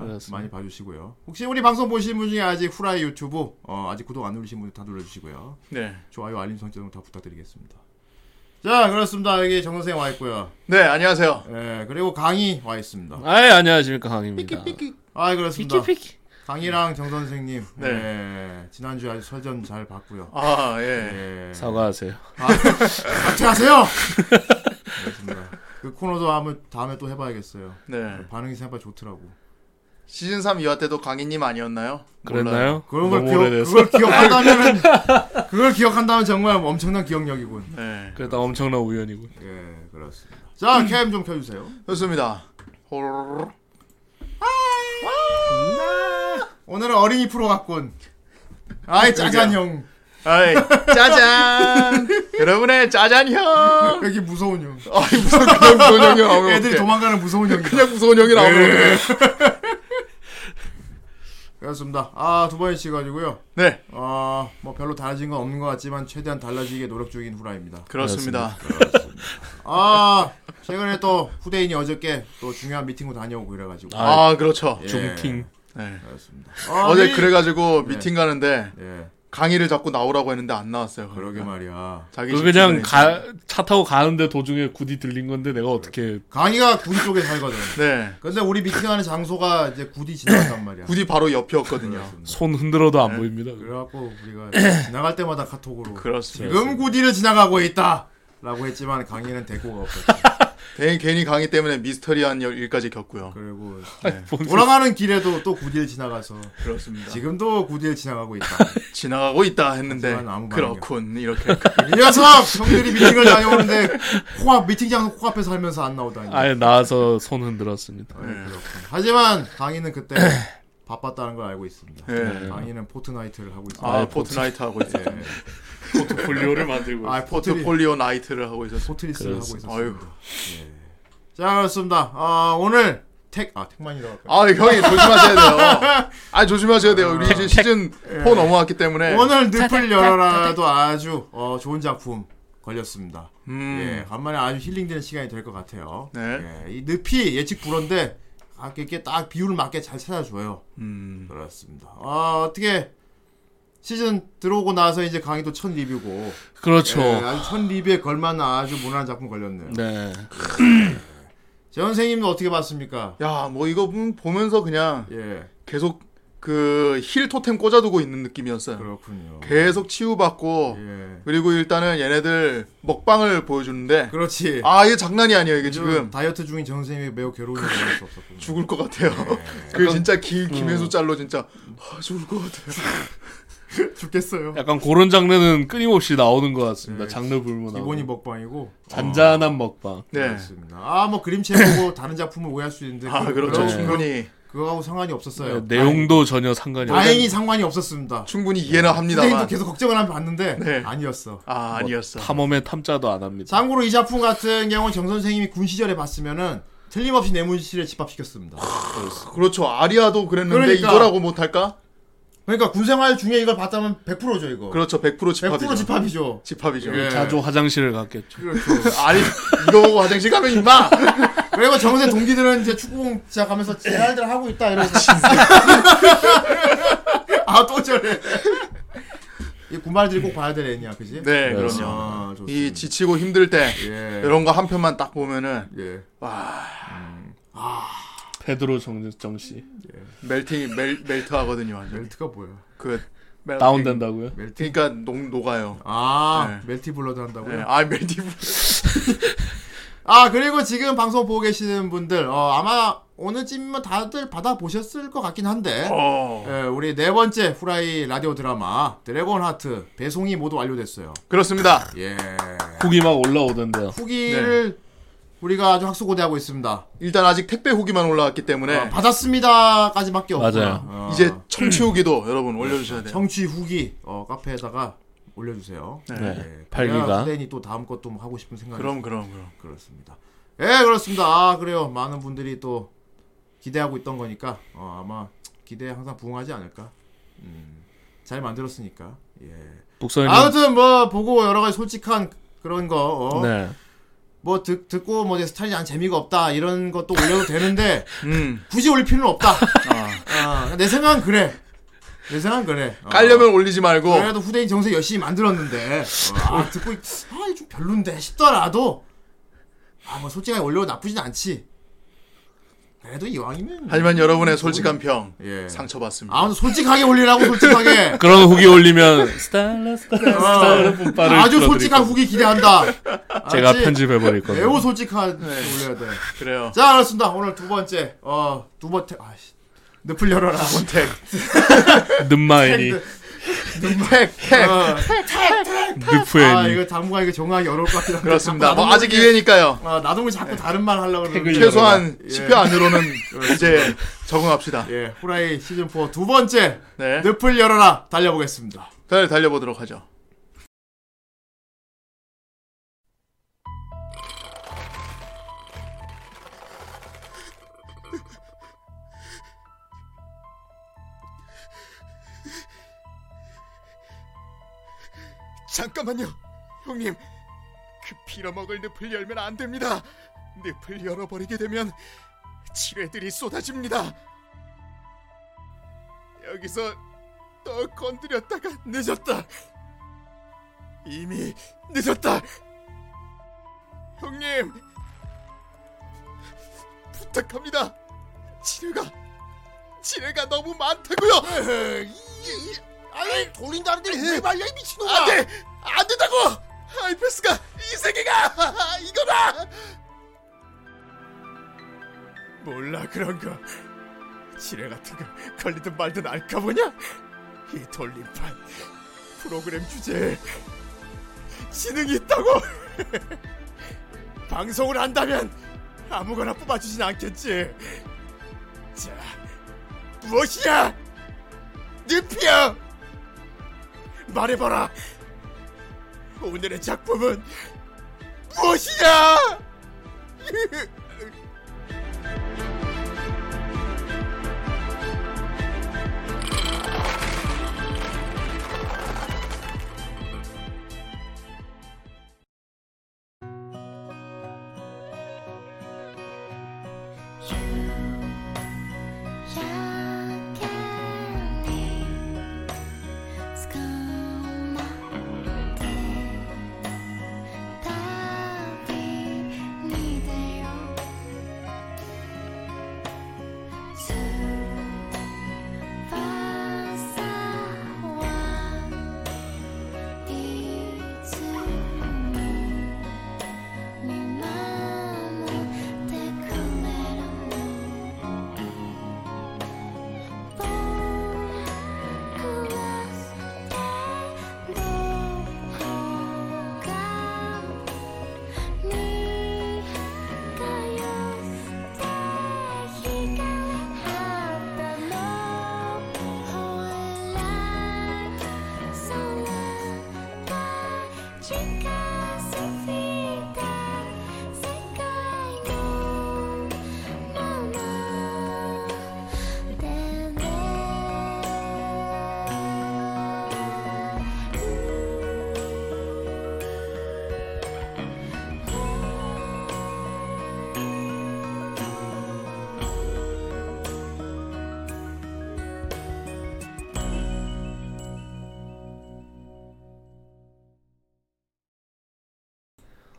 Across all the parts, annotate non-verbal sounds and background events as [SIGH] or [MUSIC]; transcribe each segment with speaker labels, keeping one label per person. Speaker 1: 그렇습니다.
Speaker 2: 많이 봐주시고요. 혹시 우리 방송 보시는 분 중에 아직 후라이 유튜브 어, 아직 구독 안 누르신 분들 다 눌러주시고요.
Speaker 1: 네.
Speaker 2: 좋아요 알림 설정 다 부탁드리겠습니다. 자 그렇습니다. 여기 정 선생 와 있고요.
Speaker 1: 네, 안녕하세요.
Speaker 2: 예 그리고 강희 와 있습니다.
Speaker 1: 아, 예, 안녕하십니까, 강입니다.
Speaker 2: 아 그렇습니다.
Speaker 1: 피키.
Speaker 2: 강희랑 정 선생님
Speaker 1: 네.
Speaker 2: 예, 지난주 아주 설전 잘 봤고요.
Speaker 1: 아, 예.
Speaker 2: 예.
Speaker 1: 사과하세요.
Speaker 2: 아,
Speaker 1: [LAUGHS]
Speaker 2: 사퇴하세요. 그렇습니다. 그 코너도 한번 다음에 또 해봐야겠어요.
Speaker 3: 네.
Speaker 2: 반응이 생각보다 좋더라고.
Speaker 3: 시즌 3 2화 때도 강희님 아니었나요? 몰라요.
Speaker 1: 그랬나요?
Speaker 2: 그런 걸
Speaker 1: 너무
Speaker 2: 기억,
Speaker 1: 오래돼서.
Speaker 2: 그걸 기억한다면은 그걸 기억한다면 정말 엄청난 기억력이군.
Speaker 3: 네.
Speaker 1: 그랬다 엄청난 우연이군.
Speaker 2: 예, 그렇습니다. 자, 캠 좀 켜주세요.
Speaker 3: 좋습니다. 호로로로.
Speaker 2: 오늘은 어린이 프로 갖군. 아이
Speaker 3: 그러니까.
Speaker 2: 짜잔 형,
Speaker 3: [LAUGHS] 아이, 짜잔! 여러분의 짜잔 형! 어,
Speaker 2: 여기 무서운 형.
Speaker 3: 아이, 무슨 그냥 무서운 형이
Speaker 2: [LAUGHS]
Speaker 3: 나오면.
Speaker 2: 애들이
Speaker 3: 어떡해.
Speaker 2: 도망가는 무서운 형이.
Speaker 3: 그냥 무서운 형이 나오면. 어떡해.
Speaker 2: [LAUGHS] 그렇습니다. 아, 두 번에 치가지고요.
Speaker 3: 네,
Speaker 2: 아, 뭐 별로 달라진 건 없는 것 같지만 최대한 달라지게 노력 중인 후라입니다.
Speaker 3: 그렇습니다.
Speaker 2: 아, 최근에 또 후대인이 어저께 또 중요한 미팅으로 다녀오고 이래가지고.
Speaker 1: 아,
Speaker 3: 아, 그렇죠.
Speaker 2: 예,
Speaker 1: 중팅.
Speaker 3: 네.
Speaker 2: 그렇습니다.
Speaker 3: 어제
Speaker 2: 아니,
Speaker 3: 그래가지고 미팅 가는데
Speaker 2: 예,
Speaker 3: 강의를 자꾸 나오라고 했는데 안 나왔어요.
Speaker 2: 그러게 말이야.
Speaker 3: 자기
Speaker 1: 그
Speaker 3: 집 주변에
Speaker 1: 그냥
Speaker 3: 있는.
Speaker 1: 가 차 타고 가는데 도중에 구디 들린 건데 내가 어떻게
Speaker 2: 강희가 구디 쪽에 살거든.
Speaker 3: 네.
Speaker 2: 근데 우리 미팅하는 장소가 이제 구디 지나갔단 말이야.
Speaker 3: 굳이 바로 옆이었거든요.
Speaker 1: 손 흔들어도 안 보입니다.
Speaker 2: 네. 그래갖고 우리가 지나갈 때마다 카톡으로
Speaker 3: 그렇습니다.
Speaker 2: 지금 구디를 지나가고 있다. 라고 했지만 강희는 대꾸가 없었고
Speaker 3: 괜히, 괜히 강의 때문에 미스터리한 일까지 겪고요.
Speaker 2: 그리고
Speaker 3: 네,
Speaker 2: 돌아가는 길에도 또 구디를 지나가서
Speaker 3: 그렇습니다.
Speaker 2: 지금도 구디를 지나가고 있다.
Speaker 3: 지나가고 있다 했는데
Speaker 2: 하지만 아무 반응이
Speaker 3: 그렇군 이렇게
Speaker 2: 이 녀석! 형들이 미팅을 다녀오는데 코앞 미팅 장소 코앞에 살면서 안 나오다니.
Speaker 1: 아예 나와서 손 흔들었습니다.
Speaker 2: [LAUGHS] 네, 그렇군. 하지만 강희는 그때 바빴다는 걸 알고 있습니다.
Speaker 3: 예.
Speaker 2: 강희는 포트나이트를 하고 있습니다.
Speaker 3: [LAUGHS] 아, 포트나이트 하고 있어
Speaker 2: 예.
Speaker 1: 포트폴리오를 만들고
Speaker 2: 아, 포트리,
Speaker 3: 포트폴리오 나이트를 하고 있었어
Speaker 2: 포트리스를 하고 있었습니다. 예.
Speaker 3: 아유
Speaker 2: 자 그렇습니다. 아 오늘 택 아 택만이라고 할까요?
Speaker 3: 아 형이 조심하셔야 [LAUGHS] 돼요 아 조심하셔야 돼요 우리 이제 시즌 4 넘어왔기 때문에
Speaker 2: 아, 오늘 늪을 열어라도 아주 어, 좋은 작품 걸렸습니다.
Speaker 3: 음,
Speaker 2: 예, 간만에 아주 힐링되는 시간이 될 것 같아요.
Speaker 3: 네.
Speaker 2: 예, 이 늪이 예측 불허인데 아, 이렇게 딱 비율을 맞게 잘 찾아줘요.
Speaker 3: 음,
Speaker 2: 그렇습니다. 아 어떻게 시즌 들어오고 나서 이제 강의도 첫 리뷰고
Speaker 1: 그렇죠.
Speaker 2: 예, 아주 첫 리뷰에 걸맞는 아주 무난한 작품 걸렸네요.
Speaker 1: 네.
Speaker 2: 재 선생님도 어떻게 봤습니까?
Speaker 3: 야뭐 이거 보- 보면서 그냥
Speaker 2: 예,
Speaker 3: 계속 그 힐 토템 꽂아두고 있는 느낌이었어요
Speaker 2: 그렇군요.
Speaker 3: 계속 치유받고
Speaker 2: 예,
Speaker 3: 그리고 일단은 얘네들 먹방을 보여주는데
Speaker 2: 그렇지.
Speaker 3: 아 이게 장난이 아니에요 이게 지금
Speaker 2: 다이어트 중인 정 선생님이 매우 괴로운 일을 할수 없었군요.
Speaker 3: 죽을 것 같아요.
Speaker 2: 네.
Speaker 3: [LAUGHS] 그
Speaker 2: 약간-
Speaker 3: 진짜 기,
Speaker 1: 음.
Speaker 3: 김혜수 짤로 진짜 아, 죽을 것 같아요.
Speaker 2: 죽겠어요.
Speaker 1: 약간 그런 장르는 끊임없이 나오는 것 같습니다. 장르 불문하고
Speaker 2: 예. 기본이 뭐- 먹방이고 어,
Speaker 1: 잔잔한 먹방.
Speaker 3: 네.
Speaker 2: 그렇습니다. 아 뭐 그림체 보고 [LAUGHS] 다른 작품을 오해할 수 있는데
Speaker 3: 아
Speaker 2: 그-
Speaker 3: 그렇죠.
Speaker 2: 그런-
Speaker 3: 충분히
Speaker 2: 그거하고 상관이 없었어요.
Speaker 1: 네, 내용도 전혀 상관이
Speaker 2: 다행히, 다행히
Speaker 1: 없는
Speaker 2: 상관이 없었습니다.
Speaker 3: 충분히 이해는
Speaker 2: 네. 선생님도
Speaker 3: 합니다만
Speaker 2: 계속 뭐 걱정을 하면 봤는데
Speaker 3: 네.
Speaker 2: 아니었어.
Speaker 3: 아 아니었어.
Speaker 1: 탐험의 탐자도 안 합니다.
Speaker 2: 참고로 이 작품 같은 경우는 정 선생님이 군 시절에 봤으면은 틀림없이 내무실에 집합시켰습니다.
Speaker 3: 그렇죠. 아리아도 그랬는데
Speaker 2: 그러니까.
Speaker 3: 이거라고 못할까?
Speaker 2: 그러니까 군 생활 중에 이걸 봤다면 100%죠 이거.
Speaker 3: 그렇죠. 100%
Speaker 2: 100%
Speaker 3: 집합이죠. 그렇죠.
Speaker 2: 집합이죠.
Speaker 3: 집합이죠.
Speaker 2: 예.
Speaker 1: 자주 화장실을 갔겠죠.
Speaker 3: 아니 이거 보고 화장실 가면
Speaker 2: [LAUGHS]
Speaker 3: 임마.
Speaker 2: 그리고 정 선생 동기들은 이제 축구공 시작하면서 제할들 하고 있다 이러면서 [LAUGHS] 아 또 저래. 이 군말들이 꼭 봐야 될 애냐, 그지?
Speaker 3: 네,
Speaker 1: 그렇죠.
Speaker 3: 그럼요.
Speaker 2: 아, 좋습니다.
Speaker 3: 이 지치고 힘들 때
Speaker 2: 예.
Speaker 3: 이런 거 한 편만 딱 보면은
Speaker 2: 예.
Speaker 1: 페드로 정정 씨
Speaker 3: 멜팅 멜 멜트 하거든요. 완전.
Speaker 2: 멜트가 뭐야?
Speaker 3: 그 멜-
Speaker 1: 다운된다고요?
Speaker 2: 멜트.
Speaker 3: 그러니까 녹 녹아요.
Speaker 2: 아,
Speaker 3: 네.
Speaker 2: 멜티 블러드
Speaker 3: 네.
Speaker 2: 한다고요?
Speaker 3: 아 멜팅
Speaker 2: 아, 그리고 지금 방송 보고 계시는 분들, 어, 아마 오늘쯤이면 다들 받아보셨을 것 같긴 한데,
Speaker 3: 어.
Speaker 2: 예, 우리 네 번째 후라이 라디오 드라마, 드래곤 하트, 배송이 모두 완료됐어요.
Speaker 3: 그렇습니다.
Speaker 2: 예.
Speaker 1: 훅이 막 올라오던데요.
Speaker 2: 후기를
Speaker 3: 네.
Speaker 2: 우리가 아주 학수고대하고 있습니다.
Speaker 3: 일단 아직 택배 후기만 올라왔기 때문에
Speaker 2: 어, 받았습니다까지밖에 없고,
Speaker 1: 맞아요.
Speaker 3: 네. 어, 이제 청취 후기도 여러분 올려주셔야 돼요.
Speaker 2: 청취 후기 어, 카페에다가 올려주세요.
Speaker 3: 네.
Speaker 1: 네.
Speaker 2: 그래야
Speaker 1: 발기가
Speaker 2: 후대인이 또 다음 것도 뭐 하고 싶은 생각이
Speaker 3: 그럼 그럼 그럼.
Speaker 2: 그렇습니다. 예, 그렇습니다. 아, 그래요. 많은 분들이 또 기대하고 있던 거니까 어, 아마 기대에 항상 부응하지 않을까. 음, 잘 만들었으니까. 예.
Speaker 1: 북선이
Speaker 2: 아무튼 뭐 보고 여러 가지 솔직한 그런 거 어,
Speaker 1: 네.
Speaker 2: 뭐 듣, 듣고 뭐 내 스타일이 안 재미가 없다 이런 것도 올려도 되는데
Speaker 3: 음.
Speaker 2: 굳이 올릴 필요는 없다.
Speaker 3: 아.
Speaker 2: 어, 내 생각은 그래. 내 생각은 그래. 어.
Speaker 3: 깔려면 올리지 말고.
Speaker 2: 그래도 후대인 정세 열심히 만들었는데 어, 아 듣고 아좀 별론데 싶더라도 아 뭐 솔직하게 올려도 나쁘진 않지. 그래도 이왕이면
Speaker 3: 하지만 여러분의 솔직한 평
Speaker 2: 예.
Speaker 3: 상처받습니다.
Speaker 2: 아무튼 솔직하게 올리라고 솔직하게
Speaker 1: 그런 후기
Speaker 2: [LAUGHS]
Speaker 1: 올리면 스타일러 스타일러 스타일러 뿜빠를
Speaker 2: 어. 아주
Speaker 1: 불러드릴
Speaker 2: 솔직한
Speaker 1: 거고.
Speaker 2: 후기 기대한다.
Speaker 1: 제가
Speaker 2: 알았지?
Speaker 1: 편집해 버릴 거예요. [LAUGHS]
Speaker 2: 매우 솔직한 올려야 돼.
Speaker 3: 그래요.
Speaker 2: 자 알았습니다. 오늘 두 번째 어두 번째 아씨 늪을 열어라.
Speaker 3: 택,
Speaker 1: 늠마인이
Speaker 3: 택, 택.
Speaker 2: 어, 아
Speaker 1: [LAUGHS] 늪후엔이
Speaker 2: 이거 당분간 이거 정하기 어려울 것 같긴 한데
Speaker 3: 그렇습니다.
Speaker 2: 자꾸
Speaker 3: 뭐
Speaker 2: 나도
Speaker 3: 아직
Speaker 2: 모르게-
Speaker 3: 기회니까요.
Speaker 2: 아, 나도 모르게 자꾸 다른 말 하려고
Speaker 1: 택을
Speaker 2: 그러는데
Speaker 1: 열어라.
Speaker 3: 최소한
Speaker 2: 예.
Speaker 3: 10회 안으로는 이제 적응합시다.
Speaker 2: 예, 후라이 시즌 4 두 번째
Speaker 3: 네.
Speaker 2: 늪을 열어라 달려보겠습니다.
Speaker 3: 달 달려보도록 하죠.
Speaker 4: 잠깐만요, 형님. 그 빌어먹을 늪을 열면 안 됩니다. 늪을 열어버리게 되면 지뢰들이 쏟아집니다. 여기서 또 건드렸다가 늦었다. 이미 늦었다. 형님, 부탁합니다. 지뢰가 지뢰가 너무 많다고요. 아니 돌린다는데 왜 말려 이 미친놈아 안돼 안된다고 아이패스가 이 세계가 이거다 몰라 그런 거 지뢰 같은 거 걸리든 말든 알까 보냐 이 돌림판 프로그램 주제에 지능이 있다고 [LAUGHS] 방송을 한다면 아무거나 뽑아주진 않겠지 자 무엇이야 늪이야 말해봐라. 오늘의 작품은 무엇이냐? [LAUGHS]
Speaker 5: 見守ってくれるの「僕はエンド」「が見返して」「日が肌のほえら空が近づいた世界のまま」Then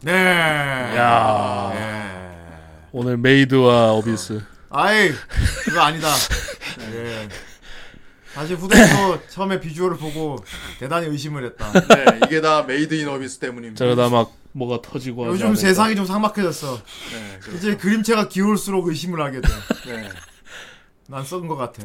Speaker 2: 네.
Speaker 1: 야.
Speaker 4: 네.
Speaker 2: 예.
Speaker 1: 오늘 메이드와 어비스
Speaker 2: 아이 그거 아니다.
Speaker 4: 네.
Speaker 2: 예. 사실 후대도 처음에 비주얼을 보고 대단히 의심을 했다.
Speaker 3: 네, 이게 다 메이드 인 어비스 때문입니다.
Speaker 1: 저러다 막 뭐가 터지고 하지
Speaker 2: 요즘
Speaker 1: 않을까.
Speaker 2: 세상이 좀 삭막해졌어.
Speaker 3: 네, 그-
Speaker 2: 이제 그림체가 기울수록 의심을 하게 돼.
Speaker 3: 네.
Speaker 2: 난 썩은 것
Speaker 3: [LAUGHS]
Speaker 2: 같아.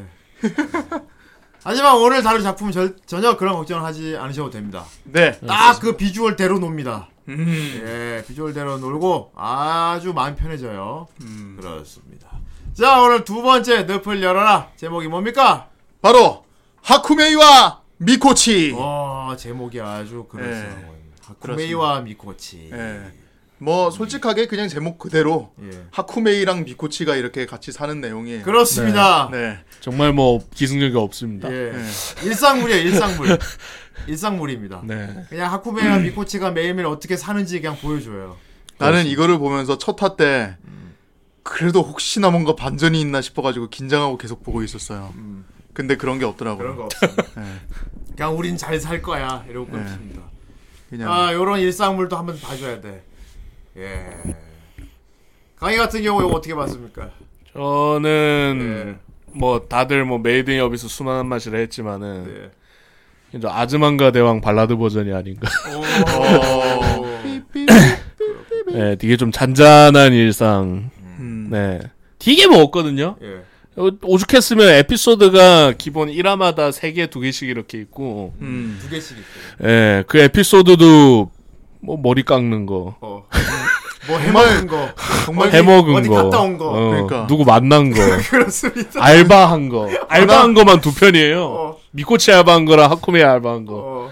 Speaker 2: 하지만 오늘 다룰 작품은 절- 전혀 그런 걱정을 하지 않으셔도 됩니다.
Speaker 3: 네.
Speaker 2: 딱 그 비주얼대로 놉니다.
Speaker 3: 음.
Speaker 2: 예, 비주얼대로 놀고 아주 마음 편해져요.
Speaker 3: 음.
Speaker 2: 그렇습니다. 자, 오늘 두 번째 늪을 열어라. 제목이 뭡니까?
Speaker 3: 바로 하쿠메이와 미코치.
Speaker 2: 와, 제목이 아주 그럴싸한
Speaker 3: 예.
Speaker 2: 거예요. 하쿠메이와 미코치.
Speaker 3: 예. 네. 뭐 솔직하게 그냥 제목 그대로
Speaker 2: 예.
Speaker 3: 하쿠메이랑 미코치가 이렇게 같이 사는 내용이에요.
Speaker 2: 그렇습니다.
Speaker 3: 네.
Speaker 1: 정말 뭐 기승전결 없습니다.
Speaker 2: 예.
Speaker 3: 네.
Speaker 2: 일상물이에요,
Speaker 3: [LAUGHS]
Speaker 2: 일상물. 일상물입니다.
Speaker 1: 네.
Speaker 3: 음.
Speaker 2: 그냥 하쿠메이와 미코치가 매일매일 어떻게 사는지 그냥 보여줘요.
Speaker 3: 나는 이거를 보면서 첫 화 때
Speaker 2: 음.
Speaker 3: 그래도 혹시나 뭔가 반전이 있나 싶어가지고 긴장하고 계속 보고 있었어요. 근데 그런 게
Speaker 2: 음. 그런
Speaker 3: 없더라고요.
Speaker 2: 거 없어요.
Speaker 3: 예,
Speaker 2: 그냥 우린 잘 살 거야 이러고
Speaker 3: 네.
Speaker 2: 끝입니다.
Speaker 3: 그냥
Speaker 2: 아, 요런 일상물도 한번 봐줘야 돼. 예. 강의 같은 경우 이거 어떻게 봤습니까?
Speaker 1: 저는
Speaker 2: 예.
Speaker 1: 뭐 다들 뭐 메이드 인 어비스 수많은 맛이라 했지만은
Speaker 2: 네.
Speaker 1: 이제 아즈만가 대왕 발라드 버전이 아닌가. [LAUGHS]
Speaker 2: 오.
Speaker 1: 네, 되게 좀 잔잔한 일상.
Speaker 3: 음,
Speaker 1: 네. 되게 먹었거든요.
Speaker 2: 예.
Speaker 1: 어, 오죽했으면 에피소드가 기본 1화마다 3개, 2개씩 이렇게 있고,
Speaker 3: 음.
Speaker 2: 두 개씩 있어요.
Speaker 1: 예, 그 에피소드도 뭐 머리 깎는 거,
Speaker 2: 어. 뭐 해먹은 거.
Speaker 3: 정말
Speaker 2: 어디-
Speaker 1: 해먹은
Speaker 2: 어디
Speaker 1: 거,
Speaker 2: 갔다 온 거.
Speaker 1: 어,
Speaker 3: 그러니까.
Speaker 1: 누구 만난
Speaker 3: [LAUGHS]
Speaker 1: 거,
Speaker 2: 그렇습니다.
Speaker 1: 알바한 거,
Speaker 3: 아,
Speaker 1: 알바한 거만 두 편이에요.
Speaker 2: 어.
Speaker 1: 미코치 알바한 거랑 하코메 알바한 거.
Speaker 2: 어.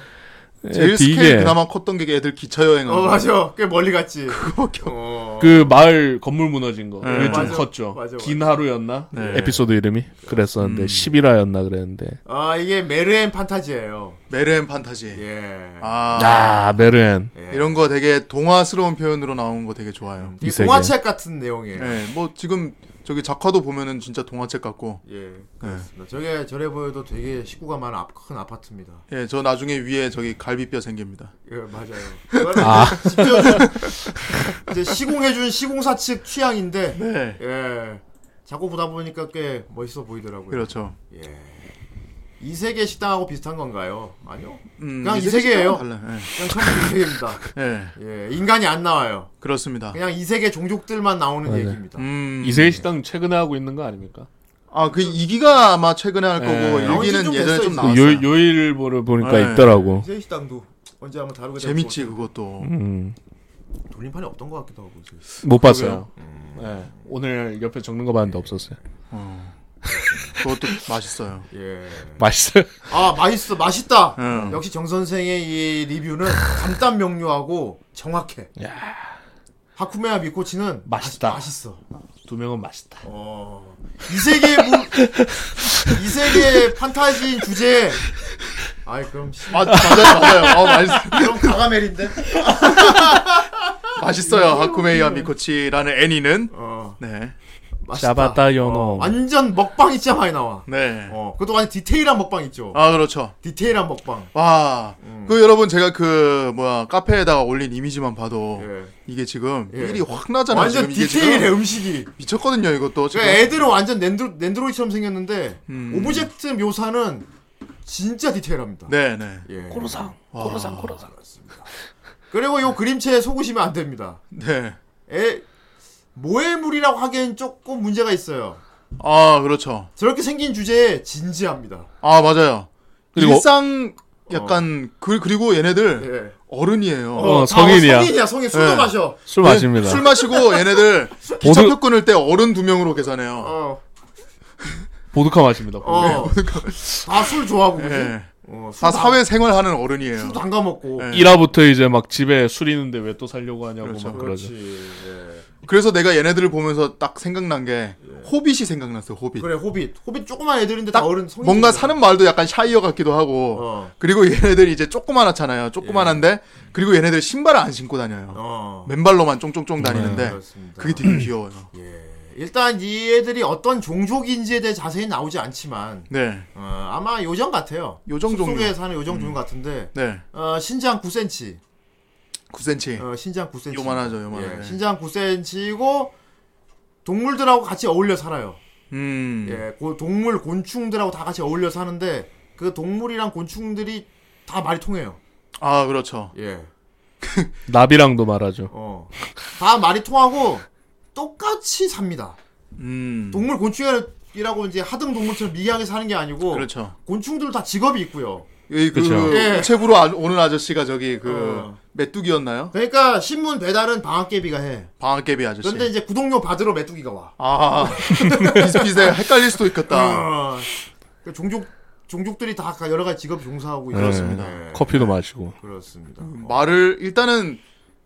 Speaker 1: 예,
Speaker 3: 제일
Speaker 1: 되게
Speaker 3: 스케일 그나마 컸던 게 애들 기차 여행하는
Speaker 2: 어,
Speaker 3: 거.
Speaker 2: 맞아. 꽤 멀리 갔지.
Speaker 3: 그거밖에 없-
Speaker 2: 어.
Speaker 1: 그 마을 건물 무너진 거.
Speaker 3: 네.
Speaker 1: 그게 좀
Speaker 2: 맞아.
Speaker 1: 컸죠.
Speaker 2: 맞아, 맞아.
Speaker 1: 긴 하루였나?
Speaker 3: 네.
Speaker 1: 에피소드 이름이? 그랬었는데,
Speaker 3: 음.
Speaker 1: 11화였나 그랬는데.
Speaker 2: 아, 이게 메르엔 판타지예요
Speaker 3: 메르엔 판타지.
Speaker 2: 예.
Speaker 3: 아,
Speaker 1: 아, 메르엔.
Speaker 2: 예.
Speaker 3: 이런 거 되게 동화스러운 표현으로 나오는 거 되게 좋아요.
Speaker 1: 이
Speaker 2: 이게
Speaker 1: 세계.
Speaker 2: 동화책 같은 내용이에요.
Speaker 3: 예, 뭐 지금 저기 작화도 보면은 진짜 동화책 같고.
Speaker 2: 예. 그렇습니다. 저게 저래 보여도 되게 식구가 많은 아- 큰 아파트입니다.
Speaker 3: 예, 저 나중에 위에 저기 갈비뼈 생깁니다.
Speaker 2: 예, 맞아요. 그거는 심지어 [LAUGHS] 이제 시공해준 시공사 측 취향인데,
Speaker 3: 네.
Speaker 2: 예. 자꾸 보다 보니까 꽤 멋있어 보이더라고요.
Speaker 3: 그렇죠.
Speaker 2: 예. 이 세계 식당하고 비슷한 건가요? 아니요.
Speaker 3: 음,
Speaker 2: 그냥
Speaker 3: 이제
Speaker 2: 이 세계예요.
Speaker 3: 시작은 달라요.
Speaker 2: 그냥 처음부터 이 세계입니다.
Speaker 3: 예. 예,
Speaker 2: 예. 인간이 안 나와요.
Speaker 3: 그렇습니다.
Speaker 2: 그냥 이 세계 종족들만 나오는
Speaker 1: 맞아요.
Speaker 2: 얘기입니다.
Speaker 3: 음.
Speaker 1: 이세희 식당 최근에 하고 있는 거 아닙니까?
Speaker 3: 아, 그 2기가 아마 최근에 할 거고
Speaker 1: 예.
Speaker 2: 나온 지좀
Speaker 3: 1기는 예전에
Speaker 2: 됐어요,
Speaker 3: 좀
Speaker 2: 이제.
Speaker 3: 나왔어요.
Speaker 1: 요, 요일보를 보니까
Speaker 3: 네.
Speaker 1: 있더라고.
Speaker 2: 이 세계 식당도 언제 한번 다루게 될
Speaker 3: 재밌지
Speaker 2: 것
Speaker 3: 그것도.
Speaker 1: 음,
Speaker 2: 같아요. 돌림판이 없던 것 같기도 하고. 지금.
Speaker 1: 못 봤어요. 네, 오늘 옆에 적는 거 봤는데 없었어요. [LAUGHS]
Speaker 3: 어. 그것도 맛있어요.
Speaker 2: 예.
Speaker 1: 맛있어요.
Speaker 2: 아 맛있어 맛있다.
Speaker 3: 응.
Speaker 2: 역시 정 선생의 이 리뷰는 간단 명료하고 정확해. 하쿠메와 미코치는
Speaker 1: 맛있다.
Speaker 2: 맛, 있어
Speaker 1: 두 명은 맛있다.
Speaker 2: 어. 이 세계 무, 이 세계 판타지인 주제에 아이 그럼 씨,
Speaker 3: 아, 맞아요, 맞아요. 어, 맛있,
Speaker 2: 그럼 가가멜인데.
Speaker 3: 맛있어요. 하쿠메이와 미코치라는 애니는.
Speaker 2: 어.
Speaker 3: 음. 네.
Speaker 2: 맛있다.
Speaker 1: 샤바타 연어.
Speaker 2: 완전 먹방이 진짜 많이 나와.
Speaker 3: 네.
Speaker 2: 어. 그것도 완전 디테일한 먹방 있죠.
Speaker 3: 아, 그렇죠.
Speaker 2: 디테일한 먹방.
Speaker 3: 와, 그 여러분 제가 그 뭐야 카페에다가 올린 이미지만 봐도
Speaker 2: 예.
Speaker 3: 이게 지금
Speaker 2: 예.
Speaker 3: 일이 확 나잖아요.
Speaker 2: 완전
Speaker 3: 지금 이게 지금
Speaker 2: 디테일해 음식이.
Speaker 3: 미쳤거든요 이것도 지금.
Speaker 2: 그러니까 애들은 완전 낸드로, 낸드로이처럼 생겼는데
Speaker 3: 음.
Speaker 2: 오브젝트 묘사는 진짜 디테일합니다.
Speaker 3: 네, 네.
Speaker 2: 예.
Speaker 1: 코로상, 코로상, 코로상.
Speaker 2: [LAUGHS] 그리고 요 그림체에 속으시면 안 됩니다.
Speaker 3: 네.
Speaker 2: 에 모해물이라고 하기엔 조금 문제가 있어요.
Speaker 3: 아, 그렇죠.
Speaker 2: 저렇게 생긴 주제에 진지합니다.
Speaker 3: 아, 맞아요.
Speaker 1: 그리고-
Speaker 3: 일상 약간 그 그리고 얘네들
Speaker 2: 예.
Speaker 3: 어른이에요.
Speaker 1: 어,
Speaker 2: 다
Speaker 1: 성인이야.
Speaker 2: 성인이야. 성인 술도
Speaker 3: 예.
Speaker 2: 마셔.
Speaker 1: 술 마십니다.
Speaker 3: 술 마시고 얘네들 기차 표 끊을 때 어른 두 명으로 계산해요.
Speaker 2: 어.
Speaker 1: 보드카 마십니다. 보드카.
Speaker 2: 어. 다 술 좋아하고 그지?
Speaker 3: 네. 예.
Speaker 2: 어,
Speaker 3: 다
Speaker 2: 술도 안-
Speaker 3: 사회 생활하는 어른이에요.
Speaker 2: 술도 안 까먹고.
Speaker 3: 예.
Speaker 1: 1화부터 네. 이제 막 집에 술 있는데 왜 또 살려고 하냐고
Speaker 3: 그렇죠.
Speaker 1: 막
Speaker 2: 뭐 그렇지.
Speaker 1: 그러죠.
Speaker 2: 예.
Speaker 3: 그래서 내가 얘네들을 보면서 딱 생각난 게 호빗이 생각났어요. 호빗.
Speaker 2: 그래 호빗. 호빗 조그만 애들인데
Speaker 3: 딱
Speaker 2: 다 어른 성인.
Speaker 3: 뭔가 사는 말도 약간 샤이어 같기도 하고
Speaker 2: 어.
Speaker 3: 그리고 얘네들 이제 조그만하잖아요. 조그만한데 그리고 얘네들 신발을 안 신고 다녀요.
Speaker 2: 어. 네.
Speaker 3: 맨발로만 쫑쫑쫑 다니는데
Speaker 2: 그렇습니다.
Speaker 3: 네. 그게 되게 귀여워요.
Speaker 2: 예. 일단 이 애들이 어떤 종족인지에 대해 자세히 나오지 않지만
Speaker 3: 네,
Speaker 2: 어, 아마 요정 같아요.
Speaker 3: 요정 종류.
Speaker 2: 속에 사는 요정 종류 같은데
Speaker 3: 네,
Speaker 2: 어, 신장 9cm.
Speaker 3: 9cm.
Speaker 2: 어, 신장 9cm.
Speaker 3: 예. 요만하죠, 요만해.
Speaker 2: 예, 신장 9cm이고 동물들하고 같이 어울려 살아요.
Speaker 3: 음,
Speaker 2: 예, 고- 동물 곤충들하고 다 같이 어울려 사는데 그 동물이랑 곤충들이 다 말이 통해요.
Speaker 3: 아 그렇죠.
Speaker 2: 예.
Speaker 1: 나비랑도 말하죠.
Speaker 2: 어. 다 말이 통하고 똑같이 삽니다.
Speaker 3: 음,
Speaker 2: 동물 곤충이라고 이제 하등 동물처럼 미개하게 사는 게 아니고
Speaker 3: 그렇죠.
Speaker 2: 곤충들 다 직업이 있고요.
Speaker 3: 이, 그
Speaker 1: 그쵸.
Speaker 2: 예.
Speaker 3: 우체부로 아, 오는 아저씨가 저기 그
Speaker 2: 어.
Speaker 3: 메뚜기였나요?
Speaker 2: 그러니까 신문 배달은 방학개비가 해.
Speaker 3: 방앗개비 아저씨.
Speaker 2: 그런데 이제 구독료 받으러 메뚜기가 와.
Speaker 3: 아 [LAUGHS] 비슷비슷해 헷갈릴 수도 있겠다.
Speaker 2: 어. 그 종족 종족들이 다 가- 여러 가지 직업 종사하고
Speaker 3: 네.
Speaker 2: 있어요. 네.
Speaker 1: 그렇습니다. 커피도 마시고.
Speaker 2: 그렇습니다.
Speaker 3: 음,
Speaker 2: 어.
Speaker 3: 말을 일단은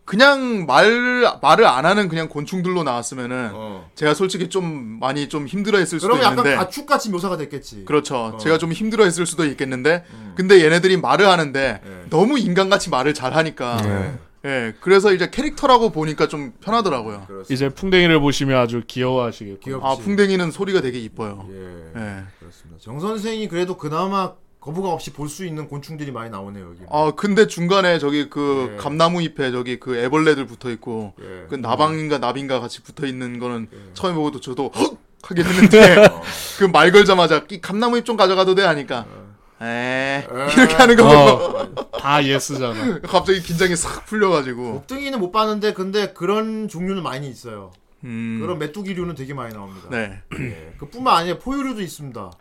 Speaker 3: 그냥 말 말을 안 하는 그냥 곤충들로 나왔으면은
Speaker 2: 어.
Speaker 3: 제가 솔직히 좀 많이 좀 힘들어했을 수도
Speaker 2: 그러면 약간
Speaker 3: 있는데
Speaker 2: 가축같이 묘사가 됐겠지.
Speaker 3: 그렇죠.
Speaker 2: 어. 음.
Speaker 3: 제가 좀 힘들어했을 수도 있겠는데 근데 얘네들이 말을 하는데
Speaker 2: 예.
Speaker 3: 너무 인간같이 말을 잘하니까 예, 그래서 이제 캐릭터라고 보니까 좀 편하더라고요.
Speaker 2: 그렇습니다.
Speaker 1: 이제 풍뎅이를 보시면 아주 귀여워하시겠고.
Speaker 2: 귀엽지.
Speaker 3: 아, 풍뎅이는 소리가 되게 이뻐요.
Speaker 2: 예.
Speaker 3: 예.
Speaker 2: 그렇습니다. 정 선생이 그래도 그나마 거부감 없이 볼 수 있는 곤충들이 많이 나오네요 여기.
Speaker 3: 아, 근데 중간에 저기 그
Speaker 2: 예.
Speaker 3: 감나무 잎에 저기 그 애벌레들 붙어 있고
Speaker 2: 예.
Speaker 3: 그 나방인가 나비인가 같이 붙어 있는 거는 처음에 보고도 저도 헉! 하게 됐는데
Speaker 2: 어.
Speaker 3: [LAUGHS] 그 말 걸자마자 이 감나무 잎 좀 가져가도 돼 하니까
Speaker 2: 예.
Speaker 3: 에 이렇게 [LAUGHS] 하는 거 보고
Speaker 1: 어, 아, 다 예스잖아.
Speaker 3: 갑자기 긴장이 싹 풀려가지고
Speaker 2: 목등이는 못 봤는데 근데 그런 종류는 많이 있어요.
Speaker 3: 음,
Speaker 2: 그런 메뚜기류는 되게 많이 나옵니다.
Speaker 3: 네.
Speaker 2: 예. 그뿐만 아니라 포유류도 있습니다.
Speaker 3: 아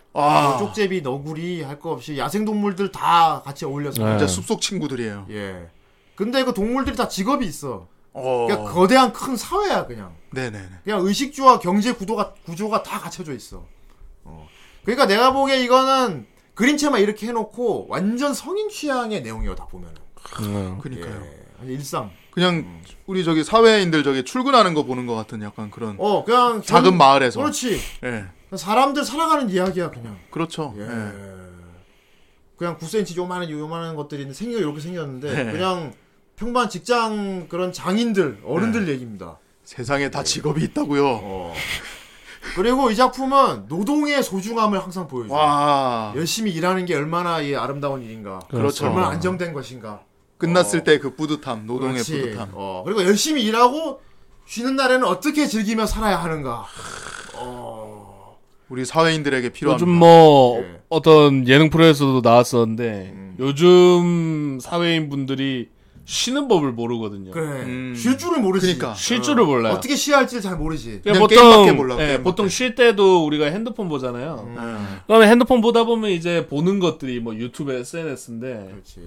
Speaker 2: 뭐 쪽제비, 너구리 할 거 없이 야생 동물들 다 같이 어울려서.
Speaker 1: 네.
Speaker 3: 진짜 숲속 친구들이에요.
Speaker 2: 예. 근데 그 동물들이 다 직업이 있어.
Speaker 3: 어,
Speaker 2: 그러니까 거대한 음, 큰 사회야 그냥.
Speaker 3: 네네네.
Speaker 2: 그냥 의식주와 경제 구도가 구조가 다 갖춰져 있어. 어. 그러니까 내가 보기에 이거는 그림체만 이렇게 해놓고 완전 성인 취향의 내용이에요 다 보면은.
Speaker 1: 음.
Speaker 3: 그러니까요.
Speaker 2: 예. 음. 아니, 일상.
Speaker 3: 그냥 우리 저기 사회인들 저기 출근하는 거 보는 것 같은 약간 그런
Speaker 2: 어 그냥
Speaker 3: 작은
Speaker 2: 현-
Speaker 3: 마을에서.
Speaker 2: 그렇지.
Speaker 3: 예,
Speaker 2: 사람들 살아가는 이야기야 그냥.
Speaker 3: 그렇죠.
Speaker 2: 예.
Speaker 3: 예.
Speaker 2: 그냥 9cm 요만한 요만한 것들이 있는데 생겨 이렇게 생겼는데
Speaker 3: 예.
Speaker 2: 그냥 평범한 직장 그런 장인들 어른들
Speaker 3: 네.
Speaker 2: 얘기입니다.
Speaker 3: 세상에 다 직업이 있다고요.
Speaker 2: 예. 어. 그리고 이 작품은 노동의 소중함을 항상 보여줘요.
Speaker 3: 와,
Speaker 2: 열심히 일하는 게 얼마나 이 아름다운 일인가.
Speaker 3: 그렇죠.
Speaker 2: 얼마나 안정된 것인가.
Speaker 3: 끝났을
Speaker 2: 어.
Speaker 3: 때 그 뿌듯함, 노동의
Speaker 2: 그렇지.
Speaker 3: 뿌듯함.
Speaker 2: 어, 그리고 열심히 일하고 쉬는 날에는 어떻게 즐기며 살아야 하는가. 어.
Speaker 3: 우리 사회인들에게 필요합니다.
Speaker 1: 요즘 뭐
Speaker 2: 예.
Speaker 1: 어떤 예능 프로에서도 나왔었는데 요즘 사회인 분들이 쉬는 법을 모르거든요.
Speaker 2: 그래.
Speaker 3: 음.
Speaker 2: 쉴 줄을 모르지.
Speaker 3: 그러니까.
Speaker 1: 쉴 줄을 몰라요.
Speaker 2: 어떻게 쉬어야 할지를 잘 모르지.
Speaker 1: 그냥
Speaker 3: 그냥 게임밖에
Speaker 1: 보통
Speaker 3: 몰라,
Speaker 1: 예,
Speaker 3: 게임밖에.
Speaker 1: 보통 쉴 때도 우리가 핸드폰 보잖아요.
Speaker 2: 어.
Speaker 3: 예.
Speaker 1: 그러면 핸드폰 보다 보면 이제 보는 것들이 뭐 유튜브, SNS인데
Speaker 2: 그렇지.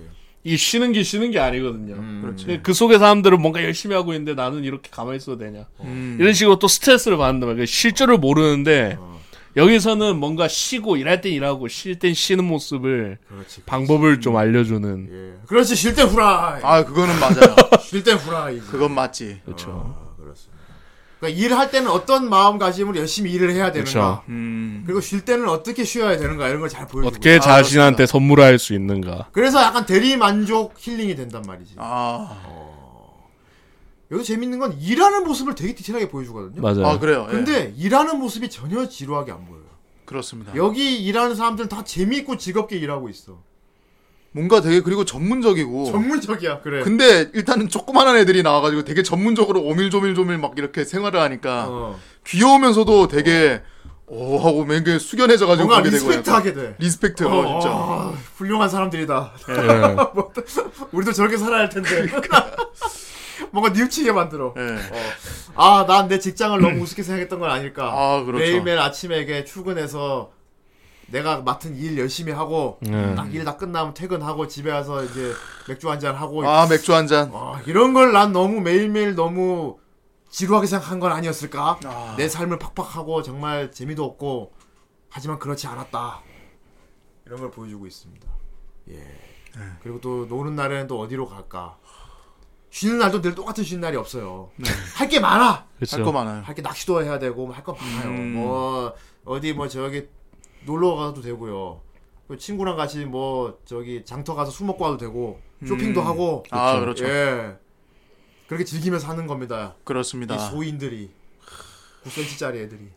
Speaker 1: 이 쉬는 게 쉬는 게 아니거든요.
Speaker 3: 그렇죠. 음, 그렇지.
Speaker 1: 근데 그 속에 사람들은 뭔가 열심히 하고 있는데 나는 이렇게 가만히 있어도 되냐.
Speaker 3: 음.
Speaker 1: 이런 식으로 또 스트레스를 받는단 말이에요. 그 쉴 줄을 모르는데
Speaker 3: 어.
Speaker 1: 여기서는 뭔가 쉬고 일할 땐 일하고 쉴 땐 쉬는 모습을
Speaker 2: 그렇지.
Speaker 1: 방법을
Speaker 3: 음.
Speaker 1: 좀 알려주는
Speaker 2: 예. 그렇지. 쉴 때 후라이.
Speaker 3: 아, 그거는 맞아요.
Speaker 2: 쉴 때 후라이.
Speaker 3: 그건 맞지.
Speaker 1: 그렇죠.
Speaker 2: 아, 그렇습니다. 그러니까 일할 때는 어떤 마음가짐으로 열심히 일을 해야 되는가.
Speaker 1: 그렇죠.
Speaker 3: 음.
Speaker 2: 그리고쉴 때는 어떻게 쉬어야 되는가 이런 걸 잘 보여주고.
Speaker 3: 아,
Speaker 1: 어떻게 자신한테 선물할 수 있는가.
Speaker 2: 그래서 약간 대리 만족 힐링이 된단 말이지.
Speaker 3: 아,
Speaker 2: 여기 재밌는 건 일하는 모습을 되게 디테일하게 보여주거든요.
Speaker 1: 맞아요.
Speaker 3: 아 그래요. 예.
Speaker 2: 네. 근데 일하는 모습이 전혀 지루하게 안 보여요.
Speaker 3: 그렇습니다.
Speaker 2: 여기 일하는 사람들은 다 재미있고 즐겁게 일하고 있어.
Speaker 3: 뭔가 되게 그리고 전문적이고.
Speaker 2: 전문적이야, 그래.
Speaker 3: [LAUGHS] 근데 일단은 조그만한 애들이 나와가지고 되게 전문적으로 오밀조밀조밀 막 이렇게 생활을 하니까
Speaker 2: 어.
Speaker 3: 귀여우면서도 되게 오 하고 맨게 숙연해져가지고
Speaker 2: 뭔가
Speaker 3: 보게 아, 되고 약간.
Speaker 2: 리스펙트하게 돼.
Speaker 3: 리스펙트. 어,
Speaker 2: 어,
Speaker 3: 진짜.
Speaker 2: 아, 훌륭한 사람들이다.
Speaker 1: 예.
Speaker 2: 우리도 저렇게 살아야 할 텐데.
Speaker 3: 그러니까.
Speaker 2: [LAUGHS] 뭔가 뉘우치게 만들어.
Speaker 3: 예.
Speaker 2: 아, 난 내 직장을 너무 우습게 생각했던 건 아닐까.
Speaker 3: 아, 그렇죠.
Speaker 2: 매일매일 아침에 이게 출근해서 내가 맡은 일 열심히 하고
Speaker 3: 네.
Speaker 1: 예.
Speaker 2: 딱 일 다 끝나면 퇴근하고 집에 와서 이제 맥주 한잔 하고
Speaker 3: 아 맥주 한 잔.
Speaker 2: 아, 이런 걸 난 너무 매일매일 너무 지루하게 생각한 건 아니었을까?
Speaker 3: 아.
Speaker 2: 내 삶을 팍팍하고 정말 재미도 없고 하지만 그렇지 않았다. 이런 걸 보여주고 있습니다. 예.
Speaker 3: 네.
Speaker 2: 그리고 또 노는 날에는 또 어디로 갈까? 쉬는 날도 늘 똑같은 쉬는 날이 없어요.
Speaker 3: 네.
Speaker 2: 할 게 많아.
Speaker 1: 예,
Speaker 3: 할
Speaker 1: 그렇죠.
Speaker 3: 거 많아요.
Speaker 2: 네. 할 게 낚시도 해야 되고 할 거 많아요.
Speaker 3: 음.
Speaker 2: 뭐 어디 뭐 저기 놀러 가도 되고요. 또 친구랑 같이 뭐 저기 장터 가서 술 먹고 와도 되고 쇼핑도
Speaker 3: 음.
Speaker 2: 하고
Speaker 3: 아 그렇죠.
Speaker 2: 예. 그렇게 즐기면서 하는 겁니다.
Speaker 3: 그렇습니다.
Speaker 2: 이 소인들이. 9cm짜리 애들이.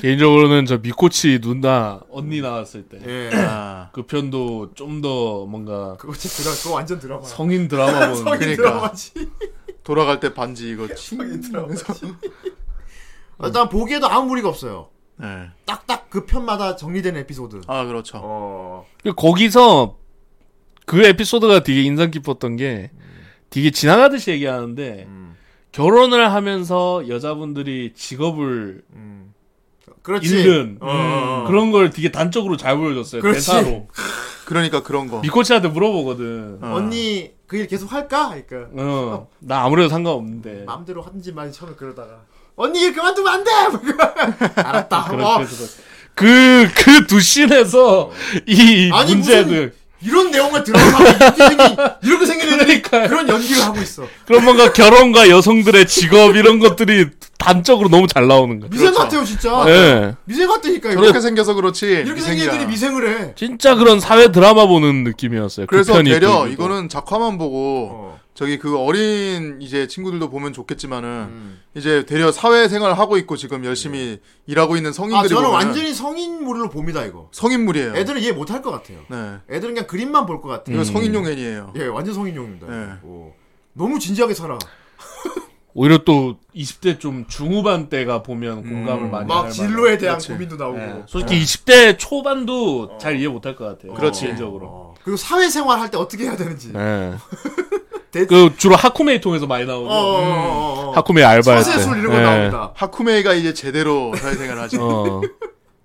Speaker 1: 개인적으로는 저 미코치 누나 언니 나왔을 때 그
Speaker 2: 예.
Speaker 3: 아,
Speaker 1: 편도 좀 더 뭔가
Speaker 2: 그거 진짜 드라, 그거 완전 드라마.
Speaker 1: 성인 드라마 보는
Speaker 2: 성인
Speaker 3: 그러니까.
Speaker 2: 드라마지.
Speaker 3: 돌아갈 때 반지 이거 칭.
Speaker 2: 성인 드라마지. 일단 보기에도 아무 무리가 없어요.
Speaker 3: 네.
Speaker 2: 딱딱 그 편마다 정리된 에피소드.
Speaker 3: 아 그렇죠.
Speaker 2: 어.
Speaker 1: [LAUGHS] 그 거기서 그 에피소드가 되게 인상 깊었던 게 되게 지나가듯이 얘기하는데
Speaker 2: 음.
Speaker 1: 결혼을 하면서 여자분들이 직업을
Speaker 2: 음. 그렇지.
Speaker 1: 잃는 음.
Speaker 2: 어, 어, 어.
Speaker 1: 그런 걸 되게 단적으로 잘 보여줬어요
Speaker 2: 그렇지. 어.
Speaker 1: 대사로
Speaker 3: 그러니까 그런 거.
Speaker 1: 미코치한테 물어보거든
Speaker 3: 어.
Speaker 2: 언니 그 일 계속 할까? 그러니까
Speaker 1: 어, 나 아무래도 상관없는데
Speaker 3: 네.
Speaker 2: 마음대로 하든지 말지 처음에 그러다가 언니 일 그만두면 안 돼. 뭐
Speaker 3: [LAUGHS]
Speaker 2: 알았다.
Speaker 1: 그렇게
Speaker 2: 어,
Speaker 1: 해서 그그 두 씬에서 이
Speaker 2: 아니,
Speaker 1: 문제들
Speaker 2: 이런 내용을 들어서 유기생이 이렇게
Speaker 3: [LAUGHS]
Speaker 2: 생겨내는 그런 연기를 하고 있어.
Speaker 3: 그렇죠.
Speaker 1: 그런 뭔가 결혼과 여성들의 직업 이런 것들이 단적으로 너무 잘 나오는 거야.
Speaker 2: 미생
Speaker 3: 그렇죠.
Speaker 2: 같아요 네. 진짜.
Speaker 1: 예.
Speaker 2: 미생 같으니까 이거.
Speaker 3: 저렇게 생겨서 그렇지.
Speaker 2: 이렇게
Speaker 3: 미생이야.
Speaker 2: 생긴 애들이 미생을 해.
Speaker 1: 진짜 그런 사회 드라마 보는 느낌이었어요.
Speaker 3: 그래서
Speaker 1: 그 편이
Speaker 3: 되려
Speaker 1: 또 있고.
Speaker 3: 이거는 작화만 보고
Speaker 2: 어.
Speaker 3: 저기 그 어린 이제 친구들도 보면 좋겠지만은
Speaker 2: 음.
Speaker 3: 이제 되려 사회생활을 하고 있고 지금 열심히 일하고 있는
Speaker 2: 아
Speaker 3: 성인들이
Speaker 2: 저는
Speaker 3: 보면은 네.
Speaker 2: 완전히 성인물로 봅니다 이거.
Speaker 3: 성인물이에요.
Speaker 2: 애들은 이해 못할 것 같아요.
Speaker 1: 음.
Speaker 3: 네.
Speaker 2: 애들은 그냥 그림만 볼 것 같아.
Speaker 3: 이거
Speaker 2: 요
Speaker 3: 성인용 애니에요.
Speaker 2: 예, 완전 성인용입니다.
Speaker 3: 그렇죠. 네.
Speaker 2: 오. 너무 진지하게 살아.
Speaker 1: 오히려 또 20대 좀 중후반 때가 보면 공감을 많이
Speaker 2: 음, 막
Speaker 1: 할
Speaker 2: 진로에 대한
Speaker 3: 그렇지. 네.
Speaker 2: 고민도 나오고.
Speaker 1: 만한. 예. 솔직히 20대 초반도 잘 이해 못할 것 같아요.
Speaker 3: 그렇지.
Speaker 1: 개인적으로.
Speaker 2: 어. 그리고 사회생활 할 때 어떻게 해야 되는지.
Speaker 3: 네.
Speaker 2: [LAUGHS]
Speaker 1: 예.
Speaker 2: 대-
Speaker 1: 그 주로 하쿠메이 통해서 많이
Speaker 2: 어,
Speaker 1: 나오죠.
Speaker 2: 어, 어, 어,
Speaker 3: 음.
Speaker 2: 어.
Speaker 1: 하쿠메이 알바할 때.
Speaker 2: 서세술 이런 거
Speaker 1: 예.
Speaker 2: 나옵니다.
Speaker 3: 하쿠메이가 이제 제대로 사회생활을 하지.
Speaker 1: 어,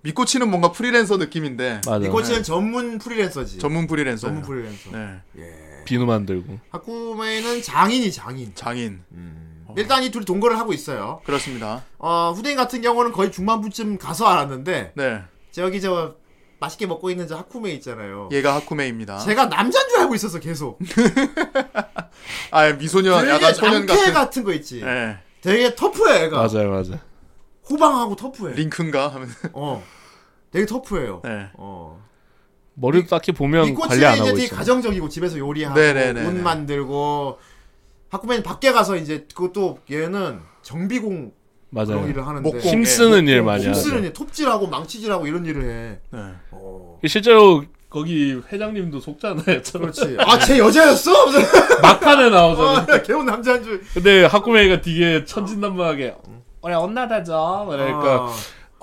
Speaker 3: 미코치는 뭔가 프리랜서 느낌인데
Speaker 1: 맞아.
Speaker 2: 이코치는 전문 프리랜서지.
Speaker 3: 전문 프리랜서.
Speaker 2: 전문 프리랜서.
Speaker 3: 네.
Speaker 1: 비누 만들고.
Speaker 2: 하쿠메이는 장인이 장인.
Speaker 3: 장인. 어.
Speaker 2: 일단 이 둘이 동거를 하고 있어요.
Speaker 3: 그렇습니다.
Speaker 2: 어, 후대인 같은 경우는 거의 중반부쯤 가서 알았는데
Speaker 3: 네.
Speaker 2: 저기 저 맛있게 먹고 있는 저 하쿠메이 있잖아요.
Speaker 3: 얘가 하쿠메이입니다.
Speaker 2: 제가 남자인 줄 알고 있었어 계속.
Speaker 3: 아, 미소년
Speaker 2: 되게
Speaker 3: 약간
Speaker 2: 남캐
Speaker 3: 소년 같은.
Speaker 2: 같은 거 있지.
Speaker 3: 네.
Speaker 2: 되게 터프해 애가.
Speaker 1: 맞아요, 맞아.
Speaker 2: 호방하고 터프해.
Speaker 3: 링크인가 하면서.
Speaker 2: 어. 되게 터프해요.
Speaker 3: 네.
Speaker 2: 어.
Speaker 1: 머리도 딱히 보면
Speaker 2: 이
Speaker 1: 관리 안
Speaker 2: 꽃은 이제
Speaker 1: 하고
Speaker 2: 되게
Speaker 1: 있어.
Speaker 2: 가정적이고 집에서 요리하고
Speaker 3: 네네네네.
Speaker 2: 옷 만들고 하쿠맨 밖에 가서 이제 그것도 얘는 정비공
Speaker 1: 네.
Speaker 2: 그런
Speaker 1: 맞아요.
Speaker 2: 일을 하는데
Speaker 3: 목공.
Speaker 1: 힘쓰는 일
Speaker 2: 뭐
Speaker 1: 많이 하죠.
Speaker 2: 힘쓰는 일, 톱질하고 망치질하고 이런 일을 해.
Speaker 3: 네.
Speaker 2: 어.
Speaker 1: 실제로 거기 회장님도 속잖아요. [LAUGHS] 저런
Speaker 2: 그렇지. 아 제 여자였어? [LAUGHS]
Speaker 1: 막판에 나오잖아.
Speaker 2: 아, 개운 남자인 줄.
Speaker 1: 근데 하쿠메이가 되게 천진난만하게 음, 원래 언나다죠. 그러니까
Speaker 2: 아.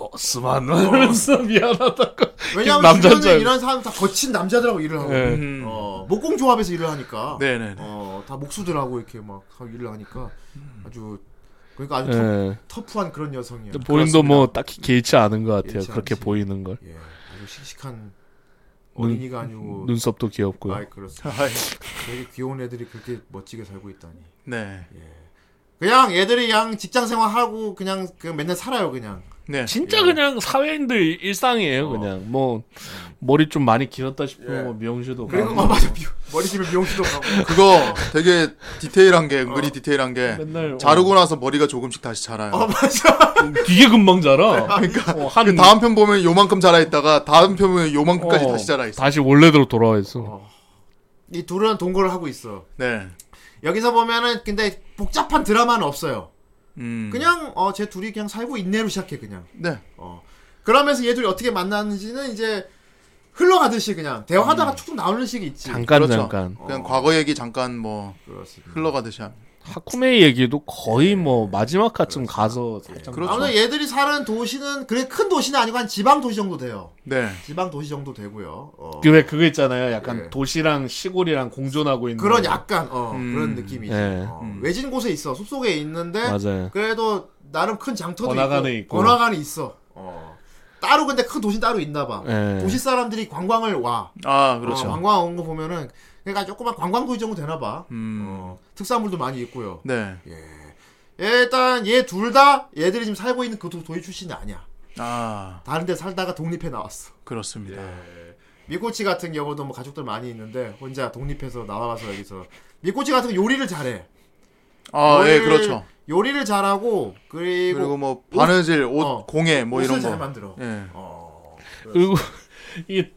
Speaker 1: 어, 스만 이러면서 [LAUGHS] 미안하다고.
Speaker 2: 왜냐하면
Speaker 1: 남자인 줄
Speaker 2: 주변에
Speaker 1: 알고.
Speaker 2: 이런 사람 다 거친 남자들하고 일을 하고.
Speaker 1: 예.
Speaker 3: 음.
Speaker 2: 어, 목공 조합에서 일을 하니까.
Speaker 3: 네네. 네.
Speaker 2: 어, 다 목수들하고 이렇게 막 하고 일을 하니까
Speaker 1: 음.
Speaker 2: 아주 그러니까 아주
Speaker 1: 예.
Speaker 2: 터, 터프한 그런 여성이야.
Speaker 1: 근데 본인도 뭐 딱히 개의치 않은 것 같아요.
Speaker 2: 개의치
Speaker 1: 그렇게
Speaker 2: 않지.
Speaker 1: 보이는 걸.
Speaker 2: 예, 아주 씩씩한 어린이가 아니고
Speaker 1: 눈썹도 귀엽고요.
Speaker 2: 아이 그렇습니다.
Speaker 3: 아이, 예.
Speaker 2: 되게 귀여운 애들이 그렇게 멋지게 살고 있다니.
Speaker 3: 네.
Speaker 2: 그냥 애들이 그냥 직장 생활하고 그냥 그 맨날 살아요 그냥.
Speaker 3: 네.
Speaker 1: 진짜 그냥 사회인들 일상이에요. 그냥 뭐 머리 좀 많이 길었다 싶으면 뭐 미용실도
Speaker 2: 그리고
Speaker 1: 가고.
Speaker 2: 막 맞아 미, 머리집에 미용실도
Speaker 1: [LAUGHS]
Speaker 2: 가고.
Speaker 1: 네.
Speaker 3: 그거 되게 디테일한 게 은근히
Speaker 2: 어.
Speaker 3: 디테일한 게
Speaker 1: 맨날
Speaker 3: 자르고 나서 머리가 조금씩 다시 자라요.
Speaker 2: 아 맞아.
Speaker 1: 어, 되게 금방 자라. 그러니까 한
Speaker 3: 다음 편 보면 요만큼 자라 있다가 다음 편 보면 요만큼까지
Speaker 1: 어,
Speaker 3: 다시 자라 있어.
Speaker 1: 다시 원래대로 돌아와 있어.
Speaker 2: [LAUGHS] 이 둘은 동거를 하고 있어.
Speaker 3: 네.
Speaker 2: 여기서 보면은 근데 복잡한 드라마는 없어요.
Speaker 3: 음.
Speaker 2: 그냥 어, 쟤 둘이 그냥 살고 있네로 시작해 그냥.
Speaker 3: 네.
Speaker 2: 어. 그러면서 얘들이 어떻게 만났는지는 이제 흘러가듯이 그냥
Speaker 1: 음.
Speaker 2: 대화하다가 툭툭 나오는 식이 있지.
Speaker 1: 잠깐
Speaker 3: 그렇죠.
Speaker 1: 잠깐.
Speaker 3: 그냥 과거 얘기 잠깐 뭐
Speaker 2: 그렇습니다.
Speaker 3: 흘러가듯이 합니다.
Speaker 1: 하쿠메이 얘기도 거의 뭐 마지막 화쯤 가서 살짝
Speaker 3: 그렇죠.
Speaker 2: 아무튼 얘들이 사는 도시는 그래 큰 도시는 아니고 한 지방 도시 정도 돼요.
Speaker 3: 네.
Speaker 2: 지방 도시 정도 되고요. 어.
Speaker 1: 그왜 그거 있잖아요. 약간
Speaker 2: 예.
Speaker 1: 도시랑 시골이랑 공존하고 있는
Speaker 2: 그런 약간 어,
Speaker 3: 음.
Speaker 2: 그런 느낌이지.
Speaker 1: 예.
Speaker 2: 어, 외진 곳에 있어 숲속에 있는데
Speaker 1: 맞아요.
Speaker 2: 그래도 나름 큰 장터도
Speaker 1: 번화가네
Speaker 2: 있고
Speaker 1: 있고.
Speaker 2: 번화가는 있어. 어. 따로 근데 큰 도시 는 따로 있나 봐.
Speaker 1: 예.
Speaker 2: 도시 사람들이 관광을 와.
Speaker 3: 아 그렇죠.
Speaker 2: 어, 관광 온 거 보면은 그러니까 조그만 관광도시 정도 되나 봐.
Speaker 3: 음.
Speaker 2: 어, 특산물도 많이 있고요. 예.
Speaker 3: 네.
Speaker 2: 일단 얘 둘 다 얘들이 지금 살고 있는 그 도- 도시 출신이 아니야.
Speaker 3: 아
Speaker 2: 다른 데 살다가 독립해 나왔어. 네.
Speaker 3: 그렇습니다.
Speaker 2: 미코치 같은 경우도 뭐 가족들 많이 있는데 혼자 독립해서 나와서 여기서 미코치 같은 경우 요리를 잘해.
Speaker 3: 아 예
Speaker 2: 요리를-
Speaker 3: 그렇죠.
Speaker 2: 요리를 잘하고 그리고,
Speaker 3: 그리고 뭐 바느질, 옷,
Speaker 2: 어.
Speaker 3: 공예 뭐
Speaker 2: 옷을
Speaker 3: 이런
Speaker 2: 잘
Speaker 3: 거.
Speaker 2: 만들어.
Speaker 3: 예.
Speaker 1: 그리고 [LAUGHS] 이게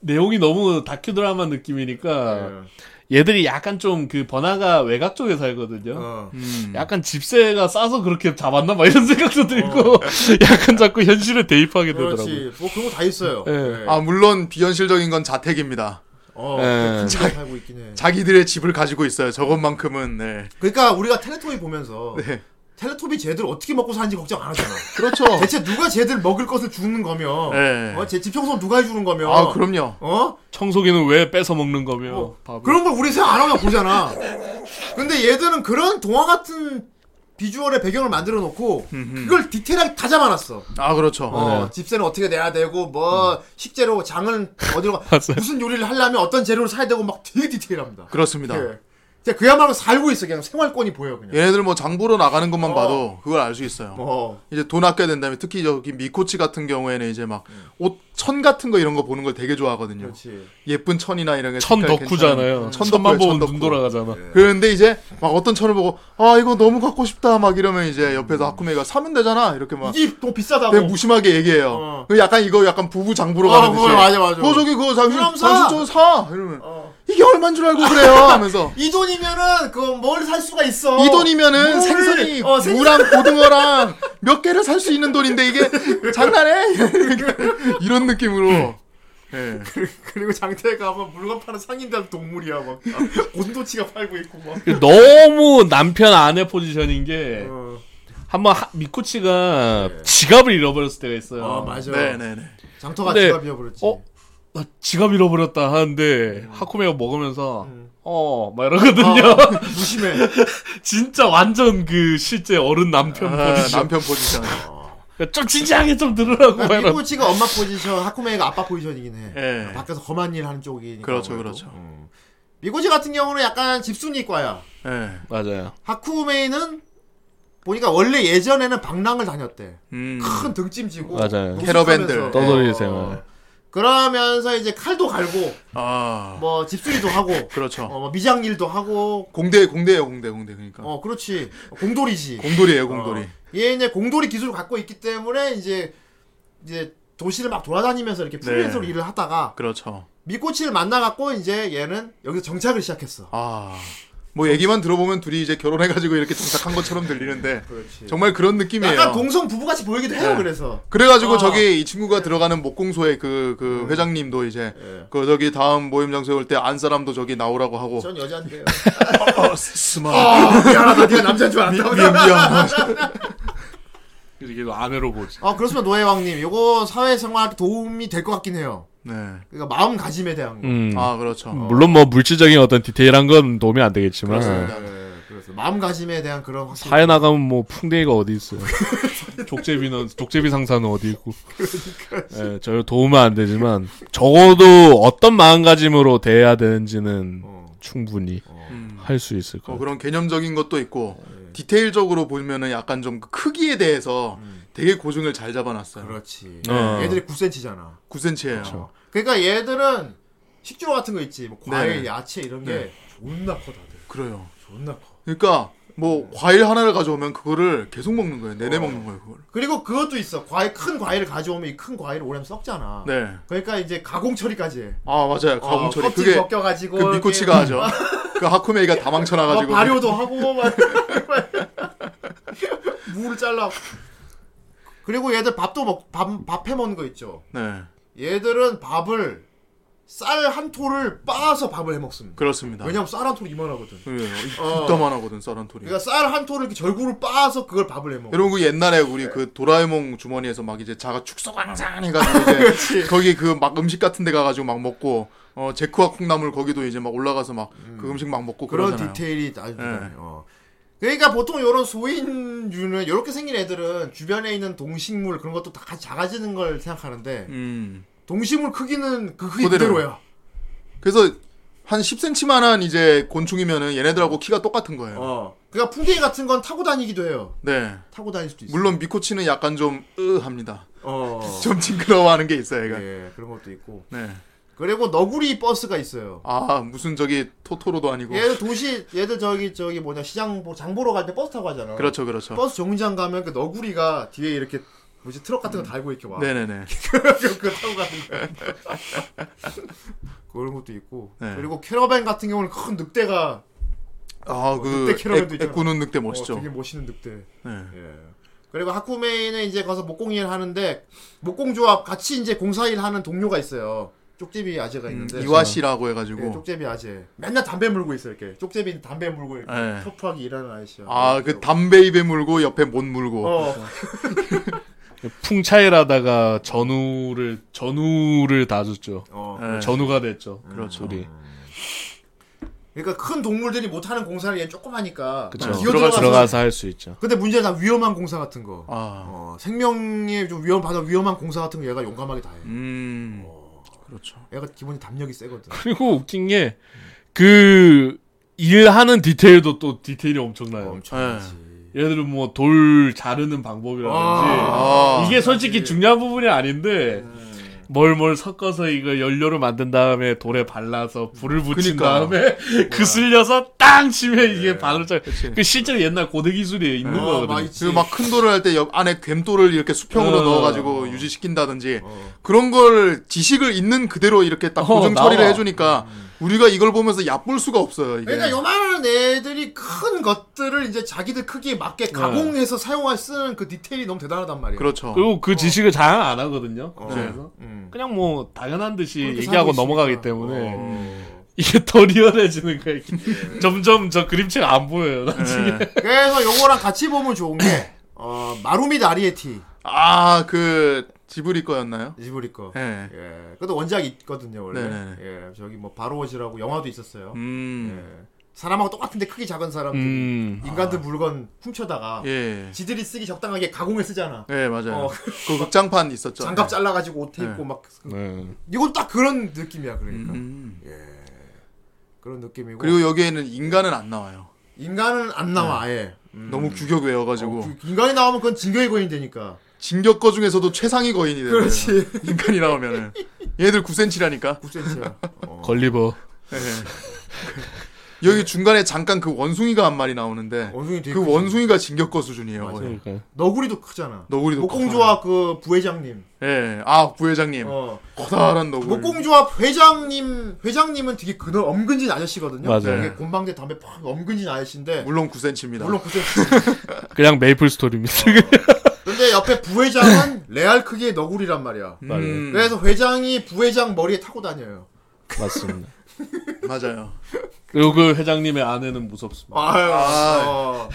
Speaker 1: 내용이 너무 다큐 드라마 느낌이니까
Speaker 2: 예.
Speaker 1: 얘들이 약간 좀 그 번화가 외곽 쪽에 살거든요.
Speaker 2: 어.
Speaker 3: 음.
Speaker 1: 약간 집세가 싸서 그렇게 잡았나 봐 이런 [LAUGHS] 생각도 들고 약간 자꾸 현실에 대입하게 되더라고요.
Speaker 2: 그렇지. 뭐 그런 거 다 있어요.
Speaker 1: 예.
Speaker 3: 아 물론 비현실적인 건 자택입니다.
Speaker 2: 어,
Speaker 1: 예.
Speaker 2: 예. 잘 살고 있긴 해.
Speaker 3: 자기들의 집을 가지고 있어요. 저것만큼은 네.
Speaker 2: 그러니까 우리가 텔레토비 보면서
Speaker 3: 네.
Speaker 2: 텔레토비 쟤들 어떻게 먹고 사는지 걱정 안 하잖아.
Speaker 3: 그렇죠.
Speaker 2: 대체 누가 쟤들 먹을 것을 주는 거며,
Speaker 3: 예.
Speaker 2: 어, 쟤집 청소 누가 해주는 거며,
Speaker 3: 아 그럼요.
Speaker 2: 어,
Speaker 1: 청소기는 왜 뺏어 먹는 거며 밥을.
Speaker 2: 그런 걸 우리 생각 안 하고 보잖아. 근데 얘들은 그런 동화 같은 비주얼의 배경을 만들어 놓고 그걸 디테일하게 다 잡아놨어.
Speaker 3: 아 그렇죠.
Speaker 2: 어, 집세는 어떻게 내야 되고
Speaker 3: 음.
Speaker 2: 뭐 식재료 장은 어디로 가 무슨 요리를 하려면 어떤 재료를 사야 되고 막 되게 디테일합니다.
Speaker 3: 그렇습니다.
Speaker 2: 예. 진짜 그야말로 살고 있어 그냥 생활권이 보여 그냥.
Speaker 3: 얘네들 뭐 장부로 나가는 것만
Speaker 2: 어.
Speaker 3: 봐도 그걸 알 수 있어요.
Speaker 2: 어.
Speaker 3: 이제 돈 아껴야 된다면 특히 저기 미코치 같은 경우에는 이제 막 옷 천 같은 거 이런 거 보는 걸 되게 좋아하거든요.
Speaker 2: 음. 그렇지.
Speaker 3: 예쁜 천이나 이런 게
Speaker 1: 천
Speaker 3: 색깔
Speaker 1: 덕후잖아요. 음.
Speaker 3: 괜찮은-
Speaker 1: 천만
Speaker 3: 덕후예요,
Speaker 1: 보면
Speaker 3: 천
Speaker 1: 눈
Speaker 3: 덕후.
Speaker 1: 돌아가잖아.
Speaker 3: 그런데 이제 막 어떤 천을 보고 아 이거 너무 갖고 싶다 막 이러면 이제 옆에서 하쿠메가 사면 되잖아 이렇게 막
Speaker 2: 음. 이게 또 비싸다고.
Speaker 3: 되게 무심하게 얘기해요.
Speaker 2: 어.
Speaker 3: 그 약간 이거 약간 부부 장부로
Speaker 2: 아,
Speaker 3: 가는 듯이.
Speaker 2: 그거 맞아, 맞아.
Speaker 3: 그거 저기 그거 당신
Speaker 2: 그럼 사!
Speaker 3: 당신 좀 사. 이러면
Speaker 2: 어.
Speaker 3: 이게 얼마인 줄 알고 그래요 하면서
Speaker 2: 이 돈이면은 그거 뭘 살 수가 있어.
Speaker 3: 이 돈이면은
Speaker 2: 뭘-
Speaker 3: 생선이
Speaker 2: 어, 생-
Speaker 3: 무랑 고등어랑 몇 개를 살 수 있는 돈인데 이게 장난해? [LAUGHS] 이런 느낌으로. 예.
Speaker 2: 그리고 장태가 막 물건 파는 상인들 동물이야 막 온도치가 팔고 있고 막.
Speaker 1: 그 너무 남편 아내 포지션인
Speaker 3: 네.
Speaker 1: 게
Speaker 2: 어,
Speaker 1: 한번 하- 미코치가 지갑을 잃어버렸을 때가 있어요.
Speaker 2: 어 맞아.
Speaker 3: 네네네.
Speaker 2: 장터가
Speaker 1: 근데-
Speaker 2: 지갑 잃어버렸지.
Speaker 1: 어? 나 지갑 잃어버렸다 하는데 하쿠메가 먹으면서
Speaker 2: 음.
Speaker 1: 음. 어막 이러거든요.
Speaker 2: 무심해.
Speaker 1: [LAUGHS] 진짜 완전 그 실제 어른 남편
Speaker 3: 아,
Speaker 1: 포지션.
Speaker 3: 남편 포지션.
Speaker 1: 그러니까 좀 진지하게 좀 들으라고 막 이런.
Speaker 2: 미코치가 그러니까 엄마 포지션, 하쿠메이가 아빠 포지션이긴 해.
Speaker 3: 예.
Speaker 2: 밖에서 험한 일 하는 쪽이니까.
Speaker 3: 그렇죠,
Speaker 2: 아무래도.
Speaker 3: 그렇죠.
Speaker 2: 음. 미코치 같은 경우는 약간 집순이과야.
Speaker 3: 예.
Speaker 1: 맞아요.
Speaker 2: 하쿠메이는 보니까 원래 예전에는 방랑을 다녔대.
Speaker 3: 음.
Speaker 2: 큰 등짐 지고.
Speaker 1: 맞아요.
Speaker 2: 노숙하면서.
Speaker 3: 캐러밴들.
Speaker 1: 떠돌이
Speaker 2: 어,
Speaker 1: 생활.
Speaker 2: 그러면서 이제 칼도 갈고,
Speaker 3: 아.
Speaker 2: 뭐 집수리도 하고,
Speaker 3: 그렇죠.
Speaker 2: 어, 뭐 미장일도 하고,
Speaker 3: 공대 공대예요 공대 공대 그러니까.
Speaker 2: 어, 그렇지. 공돌이지. 어.
Speaker 3: 공돌이에요 공돌이.
Speaker 2: 얘 이제 공돌이 기술을 갖고 있기 때문에 이제 이제 도시를 막 돌아다니면서 이렇게 프리랜서로 일을 하다가
Speaker 3: 그렇죠.
Speaker 2: 미코치를 만나갖고 이제 얘는 여기서 정착을 시작했어.
Speaker 3: 아. 뭐 얘기만 들어보면 둘이 이제 결혼해가지고 이렇게 정착한 것처럼 들리는데
Speaker 2: 그렇지.
Speaker 3: 정말 그런 느낌이에요.
Speaker 2: 약간 동성 부부같이 보이기도 해요.
Speaker 3: 네.
Speaker 2: 그래서
Speaker 3: 그래가지고
Speaker 2: 아. 네.
Speaker 3: 저기 이 친구가 들어가는 목공소의 그, 그 회장님도 이제 그 저기 다음 모임 장소에 올 때 안 사람도 저기 나오라고 하고
Speaker 2: 전 여자인데요.
Speaker 3: 어, 스마
Speaker 2: 아, 미안하다. 네가 남자인 줄 안다.
Speaker 3: 미안 미안
Speaker 1: 이게 아내로 보지.
Speaker 2: 어 그렇습니다 노예왕님. 요거 사회생활 도움이 될 것 같긴 해요.
Speaker 3: 네아
Speaker 2: 그러니까 마음가짐에 대한 거.
Speaker 1: 음.
Speaker 3: 그렇죠
Speaker 1: 물론 뭐 물질적인 어떤 디테일한 건 도움이 안 되겠지만
Speaker 3: 그렇습니다.
Speaker 2: 네, 그래서 마음가짐에 대한 그런 확실히
Speaker 1: 사회 나가면 뭐 풍뎅이가 어디 있어요. [LAUGHS] 족제비는 족제비 상사는 어디 있고. 예, 저 도움은 안 되지만 적어도 어떤 마음가짐으로 대해야 되는지는
Speaker 2: 어,
Speaker 1: 충분히
Speaker 3: 음.
Speaker 1: 할 수 있을
Speaker 3: 뭐
Speaker 1: 거예요.
Speaker 3: 그런 개념적인 것도 있고
Speaker 2: 네.
Speaker 3: 디테일적으로 보면은 약간 좀그 크기에 대해서
Speaker 2: 음.
Speaker 3: 되게 고증을 잘 잡아놨어요
Speaker 2: 그렇지.
Speaker 1: 어.
Speaker 2: 얘들이 9cm잖아.
Speaker 3: 9cm예요
Speaker 2: 그러니까 얘들은 식재료 같은 거 있지. 뭐 과일,
Speaker 3: 네.
Speaker 2: 야채 이런 게
Speaker 3: 네.
Speaker 2: 존나 커 다들.
Speaker 3: 그래요
Speaker 2: 존나 커.
Speaker 3: 그러니까 뭐 과일 하나를 가져오면 그거를 계속 먹는 거예요 내내
Speaker 2: 어.
Speaker 3: 먹는 거예요 그걸
Speaker 2: 그리고 그것도 있어. 과일 큰 과일을 가져오면 이 큰 과일을 오래 썩잖아.
Speaker 3: 네아
Speaker 2: 그러니까 이제 가공 처리까지 해.
Speaker 3: 맞아요
Speaker 2: 어,
Speaker 3: 가공 처리
Speaker 2: 껍질
Speaker 3: 그게
Speaker 2: 벗겨가지고
Speaker 3: 그 미코치가 하죠 그 하쿠메이가 다
Speaker 2: 이렇게 막
Speaker 3: 망쳐놔가지고
Speaker 2: 어, 발효도 하고 막 [LAUGHS] 물을 잘라. 그리고 얘들 밥도 먹밥밥해 먹는 거 있죠.
Speaker 3: 네
Speaker 2: 얘들은 밥을 쌀 한 톨을 빻아서 밥을 해 먹습니다.
Speaker 3: 그렇습니다.
Speaker 2: 왜냐면 쌀 한 톨이 이만하거든.
Speaker 3: 예, 이
Speaker 2: 어.
Speaker 3: 진짜 많아거든 쌀한토리.
Speaker 2: 그러니까 쌀 한 톨을 이렇게 절구로 빻아서 그걸 밥을 해 먹어.
Speaker 3: 여러분 그 옛날에 우리 그 도라에몽 주머니에서 막 이제 자가
Speaker 2: [LAUGHS]
Speaker 3: 축소광산 해가지고 이제 거기 그 막 음식 같은 데 가가지고 막 먹고 어 제쿠와 콩나물 거기도 이제 막 올라가서 막 그 음식 막 먹고
Speaker 2: 그런
Speaker 3: 그러잖아요.
Speaker 2: 디테일이 아주
Speaker 3: 예.
Speaker 2: 대단해요. 어. 그러니까 보통 요런 소인류는 요렇게 생긴 애들은 주변에 있는 동식물 그런 것도 다 같이 작아지는 걸 생각하는데
Speaker 3: 음.
Speaker 2: 동식물 크기는 그 크기
Speaker 3: 그대로요.
Speaker 2: 그대로야.
Speaker 3: 그래서 한 10cm만한 이제 곤충이면은 얘네들하고 키가 똑같은 거예요.
Speaker 2: 어. 그러니까 풍뎅이 같은 건 타고 다니기도 해요.
Speaker 3: 네.
Speaker 2: 타고 다닐 수도 있어.
Speaker 3: 물론 미코치는 약간 좀으 합니다.
Speaker 2: 어.
Speaker 3: [LAUGHS] 좀 징그러워하는 게 있어요, 얘가.
Speaker 2: 예, 그런 것도 있고.
Speaker 3: 네.
Speaker 2: 그리고 너구리 버스가 있어요.
Speaker 3: 아 무슨 저기 토토로도 아니고.
Speaker 2: 얘들 도시 얘들 저기 저기 뭐냐 시장 보- 장 보러 갈 때 버스 타고 가잖아.
Speaker 3: 그렇죠, 그렇죠.
Speaker 2: 버스 정류장 가면 그 너구리가 뒤에 이렇게 뭐지 트럭 같은 거 달고 이렇게 와.
Speaker 3: 네네네.
Speaker 2: 그거 타고 가는 거야. [LAUGHS] 그런 것도 있고.
Speaker 3: 네.
Speaker 2: 그리고 캐러밴 같은 경우는 큰 늑대가 어,
Speaker 3: 아그
Speaker 2: 늑대 캐러멜도 있잖아.
Speaker 3: 애꾸는 늑대
Speaker 2: 어,
Speaker 3: 멋있죠.
Speaker 2: 되게 멋있는 늑대.
Speaker 3: 네.
Speaker 2: 예. 그리고 하쿠메이는 이제 가서 목공일 하는데 목공조합 같이 이제 공사일 하는 동료가 있어요. 쪽제비 아재가
Speaker 3: 음,
Speaker 2: 있는데.
Speaker 3: 이와시라고
Speaker 2: 예,
Speaker 3: 해가지고
Speaker 2: 쪽제비 아재. 맨날 담배 물고 있어 이렇게. 쪽제비 담배 물고 이렇게
Speaker 3: 네.
Speaker 2: 터프하게 일하는 아저씨야.
Speaker 3: 아 그 담배 입에 물고 옆에 못 물고
Speaker 2: 어.
Speaker 1: 풍차일하다가 전우를 전우를 다 줬죠.
Speaker 2: 어.
Speaker 3: 네.
Speaker 1: 전우가 됐죠.
Speaker 3: 그렇죠.
Speaker 1: 우리.
Speaker 2: 그러니까 큰 동물들이 못하는 공사를 얘는 조금 하니까.
Speaker 1: 그쵸.
Speaker 3: 네.
Speaker 2: 기어
Speaker 1: 아, 들어가서,
Speaker 2: 들어가서-
Speaker 1: 할 수 있죠.
Speaker 2: 근데 문제는 다 위험한 공사 같은 거.
Speaker 3: 아
Speaker 2: 어, 생명에 좀 위험 받아 위험한 공사 같은 거 얘가 용감하게 다 해.
Speaker 3: 음.
Speaker 2: 어.
Speaker 3: 그렇죠.
Speaker 2: 얘가 기본이 담력이 세거든.
Speaker 1: 그리고 웃긴 게 그 일하는 디테일도 또 디테일이 아, 엄청나요.
Speaker 2: 어. 엄청나지.
Speaker 1: 얘들은 뭐 돌 자르는 방법이라든지
Speaker 3: 아,
Speaker 1: 이게 솔직히 중요한 부분이 아닌데
Speaker 2: 네.
Speaker 1: 뭘 뭘 섞어서 이거 연료를 만든 다음에 돌에 발라서 불을 붙인
Speaker 3: 그니까.
Speaker 1: 다음에 [LAUGHS] 그 쓸려서 땅 치면 이게 반응짝.
Speaker 3: 그치.
Speaker 1: 그 실제로 옛날 고대 기술이 있는
Speaker 2: 어, 막
Speaker 1: 거거든.
Speaker 2: 있지.
Speaker 3: 그막 큰 돌을 할 때 안에 괸돌을 이렇게 수평으로
Speaker 1: 어.
Speaker 3: 넣어가지고 유지시킨다든지
Speaker 2: 어.
Speaker 3: 그런 걸 지식을 있는 그대로 이렇게 딱
Speaker 1: 어,
Speaker 3: 고정 처리를
Speaker 1: 나와.
Speaker 3: 해주니까 우리가 이걸 보면서 얕볼 수가 없어요. 이게.
Speaker 2: 음, 그러니까 요만한 애들이 큰 것들을 이제 자기들 크기에 맞게 가공해서 사용할 쓰는 그 디테일이 너무 대단하단 말이에요.
Speaker 3: 그렇죠.
Speaker 1: 네. 그리고 그 지식을 자랑 안 하거든요. 그래서
Speaker 2: 음.
Speaker 1: 그냥 뭐 당연한 듯이
Speaker 2: 그렇게
Speaker 1: 얘기하고
Speaker 2: 살고
Speaker 1: 넘어가기
Speaker 2: 있으니까.
Speaker 1: 때문에
Speaker 2: 어.
Speaker 1: 이게 더 리얼해지는 거야. 이게. 점점 저 그림책 안 보여요. 나중에.
Speaker 3: 예.
Speaker 2: 그래서 요거랑 같이 보면 좋은 게
Speaker 1: [COUGHS]
Speaker 2: 어, 마루미 다리에티
Speaker 3: 아, 그 지브리 거였나요?
Speaker 2: 지브리 거.
Speaker 3: 예.
Speaker 2: 예. 그것도 원작이 있거든요, 원래.
Speaker 3: 네네네.
Speaker 2: 예. 저기 뭐 바로옷이라고 영화도 있었어요.
Speaker 3: 음,
Speaker 2: 예. 사람하고 똑같은데 크기 작은 사람들 이
Speaker 1: 음.
Speaker 2: 인간들 물건 훔쳐다가
Speaker 3: 아. 예.
Speaker 2: 지들이 쓰기 적당하게 가공해 쓰잖아.
Speaker 3: 예, 맞아요.
Speaker 2: 어.
Speaker 3: 그 극장판 있었죠.
Speaker 2: 장갑 잘라가지고 옷 입고
Speaker 3: 네.
Speaker 2: 막
Speaker 1: 네.
Speaker 2: 이건 딱 그런 느낌이야 그러니까
Speaker 3: 음.
Speaker 2: 그런 느낌이고
Speaker 3: 그리고 여기에는 인간은 안 나와요.
Speaker 2: 인간은 안 나와 아예
Speaker 3: 너무 규격 외워가지고
Speaker 2: 음. 어, 그 인간이 나오면 그건 진격의 거인 되니까 예.
Speaker 3: 진격거 중에서도 최상위 거인이 되는
Speaker 2: 그렇지
Speaker 3: 인간이 나오면은 얘들 9cm라니까 [LAUGHS]
Speaker 2: 9cm야
Speaker 1: 걸리버.
Speaker 2: 예.
Speaker 3: 예. 여기 중간에 잠깐 그 원숭이가 한 마리 나오는데
Speaker 2: 원숭이 되게
Speaker 3: 그
Speaker 2: 크지.
Speaker 3: 원숭이가 진격거 수준이에요.
Speaker 2: 어, 맞아요.
Speaker 3: 거의.
Speaker 1: 그러니까.
Speaker 2: 너구리도 크잖아
Speaker 3: 너구리도
Speaker 2: 목공조합 그 부회장님
Speaker 3: 커요. 예, 아 부회장님
Speaker 2: 어
Speaker 3: 커다란 너구리.
Speaker 2: 목공조합 회장님 회장님은 되게 그늘 엄근진 아저씨거든요
Speaker 1: 맞아요.
Speaker 2: 되게 곰방대 담배 팍 엄근진 아저씨인데
Speaker 3: 물론 9cm입니다.
Speaker 2: 물론 9cm
Speaker 1: 그냥 메이플 스토리입니다.
Speaker 2: 근데 옆에 부회장은 레알 크기의 너구리란 말이야
Speaker 3: 음.
Speaker 1: 맞아요.
Speaker 2: 그래서 회장이 부회장 머리에 타고 다녀요
Speaker 1: 맞습니다.
Speaker 3: 맞아요.
Speaker 1: 그리고 그 회장님의 아내는 무섭습니다.
Speaker 2: 아유
Speaker 3: 아.
Speaker 2: 어.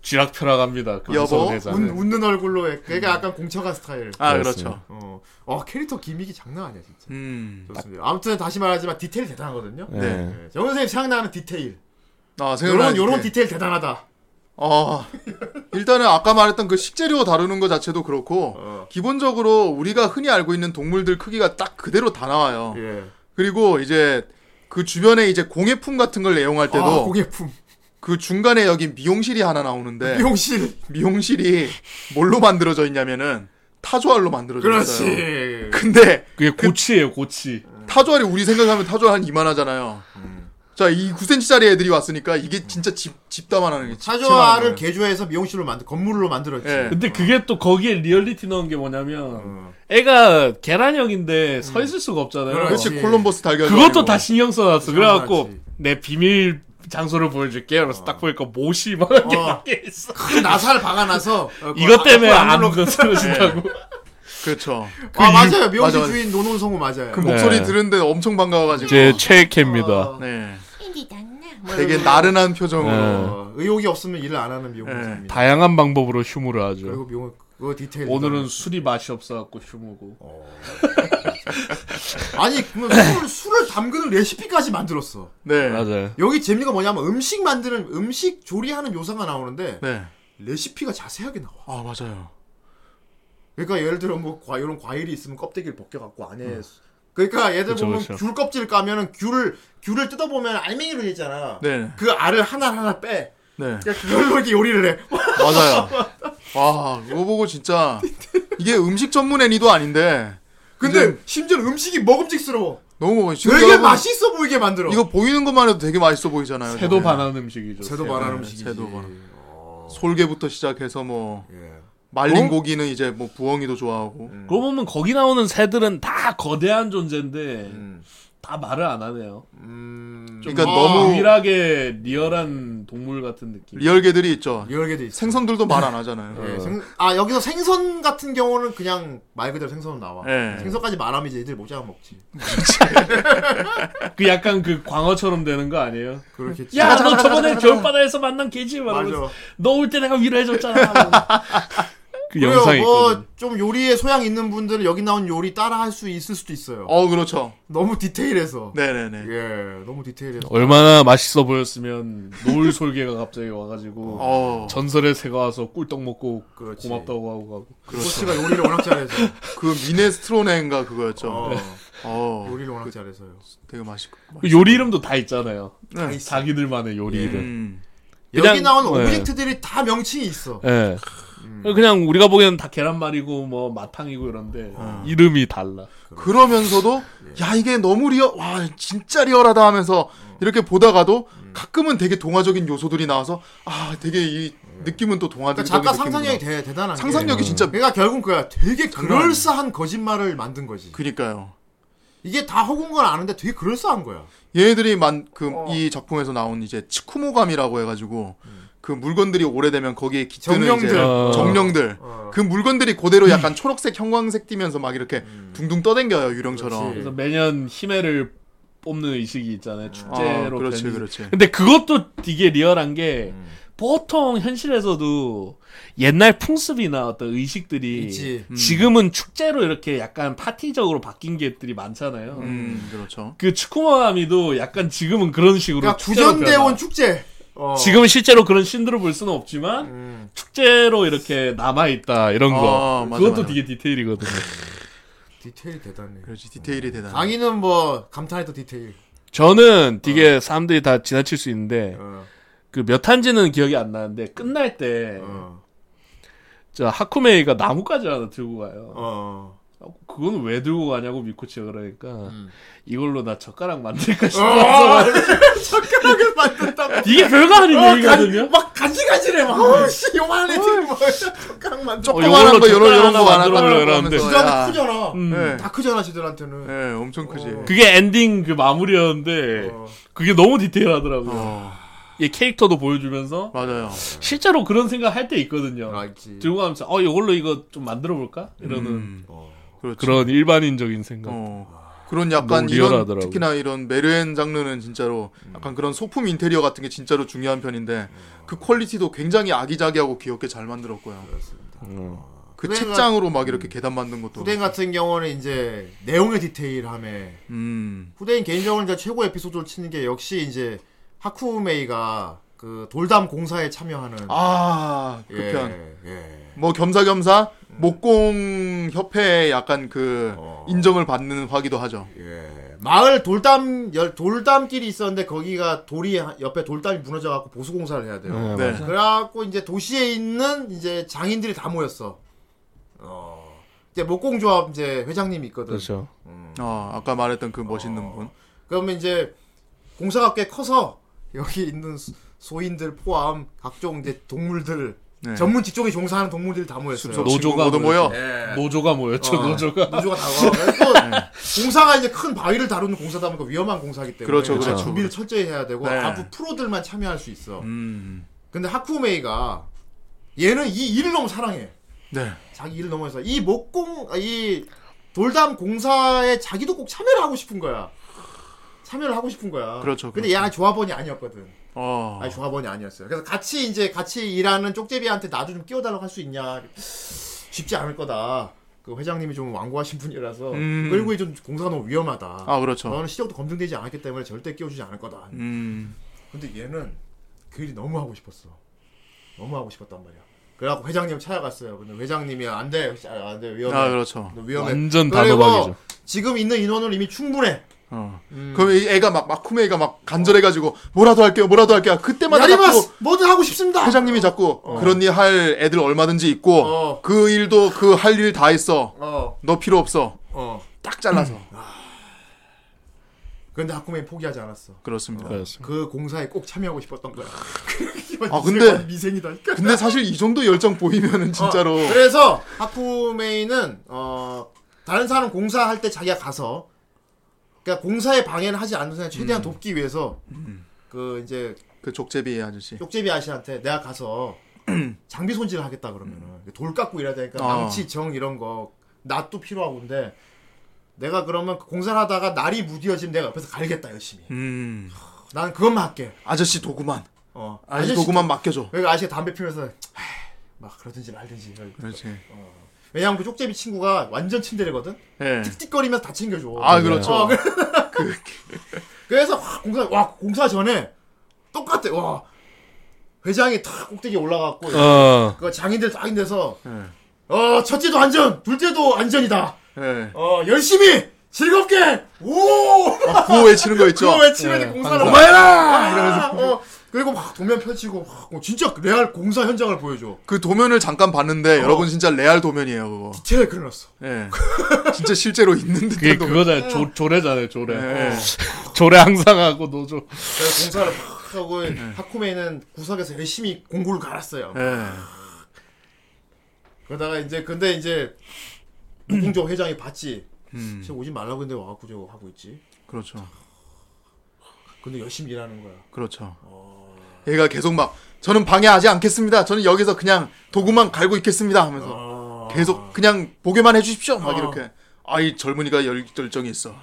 Speaker 1: 쥐락펴락합니다. 그
Speaker 3: 여보,
Speaker 1: 무서운
Speaker 2: 웃,
Speaker 1: 회장은.
Speaker 2: 웃는 얼굴로 해. 그러니까 약간 공처가 스타일.
Speaker 3: 아
Speaker 1: 그렇습니다.
Speaker 3: 그렇죠.
Speaker 2: 어. 어, 캐릭터 기믹이 장난 아니야, 진짜.
Speaker 3: 음,
Speaker 2: 좋습니다. 아무튼 다시 말하지만 디테일 대단하거든요.
Speaker 1: 네.
Speaker 3: 네.
Speaker 2: 네. 정은 선생님 생각나는 디테일.
Speaker 3: 아 생각나.
Speaker 2: 요런, 요런 디테일 대단하다.
Speaker 3: 어, 일단은 아까 말했던 그 식재료 다루는 것 자체도 그렇고
Speaker 2: 어.
Speaker 3: 기본적으로 우리가 흔히 알고 있는 동물들 크기가 딱 그대로 다 나와요.
Speaker 2: 예.
Speaker 3: 그리고 이제 그 주변에 이제 공예품 같은 걸 애용할 때도
Speaker 2: 아, 고객품.
Speaker 3: 그 중간에 여기 미용실이 하나 나오는데
Speaker 2: 미용실.
Speaker 3: 미용실이 뭘로 만들어져 있냐면은 타조알로 만들어져 있어요.
Speaker 2: 그렇지.
Speaker 3: 근데
Speaker 1: 그게 고치예요, 고치.
Speaker 3: 타조알이 우리 생각하면 타조알 한 이만하잖아요.
Speaker 2: 음.
Speaker 3: 자, 이 9cm짜리 애들이 왔으니까 이게 진짜 집 집다만하는 게
Speaker 2: 사조화를
Speaker 3: 집지만하는.
Speaker 2: 개조해서 미용실로 만들, 건물로 만들었지.
Speaker 3: 예.
Speaker 1: 근데 그게 또 거기에 리얼리티 넣은 게 뭐냐면
Speaker 2: 어.
Speaker 1: 애가 계란형인데 서 있을 수가 없잖아요.
Speaker 2: 그렇지.
Speaker 3: 그렇지 콜럼버스 달걀.
Speaker 1: 그것도 다 신경 써놨어. 그래갖고
Speaker 2: 그렇지.
Speaker 1: 내 비밀 장소를 보여줄게. 그래서 딱 보니까 못이 막 이렇게
Speaker 2: 어.
Speaker 1: 어. 있어.
Speaker 2: 큰 나사를 박아놨어. 어, 그거
Speaker 1: 이것 때문에
Speaker 2: 앞으로
Speaker 1: 안
Speaker 2: 눌러-
Speaker 1: 건드려진다고.
Speaker 3: 그렇죠.
Speaker 2: 아, 맞아요. 미용실
Speaker 3: 맞아, 맞아.
Speaker 2: 주인 노논성우 맞아요. 어.
Speaker 3: 그 목소리
Speaker 1: 네.
Speaker 3: 들은데 엄청 반가워가지고.
Speaker 1: 최애캐입니다.
Speaker 3: 네.
Speaker 5: 인디당나
Speaker 3: 되게 나른한 표정으로.
Speaker 2: 어, 의욕이 없으면 일을 안 하는 미용사입니다.
Speaker 1: 네. 다양한 방법으로 휴무를 하죠.
Speaker 2: 그리고 미용 그 디테일.
Speaker 1: 오늘은 술이 맛이 없어갖고 휴무고.
Speaker 2: 아니 그러면 술을, 술을 담그는 레시피까지 만들었어.
Speaker 3: 네.
Speaker 1: 맞아요.
Speaker 2: 여기 재미가 뭐냐면 음식 만드는 음식 조리하는 묘사가 나오는데
Speaker 3: 네.
Speaker 2: 레시피가 자세하게 나와.
Speaker 3: 아 맞아요.
Speaker 2: 그러니까 예를 들어 뭐 과, 이런 과일이 있으면 껍데기를 벗겨갖고 안에 그러니까 얘들
Speaker 1: 그쵸,
Speaker 2: 보면
Speaker 1: 그쵸.
Speaker 2: 귤 껍질 까면은 귤을 귤을 뜯어보면 알맹이로 돼 있잖아.
Speaker 3: 네.
Speaker 2: 그 알을 하나 하나 빼. 그러니까
Speaker 3: 네.
Speaker 2: 그냥 그걸로 이렇게 요리를 해.
Speaker 3: 맞아요. 와, 이거 보고 진짜 이게 음식 전문 애니도 아닌데
Speaker 2: 근데
Speaker 3: 이제-
Speaker 2: 심지어 음식이 먹음직스러워.
Speaker 3: 너무 먹어. 지금
Speaker 2: 되게
Speaker 3: 여러분,
Speaker 2: 맛있어 보이게 만들어.
Speaker 3: 이거 보이는 것만 해도 되게 맛있어 보이잖아요.
Speaker 1: 새도
Speaker 3: 지금.
Speaker 1: 반하는 음식이죠.
Speaker 2: 새도 말하는
Speaker 3: 네,
Speaker 2: 음식이지.
Speaker 3: 새도 말하는. 솔개부터 시작해서 뭐
Speaker 2: 예.
Speaker 3: 말린
Speaker 1: 어?
Speaker 3: 고기는 이제 뭐 부엉이도 좋아하고.
Speaker 1: 그거 보면 거기 나오는 새들은 다 거대한 존재인데
Speaker 2: 음.
Speaker 1: 다 말을 안 하네요.
Speaker 2: 음.
Speaker 1: 좀
Speaker 3: 그러니까
Speaker 1: 아,
Speaker 3: 너무-
Speaker 1: 유일하게 리얼한 동물 같은 느낌.
Speaker 3: 리얼 아, 개들이 있죠.
Speaker 2: 열게 돼 있어.
Speaker 3: 생선들도 말 안 하잖아요.
Speaker 1: 네.
Speaker 2: 예, 생, 아 여기서 생선 같은 경우는 그냥 말 그대로 생선으로 나와.
Speaker 3: 예.
Speaker 2: 생선까지 말하면 이제 애들 못 잡아 먹지.
Speaker 1: 그 약간 그 광어처럼 되는 거 아니에요?
Speaker 2: 그렇겠지.
Speaker 1: 야 너 저번에 겨울바다에서 만난 개지
Speaker 2: 맞아.
Speaker 1: 말고 너올 때 내가 위로해줬잖아. [LAUGHS] 그
Speaker 2: 그리고
Speaker 1: 영상이
Speaker 2: 뭐
Speaker 1: 있거든.
Speaker 2: 좀 요리에 소양 있는 분들은 여기 나온 요리 따라 할 수 있을 수도 있어요.
Speaker 3: 어, 그렇죠.
Speaker 2: 너무 디테일해서.
Speaker 3: 네네네.
Speaker 2: 예, 너무 디테일해서.
Speaker 1: 얼마나 맛있어 보였으면 노을 솔개가 갑자기 와가지고
Speaker 3: 어,
Speaker 1: 전설의 새가 와서 꿀떡 먹고
Speaker 2: 그렇지.
Speaker 1: 고맙다고 하고 가고.
Speaker 2: 코치가 요리를 워낙 잘해서.
Speaker 3: 그렇죠. 그 미네스트로네인가 그거였죠.
Speaker 2: 어.
Speaker 3: 어,
Speaker 2: 요리를 워낙 잘해서요.
Speaker 3: 되게 맛있고.
Speaker 1: 요리 이름도 다 있잖아요.
Speaker 3: 네.
Speaker 1: 자기들만의 요리 이름.
Speaker 3: 음.
Speaker 2: 여기
Speaker 1: 그냥-
Speaker 2: 나온
Speaker 1: 네.
Speaker 2: 오브젝트들이 다 명칭이 있어.
Speaker 1: 예.
Speaker 2: 음.
Speaker 1: 그냥 우리가 보기에는 다 계란말이고 뭐 마탕이고 이런데
Speaker 2: 어.
Speaker 1: 이름이
Speaker 2: 예.
Speaker 1: 달라.
Speaker 3: 그러면서도 야 이게 너무 리얼 와 진짜 리얼하다 하면서
Speaker 2: 어.
Speaker 3: 이렇게 보다가도
Speaker 2: 음.
Speaker 3: 가끔은 되게 동화적인 요소들이 나와서 아 되게 이 느낌은 또 동화적인
Speaker 2: 그러니까 작가
Speaker 3: 느낌이구나.
Speaker 2: 상상력이 대, 대단한
Speaker 3: 상상력이
Speaker 2: 게.
Speaker 3: 진짜
Speaker 2: 그러니까 결국 그야 되게
Speaker 3: 장난
Speaker 2: 그럴싸한 거짓말을 만든 거지.
Speaker 3: 그니까요.
Speaker 2: 이게 다 허구인 건 아는데 되게 그럴싸한 거야.
Speaker 3: 얘네들이 만 그
Speaker 2: 어.
Speaker 3: 이 작품에서 나온 이제 치쿠모감이라고 해가지고 그 물건들이 오래되면 거기에 깃드는
Speaker 2: 음. 정령들.
Speaker 3: 이제
Speaker 1: 어.
Speaker 3: 정령들
Speaker 2: 어.
Speaker 3: 그 물건들이 그대로 약간 초록색 형광색 띠면서 막 이렇게 둥둥 떠댕겨요 유령처럼.
Speaker 2: 음. 그렇지.
Speaker 1: 그래서 매년 희매를 뽑는 의식이 있잖아요.
Speaker 3: 아,
Speaker 1: 축제로. 음.
Speaker 3: 그렇지
Speaker 1: 된-
Speaker 3: 그렇지.
Speaker 1: 근데 그것도 되게 리얼한 게
Speaker 2: 음.
Speaker 1: 보통 현실에서도 옛날 풍습이나 어떤 의식들이
Speaker 2: 그 있지. 음.
Speaker 1: 지금은 축제로 이렇게 약간 파티적으로 바뀐 게들이 많잖아요.
Speaker 3: 음 그렇죠.
Speaker 1: 그 추쿠마가미도 약간 지금은 그런 식으로
Speaker 2: 그러니까
Speaker 1: 축제로 변화.
Speaker 2: 구전대원 축제. 어.
Speaker 1: 지금은 실제로 그런 신들을 볼 수는 없지만
Speaker 2: 음.
Speaker 1: 축제로 이렇게 남아 있다 이런 거
Speaker 3: 아, 맞아,
Speaker 1: 그것도
Speaker 3: 맞아.
Speaker 1: 되게 디테일이거든요.
Speaker 2: 디테일이 대단해.
Speaker 3: 그렇지 디테일이
Speaker 2: 음.
Speaker 3: 대단해.
Speaker 2: 강의는 뭐 감탄했던 디테일.
Speaker 1: 저는 되게 사람들이 다 지나칠 수 있는데
Speaker 2: 어.
Speaker 1: 그 몇 한지는 기억이 안 나는데 끝날 때 저
Speaker 2: 어.
Speaker 1: 하쿠메이가 나뭇가지 하나 들고 가요.
Speaker 2: 어.
Speaker 1: 그건 왜 들고 가냐고 미코치가 그러니까
Speaker 2: 음.
Speaker 1: 이걸로 나 젓가락 만들까
Speaker 2: 어.
Speaker 1: 싶어.
Speaker 2: 착각하게 만든다고.
Speaker 1: 이게 별거 아닌 얘기거든요.
Speaker 2: 어, 막 간질간질해 막. 어, 씨 요만한 애들이 뭐 착각만.
Speaker 1: 어,
Speaker 3: 조그만한 거
Speaker 1: 요걸로
Speaker 3: 요런
Speaker 1: 젓가락
Speaker 3: 요런 거
Speaker 1: 하나
Speaker 3: 하나
Speaker 1: 만들어
Speaker 3: 만들어
Speaker 1: 이러는데.
Speaker 3: 놓으면서
Speaker 2: 진짜
Speaker 3: 야.
Speaker 2: 크잖아.
Speaker 1: 음.
Speaker 3: 네.
Speaker 2: 다 크잖아 지들한테는.
Speaker 3: 예, 엄청 크지.
Speaker 2: 어.
Speaker 1: 그게 엔딩 그 마무리였는데
Speaker 2: 어.
Speaker 1: 그게 너무 디테일하더라고요.
Speaker 3: 어,
Speaker 1: 얘 캐릭터도 보여주면서
Speaker 3: 맞아요.
Speaker 1: 실제로 그런 생각 할 때 있거든요.
Speaker 2: 알지.
Speaker 1: 들고 가면서 어 이걸로 이거 좀 만들어 볼까? 이러는
Speaker 3: 음,
Speaker 2: 어,
Speaker 3: 그렇지.
Speaker 1: 그런 일반인적인 생각.
Speaker 3: 어. 그런
Speaker 1: 너무
Speaker 3: 약간 이런
Speaker 1: 리얼하더라고.
Speaker 3: 특히나 이런 메르엔 장르는 진짜로 약간 그런 소품 인테리어 같은 게 진짜로 중요한 편인데 그 퀄리티도 굉장히 아기자기하고 귀엽게 잘 만들었고요. 그
Speaker 2: 후대가-
Speaker 3: 책장으로 막
Speaker 1: 음.
Speaker 3: 이렇게 계단 만든 것도.
Speaker 2: 후대인 같은 경우는 이제 내용의 디테일함에
Speaker 3: 음.
Speaker 2: 후대인 개인적으로 이제 최고 에피소드를 치는 게 역시 이제 하쿠메이가 그 돌담 공사에 참여하는
Speaker 3: 아, 그
Speaker 2: 예,
Speaker 3: 편.
Speaker 2: 예.
Speaker 3: 뭐 겸사겸사 목공 협회에 약간 그
Speaker 2: 어.
Speaker 3: 인정을 받는 화기도 하죠.
Speaker 2: 예. 마을 돌담 열- 돌담길이 있었는데 거기가 돌이 하- 옆에 돌담이 무너져 갖고 보수 공사를 해야 돼요.
Speaker 1: 네,
Speaker 3: 네.
Speaker 1: 맞아.
Speaker 2: 그래갖고 이제 도시에 있는 이제 장인들이 다 모였어. 어. 이제 목공조합 이제 회장님이 있거든.
Speaker 1: 그렇죠.
Speaker 3: 어, 아까 말했던 그 멋있는 분.
Speaker 2: 그러면 이제 공사가 꽤 커서 여기 있는 소- 소인들 포함 각종 이제 동물들
Speaker 3: 네. 그렇죠.
Speaker 2: 전문 직종에 종사하는 동물들이 다 모였어요.
Speaker 3: 숲속
Speaker 1: 노조가
Speaker 3: 친구 모두 모여.
Speaker 2: 예.
Speaker 1: 노조가 뭐였죠?
Speaker 2: 어.
Speaker 1: 노조가
Speaker 2: 노조가
Speaker 3: [LAUGHS]
Speaker 2: 다가와고 공사가 이제 큰 바위를 다루는 공사다 보니까 위험한 공사기 때문에
Speaker 3: 네. 그렇죠,
Speaker 1: 그렇죠.
Speaker 2: 준비를 철저히 해야 되고
Speaker 3: 네.
Speaker 2: 아부 프로들만 참여할 수 있어.
Speaker 3: 음.
Speaker 2: 근데 하쿠메이가 얘는 이 일을 너무 사랑해.
Speaker 3: 네.
Speaker 2: 자기 일을 넘어서 이 목공 아, 이 돌담 공사에 자기도 꼭 참여를 하고 싶은 거야. 참여를 하고 싶은 거야.
Speaker 3: 그렇죠,
Speaker 2: 근데
Speaker 3: 그렇죠.
Speaker 2: 얘가 조합원이 아니었거든.
Speaker 3: 어.
Speaker 2: 아니 조합원이 아니었어요. 그래서 같이 이제 같이 일하는 쪽제비한테 나도 좀 끼워달라고 할 수 있냐 쉽지 않을 거다. 그 회장님이 좀 완고하신 분이라서
Speaker 3: 음.
Speaker 2: 그리고 좀 공사가 너무 위험하다.
Speaker 3: 아, 그렇죠.
Speaker 2: 너는 시력도 검증되지 않았기 때문에 절대 끼워주지 않을 거다.
Speaker 3: 음.
Speaker 2: 근데 얘는 그 일이 너무 하고 싶었어. 너무 하고 싶었단 말이야. 그래갖고 회장님 찾아갔어요. 근데 회장님이 안 돼, 아, 안 돼, 위험해.
Speaker 3: 아 그렇죠.
Speaker 2: 너 위험해.
Speaker 1: 완전
Speaker 2: 그리고 어.
Speaker 1: 단호박이죠.
Speaker 2: 지금 있는 인원은 이미 충분해.
Speaker 3: 어.
Speaker 2: 음.
Speaker 3: 그럼 이 애가 막 마쿠메이가 막 간절해가지고 뭐라도 할게요, 뭐라도 할게요. 그때마다
Speaker 2: 야리마스
Speaker 3: 자꾸
Speaker 2: 뭐든 하고 싶습니다.
Speaker 3: 회장님이 자꾸 그런 일 할 애들 얼마든지 있고
Speaker 2: 어.
Speaker 3: 그 일도 그 할 일 다 했어.
Speaker 2: 어,
Speaker 3: 너 필요 없어.
Speaker 2: 어.
Speaker 3: 딱 잘라서.
Speaker 2: 근데 하쿠메이 포기하지 않았어.
Speaker 3: 그렇습니다.
Speaker 1: 그렇습니다.
Speaker 2: 그 공사에 꼭 참여하고 싶었던 거야. [LAUGHS]
Speaker 3: 아, 근데-
Speaker 2: 미생이다니까.
Speaker 3: 근데 사실 이 정도 열정 보이면은 진짜로
Speaker 2: 어, 그래서 하쿠메이는 어 다른 사람 공사할 때 자기가 가서 그러니까 공사에 방해는 하지 않는 한 최대한
Speaker 3: 음.
Speaker 2: 돕기 위해서 그 이제
Speaker 3: 그 족제비 아저씨.
Speaker 2: 쪽제비 아씨한테 내가
Speaker 3: [CLEARS THROAT]
Speaker 2: 가서 장비 손질을 하겠다 그러면은
Speaker 3: 음.
Speaker 2: 돌 깎고 일해야 되니까
Speaker 3: 어.
Speaker 2: 망치 정 이런 거 낫도 필요하고 근데 내가 그러면 그 공사를 하다가 날이 무디어지면 내가 옆에서 갈겠다 열심히
Speaker 3: 음.
Speaker 2: 나는 그것만 할게
Speaker 3: 아저씨 도구만.
Speaker 2: 어
Speaker 3: 아저씨
Speaker 2: 아저씨도-
Speaker 3: 도구만 맡겨줘.
Speaker 2: 그러니까 아저씨가 담배 피면서 우 막 그러든지 말든지
Speaker 3: 그렇지.
Speaker 2: 왜냐면 그 쪽제비 친구가 완전 침대래거든
Speaker 3: 예.
Speaker 2: 틱틱거리면서 다 챙겨줘
Speaker 3: 아 그렇죠.
Speaker 2: 어, 그- 그래서 확 공사 와 공사 전에 똑같아 와 회장이 탁 꼭대기 올라갔고
Speaker 1: 어.
Speaker 2: 그 장인들 딱인 데서
Speaker 3: 예.
Speaker 2: 어 첫째도 안전 둘째도 안전이다
Speaker 3: 예.
Speaker 2: 어 열심히 즐겁게 오
Speaker 3: 막 구호 외치는 거 있죠.
Speaker 2: 그거 외치면 이제
Speaker 3: 예,
Speaker 2: 공사를
Speaker 3: 항상.
Speaker 2: 오마이라 이러면서 어, 그리고 막 도면 펼치고 막, 어, 진짜 레알 공사 현장을 보여줘
Speaker 3: 그 도면을 잠깐
Speaker 2: 어.
Speaker 3: 봤는데 여러분 진짜 레알 도면이에요 그거.
Speaker 2: 디테일 그려놨어 [LAUGHS]
Speaker 3: 예. 진짜 실제로 있는
Speaker 1: 그게
Speaker 3: 듯한 도면.
Speaker 2: 네.
Speaker 1: 그거잖아요. 조, 조례잖아요. 조례.
Speaker 3: 예.
Speaker 1: 조례 항상 하고 노조.
Speaker 2: 그래서 공사를 막 하고 하쿠메이는 구석에서 열심히 공구를 갈았어요
Speaker 3: 예.
Speaker 2: 그러다가 이제 근데 이제 무공조 회장이 봤지
Speaker 3: 음.
Speaker 2: 진짜 오지 말라고 했는데 와갖고 저거 하고 있지
Speaker 3: 그렇죠.
Speaker 2: 근데 열심히 일하는 거야
Speaker 3: 그렇죠. 얘가 계속 막 저는 방해하지 않겠습니다. 저는 여기서 그냥 도구만 갈고 있겠습니다 하면서
Speaker 2: 아...
Speaker 3: 계속 그냥 보게만 해주십시오. 막
Speaker 2: 아.
Speaker 3: 이렇게. 아이 젊은이가 열, 열정이 있어.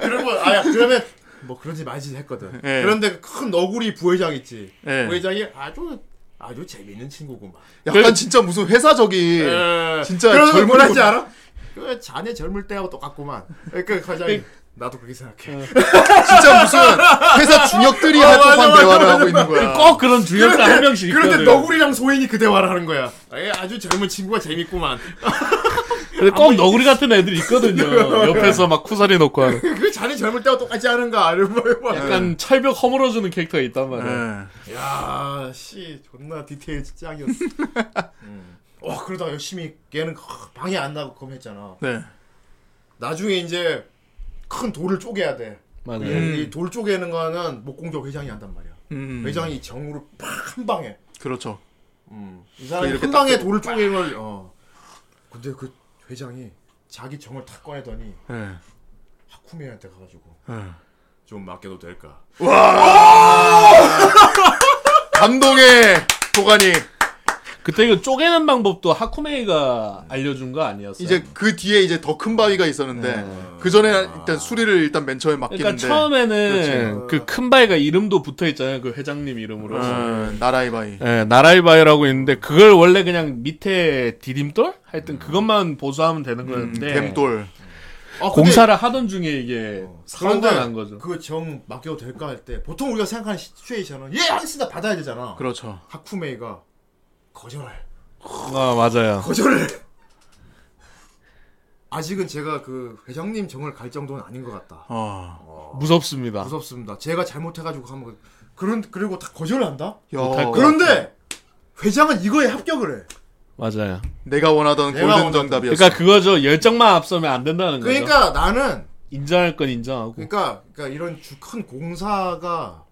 Speaker 2: 그러고 아야 그러면 뭐 그런지 말지 했거든
Speaker 3: 예.
Speaker 2: 그런데 큰 너구리 부회장 있지
Speaker 3: 예.
Speaker 2: 부회장이 아주 아주 재밌는 친구구만
Speaker 3: 약간 진짜 무슨 회사적이
Speaker 2: 예.
Speaker 3: 진짜
Speaker 2: 그런
Speaker 3: 젊은
Speaker 2: 젊은 할지
Speaker 3: 분.
Speaker 2: 알아? 그 자네 젊을 때하고 똑같구만. 그
Speaker 3: 예.
Speaker 2: 과장이 나도 그렇게 생각해.
Speaker 3: 진짜 무슨 회사 중역들이 할
Speaker 2: 어, 맞아,
Speaker 3: 법한
Speaker 2: 맞아,
Speaker 3: 대화를
Speaker 2: 맞아,
Speaker 3: 하고 있는 거야.
Speaker 1: 꼭 그런 중역자 한 명씩
Speaker 2: 그런데
Speaker 1: 있거든.
Speaker 2: 너구리랑 소인이 그 대화를 하는 거야. 에, 아주 젊은 친구가 재밌구만. [LAUGHS]
Speaker 1: 근데 꼭 너구리 같은 애들이 있거든요.
Speaker 2: 네.
Speaker 1: 옆에서 막 쿠사리 놓고 하는.
Speaker 2: 그 자네 젊을 때하고 똑같지 않은가? 이런 말
Speaker 1: 약간 찰벽 허물어주는 캐릭터가 있단
Speaker 2: 네.
Speaker 1: 말이야.
Speaker 3: 예.
Speaker 2: 야, 씨, 존나 디테일
Speaker 3: [LAUGHS]
Speaker 2: 짱이었어. 음. 와, 그러다 열심히 걔는 크, 방해 안 나고 그럼 했잖아.
Speaker 3: 네.
Speaker 2: 나중에 이제 큰 돌을 쪼개야 돼. 예,
Speaker 1: 맞아요.
Speaker 3: 음.
Speaker 2: 이 돌 쪼개는 거는 목공조 회장이 한단 말이야.
Speaker 3: 음.
Speaker 2: 회장이 정으로 팍 한 방에.
Speaker 3: 그렇죠.
Speaker 2: 이 사람이
Speaker 3: 이렇게
Speaker 2: 한
Speaker 3: 딱
Speaker 2: 방에 돌을 쪼개는 걸 어. 근데 그 회장이 자기 정을 탁 꺼내더니
Speaker 3: 예.
Speaker 2: 하쿠미한테 가가지고
Speaker 3: 예.
Speaker 2: 좀 맡겨도 될까?
Speaker 3: 감동의 도가니.
Speaker 1: 그때 그 쪼개는 방법도 하쿠메이가 알려준 거 아니었어요?
Speaker 3: 이제 그 뒤에 이제 더 큰 바위가 있었는데
Speaker 2: 네. 아.
Speaker 3: 그 전에 일단 수리를 일단 맨 처음에 맡기는데
Speaker 1: 그러니까
Speaker 2: 어.
Speaker 1: 처음에는 그 큰 바위가 이름도 붙어 있잖아요. 그 회장님 이름으로.
Speaker 2: 아.
Speaker 3: 어, 나라이 바위.
Speaker 1: 예, 나라이바이라고 있는데 그걸 원래 그냥 밑에 디딤돌 하여튼 그것만 보수하면 되는
Speaker 3: 음,
Speaker 1: 거였는데
Speaker 3: gem돌.
Speaker 2: 아, 근데
Speaker 1: 공사를 하던 중에 이게 사고가
Speaker 2: 어. 그런데
Speaker 1: 난 거죠.
Speaker 2: 그정 맡겨도 될까 할 때 보통 우리가 생각하는 시츄에이션은 예 하겠습니다 받아야 되잖아.
Speaker 3: 그렇죠.
Speaker 2: 하쿠메이가 거절해.
Speaker 1: 아 맞아요.
Speaker 2: 거절해. [LAUGHS] 아직은 제가 그 회장님 정을 갈 정도는 아닌 것 같다.
Speaker 3: 어.
Speaker 1: 무섭습니다.
Speaker 2: 무섭습니다. 제가 잘못해가지고 하면 그런 그리고 다 거절한다.
Speaker 1: 못할
Speaker 3: 야,
Speaker 1: 것 같아.
Speaker 2: 그런데 회장은 이거에 합격을 해.
Speaker 1: 맞아요.
Speaker 3: 내가 원하던
Speaker 2: 내가
Speaker 3: 골든
Speaker 2: 원하던-
Speaker 3: 정답이었어.
Speaker 1: 그러니까 그거죠. 열정만 앞서면 안 된다는 거죠.
Speaker 2: 그러니까 나는
Speaker 1: 인정할 건 인정하고.
Speaker 2: 그러니까 그러니까 이런 주- 큰 공사가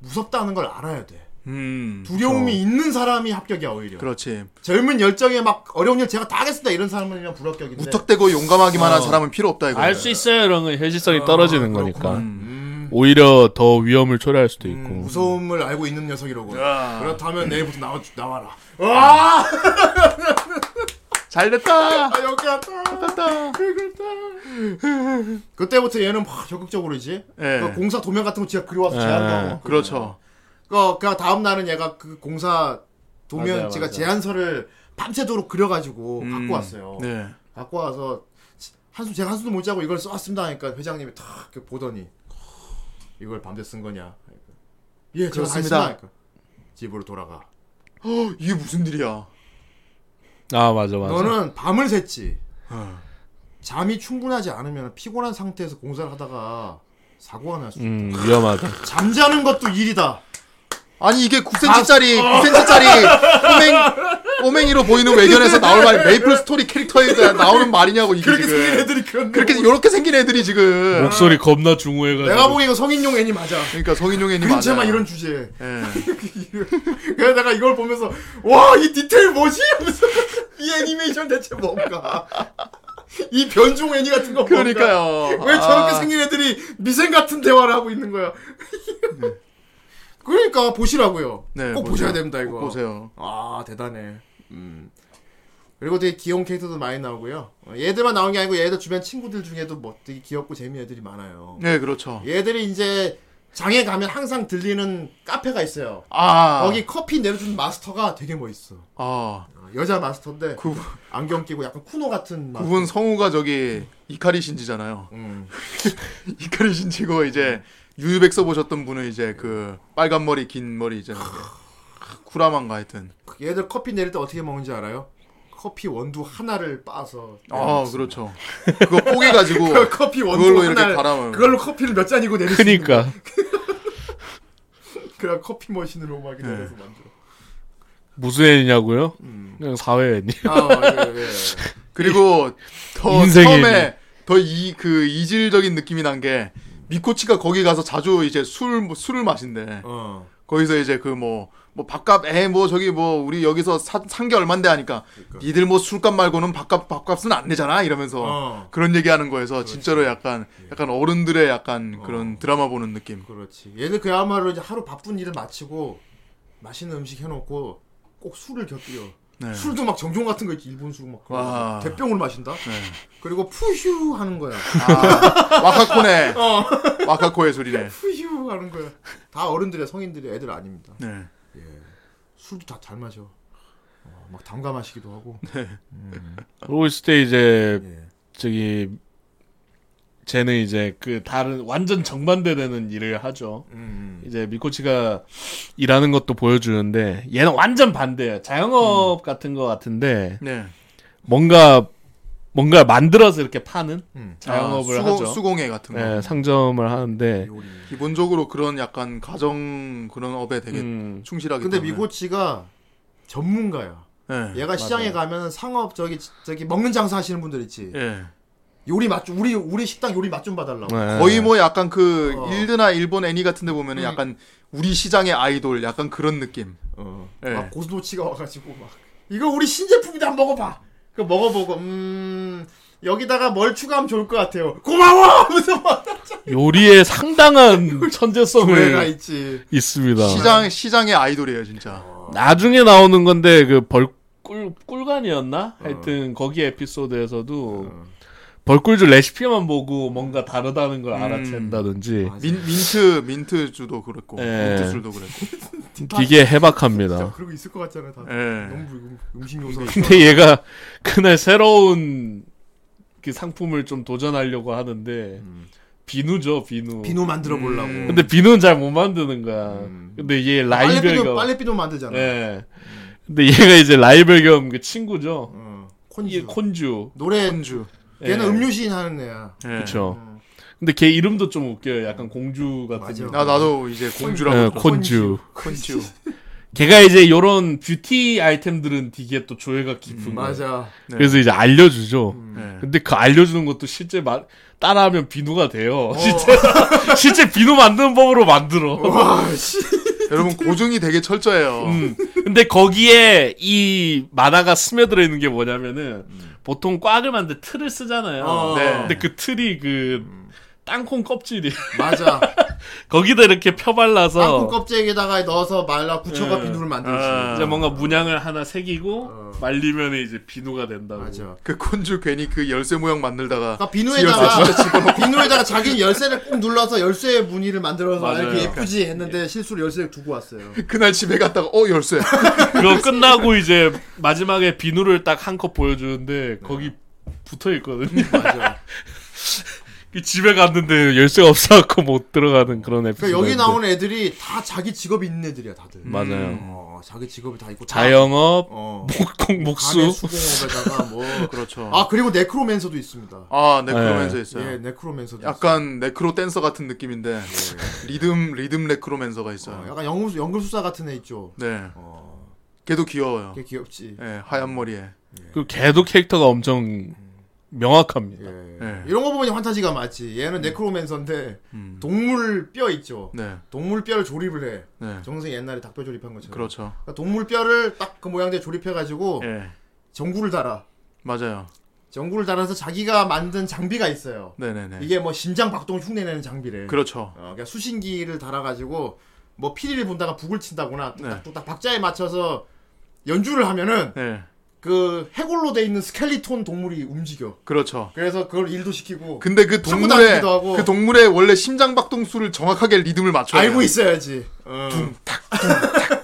Speaker 2: 무섭다는 걸 알아야 돼.
Speaker 3: 음.
Speaker 2: 그
Speaker 1: 그렇죠.
Speaker 2: 두려움이 네. 있는 사람이 합격이야 오히려.
Speaker 3: 그렇지.
Speaker 2: 젊은 열정에 막 어려운 일 제가 다 하겠습니다 이런 사람은요 불합격인데.
Speaker 3: 무턱대고 용감하기만 한
Speaker 1: 어.
Speaker 3: 사람은 필요 없다 이거.
Speaker 1: 알 수 있어요. 이런 건 현실성이 떨어지는
Speaker 2: 아, 그렇구나.
Speaker 1: 거니까.
Speaker 2: 음,
Speaker 1: 오히려 더 위험을 초래할 수도 있고.
Speaker 2: 음, 무서움을 알고 있는 녀석이라고.
Speaker 3: 야,
Speaker 2: 그렇다면 내일부터 나와 나와라. 와
Speaker 3: 잘 됐다.
Speaker 2: 아, 여기 왔다.
Speaker 3: 됐다.
Speaker 2: 그 그때부터 얘는 막 적극적으로지.
Speaker 1: 네.
Speaker 3: 예.
Speaker 2: 그 공사 도면 같은 거 진짜 그려와서
Speaker 1: 예.
Speaker 2: 제안도 하고.
Speaker 3: 그렇죠.
Speaker 2: 그, 그 다음 날은 얘가 그 공사 도면
Speaker 1: 맞아요,
Speaker 2: 제가
Speaker 1: 맞아요.
Speaker 2: 제안서를 밤새도록 그려가지고
Speaker 3: 음.
Speaker 2: 갖고 왔어요.
Speaker 3: 네. [GASPS]
Speaker 2: 갖고 와서 한숨 제가 한숨도 못 자고 이걸 써왔습니다 하니까 회장님이 탁 이렇게 보더니 이걸 밤새 쓴 거냐? 그러니까, 예, 제가 다
Speaker 3: 그렇습니다.
Speaker 2: 했습니다. 그러니까 집으로 돌아가.
Speaker 3: 어, 이게 무슨 일이야?
Speaker 1: 아 맞아 맞아.
Speaker 2: 너는 밤을 샜지.
Speaker 3: 어.
Speaker 2: 잠이 충분하지 않으면 피곤한 상태에서 공사를 하다가 사고가 날 수. 있다
Speaker 1: 음 위험하다.
Speaker 2: 잠자는 것도 일이다.
Speaker 3: 아니 이게 9cm짜리
Speaker 2: 어. [LAUGHS]
Speaker 3: 9cm짜리 꼬맹 꼬맹이로 보이는 외견에서 나올 말 메이플 스토리 캐릭터에 대한 나오는 말이냐고 이게
Speaker 2: 그렇게
Speaker 3: 지금
Speaker 2: 생긴 애들이 뭐. 그런.
Speaker 3: 그렇게 요렇게 생긴 애들이 지금
Speaker 1: 목소리 겁나 중후해가지고.
Speaker 2: 내가 보기 이거 성인용 애니 맞아.
Speaker 3: 그러니까 성인용애님
Speaker 2: 근처만
Speaker 3: 맞아요.
Speaker 2: 이런 주제에. [LAUGHS]
Speaker 3: 예.
Speaker 2: 그래서 내가 이걸 보면서 와 이 디테일 뭐지? 하면서 이 애니메이션 대체 뭔가? 이 변종 애니 같은 거 뭔가?
Speaker 3: 그러니까요.
Speaker 2: 왜 저렇게
Speaker 3: 아,
Speaker 2: 생긴 애들이 미생 같은 대화를 하고 있는 거야? [LAUGHS] 그러니까 보시라고요.
Speaker 3: 네,
Speaker 2: 꼭
Speaker 3: 보세요.
Speaker 2: 보셔야 됩니다 이거.
Speaker 3: 꼭 보세요.
Speaker 2: 아 대단해. 음. 그리고 되게 귀여운 캐릭터도 많이 나오고요. 어, 얘들만 나온 게 아니고 얘들 주변 친구들 중에도 뭐 되게 귀엽고 재미있는 애들이 많아요.
Speaker 3: 네, 그렇죠.
Speaker 2: 얘들이 이제 장에 가면 항상 들리는 카페가 있어요.
Speaker 3: 아,
Speaker 2: 거기 커피 내려주는 마스터가 되게 멋있어.
Speaker 3: 아,
Speaker 2: 어, 여자 마스터인데
Speaker 3: 그-
Speaker 2: 안경 끼고 약간 쿠노 같은 마스터.
Speaker 3: 그분 성우가 저기 이카리 신지잖아요. [LAUGHS]
Speaker 2: 음.
Speaker 3: 이카리 신지고 이제 유유백 써보셨던 분은 이제 그 빨간
Speaker 2: [LAUGHS]
Speaker 3: 머리, 긴 머리 이제 쿠라만가 하여튼.
Speaker 2: 얘들 커피 내릴 때 어떻게 먹는지 알아요? 커피 원두 하나를 빻아서
Speaker 3: 아 그렇죠. 그거 뽀개 가지고
Speaker 2: [LAUGHS] 그 커피 원두
Speaker 3: 그걸로
Speaker 2: 하나를
Speaker 3: 이렇게 갈아먹는
Speaker 2: 그걸로 커피를 몇 잔이고 내릴 수 있는
Speaker 1: 그니까
Speaker 2: 그런 커피 머신으로 막
Speaker 3: 네.
Speaker 2: 이렇게 내려서
Speaker 3: [LAUGHS]
Speaker 2: 만들어.
Speaker 1: [LAUGHS] 무슨 애냐고요? 그냥 사회 애니.
Speaker 2: 아, 예, 예.
Speaker 3: 그리고 더
Speaker 1: 인생의
Speaker 3: 처음에 더 이 그 이질적인 느낌이 난 게 미코치가 거기 가서 자주 이제 술 뭐, 술을 마신대.
Speaker 2: 어.
Speaker 3: 거기서 이제 그 뭐 뭐 밥값 에 뭐 저기 뭐 우리 여기서 산 게 얼만데 하니까 니들 뭐 술값 말고는 밥값 밥값은 안 내잖아 이러면서
Speaker 2: 어.
Speaker 3: 그런 얘기하는 거에서 진짜로 약간 약간 어른들의 약간 그런 드라마 보는 느낌.
Speaker 2: 그렇지. 얘는 그야말로 이제 하루 바쁜 일을 마치고 맛있는 음식 해놓고 꼭 술을 곁들여.
Speaker 3: 네.
Speaker 2: 술도 막 정종 같은 거 있지 일본 술막
Speaker 3: 와.
Speaker 2: 대병을 마신다. 그리고 푸휴 하는 거야.
Speaker 3: 네. 아, 와카코네. 와카코의 소리네.
Speaker 2: 푸휴 하는 거야. 다 어른들의 성인들의 애들 아닙니다.
Speaker 3: 네.
Speaker 2: 술도 다 잘 마셔. 어, 막 담가 마시기도 하고.
Speaker 1: 그러고 있을 때 이제
Speaker 2: 예.
Speaker 1: 저기 쟤는 이제 그 다른 완전 정반대되는 일을 하죠.
Speaker 2: 음.
Speaker 1: 이제 미코치가 일하는 것도 보여주는데 얘는 완전 반대야. 자영업 같은 거 같은데
Speaker 3: 네.
Speaker 1: 뭔가 뭔가 만들어서 이렇게 파는
Speaker 2: 음.
Speaker 1: 자영업을
Speaker 3: 아, 수공,
Speaker 1: 하죠.
Speaker 3: 수공예 같은 거.
Speaker 1: 네, 상점을 하는데
Speaker 2: 요리.
Speaker 3: 기본적으로 그런 약간 가정 그런 업에 되게
Speaker 1: 음,
Speaker 3: 충실하기
Speaker 2: 근데
Speaker 3: 때문에.
Speaker 2: 미고치가 전문가야.
Speaker 3: 예.
Speaker 2: 얘가 시장에 가면 상업 저기 저기 먹는 장사 하시는 분들 있지.
Speaker 3: 예.
Speaker 2: 요리 맛 좀- 우리 우리 식당 요리 맛 좀 봐달라고.
Speaker 1: 네. 음.
Speaker 3: 거의 뭐 약간 그
Speaker 2: 어.
Speaker 3: 일드나 일본 애니 같은 데 보면은 약간 우리 시장의 아이돌 약간 그런 느낌.
Speaker 2: 어.
Speaker 3: 예.
Speaker 2: 막 고스노치가 와가지고 막 이거 우리 신제품이다 한번 먹어봐. 그 먹어보고 음 여기다가 뭘 추가하면 좋을 것 같아요. 고마워. 하면서 막
Speaker 1: 예, 요리에 상당한
Speaker 2: 노래가
Speaker 1: 천재성을
Speaker 2: 있지.
Speaker 1: [LAUGHS] 있습니다.
Speaker 3: 시장 시장의 아이돌이에요, 진짜.
Speaker 1: 어, 나중에 나오는 건데 그 벌 꿀 꿀간이었나?
Speaker 2: 어.
Speaker 1: 하여튼 거기 에피소드에서도 벌꿀주 레시피만 보고 뭔가 다르다는
Speaker 2: 음.
Speaker 1: 걸 알아챈다든지
Speaker 3: 민, 민트 민트주도 그랬고.
Speaker 1: 예.
Speaker 3: 민트술도 그랬고.
Speaker 1: 되게 해박합니다.
Speaker 2: 그러고 있을 것 같잖아 다.
Speaker 3: 예.
Speaker 2: 너무 붉은 음식 요소가 있어.
Speaker 1: [LAUGHS] 근데 얘가 그날 새로운 그 상품을 좀 도전하려고 하는데 비누죠 비누.
Speaker 2: 음. 비누 만들어 보려고.
Speaker 3: 음.
Speaker 1: 근데 비누는 잘 못 만드는 거야.
Speaker 2: 음.
Speaker 1: 근데 얘
Speaker 2: 빨래비누
Speaker 1: 라이벌 겸.
Speaker 2: 빨래비누 만들잖아.
Speaker 1: 예. 근데 얘가 이제 라이벌 겸그 친구죠.
Speaker 2: 어. 콘지.
Speaker 1: 이게 콘주.
Speaker 2: 노래
Speaker 3: 주
Speaker 2: 얘는
Speaker 1: 예.
Speaker 2: 음료 시인 하는 애야.
Speaker 3: 예.
Speaker 1: 그렇죠.
Speaker 2: 음.
Speaker 1: 근데 걔 이름도 좀 웃겨요. 약간 공주 같은.
Speaker 2: 맞아.
Speaker 1: 이름.
Speaker 3: 나 나도 이제
Speaker 1: 예,
Speaker 3: 공주라고.
Speaker 1: 콘주. [LAUGHS]
Speaker 3: 콘주.
Speaker 1: 걔가 이제 요런 뷰티 아이템들은 되게 또 조예가
Speaker 2: 음,
Speaker 1: 깊은 거예요.
Speaker 2: 맞아. 음.
Speaker 3: 네.
Speaker 1: 그래서 이제 알려주죠.
Speaker 3: 예.
Speaker 1: 근데 그 알려주는 것도 실제 말 따라하면 비누가 돼요.
Speaker 2: 어.
Speaker 1: [LAUGHS] 실제 실제 비누 만드는 법으로 만들어.
Speaker 2: [LAUGHS] 와 씨.
Speaker 3: 여러분 고증이 되게 철저해요.
Speaker 1: 음. 근데 거기에 이 만화가 스며들어 있는 게 뭐냐면은 보통 꽉을 만들 때 틀을 쓰잖아요.
Speaker 2: 음. 어. 음.
Speaker 3: 네.
Speaker 1: 근데 그 틀이 그 땅콩 껍질이 [LAUGHS]
Speaker 2: 맞아.
Speaker 1: 거기다 이렇게 펴발라서
Speaker 2: 땅콩 껍질에다가 넣어서 말라 굳혀가
Speaker 1: 어. 예.
Speaker 2: 비누를 만들지.
Speaker 1: 이제 뭔가 문양을 하나 새기고 말리면 이제 비누가 된다고.
Speaker 2: 어. 맞아.
Speaker 3: 그 콘주 괜히 그 열쇠 모양 만들다가
Speaker 2: 그러니까
Speaker 3: 열쇠
Speaker 2: [LAUGHS] 비누에다가 비누에다가 자기는 열쇠를 꾹 눌러서 열쇠의 무늬를 만들어서
Speaker 1: 맞아요.
Speaker 2: 이렇게 예쁘지 했는데 실수로 열쇠를 두고 왔어요.
Speaker 3: 그날 집에 갔다가 어 열쇠.
Speaker 1: 그거 끝나고 이제 마지막에 비누를 딱 한 컵 보여주는데 거기 붙어
Speaker 2: [LAUGHS]
Speaker 1: 있거든요.
Speaker 2: 맞아. 그러니까
Speaker 1: 그 집에 갔는데 열쇠가 없어갖고 못 들어가는 그런 에피소드.
Speaker 2: 그러니까 여기 나오는 애들이 다 자기 직업이 있는 애들이야 다들.
Speaker 1: 음. 맞아요.
Speaker 2: 어, 자기 직업이 다 있고. 다-
Speaker 1: 자영업,
Speaker 2: 어.
Speaker 1: 목공,
Speaker 2: 가게
Speaker 1: 목수.
Speaker 2: 수공업에다가 뭐.
Speaker 3: 그렇죠.
Speaker 2: 아 그리고 네크로맨서도 있습니다.
Speaker 3: 아, 네크로맨서 있어요.
Speaker 2: 예, 네크로맨서도.
Speaker 3: 약간 네크로 댄서 같은 느낌인데 리듬 리듬 네크로맨서가 있어요.
Speaker 2: 예. 있어요. 어, 약간 연금 연금수사 같은 애 있죠.
Speaker 3: 네,
Speaker 2: 어,
Speaker 3: 걔도 귀여워요.
Speaker 2: 꽤 귀엽지.
Speaker 3: 예, 하얀 머리에.
Speaker 1: 그 걔도 캐릭터가 엄청
Speaker 2: 음.
Speaker 1: 명확합니다.
Speaker 2: 예.
Speaker 3: 예.
Speaker 2: 이런 거 보면 환타지가 맞지. 얘는 네크로맨서인데
Speaker 3: 음.
Speaker 2: 동물 뼈 있죠.
Speaker 3: 네,
Speaker 2: 동물 뼈를 조립을 해.
Speaker 3: 네,
Speaker 2: 정선이 옛날에 닭뼈 조립한 것처럼.
Speaker 3: 그렇죠.
Speaker 2: 그러니까 동물 뼈를 딱 그 모양대로 조립해가지고
Speaker 3: 예,
Speaker 2: 전구를 달아.
Speaker 3: 맞아요.
Speaker 2: 전구를 달아서 자기가 만든 장비가 있어요.
Speaker 3: 네, 네, 네.
Speaker 2: 이게 뭐 심장 박동 흉내내는 장비래.
Speaker 3: 그렇죠.
Speaker 2: 어, 그러니까 수신기를 달아가지고 뭐 피리를 본다가 북을 친다거나 뚝딱뚝딱 박자에 맞춰서 연주를 하면은
Speaker 3: 네,
Speaker 2: 그 해골로 돼 있는 스켈리톤 동물이 움직여.
Speaker 3: 그렇죠.
Speaker 2: 그래서 그걸 일도 시키고
Speaker 3: 근데 그
Speaker 2: 탐구
Speaker 3: 동물의
Speaker 2: 다니기도 하고.
Speaker 3: 그 동물의 원래 심장 박동수를 정확하게 리듬을 맞춰야 돼요.
Speaker 2: 알고 있어야지. 어.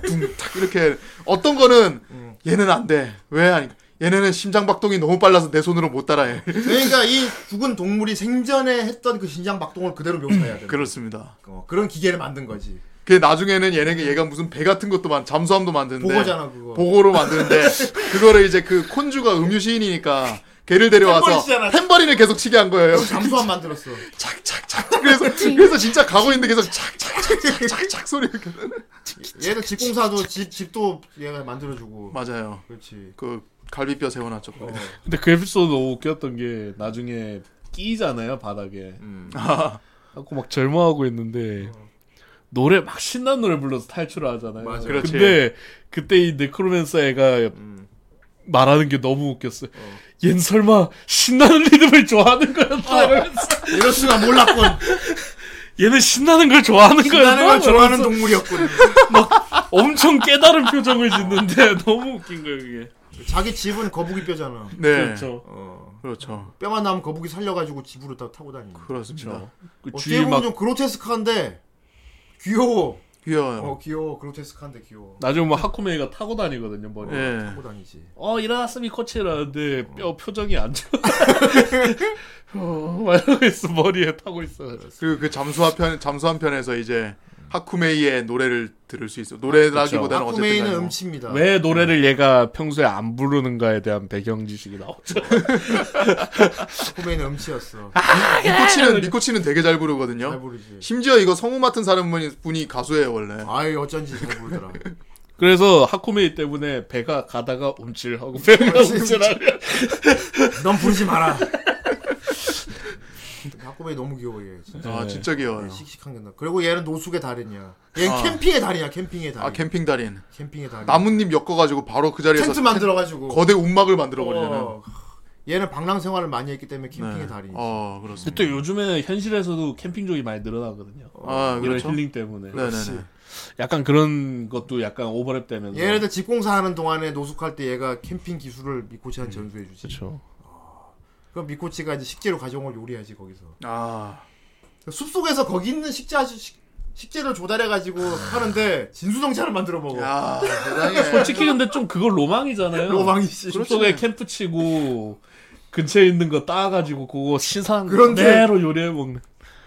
Speaker 3: 둥탁 이렇게 어떤 거는
Speaker 2: 음.
Speaker 3: 얘는 안 돼. 왜 하니까 얘네는 심장 박동이 너무 빨라서 내 손으로 못 따라해. [LAUGHS]
Speaker 2: 그러니까 이 죽은 동물이 생전에 했던 그 신장 박동을 그대로 묘사해야 돼.
Speaker 3: 그렇습니다.
Speaker 2: 어, 그런 기계를 만든 거지.
Speaker 3: 그 나중에는 얘네가 얘가 무슨 배 같은 것도 만 잠수함도 만드는데
Speaker 2: 보고잖아 그거.
Speaker 3: 보고로 만드는데 그거를 이제 그 콘주가 음유 시인이니까 걔를 데려와서
Speaker 2: 탬버린 치잖아.
Speaker 3: 탬버린을 계속 치게 한 거예요.
Speaker 2: 잠수함 만들었어.
Speaker 3: 착착착 그래서 그래서 진짜 가고 있는데 계속 착착착착착 소리가
Speaker 2: 얘도 집공사도 집 집도 얘가 만들어주고.
Speaker 3: 맞아요.
Speaker 2: 그렇지.
Speaker 3: 그 갈비뼈 세워놨죠.
Speaker 2: 어.
Speaker 1: 근데 그 에피소드 너무 웃겼던 게 나중에 끼잖아요 바닥에.
Speaker 2: 음.
Speaker 1: 하고 막 절망하고 있는데 노래 막 신나는 노래 불러서 탈출을 하잖아요.
Speaker 2: 맞아.
Speaker 3: 그렇지.
Speaker 1: 근데 그때 이 네크로맨서 애가
Speaker 2: 음.
Speaker 1: 말하는 게 너무 웃겼어요. 얜 설마 신나는 리듬을 좋아하는 거였나?
Speaker 2: 어.
Speaker 1: 이러면서.
Speaker 2: 이럴 수가 몰랐군.
Speaker 1: 얘는 신나는 걸 좋아하는
Speaker 2: 신나는
Speaker 1: 거였나?
Speaker 2: 걸 좋아하는
Speaker 1: 이러면서
Speaker 2: 동물이었군.
Speaker 1: 엄청 깨달은 표정을 짓는데
Speaker 2: [LAUGHS]
Speaker 1: 너무 웃긴 거예요 그게.
Speaker 2: 자기 집은 거북이 뼈잖아.
Speaker 3: 네 그렇죠.
Speaker 1: 그렇죠.
Speaker 2: 어.
Speaker 3: 그렇죠.
Speaker 2: 뼈만 남은 거북이 살려가지고 집으로 다 타고 다니는. 거.
Speaker 3: 그렇습니다.
Speaker 1: 그렇죠. 그
Speaker 2: 어떻게
Speaker 1: 주위
Speaker 2: 보면
Speaker 1: 막
Speaker 2: 좀 그로테스크한데 귀여워.
Speaker 3: 귀여워요.
Speaker 2: 어 귀여워. 그로테스크한데 귀여워.
Speaker 1: 나중에 뭐 하쿠메이가 타고 다니거든요 머리.
Speaker 2: 네.
Speaker 1: 에
Speaker 3: 예.
Speaker 2: 타고 다니지.
Speaker 1: 어 일어났으니 코치라는데 뼈 표정이 안 좋아. [LAUGHS] 어, 막 이러고 있어 머리에 타고 있어.
Speaker 3: 그리고 그 잠수함 편 잠수함 편에서 이제 하쿠메이의 노래를 들을 수 있어. 노래라기보다는 어쨌든
Speaker 2: 그렇죠. 하쿠메이는
Speaker 3: 간에 뭐.
Speaker 2: 음치입니다.
Speaker 1: 왜 노래를 얘가 평소에 안 부르는가에 대한 배경 지식이 나오죠.
Speaker 2: 하쿠메이는
Speaker 3: [LAUGHS]
Speaker 2: 음치였어.
Speaker 3: 니코치는 니코치는 되게 잘
Speaker 2: 잘
Speaker 3: 부르거든요.
Speaker 2: 부르지.
Speaker 3: 심지어 이거 성우 맡은 사람 분이, 분이 가수예요 원래.
Speaker 2: 아이 어쩐지 잘 부르더라.
Speaker 1: 그래서 하쿠메이 때문에 배가 가다가 움찔하고
Speaker 3: 어,
Speaker 1: 배가 움찔하고
Speaker 2: 넌 부르지 마라. [LAUGHS] 하쿠메이 너무 귀여워 얘. 진짜.
Speaker 3: 아
Speaker 1: 네.
Speaker 3: 진짜 귀여워요.
Speaker 2: 씩씩한 게 나. 그리고 얘는 노숙의 달인이야. 얘는
Speaker 3: 아.
Speaker 2: 캠핑의 달인이야. 캠핑의 달인.
Speaker 3: 아 캠핑 달인.
Speaker 2: 캠핑의 달인.
Speaker 3: 나뭇잎 엮어가지고 바로 그 자리에서
Speaker 2: 네. 텐트 만들어가지고.
Speaker 3: 거대 움막을 만들어 버리잖아요.
Speaker 2: 어. 얘는 방랑 생활을 많이 했기 때문에 캠핑의 달인이지.
Speaker 3: 어
Speaker 1: 근데
Speaker 3: 그렇습니다.
Speaker 1: 또 요즘에 현실에서도 캠핑족이 많이 늘어나거든요.
Speaker 3: 아 그렇죠.
Speaker 1: 이런 힐링 때문에
Speaker 3: 네네네.
Speaker 1: 약간 그런 것도 약간 오버랩 되면서
Speaker 2: 얘네들 집공사 하는 동안에 노숙할 때 얘가 캠핑 기술을 미코치한테 전수해주지.
Speaker 1: 그렇죠.
Speaker 2: 그럼 미코치가 이제 식재료 가져온 걸 요리하지 거기서.
Speaker 3: 아
Speaker 2: 숲 속에서 거기 있는 식재 아주 식, 식재를 조달해가지고
Speaker 1: 아.
Speaker 2: 하는데 진수성찬을 만들어 먹어. [LAUGHS]
Speaker 3: 야, 세상에.
Speaker 1: 솔직히 근데 좀 그거 로망이잖아요.
Speaker 2: 로망이지.
Speaker 1: 숲속에 캠프 치고 근처에 있는 거 따가지고 그거 신선한 그
Speaker 2: 그런데-
Speaker 1: 대로 요리해 먹는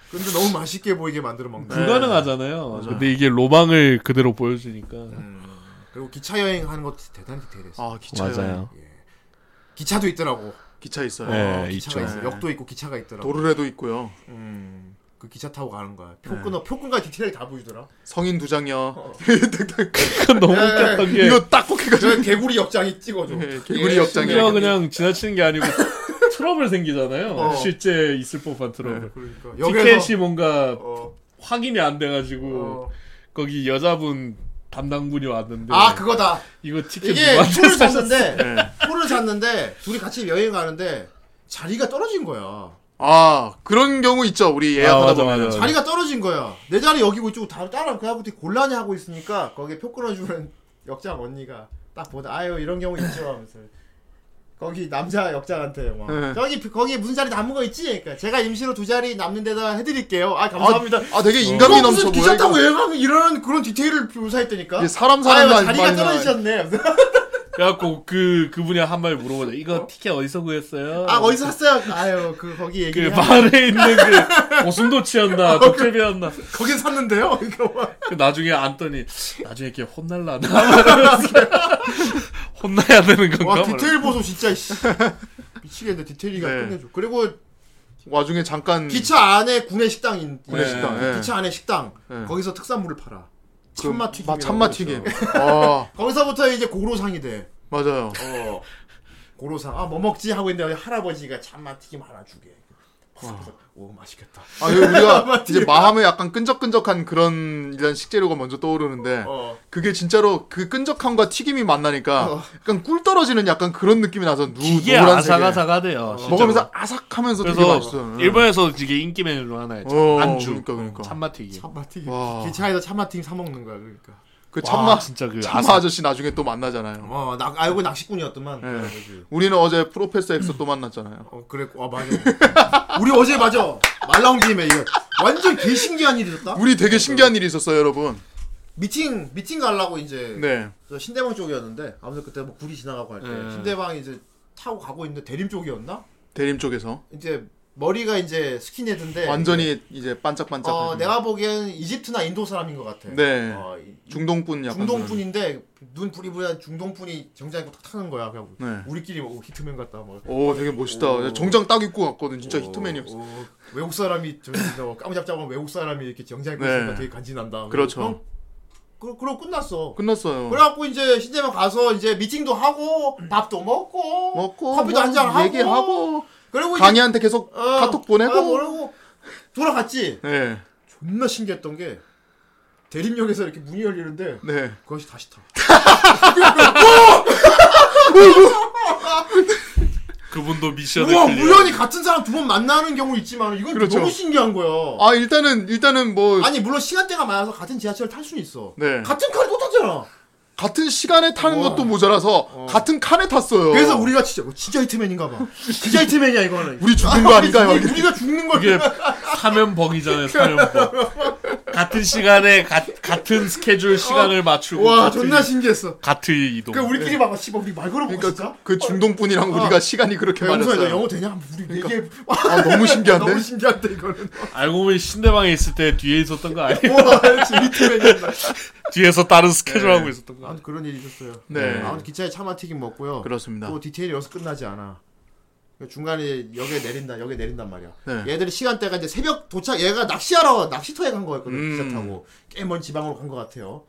Speaker 2: 근데 너무 맛있게 보이게 만들어 먹는.
Speaker 1: 네. 불가능하잖아요. 근데 이게 로망을 그대로 보여주니까
Speaker 2: 음, 그리고 기차 여행 하는 것도 대단히 디테일했어.
Speaker 3: 아 기차요.
Speaker 2: 기차도 있더라고.
Speaker 3: 기차 있어요.
Speaker 1: 네,
Speaker 2: 기차가
Speaker 1: 있죠.
Speaker 2: 있어. 역도 있고 기차가 있더라고.
Speaker 3: 도르래도 있고요.
Speaker 2: 음, 그 기차 타고 가는 거야.
Speaker 1: 네.
Speaker 2: 표 끊어. 표 끊가 디테일 다 보여주더라.
Speaker 3: 성인 두 장이요.
Speaker 1: 그건 너무
Speaker 2: 네.
Speaker 1: 웃겼던
Speaker 2: 예.
Speaker 1: 게
Speaker 3: 이거 딱
Speaker 1: 그러니까
Speaker 3: 꼭해가지고
Speaker 2: 저 개구리 역장이 찍어줘.
Speaker 1: 네.
Speaker 3: 예, 개구리 역장이.
Speaker 1: 심지어 그냥 지나치는
Speaker 2: [LAUGHS]
Speaker 1: 게 아니고 트러블 생기잖아요.
Speaker 2: 어.
Speaker 1: 실제 있을 법한 트러블.
Speaker 2: 그러니까
Speaker 1: 티켓이 뭔가
Speaker 2: 어,
Speaker 1: 확인이 안 돼가지고
Speaker 2: 어.
Speaker 1: 거기 여자분 담당분이 왔는데
Speaker 2: 아 그거다.
Speaker 1: 이거 티켓
Speaker 3: 뭐
Speaker 2: 이게
Speaker 1: 누구한테
Speaker 2: 표를
Speaker 1: 사셨어?
Speaker 3: 예.
Speaker 2: 샀는데 표를 샀는데 둘이 같이 여행 가는데 자리가 떨어진 거야.
Speaker 3: 아 그런 경우 있죠. 우리 예약하다
Speaker 1: 아, 맞아,
Speaker 3: 보면.
Speaker 1: 맞아.
Speaker 2: 자리가 떨어진 거야. 내 자리 여기고 이쪽 다 따라 그하고 되게 곤란해 하고 있으니까 거기에 표 끊어주는 [LAUGHS] 역장 언니가 딱 보다 아유 이런 경우 있죠 하면서 거기 남자 역장한테 막
Speaker 3: 네.
Speaker 2: 저기 거기 무슨 자리 남은 거 있지? 그러니까 제가 임시로 두 자리 남는 데다 해드릴게요. 아 감사합니다.
Speaker 3: 아, 아 되게 인간미
Speaker 2: 그거 무슨
Speaker 3: 넘쳐 보여.
Speaker 2: 기차 타고
Speaker 3: 이거.
Speaker 2: 여행하면 이런 그런 디테일을 묘사했다니까.
Speaker 3: 이게 사람
Speaker 2: 아유
Speaker 3: 사는 거
Speaker 2: 자리가 떨어지셨네.
Speaker 1: 그래갖고 그 그분이 한 말 물어보자. 이거 티켓 어디서 구했어요?
Speaker 2: [LAUGHS] 아 어디서 샀어요? 아유 그 거기
Speaker 1: 그
Speaker 2: 얘기.
Speaker 1: 말에
Speaker 2: [LAUGHS]
Speaker 1: 있는 그
Speaker 2: 어,
Speaker 1: 고슴도치였나 도깨비였나
Speaker 2: 거긴 샀는데요. [LAUGHS] 이거 막.
Speaker 1: 그 나중에 앉더니 나중에 걔 혼날라나
Speaker 2: [LAUGHS]
Speaker 1: 혼나야 되는 건가?
Speaker 2: 와 디테일 보소 진짜 씨. 미치겠네 디테일이가
Speaker 3: 네.
Speaker 2: 끝내줘. 그리고
Speaker 3: 와중에 잠깐
Speaker 2: 기차 안에 구내 식당이 있-
Speaker 3: 구내 식당, 예.
Speaker 2: 네. 기차 안에 식당
Speaker 3: 예.
Speaker 2: 거기서 특산물을 팔아. 참마 튀김.
Speaker 3: 그 마- 참마 튀김. 아
Speaker 2: 거기서부터 이제 고로상이 돼.
Speaker 3: 맞아요.
Speaker 2: 어. [LAUGHS] 고로상 아 뭐 먹지 하고 있는데 할아버지가 참마 튀김 하나 주게. 그래서 오 맛있겠다.
Speaker 3: 아 이거
Speaker 1: [LAUGHS]
Speaker 3: 우리가
Speaker 2: 참마
Speaker 3: 이제
Speaker 2: 튀김.
Speaker 3: 마음에 약간 끈적끈적한 그런 이런 식재료가 먼저 떠오르는데
Speaker 2: 어.
Speaker 3: 그게 진짜로 그 끈적함과 튀김이 만나니까 약간 꿀 떨어지는 약간 그런 느낌이 나서 누
Speaker 1: 어. 이게
Speaker 3: 노란색에
Speaker 1: 아삭아삭하대요. 진짜로.
Speaker 3: 먹으면서 아삭하면서 되게 맛있어요. 예.
Speaker 1: 그래서 일본에서 이게 인기 메뉴 중 하나예요.
Speaker 3: 어,
Speaker 1: 안주.
Speaker 3: 그러니까, 그러니까.
Speaker 1: 참마 튀김.
Speaker 2: 참마 튀김.
Speaker 3: 와.
Speaker 2: 기차에서 참마 튀김 사 먹는 거야 그러니까.
Speaker 3: 그
Speaker 1: 참마
Speaker 3: 참마
Speaker 1: 진짜 그
Speaker 3: 참마
Speaker 1: 아삭.
Speaker 3: 아저씨 나중에 또 만나잖아요.
Speaker 2: 어, 나 알고 낚시꾼이었더만.
Speaker 3: 예.
Speaker 2: 그래가지고.
Speaker 3: 우리는 어제 프로페서 엑소 또 만났잖아요.
Speaker 2: 어 그래 아 맞아. [LAUGHS] 우리 어제 맞아. 말 나온 김에 이거 완전 개신기한 일이었다.
Speaker 3: 우리 되게 신기한 일이 있었어요, 여러분.
Speaker 2: 미팅 미팅 가려고 이제
Speaker 3: 네.
Speaker 2: 저 신대방 쪽이었는데 아무튼 그때 뭐 구리 지나가고 할 때
Speaker 1: 예.
Speaker 2: 신대방 이제 타고 가고 있는데 대림 쪽이었나?
Speaker 3: 대림 쪽에서.
Speaker 2: 이제 머리가 이제
Speaker 1: 네.
Speaker 2: 스킨헤드인데
Speaker 3: 완전히 이제 반짝반짝.
Speaker 2: 어, 내가 보기엔 이집트나 인도 사람인 것 같아.
Speaker 3: 네.
Speaker 2: 어, 이-
Speaker 3: 중동뿐 약간.
Speaker 2: 중동뿐인데 눈 뿌리뿌리한 중동뿐이 정장 입고 탁 타는 거야. 그냥
Speaker 3: 네.
Speaker 2: 우리끼리 뭐 히트맨 같다. 막.
Speaker 3: 오, 되게 멋있다.
Speaker 2: 오.
Speaker 3: 정장 딱 입고 왔거든. 진짜
Speaker 2: 어,
Speaker 3: 히트맨이었어.
Speaker 2: 어, 외국 사람이 저 진짜 뭐 까무잡잡한 외국 사람이 이렇게 정장 입고
Speaker 3: 네.
Speaker 2: 있으니까 되게 간지난다.
Speaker 3: 그렇죠.
Speaker 2: 어, 그, 그럼 끝났어.
Speaker 3: 끝났어요.
Speaker 2: 그래갖고 이제 신대만 가서 이제 미팅도 하고 밥도 먹고,
Speaker 3: 먹고
Speaker 2: 커피도
Speaker 3: 뭐
Speaker 2: 한잔 하고
Speaker 3: 얘기하고
Speaker 2: 그리고 이제
Speaker 3: 강희한테 계속
Speaker 2: 어,
Speaker 3: 카톡 보내고.
Speaker 2: 아, 보내고 돌아갔지.
Speaker 3: 네.
Speaker 2: 존나 신기했던 게 대림역에서 이렇게 문이 열리는데
Speaker 3: 네.
Speaker 2: 그것이 다시 타.
Speaker 1: 그분도 미션을
Speaker 2: 우와
Speaker 1: 클리어.
Speaker 2: 우연히 같은 사람 두 번 만나는 경우 있지만 이건
Speaker 3: 그렇죠.
Speaker 2: 너무 신기한 거야.
Speaker 3: 아, 일단은 일단은 뭐
Speaker 2: 아니 물론 시간대가 많아서 같은 지하철 탈 수는 있어.
Speaker 3: 네.
Speaker 2: 같은 칼을 못 탔잖아.
Speaker 3: 같은 시간에 타는
Speaker 2: 우와. 어.
Speaker 3: 것도 모자라서 같은 칸에 탔어요.
Speaker 2: 그래서 우리가 진짜 어, 진짜 히트맨인가 봐. 진짜 히트맨이야 이거는.
Speaker 3: 우리 죽는 거 아닌가 막
Speaker 2: 우리,
Speaker 3: 이렇게.
Speaker 2: 우리가 죽는 거야.
Speaker 1: 이게 사면벙이잖아요, 사면벙.
Speaker 2: [LAUGHS]
Speaker 1: 같은 시간에 가, 같은 스케줄 시간을 맞추고
Speaker 2: 어. 와
Speaker 1: 같은,
Speaker 2: 존나 신기했어.
Speaker 1: 같은 이동.
Speaker 2: 그러니까 우리끼리 막 씨발 우리 말 걸어보고
Speaker 3: 네. 그러니까
Speaker 2: 진짜. 어.
Speaker 3: 그, 그 중동뿐이랑 우리가 시간이 그렇게
Speaker 2: 영수야 너
Speaker 3: 맞았어요.
Speaker 2: 영어 되냐? 우리 얘기해.
Speaker 3: 아, 너무
Speaker 2: [LAUGHS]
Speaker 3: 신기한데.
Speaker 2: 너무 신기한데
Speaker 3: [LAUGHS]
Speaker 2: 이거는.
Speaker 1: 알고 보면 신대방에 있을 때 뒤에 있었던 거 아니에요?
Speaker 2: 와 진짜 히트맨이었나.
Speaker 1: 뒤에서 다른 스케줄
Speaker 2: 네.
Speaker 1: 하고 있었던 거.
Speaker 2: 아무튼 그런 일이 있었어요.
Speaker 3: 네.
Speaker 2: 아무튼 기차에 차마 튀김 먹고요.
Speaker 3: 그렇습니다.
Speaker 2: 또 디테일이 여기서 끝나지 않아. 그러니까 중간에 역에 내린다, 역에 내린단 말이야.
Speaker 3: 네.
Speaker 2: 얘들이 시간대가 이제 새벽 도착, 얘가 낚시하러, 낚시터에 간 거였거든,
Speaker 3: 음.
Speaker 2: 기차 타고. 꽤 먼 지방으로 간 것 같아요.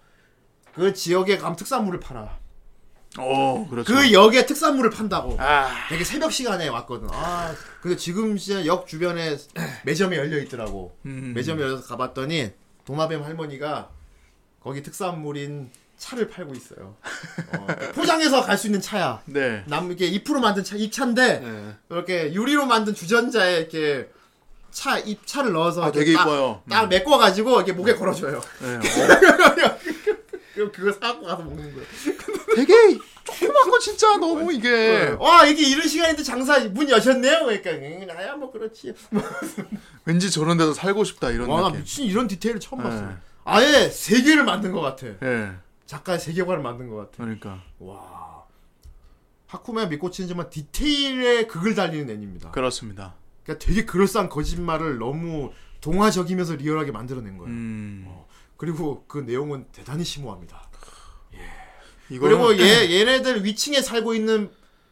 Speaker 2: 그 지역에 가면 특산물을 팔아.
Speaker 3: 어, 그렇죠.
Speaker 2: 그 역에 특산물을 판다고.
Speaker 3: 아,
Speaker 2: 되게 새벽 시간에 왔거든. 아, 근데 지금 진짜 역 주변에 매점이 열려 있더라고.
Speaker 3: 음.
Speaker 2: 매점에 열려서 가봤더니 도마뱀 할머니가 거기 특산물인 차를 팔고 있어요. 어, 포장해서 갈 수 있는 차야.
Speaker 3: 네.
Speaker 2: 남 이렇게 잎으로 만든 차, 잎차인데 이렇게 유리로 만든 주전자에 이렇게 차 잎차를 넣어서
Speaker 3: 아,
Speaker 2: 이렇게
Speaker 3: 되게
Speaker 2: 딱-
Speaker 3: 이뻐요.
Speaker 2: 딱 메꿔가지고 이렇게 목에 걸어줘요.
Speaker 3: 네.
Speaker 2: [LAUGHS] 그럼 그거 사갖고 가서 먹는 거예요.
Speaker 3: 되게 조그만 거 진짜 너무 이게
Speaker 2: 네. 와 이게 이런 시간인데 장사 문 여셨네요. 그러니까 응, 나야 뭐 그렇지.
Speaker 3: 왠지 저런 데서 살고 싶다 이런
Speaker 2: 와 나
Speaker 3: 느낌.
Speaker 2: 미친 이런 디테일을 처음
Speaker 3: 네.
Speaker 2: 봤어. 아예 세계를 만든 것 같아.
Speaker 3: 예.
Speaker 2: 작가의 세계관을 만든 것 같아.
Speaker 3: 그러니까.
Speaker 2: 와. 하쿠메 미코치지만 디테일에 극을 달리는 애니입니다.
Speaker 3: 그렇습니다.
Speaker 2: 그러니까 되게 그럴싸한 거짓말을 너무 동화적이면서 리얼하게 만들어낸 거예요.
Speaker 3: 음.
Speaker 2: 그리고 그 내용은 대단히 심오합니다.
Speaker 3: 이거는 음.
Speaker 2: 그리고 얘 얘네들 위층에 살고 있는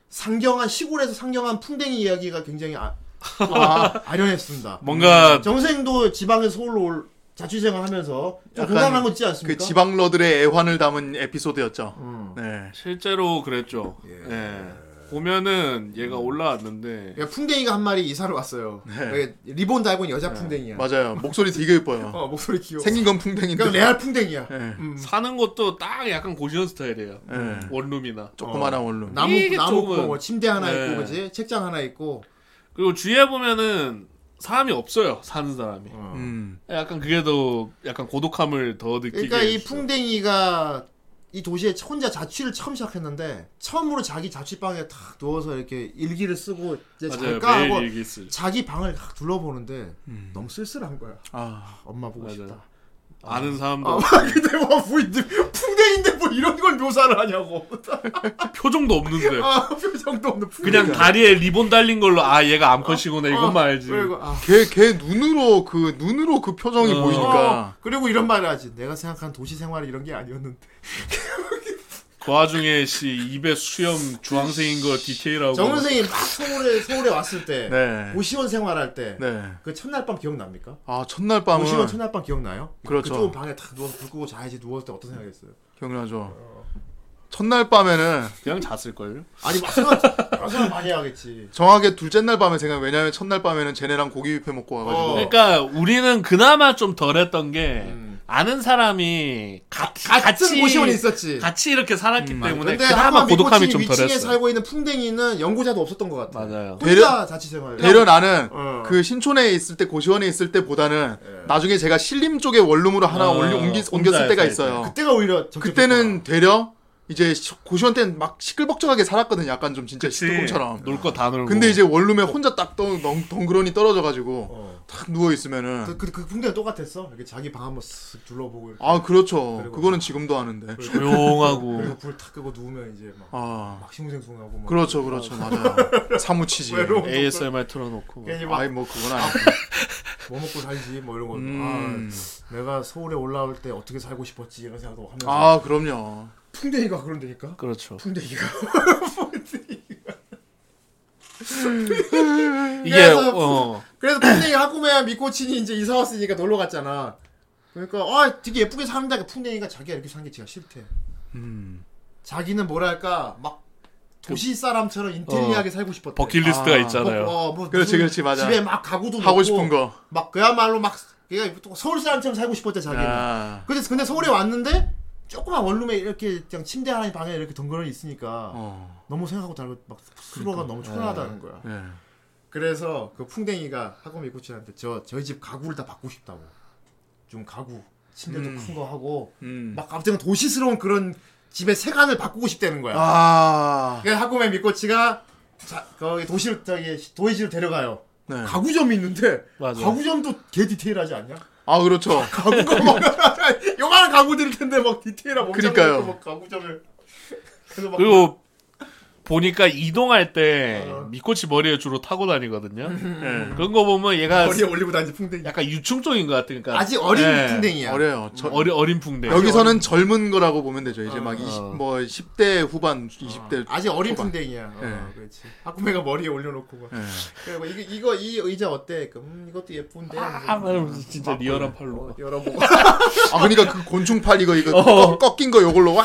Speaker 2: 상경한 시골에서 상경한 풍뎅이 이야기가 굉장히 아,
Speaker 3: [LAUGHS]
Speaker 2: 아,
Speaker 3: 음.
Speaker 2: 아련했습니다. 음.
Speaker 1: 뭔가
Speaker 2: 정생도 지방에서 서울로 올, 자취생활하면서 좀
Speaker 3: 약간
Speaker 2: 고단한 거 있지
Speaker 3: 그
Speaker 2: 않습니까?
Speaker 3: 지방러들의 애환을 담은 에피소드였죠.
Speaker 2: 음.
Speaker 3: 네.
Speaker 1: 실제로 그랬죠. 예. 보면은 얘가
Speaker 2: 음.
Speaker 1: 올라왔는데
Speaker 2: 그러니까 풍뎅이가 한 마리 이사를 왔어요.
Speaker 3: 네.
Speaker 2: 그 리본 달고 있는 여자 풍뎅이야.
Speaker 3: 맞아요. 목소리 되게 예뻐요.
Speaker 2: 어 목소리 귀여워.
Speaker 3: 생긴 건 풍뎅인데.
Speaker 2: 그러니까 레알 풍뎅이야.
Speaker 3: 예.
Speaker 2: 음.
Speaker 1: 사는 것도 딱 약간 고시원 스타일이에요.
Speaker 3: 예.
Speaker 1: 원룸이나.
Speaker 3: 조그마한 원룸.
Speaker 2: 어. 나무
Speaker 1: 이게
Speaker 2: 나무
Speaker 1: 조금은-
Speaker 2: 뭐 침대 하나
Speaker 1: 네.
Speaker 2: 있고 그지 책장 하나 있고.
Speaker 1: 그리고 주위에 보면은 사람이 없어요. 사는 사람이.
Speaker 2: 어.
Speaker 3: 음.
Speaker 1: 약간 그게 더 약간 고독함을 더 느끼게.
Speaker 2: 그러니까 이
Speaker 1: 해주죠.
Speaker 2: 풍뎅이가 이 도시에 혼자 자취를 처음 시작했는데 처음으로 자기 자취방에 탁 누워서 이렇게 일기를 쓰고 이제
Speaker 1: 맞아요.
Speaker 2: 잘까 하고
Speaker 1: 매일 얘기 쓰죠.
Speaker 2: 자기 방을 탁 둘러보는데
Speaker 3: 음.
Speaker 2: 너무 쓸쓸한 거야.
Speaker 3: 아.
Speaker 2: 엄마 보고
Speaker 1: 맞아요.
Speaker 2: 싶다. [LAUGHS]
Speaker 1: 아는 사람도
Speaker 2: 아, 근데 뭐, 뭐 이- 풍뎅인데 뭐 이런 걸 묘사를 하냐고.
Speaker 1: [LAUGHS] 표정도 없는데
Speaker 2: 아, 그러니까. 표정도 없는 풍뎅이.
Speaker 1: 네. 그냥 다리에 리본 달린 걸로 아 얘가 암컷이구나 이것만 알지.
Speaker 2: 그리고, 아,
Speaker 3: 걔, 걔 눈으로 그, 눈으로 그 표정이
Speaker 1: 어.
Speaker 2: 어,
Speaker 3: 보이니까.
Speaker 2: 그리고 이런 말을 하지. 내가 생각한 도시 생활이 이런 게 아니었는데.
Speaker 1: 그 와중에 씨 입에 수염 주황색인 거 디테일하고.
Speaker 2: 정 선생님 막 서울에 서울에 왔을 때
Speaker 3: 네.
Speaker 2: 고시원 생활할 때 그
Speaker 3: 네.
Speaker 2: 첫날 밤 기억납니까?
Speaker 3: 아, 첫날 밤은.
Speaker 2: 고시원 첫날 밤 기억나요?
Speaker 3: 그렇죠.
Speaker 2: 좁은 방에 탁 누워서 불 끄고 자야지 누웠을 때 어떤 생각했어요?
Speaker 3: 기억나죠. 첫날 밤에는
Speaker 1: 그냥 잤을 걸요.
Speaker 2: 아니 막 생각 여러 생각 많이 하겠지.
Speaker 3: 정확하게 둘째 날 밤에 생각. 왜냐면 첫날 밤에는 쟤네랑 고기 뷔페 먹고 와가지고.
Speaker 2: 어.
Speaker 1: 그러니까 우리는 그나마 좀 덜했던 게
Speaker 2: 음. 그
Speaker 1: 아는 사람이 같이
Speaker 2: 같은
Speaker 1: 같이,
Speaker 2: 고시원이 있었지.
Speaker 1: 같이 이렇게 살았기 때문에
Speaker 2: 음, 근데
Speaker 1: 그나마
Speaker 2: 한번
Speaker 1: 고독함이
Speaker 2: 미코치
Speaker 1: 좀
Speaker 2: 위층에
Speaker 1: 덜했어.
Speaker 2: 살고 있는 풍뎅이는 연고자도 없었던 것 같아.
Speaker 1: 맞아요.
Speaker 2: 혼자
Speaker 3: 되려-
Speaker 2: 자취생활.
Speaker 3: 되려 나는
Speaker 2: 어.
Speaker 3: 그 신촌에 있을 때 고시원에 있을 때보다는 나중에 제가 신림 쪽에 원룸으로 하나
Speaker 1: 어,
Speaker 3: 올리, 옮기,
Speaker 1: 혼자
Speaker 3: 옮겼을 때가
Speaker 1: 살 때.
Speaker 3: 있어요.
Speaker 2: 그때가 오히려 적극적이었구나.
Speaker 3: 그때는 되려 이제 시- 고시원 때는 막 시끌벅적하게 살았거든. 약간 좀 진짜 시트콤처럼.
Speaker 1: 놀 거 다 놀고.
Speaker 3: 근데 이제 원룸에 혼자 딱 덩, 덩, 덩그러니 떨어져가지고
Speaker 2: 어.
Speaker 3: 탁 누워 있으면은
Speaker 2: 그, 그, 그 풍대는 똑같았어. 이렇게 자기 방 한번 쓱 둘러보고 이렇게.
Speaker 3: 아 그렇죠.
Speaker 2: 그리고-
Speaker 3: 그거는 지금도 하는데.
Speaker 1: 조용하고
Speaker 2: [LAUGHS] 그리고 불탁 끄고 누우면 이제 막,
Speaker 3: 아
Speaker 2: 막 심우생숭하고 막.
Speaker 3: 그렇죠, 그렇죠, 맞아요. 사무치지.
Speaker 2: 외로워.
Speaker 1: ASMR 틀어놓고.
Speaker 2: 괜히 막,
Speaker 3: 아이 뭐 그건 아니고.
Speaker 2: 뭐 먹고 살지, 뭐 이런 거.
Speaker 3: 음.
Speaker 2: 아, 내가 서울에 올라올 때 어떻게 살고 싶었지, 이런 생각도 하면서.
Speaker 3: 아 그럼요.
Speaker 2: 풍대이가 그런다니까?
Speaker 1: 그렇죠.
Speaker 2: 풍대이가. [LAUGHS]
Speaker 1: 이게
Speaker 2: 그래서-
Speaker 1: 어
Speaker 2: 그래서 풍뎅이 하구매야 미코친이 이제 이사 왔으니까 놀러 갔잖아. 그러니까 아 되게 예쁘게 산다. 풍뎅이가 자기가 이렇게 산 게 제가 싫대.
Speaker 3: 음.
Speaker 2: 자기는 뭐랄까 막
Speaker 3: 그
Speaker 2: 도시 사람처럼 인테리어하게 살고 싶었대.
Speaker 1: 버킷리스트가
Speaker 3: 아,
Speaker 1: 있잖아요.
Speaker 2: 뭐, 어, 뭐
Speaker 3: 그렇지,
Speaker 2: 무슨
Speaker 3: 그렇지, 맞아.
Speaker 2: 집에 막 가구도
Speaker 3: 하고
Speaker 2: 놓고
Speaker 3: 싶은 거.
Speaker 2: 막 그야말로 막 그러니까 또 서울 사람처럼 살고 싶었대 자기는.
Speaker 3: 아,
Speaker 2: 근데 근데 서울에 왔는데 조그만 원룸에 이렇게 그냥 침대 하나 방에 이렇게 덩그러니 있으니까
Speaker 3: 어. 그러니까.
Speaker 2: 너무 생각하고 다르고 막 스스로가 너무 초라하다는 거야.
Speaker 3: 예.
Speaker 2: 그래서 그 풍뎅이가 하고 미코치한테 저 저희 집 가구를 다 바꾸고 싶다고 좀 가구 침대도
Speaker 3: 음.
Speaker 2: 큰 거 하고
Speaker 3: 음.
Speaker 2: 막 갑자기 도시스러운 그런 집의 세간을 바꾸고 싶다는 거야.
Speaker 3: 아.
Speaker 2: 그래서 하고메 미코치가 자, 거기 도시로 저기 도시로 데려가요.
Speaker 3: 네.
Speaker 2: 가구점이 있는데
Speaker 1: 맞아.
Speaker 2: 가구점도 개 디테일하지 않냐?
Speaker 3: 아 그렇죠.
Speaker 2: 가구가 막 [LAUGHS] 요만한 가구들일 텐데 막 디테일한 몸짱
Speaker 3: 그러니까요.
Speaker 2: 있고 막 가구점을 그래서 막
Speaker 1: 그리고 보니까 이동할 때
Speaker 2: 어. 음.
Speaker 1: 미코치 머리에 주로 타고 다니거든요.
Speaker 3: 예.
Speaker 1: 그런 거 보면 얘가
Speaker 2: 머리에 올리고 다니는 풍뎅이
Speaker 1: 약간 유충적인 것 같으니까
Speaker 2: 아직 어린
Speaker 1: 예.
Speaker 2: 풍뎅이야.
Speaker 3: 네, 어려요. 저,
Speaker 1: 어리 어린 풍대.
Speaker 3: 여기서는 젊은 거라고 보면 되죠. 이제 막
Speaker 2: 어.
Speaker 3: 20, 뭐 10대 후반, 20대.
Speaker 2: 아직 어린
Speaker 3: 초반.
Speaker 2: 풍뎅이야. 어,
Speaker 3: 예.
Speaker 2: 그렇지. 하쿠메가 머리에 올려놓고 막.
Speaker 3: 예.
Speaker 2: 그리고 이거 이거 이 의자 어때? 그, 음 이것도 예쁜데.
Speaker 1: 아, 그러면서 진짜 리얼한 팔로.
Speaker 2: 열어보고.
Speaker 3: 아 그러니까 그 곤충팔 이거 이거
Speaker 1: 어.
Speaker 3: 꺾, 꺾인 거 요걸로 와.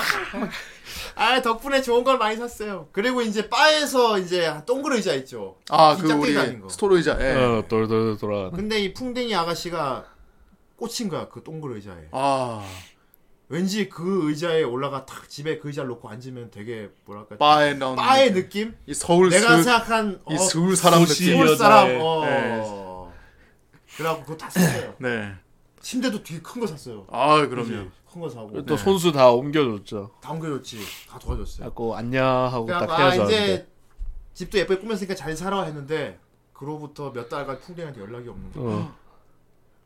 Speaker 2: 아 덕분에 좋은 걸 많이 샀어요. 그리고 이제 바에서 이제 동그란 의자 있죠.
Speaker 3: 아 그
Speaker 2: 긴장
Speaker 3: 우리
Speaker 2: 때리기 아닌 거.
Speaker 3: 스토로이자.
Speaker 2: 네.
Speaker 3: 예.
Speaker 1: 어, 돌돌 돌아.
Speaker 2: 근데 이 풍뎅이 아가씨가 꽂힌 거야 그 동그란 의자에.
Speaker 3: 아
Speaker 2: 왠지 그 의자에 올라가 탁 집에 그 의자를 놓고 앉으면 되게 뭐랄까
Speaker 3: 바에 나온
Speaker 2: 바의 느낌?
Speaker 3: 이 서울
Speaker 2: 내가
Speaker 3: 스-
Speaker 2: 생각한 어,
Speaker 3: 이 서울 사람
Speaker 1: 도시
Speaker 3: 느낌.
Speaker 1: 여-
Speaker 2: 서울 사람.
Speaker 3: 네.
Speaker 1: 여자의,
Speaker 2: 어.
Speaker 3: 예.
Speaker 2: 그래갖고 그거 다 샀어요.
Speaker 3: 네.
Speaker 2: 침대도 되게 큰 거 샀어요.
Speaker 3: 아
Speaker 2: 그지?
Speaker 3: 그럼요.
Speaker 2: 큰 거 사고. 네.
Speaker 1: 또 손수 다 옮겨줬죠.
Speaker 2: 다 옮겨줬지. 다 도와줬어요.
Speaker 1: 자꾸 안녕 하고 딱
Speaker 2: 그래갖고 아
Speaker 1: 헤어 졌는데
Speaker 2: 이제 집도 예쁘게 꾸몄으니까 잘 살아 했는데 그로부터 몇 달간 풍뎅이한테 연락이 없는 거야.
Speaker 1: 어,
Speaker 2: 어,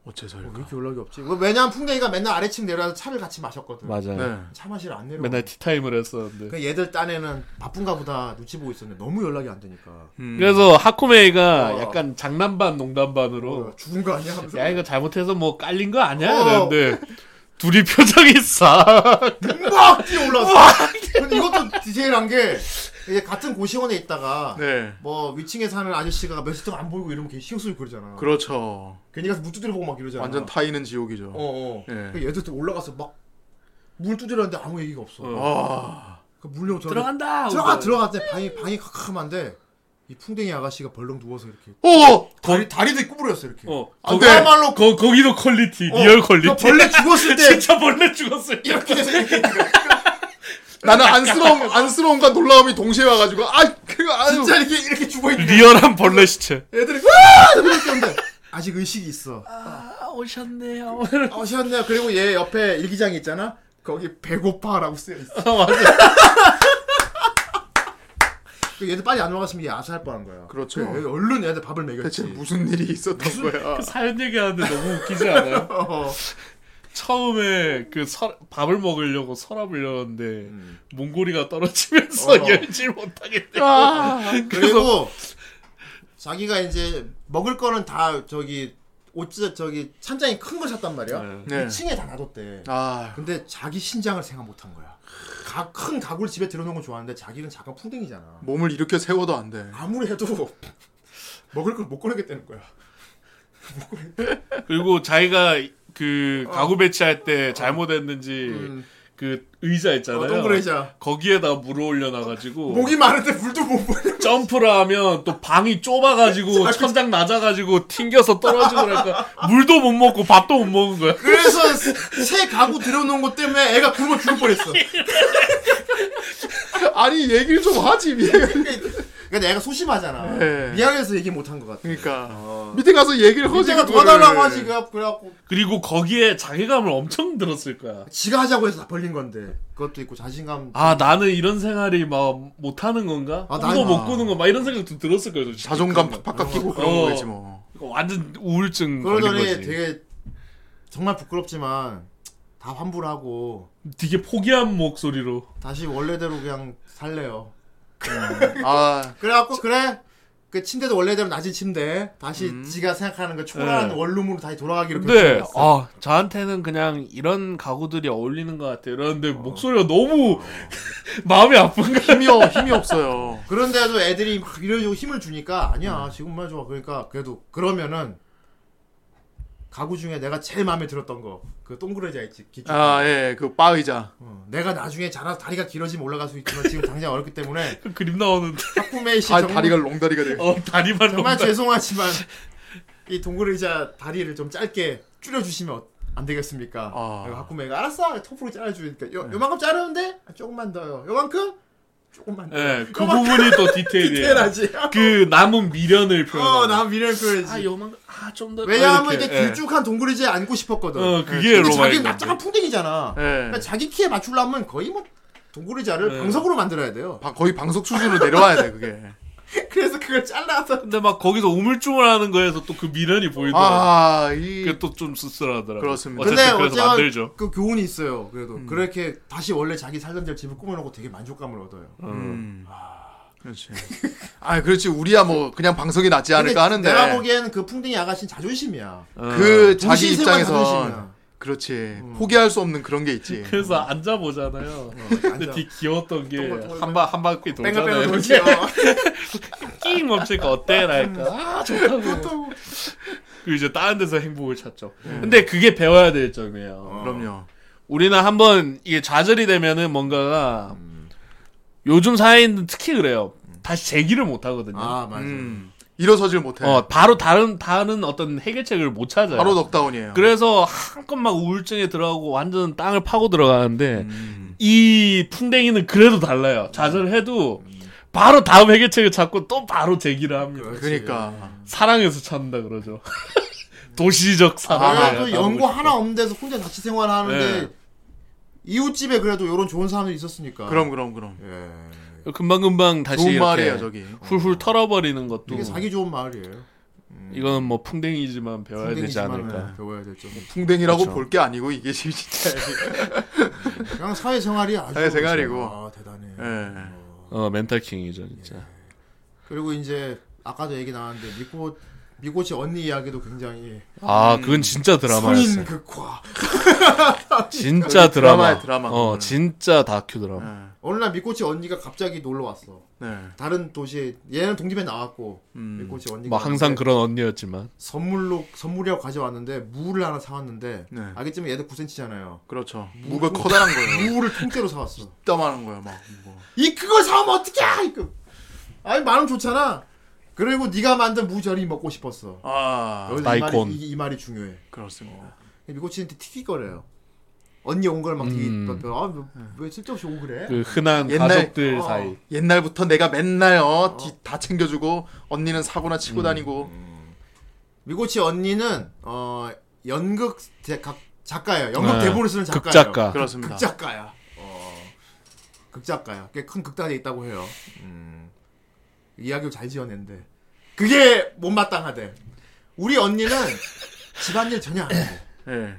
Speaker 2: 왜
Speaker 3: 어째서요?
Speaker 2: 이렇게 연락이 없지? 뭐, 왜냐면 풍뎅이가 맨날 아래층 내려와서 차를 같이 마셨거든.
Speaker 1: 맞아요.
Speaker 3: 네.
Speaker 2: 차 마시러 안 내려오고.
Speaker 1: 맨날 티타임을 했었는데.
Speaker 2: 그 얘들 딴에는 바쁜가 보다 눈치 보고 있었는데 너무 연락이 안 되니까.
Speaker 3: 음.
Speaker 1: 그래서 하코메이가
Speaker 2: 어.
Speaker 1: 약간 장난 반 농담 반으로
Speaker 2: 어, 죽은 거 아니야? 하면서.
Speaker 1: 야 이거 잘못해서 뭐 깔린 거 아니야?
Speaker 2: 어.
Speaker 1: 이랬는데 둘이 표정이 싹
Speaker 2: 막 뛰어 올라왔어. 근데 이것도 디테일한 게 이제 같은 고시원에 있다가
Speaker 3: 네.
Speaker 2: 뭐 위층에 사는 아저씨가 며칠 동안 안 보이고 이러면 괜히 신경 쓰고 그러잖아.
Speaker 3: 그렇죠.
Speaker 2: 괜히 가서 물 두드려 보고 막 이러잖아.
Speaker 3: 완전 타이는 지옥이죠.
Speaker 2: 어어.
Speaker 3: 예.
Speaker 2: 그 얘들 또 올라가서 막 물 두드렸는데 아무 얘기가 없어.
Speaker 1: 어.
Speaker 3: 아.
Speaker 2: 그 물려고 들어가
Speaker 1: 들어간다.
Speaker 2: 들어가 들어갔는데 방이 방이 캄캄한데 이 풍뎅이 아가씨가 벌렁 누워서 이렇게
Speaker 3: 오.
Speaker 2: 다리 다리도 구부렸어 이렇게. 아,
Speaker 1: 어.
Speaker 3: 안
Speaker 1: 거기-
Speaker 3: 돼.
Speaker 2: 그야말로
Speaker 1: 거 거기도 퀄리티
Speaker 2: 어,
Speaker 1: 리얼
Speaker 2: 그
Speaker 1: 퀄리티.
Speaker 2: 벌레 죽었을
Speaker 1: [LAUGHS]
Speaker 2: 때
Speaker 1: 진짜 벌레 죽었어요.
Speaker 2: 이렇게 돼서 이렇게
Speaker 3: 나는 안쓰러움, 안쓰러움과 놀라움이 동시에 와가지고, 아, 그, 아유.
Speaker 2: 진짜 이렇게 이렇게 죽어 있는.
Speaker 1: 리얼한 벌레 시체.
Speaker 2: 애들이 와 이랬는데 아직 의식이 있어.
Speaker 1: 아 [LAUGHS] 오셨네요.
Speaker 2: 아 시원해요. 그리고 얘 옆에 일기장이 있잖아. 거기 배고파라고 쓰여 있어.
Speaker 1: 맞아.
Speaker 2: 그 얘들 빨리 안 와갔으면 얘 아사할 뻔한 거야.
Speaker 3: 그렇죠.
Speaker 2: 그래, 얼른 얘들 밥을 먹였지.
Speaker 3: 대체 뭐- 무슨 일이 있었던 거야?
Speaker 1: 그 사연 얘기하는데 너무 웃기지 않아요?
Speaker 2: 어.
Speaker 1: 처음에 그 서, 밥을 먹으려고 서랍을 열었는데
Speaker 3: [LAUGHS]
Speaker 2: 음.
Speaker 1: 몽골이가 떨어지면서
Speaker 2: 어.
Speaker 1: 열질 못하겠대.
Speaker 2: 그리고 자기가 이제 먹을 거는 다 저기 옷자 저기 찬장이 큰 걸 샀단 말이야.
Speaker 3: 네.
Speaker 2: 2층에 다 놔뒀대.
Speaker 3: 아,
Speaker 2: 근데 자기 신장을 생각 못한 거야. 가, 큰 가구를 집에 들어놓은 건 좋아하는데 자기는 작은 풍뎅이잖아.
Speaker 3: 몸을 일으켜 세워도 안 [LAUGHS] 돼.
Speaker 2: 아무리 해도 [LAUGHS] 먹을 걸 못 꺼내겠다는 거야.
Speaker 1: 그리고 자기가 그 가구 배치할 때 잘못했는지
Speaker 2: 어. 음.
Speaker 1: 그 의자
Speaker 3: 네,
Speaker 1: 있잖아요.
Speaker 2: 어, 동그래자.
Speaker 1: 거기에다 물어
Speaker 3: 뭐.
Speaker 1: 올려놔가지고
Speaker 2: 목이 마른데 물도 못 보내.
Speaker 1: [LAUGHS] 점프를 하면 또
Speaker 2: [LAUGHS]
Speaker 1: 방이 좁아가지고 천장 낮아가지고 튕겨서 떨어지고 그러니까 물도 못 먹고 밥도 못 먹은 거야.
Speaker 2: 그래서 새 가구 들여놓은 것 때문에 애가 굶어 죽을 뻔했어.
Speaker 3: 아니, 얘기를 좀 하지, 미.
Speaker 2: 그러니까 내가 소심하잖아.
Speaker 1: 네.
Speaker 3: 예.
Speaker 2: 미안해서 얘기 못 한 것 같아.
Speaker 3: 그러니까
Speaker 2: 어.
Speaker 3: 밑에 가서 얘기를 허지
Speaker 2: 호재가 도와달라고 하지 그래- 그래갖고
Speaker 1: 그리고 거기에 자괴감을 엄청 들었을 거야.
Speaker 2: 지가 하자고 해서 다 벌린 건데 그것도 있고 자신감
Speaker 1: 아 나는 이런 생활이 막 못하는 건가?
Speaker 2: 아,
Speaker 1: 꿈도
Speaker 2: 난-
Speaker 1: 못 꾸는 거 막 이런 생각도 들었을 거예요. 솔직히.
Speaker 3: 자존감 팍팍 깎이고 그런
Speaker 1: 어.
Speaker 3: 거겠지 뭐.
Speaker 1: 이거 완전 우울증 걸린
Speaker 2: 그러더니
Speaker 1: 거지. 되게...
Speaker 2: 되게 정말 부끄럽지만 다 환불하고
Speaker 1: 포기한 목소리로
Speaker 2: 다시 원래대로 그냥 살래요.
Speaker 3: 아
Speaker 2: 그래갖고 그래 그 침대도 원래대로 낮은 침대 다시
Speaker 3: 음.
Speaker 2: 지가 생각하는 그 초라한
Speaker 1: 네.
Speaker 2: 원룸으로 다시 돌아가기로
Speaker 1: 근데
Speaker 2: 결정했어.
Speaker 1: 아 저한테는 그냥 이런 가구들이 어울리는 것 같아요. 그런데 목소리가 너무 [LAUGHS] 마음이 아픈 거야.
Speaker 3: 힘이 어- 힘이 없어요.
Speaker 2: 그런데도 애들이 막 이래저래 힘을 주니까 아니야 지금만 좋아 그러니까 그래도 그러면은 가구 중에 내가 제일 마음에 들었던 거 그 동그라지 있지 기축
Speaker 3: 아 예, 그 바의자.
Speaker 2: 어, 내가 나중에 자라서 다리가 길어지면 올라갈 수 있지만 지금 당장 어렵기
Speaker 3: [LAUGHS]
Speaker 2: 때문에
Speaker 1: 그림 나오는데
Speaker 2: 하쿠메이 씨
Speaker 3: 아, 다,
Speaker 2: 정말,
Speaker 3: 다리가 롱다리가 돼.
Speaker 1: 어 다리만
Speaker 2: 네. 정말
Speaker 1: 넘다.
Speaker 2: 죄송하지만 이 동그라지자 다리를 좀 짧게 줄여주시면 어- 안 되겠습니까?
Speaker 3: 아. 네.
Speaker 2: 그리고 하쿠메이가 알았어 톱으로 잘라주니까 요, 요만큼 자르는데 조금만 더요 요만큼 조금만 더요
Speaker 1: 예, 그 부분이 또
Speaker 3: 네,
Speaker 1: 디테일이에요.
Speaker 2: 디테일하지
Speaker 1: 그 남은 미련을 표현하는. 네.
Speaker 2: 어나 미련 그러지
Speaker 1: 아 요만 아좀더
Speaker 2: 왜냐하면 이게 길쭉한 동그리지 안고 싶었거든.
Speaker 1: 예. 어
Speaker 2: 근데
Speaker 1: 그게
Speaker 2: 자기는
Speaker 1: 로마인
Speaker 2: 납작한 풍뎅이잖아.
Speaker 3: 예.
Speaker 2: 그러니까 자기 키에 맞추려면 거의 뭐 동그리자를
Speaker 1: 네.
Speaker 2: 방석으로 만들어야 돼요. [LAUGHS]
Speaker 3: 바- 거의 방석 수준으로 내려와야 돼 그게.
Speaker 2: 그래서 그걸 잘라서
Speaker 1: 근데 막 거기서 우물쭈물하는 거에서 또 그 미련이 보이더라. 고
Speaker 2: 그러니까.
Speaker 3: 아이
Speaker 1: 그게 또 좀 씁쓸하더라고.
Speaker 3: 그렇습니다.
Speaker 1: 어쨌든
Speaker 2: 근데
Speaker 1: 그래서
Speaker 2: 어쨌건-
Speaker 1: 만들죠. 음.
Speaker 2: 그 교훈이 있어요. 그래도 그렇게 다시 원래 자기 살던 데 집을 꾸며놓고 되게 만족감을 얻어요.
Speaker 3: 음. 그렇지. 아, 그렇지. 우리야 뭐 그냥 방석이 낫지 않을까
Speaker 2: 근데
Speaker 3: 그러니까 하는데.
Speaker 2: 내가 보기엔 그 풍뎅이 아가씨는 자존심이야.
Speaker 1: 어.
Speaker 3: 그 자기
Speaker 2: 우신 세관
Speaker 3: 입장에서
Speaker 2: 자존심이야. 음.
Speaker 3: 그렇지. 포기할 수 없는 그런 게 있지.
Speaker 1: 그래서 앉아 보잖아요. 근데 되게 귀여웠던 게
Speaker 2: 동글, 동글.
Speaker 1: 한 바 한 바퀴
Speaker 2: 뺑가 뺑가
Speaker 1: 돌잖아요.
Speaker 2: 돌지. 어.
Speaker 1: 끼익 멈추니까 어때?
Speaker 2: 음.
Speaker 1: 라니까 아 좋다고.
Speaker 2: 또
Speaker 1: 그리고 이제 다른 데서 행복을 찾죠. 근데 그게 배워야 될
Speaker 3: 어.
Speaker 1: 점이에요.
Speaker 3: 그럼요.
Speaker 1: 우리는 한번 이게 좌절이 되면은 뭔가가 요즘 사회인은 특히 그래요. 다시 재기를 못 하거든요.
Speaker 2: 아 맞아.
Speaker 3: 음. 일어서질 못해.
Speaker 1: 어, 바로 다른 다른 어떤 해결책을 못 찾아요.
Speaker 3: 바로 넉다운이에요.
Speaker 1: 그래서 한껏 막 우울증에 들어가고 완전 땅을 파고 들어가는데
Speaker 3: 음.
Speaker 1: 이 풍뎅이는 그래도 달라요. 좌절해도 바로 다음 해결책을 찾고 또 바로 제기를 합니다.
Speaker 3: 그러니까.
Speaker 1: 사랑에서 찾는다 그러죠. [LAUGHS] 도시적 사랑. 아,
Speaker 2: 내가 또 네, 그 연고 하나 없는 데서 혼자 자취 생활하는데
Speaker 1: 네.
Speaker 2: 이웃집에 그래도 이런 좋은 사람들이 있었으니까.
Speaker 3: 그럼 그럼 그럼.
Speaker 2: 예.
Speaker 1: 금방 금방 다시
Speaker 3: 좋은
Speaker 1: 이렇게
Speaker 3: 말이에요, 저기.
Speaker 1: 훌훌 털어버리는 것도
Speaker 2: 되게 자기 좋은 마을이에요.
Speaker 1: 이거는 뭐 풍뎅이지만 배워야 되지
Speaker 2: 풍뎅이지만은 네.
Speaker 1: 않을까.
Speaker 2: 배워야 될 점.
Speaker 3: 풍뎅이라고 볼 게 아니고 이게 진짜.
Speaker 2: 그냥 사회생활이 아주
Speaker 3: 사회생활이고.
Speaker 2: 아, 대단해.
Speaker 3: 예.
Speaker 1: 어 멘탈킹이죠 진짜.
Speaker 2: 그리고 이제 아까도 얘기 나왔는데 미꽃 미꽃이 언니 이야기도 굉장히
Speaker 1: 아 그건 진짜 드라마였어.
Speaker 2: 성인 그 극화.
Speaker 1: 진짜 드라마.
Speaker 3: 드라마야, 드라마.
Speaker 1: 어
Speaker 3: 그거는.
Speaker 1: 진짜 다큐 드라마.
Speaker 3: 예.
Speaker 2: 어느 날 미꽃이 언니가 갑자기 놀러 왔어.
Speaker 3: 네.
Speaker 2: 다른 도시에 얘는 동집에 나왔고
Speaker 3: 음.
Speaker 2: 네. 미꽃이 언니가
Speaker 1: 뭐 항상
Speaker 2: 왔는데
Speaker 1: 그런 언니였지만
Speaker 2: 선물로 선물이라고 가져왔는데 무를 하나 사왔는데
Speaker 3: 네.
Speaker 2: 알겠지만 얘들 9cm잖아요.
Speaker 3: 그렇죠. 무가 커다란 거예요.
Speaker 2: 무를 통째로 사왔어.
Speaker 3: 무다만한 거야, 막. 뭐.
Speaker 2: 이 그걸 사면 어떡해? 그, 아니 만원 좋잖아. 그리고 네가 만든 무절이 먹고 싶었어.
Speaker 3: 아,
Speaker 2: 여기서 이
Speaker 1: 다이콘.
Speaker 2: 말이, 이, 이 말이 중요해.
Speaker 3: 그렇습니다.
Speaker 2: 미고치한테 튀기거려요. 언니 온 걸막
Speaker 1: 음.
Speaker 2: 튀기. 아왜 쓸데없이 오고 그래?
Speaker 1: 그 흔한
Speaker 3: 옛날-
Speaker 1: 가족들
Speaker 2: 어.
Speaker 1: 사이.
Speaker 3: 옛날부터 내가 맨날 어, 뒤- 다 챙겨주고 언니는 사고나 치고 다니고
Speaker 2: 미고치 언니는 어 연극 대, 각, 작가예요. 연극
Speaker 1: 네.
Speaker 2: 대본을 쓰는 작가예요.
Speaker 1: 극작가.
Speaker 3: 그렇습니다.
Speaker 2: 극작가야. 어 극작가야. 꽤 큰 극단에 있다고 해요. 음. 이야기를 잘 지어낸대. 그게 못마땅하대. 우리 언니는 집안일 전혀 안 해.
Speaker 3: 예.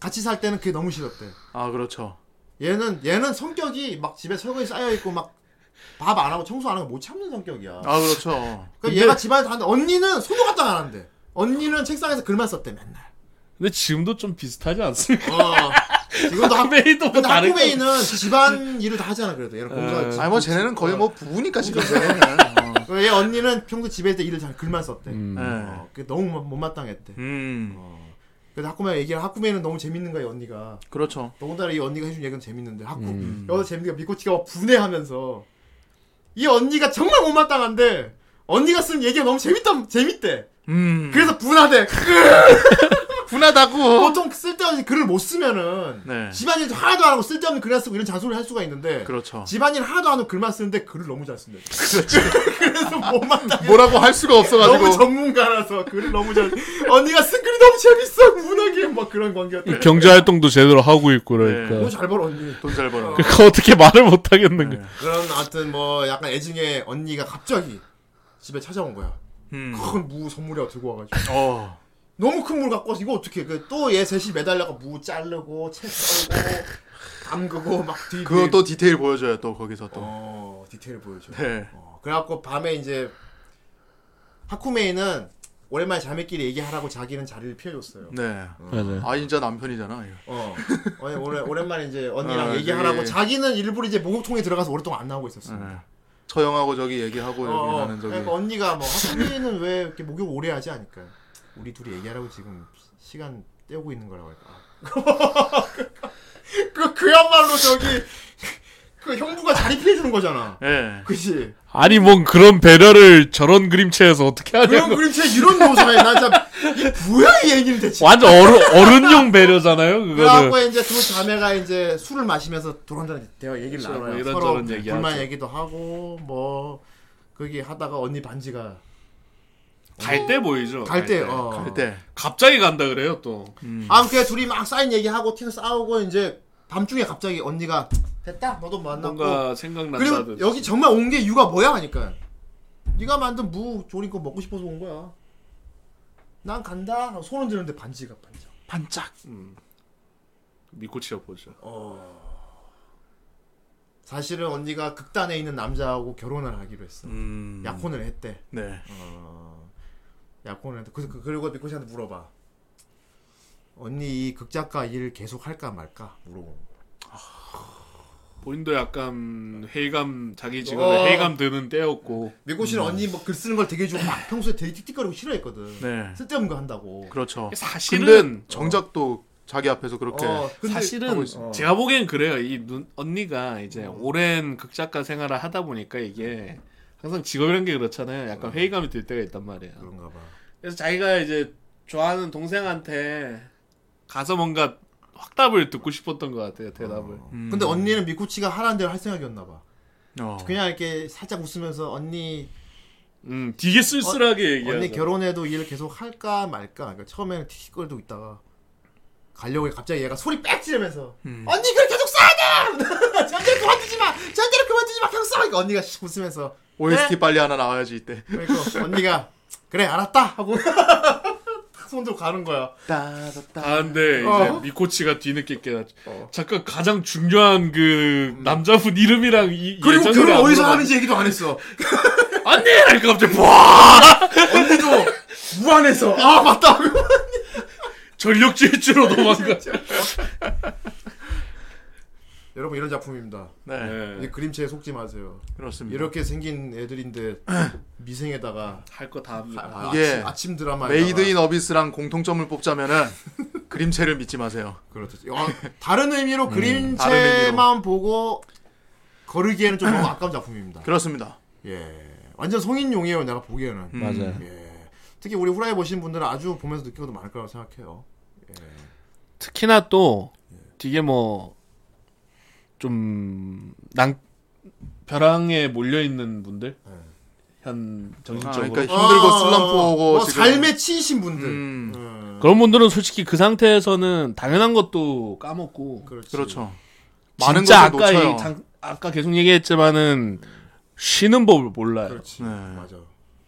Speaker 2: 같이 살 때는 그게 너무 싫었대.
Speaker 3: 아 그렇죠.
Speaker 2: 얘는 얘는 성격이 막 집에 설거지 쌓여 있고 막 밥 안 하고 청소 안 하고 못 참는 성격이야.
Speaker 3: 아 그렇죠.
Speaker 2: 그러니까 얘가 집안에 다 하는데 언니는 손도 갖다 안 한대. 언니는 책상에서 글만 썼대 맨날.
Speaker 1: 근데 지금도 좀 비슷하지 않습니까?
Speaker 2: 어.
Speaker 1: [LAUGHS]
Speaker 2: 지금도 학
Speaker 1: 하메이도 뭐
Speaker 2: 근데
Speaker 1: 다른 거.
Speaker 2: 학부메이는 집안 일을 다 하잖아 그래도 얘는 공부가. 지-
Speaker 3: 아니 뭐 쟤네는 거의 뭐 부부니까 지금 쟤네는. 어.
Speaker 2: 그리고 얘 언니는 평소 집에 있을 때 일을 잘 글만 썼대.
Speaker 1: 음.
Speaker 3: 예.
Speaker 2: 어, 그게 너무 못- 못마땅했대.
Speaker 3: 음
Speaker 2: 그래서 학부메 얘기를 학부메는 너무 재밌는 거야 이 언니가.
Speaker 3: 그렇죠.
Speaker 2: 더군다나 이 언니가 해준 얘기는 재밌는데 학부
Speaker 3: 음.
Speaker 2: 여기서 재밌는 게 미코치가 막 분해하면서 이 언니가 정말 못마땅한데 언니가 쓴 얘기가 너무 재밌다 재밌대.
Speaker 3: 음
Speaker 2: 그래서 분하대.
Speaker 3: 분하다고.
Speaker 2: 보통 쓸데없는 글을 못 쓰면은
Speaker 3: 네.
Speaker 2: 집안일 하나도 안 하고 쓸데없는 글이나 쓰고 이런 잔소리를 할 수가 있는데
Speaker 3: 그렇죠.
Speaker 2: 집안일 하나도 안 하고 글만 쓰는데 글을 너무 잘 쓴다. [LAUGHS] 그래서 뭐만 다
Speaker 3: 뭐라고 할 수가 없어가지고.
Speaker 2: 너무 전문가라서 글을 너무 잘 언니가 쓴 글이 너무 재밌어 문학이 막 그런 관계였다.
Speaker 1: 경제활동도 제대로 하고 있고 그러니까
Speaker 2: 너무 잘 벌어 언니.
Speaker 3: 돈 잘
Speaker 1: [LAUGHS]
Speaker 3: 벌어.
Speaker 1: 그러니까 어떻게 말을 못 하겠는 거야
Speaker 2: 그런 아무튼 뭐 약간 애증의 언니가 갑자기 집에 찾아온 거야.
Speaker 3: 음.
Speaker 2: 큰 무 선물이야 들고 와가지고
Speaker 3: 어.
Speaker 2: 너무 큰 물 갖고 와서 이거 어떻게 또얘 셋이 매달려가 무 자르고 채 썰고 담그고 막 뒤.
Speaker 3: 그건 또 디테일 보여줘요. 또 거기서 또.
Speaker 2: 어 디테일 보여줘.
Speaker 3: 네.
Speaker 2: 어, 그래갖고 밤에 이제 하쿠메이는 오랜만에 자매끼리 얘기하라고 자기는 자리를 피해줬어요.
Speaker 3: 네.
Speaker 1: 맞아요
Speaker 3: 아 진짜 남편이잖아. 이거.
Speaker 2: 어, 오늘 오래, 오랜만에 이제 언니랑
Speaker 3: 아,
Speaker 2: 얘기하라고
Speaker 3: 되게-
Speaker 2: 자기는 일부러 이제 목욕통에 들어가서 오랫동안 안 나오고 있었어요.
Speaker 3: 네. 처형하고 저기 얘기하고
Speaker 2: 어,
Speaker 3: 여기
Speaker 2: 어,
Speaker 3: 나는 저기.
Speaker 2: 그러니까 언니가 뭐 하쿠메이는 왜 이렇게 목욕 오래 하지 않을까? 우리 둘이 얘기하라고 지금 시간 때우고 있는 거라고 할까? 아. 그 그야말로 저기 그 형부가 자리 피해주는 거잖아.
Speaker 3: 예.
Speaker 2: 그치?
Speaker 1: 아니 뭔 그런 배려를 저런 그림체에서 어떻게
Speaker 2: 아, 그런
Speaker 1: 하냐고
Speaker 2: 그림체 이런 묘사해. 나 진짜 이게 뭐야 이 얘기는 대체.
Speaker 1: 완전 어른, 어른용 배려잖아요 그거는
Speaker 2: 그래갖고 이제 두 자매가 이제 술을 마시면서 둘한잔 대화 얘기를
Speaker 1: 서로
Speaker 2: 나눠요. 서로
Speaker 1: 그렇죠. 이런저런 얘기하죠.
Speaker 2: 불만 얘기도 하고 뭐 거기 하다가 언니 반지가
Speaker 1: 갈 때 보이죠
Speaker 2: 갈 때 어. 음.
Speaker 3: 갈 때.
Speaker 1: 갑자기 간다 그래요 또
Speaker 2: 아무튼 둘이 막 싸인 얘기하고 티는 싸우고 이제 밤중에 갑자기 언니가 됐다 너도 뭐 만났고
Speaker 1: 뭔가
Speaker 2: 그리고
Speaker 1: 생각난다든지 음.
Speaker 2: 여기 정말 온 게 이유가 뭐야 하니까 네가 만든 무 조린 거 먹고 싶어서 온 거야. 난 간다. 하고 손 흔드는데 반지가 반지.
Speaker 3: 반짝.
Speaker 1: 미코치가 보죠
Speaker 2: 사실은 언니가 극단에 있는 남자하고 결혼을 하기로 했어.
Speaker 3: 음.
Speaker 2: 약혼을 했대.
Speaker 3: 네.
Speaker 2: 어, 약혼을 했대. 그래서 그- 그리고 미코씨한테 물어봐. 언니 이 극작가 일 계속 할까 말까 물어보.
Speaker 1: 본인도 약간 회의감 자기
Speaker 2: 어.
Speaker 1: 직업에 회의감 드는 때였고
Speaker 2: 미코씨는
Speaker 1: 음.
Speaker 2: 언니 뭐 글 쓰는 걸 되게 좋아하고 막 평소에 되게 틱틱거리고 싫어했거든.
Speaker 3: 네.
Speaker 2: 쓸데없는 거 한다고.
Speaker 3: 그렇죠. 근데
Speaker 1: 사실은
Speaker 3: 정작 또 자기 앞에서 그렇게
Speaker 2: 어, 근데-
Speaker 1: 사실은
Speaker 3: 하고 있어요.
Speaker 1: 제가 보기엔 그래요. 이 눈, 언니가 이제 오랜 극작가 생활을 하다 보니까 이게 항상 직업이란 게 그렇잖아요. 약간
Speaker 2: 어.
Speaker 1: 회의감이 들 때가 있단 말이에요.
Speaker 2: 그런가 봐.
Speaker 1: 그래서 자기가 이제 좋아하는 동생한테 가서 뭔가 확답을 듣고 싶었던 것 같아요. 대답을.
Speaker 3: 음.
Speaker 2: 어. 근데 언니는 미코치가 하라는 대로 할 생각이었나 봐.
Speaker 3: 어.
Speaker 2: 그냥 이렇게 살짝 웃으면서 언니
Speaker 1: 음, 되게 쓸쓸하게 얘기하죠.
Speaker 2: 어, 언니 결혼해도 일을 계속 할까 말까. 그러니까 처음에는 틱틱거리고 있다가 가려고 갑자기 얘가 소리 빽 지르면서 언니 그걸 계속 써야 돼. [LAUGHS] 절대로 그만두지 마. 절대로 그만두지 마. 계속 써. 그러니까 언니가 씩 웃으면서
Speaker 3: OST 빨리 하나 나와야지 이때.
Speaker 2: 그러니까 언니가 그래 알았다 하고 [LAUGHS] 탁 손들고 가는 거야.
Speaker 1: 아, 근데 이제
Speaker 2: 어.
Speaker 1: 미코치가 뒤늦게 깨닫죠.
Speaker 2: 어. 음.
Speaker 1: 잠깐 가장 중요한 그 남자분 이름이랑 이
Speaker 2: 그리고
Speaker 1: 예정을
Speaker 2: 그걸
Speaker 1: 안
Speaker 2: 어디서
Speaker 1: 물어봤-
Speaker 2: 하는지 얘기도 안 했어.
Speaker 1: 언니! 이렇게 갑자기 와
Speaker 2: 언니도 무안해서 아 맞다. 하고
Speaker 1: 전력 질주로
Speaker 2: [LAUGHS]
Speaker 1: 도망가.
Speaker 2: 여러분 이런 작품입니다.
Speaker 3: 네.
Speaker 2: 이
Speaker 1: 네.
Speaker 2: 그림체에 속지 마세요.
Speaker 3: 그렇습니다.
Speaker 2: 이렇게 생긴 애들인데 미생에다가
Speaker 1: 할거 다 합니다.
Speaker 2: 아,
Speaker 3: 이게
Speaker 2: 아침, 아침 드라마
Speaker 3: 메이드 인 어비스랑 공통점을 뽑자면은 [LAUGHS] 그림체를 믿지 마세요.
Speaker 2: 그렇죠. 아, 다른 의미로 그림체만
Speaker 3: 음. 의미로.
Speaker 2: 보고 거르기에는 좀 너무 아까운 작품입니다.
Speaker 3: 그렇습니다.
Speaker 2: 예, 완전 성인용이에요. 내가 보기에는.
Speaker 3: 음.
Speaker 1: 맞아요.
Speaker 2: 예, 특히 우리 후라이 보신 분들은 아주 보면서 느낀 것도 많을 거라고 생각해요.
Speaker 1: 특히나 또 되게 뭐 좀낭 벼랑에 몰려 있는 분들 현 정신적으로
Speaker 3: 아, 그러니까 힘들고 슬럼프고
Speaker 2: 뭐
Speaker 3: 지금.
Speaker 2: 삶에 치이신 분들.
Speaker 3: 음.
Speaker 2: 음,
Speaker 1: 그런 분들은 솔직히 그 상태에서는 당연한 것도 까먹고
Speaker 2: 그렇지.
Speaker 3: 그렇죠. 많은
Speaker 1: 진짜
Speaker 3: 것을
Speaker 1: 아까
Speaker 3: 놓쳐요.
Speaker 1: 얘기, 장, 아까 계속 얘기했지만은 쉬는 법을 몰라요.
Speaker 2: 그렇지.
Speaker 3: 네.
Speaker 2: 맞아.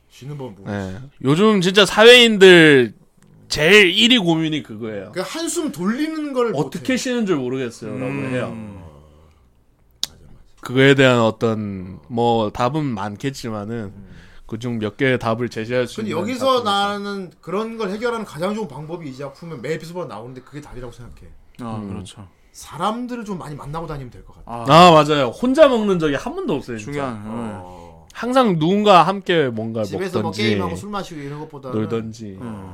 Speaker 2: 쉬는 법 모르지.
Speaker 1: 예. 요즘 진짜 사회인들 제일 1위 고민이 그거예요.
Speaker 2: 그 한숨 돌리는 걸
Speaker 1: 어떻게
Speaker 2: 못해.
Speaker 1: 쉬는 줄 모르겠어요라고
Speaker 3: 음.
Speaker 1: 해요. 그거에 대한 어떤 뭐 답은 많겠지만은 그중 몇 개의 답을 제시할 수
Speaker 2: 근데
Speaker 1: 있는
Speaker 2: 여기서
Speaker 1: 답들이
Speaker 2: 나는 그런 걸 해결하는 가장 좋은 방법이 이 작품에 매 에피소드가 나오는데 그게 답이라고 생각해.
Speaker 3: 아 그렇죠.
Speaker 2: 사람들을 좀 많이 만나고 다니면 될 것 같아.
Speaker 3: 아,
Speaker 1: 있어요. 음. 아 맞아요. 혼자 먹는 적이 한 번도 없어요. 진짜.
Speaker 3: 중요한. 어.
Speaker 2: 어.
Speaker 1: 항상 누군가 함께 뭔가
Speaker 2: 집에서 뭐
Speaker 1: 음. 먹던지
Speaker 2: 게임하고 술 마시고 이런 것보다는
Speaker 1: 놀던지 음,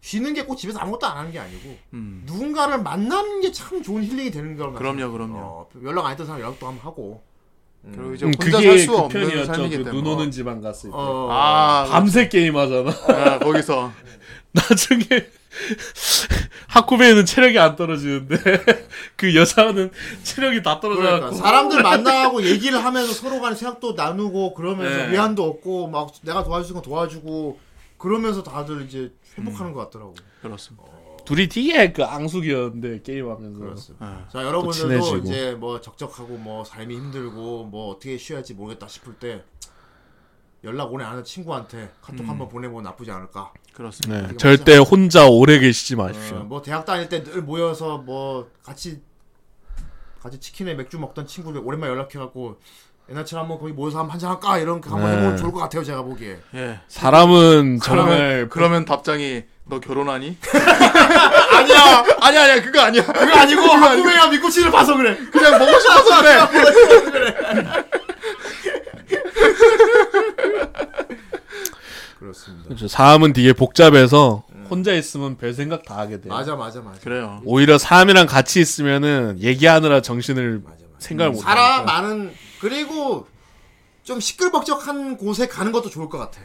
Speaker 2: 쉬는 게 꼭 집에서 아무것도 안 하는 게 아니고
Speaker 3: 네. 음.
Speaker 2: 누군가를 만나는 게 참 좋은 힐링이 되는 거라고
Speaker 3: 그럼요, 그럼요.
Speaker 2: 어, 연락 안 했던 사람 연락도 한번 하고.
Speaker 3: 그리고 이제
Speaker 1: 음,
Speaker 3: 혼자
Speaker 1: 그게
Speaker 3: 살 수
Speaker 1: 그
Speaker 3: 없는
Speaker 1: 편이었죠.
Speaker 3: 삶이기
Speaker 1: 그
Speaker 3: 때문에.
Speaker 1: 눈 오는 집안 갔을 때
Speaker 2: 어.
Speaker 3: 아,
Speaker 1: 그렇죠.
Speaker 3: 네,
Speaker 1: 밤새 게임 하잖아. [LAUGHS]
Speaker 3: 아, 거기서
Speaker 1: 나중에 하쿠베이는 체력이 안 떨어지는데 [LAUGHS] 그 여자는 체력이 다
Speaker 2: 그러니까
Speaker 1: 떨어져갖고
Speaker 2: 사람들 만나고 얘기를 하면서 서로 간에 생각도 나누고 그러면서
Speaker 1: 네.
Speaker 2: 위안도 얻고 막 내가 도와줄 건 도와주고 그러면서 다들 이제 회복하는 것 같더라고.
Speaker 3: 그렇습니다.
Speaker 1: 둘이 되게 그 앙숙이었는데 게임하면서
Speaker 2: 그렇습니다.
Speaker 3: 아,
Speaker 2: 자 여러분들도
Speaker 1: 친해지고.
Speaker 2: 이제 뭐 적적하고 뭐 삶이 힘들고 뭐 어떻게 쉬어야지 모르겠다 싶을 때 연락 오래 안 하는 친구한테 카톡 한번 보내보면 나쁘지 않을까.
Speaker 3: 그렇습니다.
Speaker 1: 네, 절대 혼자 오래 계시지
Speaker 2: 어,
Speaker 1: 마십시오.
Speaker 2: 뭐 대학 다닐 때 늘 모여서 뭐 같이 같이 치킨에 맥주 먹던 친구들 오랜만에 연락해갖고 옛날처럼 한번 거기 모여서 한번 한잔 할까 이런 거 한번
Speaker 1: 네.
Speaker 2: 해보면 좋을 것 같아요 제가 보기에.
Speaker 3: 예.
Speaker 1: 사람은
Speaker 3: 그러면
Speaker 1: 정말
Speaker 3: 그러면 답장이 너 결혼하니?
Speaker 2: 아니야
Speaker 3: 아니 아니야 그거 아니야.
Speaker 2: 그거 아니고 하쿠메야 미꾸치를 봐서 그래.
Speaker 3: 그냥 먹고 싶어서 그래.
Speaker 2: [LAUGHS] 그렇습니다.
Speaker 1: 그렇죠. 삶은 되게 복잡해서
Speaker 3: 음.
Speaker 1: 혼자 있으면 별 생각 다 하게 돼요.
Speaker 2: 맞아 맞아 맞아.
Speaker 3: 그래요.
Speaker 1: 오히려 사람이랑 같이 있으면은 얘기하느라 정신을
Speaker 2: 맞아, 맞아.
Speaker 1: 생각을
Speaker 3: 음,
Speaker 1: 못
Speaker 2: 사람
Speaker 1: 하니까.
Speaker 2: 많은 그리고 좀 시끌벅적한 곳에 가는 것도 좋을 것 같아.